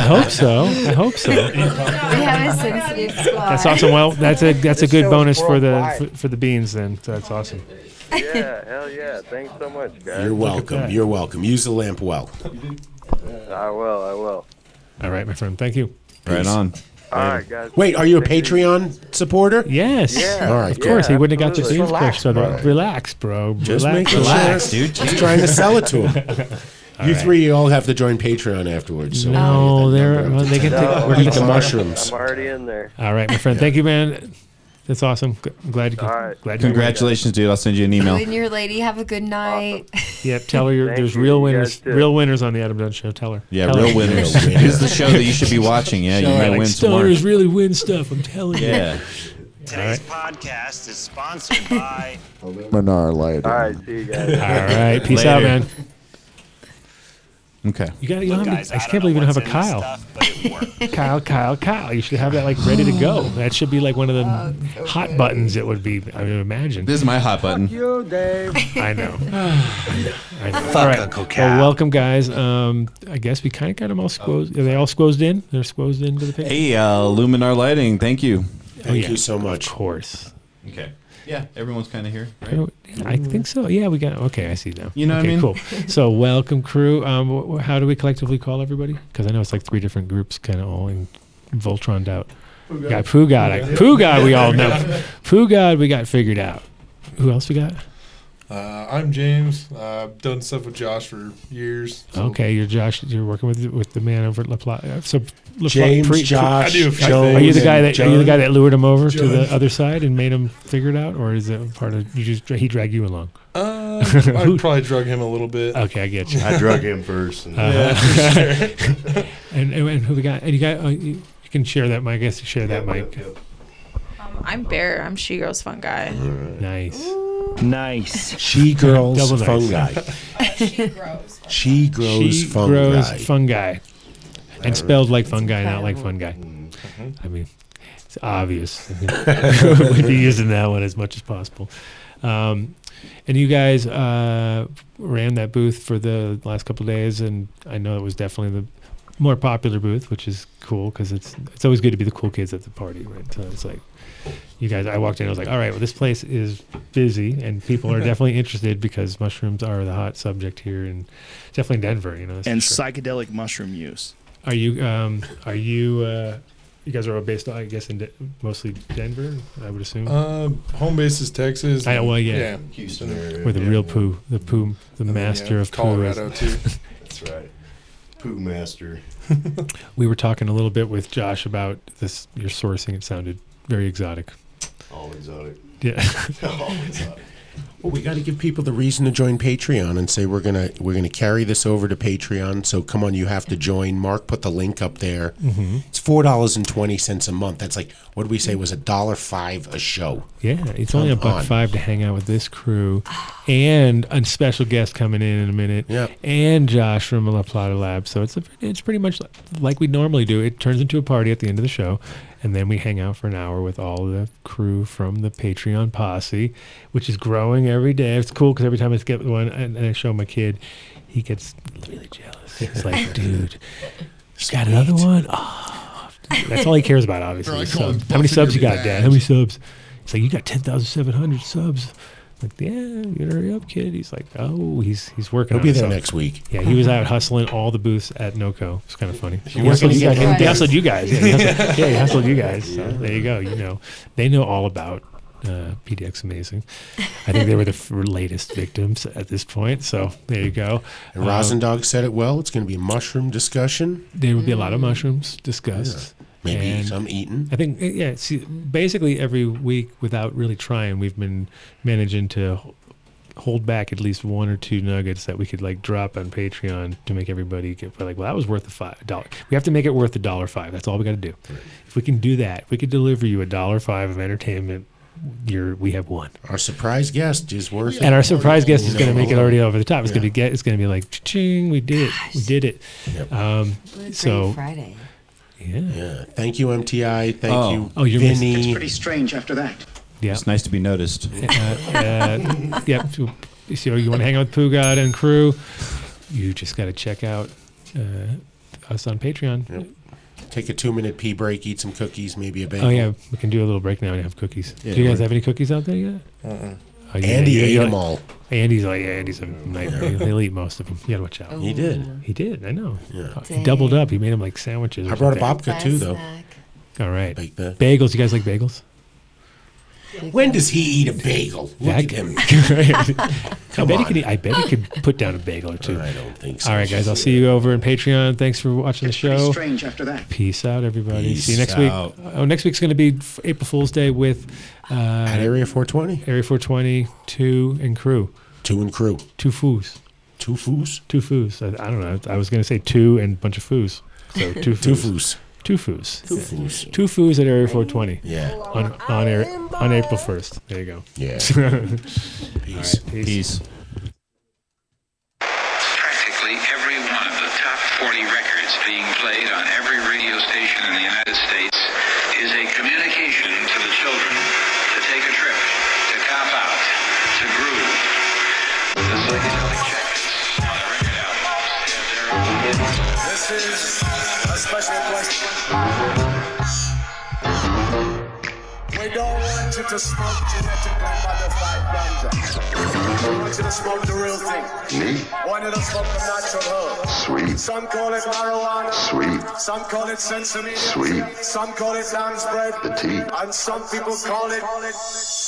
Speaker 5: hope so. I hope so.
Speaker 4: We have a sensitive squad.
Speaker 5: That's awesome. Well, that's a that's a
Speaker 4: This
Speaker 5: good
Speaker 4: show's
Speaker 5: bonus for the
Speaker 4: worldwide.
Speaker 5: for, for the beans. Then so that's awesome.
Speaker 16: Yeah, hell yeah. Thanks so much, guys.
Speaker 6: You're welcome.
Speaker 5: that.
Speaker 6: You're welcome. Use the lamp well.
Speaker 16: I will. I will.
Speaker 5: All right, my friend. Thank you.
Speaker 8: Right on.
Speaker 16: All right, guys.
Speaker 6: Wait, are you a
Speaker 16: Take it
Speaker 6: Patreon supporter?
Speaker 5: Yes.
Speaker 16: Yeah.
Speaker 6: All right.
Speaker 5: Of course, he wouldn't have got the
Speaker 6: absolutely.
Speaker 5: beans crushed. So
Speaker 6: Relax, bro.
Speaker 5: relax, bro.
Speaker 6: Just
Speaker 5: relax.
Speaker 6: making
Speaker 5: relax,
Speaker 6: sure.
Speaker 5: dude.
Speaker 6: Just trying to sell it to him.
Speaker 5: All
Speaker 6: you
Speaker 5: right.
Speaker 6: three all have to join Patreon afterwards. So
Speaker 5: No, they're well, they can
Speaker 6: No,
Speaker 5: take.
Speaker 6: I'm
Speaker 5: we're gonna
Speaker 6: eat the
Speaker 5: start-
Speaker 6: mushrooms.
Speaker 16: I'm already in there.
Speaker 5: All right, my friend. Thank you, man. That's awesome. G- Glad you. All right. Glad you.
Speaker 8: Congratulations, dude. I'll send you an email.
Speaker 4: You and your lady have a good night.
Speaker 5: Yep. Tell her you're, there's real winners. Real winners on the Adam Dunn show. Tell her.
Speaker 8: Yeah,
Speaker 5: Tell her.
Speaker 8: real winners. This is the show that you should be watching. Yeah, you
Speaker 5: Show her,
Speaker 8: might
Speaker 5: like,
Speaker 8: win some more.
Speaker 5: Stoners really win stuff. I'm telling you. All
Speaker 8: Yeah.
Speaker 11: Today's podcast is sponsored by.
Speaker 3: Minar lighting.
Speaker 11: All right, see you guys.
Speaker 5: All right. Peace out,
Speaker 8: Later.
Speaker 5: man.
Speaker 8: Okay.
Speaker 5: You got. You
Speaker 11: Look,
Speaker 5: don't have.
Speaker 11: guys,
Speaker 5: to-
Speaker 11: I
Speaker 5: I
Speaker 11: don't
Speaker 5: can't believe
Speaker 11: know
Speaker 5: you don't have a
Speaker 11: what's in this
Speaker 5: Kyle.
Speaker 11: stuff, but it worked.
Speaker 5: Kyle, Kyle, Kyle. You should have that like ready to go. That should be like one of the hot buttons. It would be. I would imagine.
Speaker 8: This is my hot button.
Speaker 16: You, Dave.
Speaker 5: I know. I know.
Speaker 8: Fuck
Speaker 5: all right.
Speaker 8: Uncle
Speaker 5: Well,
Speaker 8: Cal.
Speaker 5: welcome, guys. Um, I guess we kind of got them all squoze. Are they all squozed in? They're squozed into the picture.
Speaker 8: Hey, uh, Luminar Lighting. Thank you.
Speaker 5: Oh, yeah.
Speaker 6: so much. Of
Speaker 5: course.
Speaker 8: Okay. Yeah, everyone's kind of here.
Speaker 5: Oh, I think so. Yeah, we got. Okay, I see now.
Speaker 8: Mm. You know what I
Speaker 5: okay,
Speaker 8: mean?
Speaker 5: Cool. So, welcome, crew. Um, wh- wh- how do we collectively call everybody? Because I know it's like three different groups, kind of all in Voltroned out.
Speaker 8: Poo
Speaker 5: We
Speaker 8: God.
Speaker 5: got Poo God.
Speaker 8: Poo
Speaker 5: I-
Speaker 8: God.
Speaker 5: Poo God. We all know. Poo God. We got figured out. Who else we got?
Speaker 15: Uh, I'm James. Uh, I've done stuff with Josh for years. so-
Speaker 5: Okay, you're Josh. You're working with with the man over at La Plata. So La Plata-
Speaker 6: James,
Speaker 5: pre- pre-
Speaker 6: Josh,
Speaker 5: I do.
Speaker 6: Jones,
Speaker 5: are you the guy
Speaker 6: and
Speaker 5: that are you the
Speaker 6: John.
Speaker 5: guy that lured him over to
Speaker 6: John.
Speaker 5: the other side and made him figure it out, or is it part of you just dra- he dragged you along?
Speaker 15: Uh, Uh, I probably drug him a little bit.
Speaker 5: Okay, I get you.
Speaker 15: I
Speaker 14: drug him first, and-
Speaker 5: Uh-huh.
Speaker 14: Yeah, for sure.
Speaker 5: and, and and who we got? And you got? Oh, you, you can share that mic. I guess you share that mic.
Speaker 17: I'm Bear. I'm She Girls Fun Guy.
Speaker 5: Nice.
Speaker 6: Nice. She grows
Speaker 5: Double nice.
Speaker 6: fungi.
Speaker 17: she grows.
Speaker 6: She grows
Speaker 5: she
Speaker 6: fungi.
Speaker 5: grows fungi, and spelled like fungi, not like fungi.
Speaker 6: Mm-hmm.
Speaker 5: I mean, it's obvious. We'd be using that one as much as possible. Um, and you guys uh, ran that booth for the last couple days, and I know it was definitely the more popular booth, which is cool because it's it's always good to be the cool kids at the party, right? So it's like you guys. I walked in, I was like, all right, well, this place is busy, and people are definitely interested because mushrooms are the hot subject here, and definitely in Denver, you know. that's
Speaker 14: and
Speaker 5: for sure.
Speaker 14: psychedelic mushroom use.
Speaker 5: Are you um are you uh you guys are all based I guess in De- mostly Denver, I would assume.
Speaker 15: Uh, home base is Texas.
Speaker 5: I, well, yeah,
Speaker 15: Houston.
Speaker 5: Where the
Speaker 15: Yeah.
Speaker 5: real poo, the poo, the
Speaker 15: And then,
Speaker 5: master
Speaker 15: yeah,
Speaker 5: of
Speaker 15: Colorado
Speaker 5: poo.
Speaker 15: too.
Speaker 5: is.
Speaker 14: That's right. Poo master.
Speaker 5: we were talking a little bit with Josh about this your sourcing. It sounded very exotic.
Speaker 14: All exotic.
Speaker 5: Yeah.
Speaker 14: All exotic.
Speaker 6: Well, we got to give people the reason to join Patreon and say we're gonna we're gonna carry this over to Patreon. So come on, you have to join. Mark put the link up there.
Speaker 5: Mhm.
Speaker 6: It's four dollars and twenty cents a month. That's like what did we say was a dollar five a show.
Speaker 5: Yeah, it's only a
Speaker 6: Come
Speaker 5: buck
Speaker 6: on.
Speaker 5: five to hang out with this crew, and a special guest coming in in a minute. and Josh from La Plata Lab. So it's a, it's pretty much li- like we normally do. It turns into a party at the end of the show, and then we hang out for an hour with all the crew from the Patreon posse, which is growing every day. It's cool because every time I get one and, and I show my kid, he gets really jealous. He's like, dude. You got another one? Oh. That's all he cares about, obviously.
Speaker 14: Bro, I
Speaker 5: is
Speaker 14: call him
Speaker 5: subs. How many
Speaker 14: Buffy
Speaker 5: subs you
Speaker 14: every
Speaker 5: got,
Speaker 14: day.
Speaker 5: Dad? How many subs? He's like, you got ten thousand seven hundred subs. I'm like, yeah, you gotta hurry up, kid. He's like, oh, he's he's working.
Speaker 6: He'll
Speaker 5: on
Speaker 6: be
Speaker 5: it.
Speaker 6: there
Speaker 5: So-
Speaker 6: next week.
Speaker 5: Yeah, he was out hustling all the booths at NoCo. It's kind of funny. He,
Speaker 6: worked
Speaker 5: hustled
Speaker 6: on
Speaker 5: you guys.
Speaker 6: his own
Speaker 5: He
Speaker 6: booth.
Speaker 5: hustled you guys. Yeah, he hustled, yeah, he hustled you guys. So there you go. You know, they know all about uh, PDX Amazing. I think they were the f- latest victims at this point. So there you go.
Speaker 6: And
Speaker 5: Um,
Speaker 6: Rosendog said it well. It's going to be a mushroom discussion.
Speaker 5: There would be a lot of mushrooms discussed.
Speaker 6: Maybe
Speaker 5: And
Speaker 6: some eaten.
Speaker 5: I think eh, yeah. See, basically every week, without really trying, we've been managing to h- hold back at least one or two nuggets that we could like drop on Patreon to make everybody get like, well, that was worth the five dollar. We have to make it worth a dollar five. That's all we got to do. If we can do that, if we could deliver you a dollar five of entertainment. You're, we have won.
Speaker 6: Our surprise guest is worth. it.
Speaker 5: And our surprise guest is going to make it
Speaker 6: No.
Speaker 5: already over the top. It's going to get. It's going to be like, ching, we did it, we did it. Um, so
Speaker 4: Friday.
Speaker 5: Yeah.
Speaker 6: Yeah. Thank you, MTI. Thank
Speaker 8: Oh.
Speaker 6: you,
Speaker 5: Oh, you're
Speaker 6: Vinny.
Speaker 12: strange after that.
Speaker 5: Yeah.
Speaker 8: It's nice to be noticed.
Speaker 5: uh, yep. So, so you want to hang out with Pooh God and crew? You just got to check out uh, us on Patreon.
Speaker 6: Take a two-minute pee break. Eat some cookies. Maybe a bagel.
Speaker 5: Oh yeah, we can do a little break now and have cookies.
Speaker 6: Yeah,
Speaker 5: do you guys
Speaker 6: we're-
Speaker 5: have any cookies out there yet?
Speaker 6: Uh-uh.
Speaker 5: Oh, yeah,
Speaker 6: Andy
Speaker 5: yeah,
Speaker 6: ate
Speaker 5: yeah.
Speaker 6: them all.
Speaker 5: Andy's like, yeah, Andy's a nightmare. He'll eat most of them. You gotta watch out.
Speaker 6: He did.
Speaker 5: He did. I know.
Speaker 6: Yeah.
Speaker 5: He doubled up. He made them like sandwiches. or
Speaker 6: I brought a
Speaker 5: something.
Speaker 6: babka too,
Speaker 7: uh,
Speaker 6: though.
Speaker 5: All right.
Speaker 6: Like that.
Speaker 5: Bagels. You guys like bagels?
Speaker 6: When does he eat a bagel? Look
Speaker 5: That-
Speaker 6: at him.
Speaker 5: I
Speaker 6: Come
Speaker 5: bet he
Speaker 6: on.
Speaker 5: could. eat- I bet he could put down a bagel or two.
Speaker 6: I don't think so.
Speaker 5: All right, guys. I'll see you over in Patreon. Thanks for watching the show.
Speaker 12: strange after that.
Speaker 5: Peace out, everybody.
Speaker 6: Peace
Speaker 5: see you next
Speaker 6: out.
Speaker 5: week. Oh, next week's going to be f- April Fool's Day with uh,
Speaker 6: At Area 420.
Speaker 5: Area 420, two and crew,
Speaker 6: two and crew,
Speaker 5: two foos,
Speaker 6: two foos,
Speaker 5: two foos. I, I don't know. I was going to say two and bunch of foos. So two foos.
Speaker 6: Two foos.
Speaker 5: Two foos.
Speaker 6: Two foos.
Speaker 5: Two foos at Area 420.
Speaker 6: Yeah.
Speaker 5: On on, air, on April 1st. There you go.
Speaker 6: Yeah.
Speaker 5: All right,
Speaker 6: Peace.
Speaker 5: peace.
Speaker 1: practically every one of the top 40 records being played on every radio station in the United States is a communication to the children to take a trip, to cop out, to groove. The psychedelic jackets on the record albums have their own
Speaker 2: This is a special question. We don't want you to smoke genetically modified ganja. We want you to smoke the real thing.
Speaker 18: Me?
Speaker 2: want you to smoke the natural herb.
Speaker 18: Sweet.
Speaker 2: Some call it marijuana.
Speaker 18: Sweet.
Speaker 2: Some call it sesame.
Speaker 18: Sweet.
Speaker 2: Some call it lamb's bread.
Speaker 18: The tea.
Speaker 2: And some people call it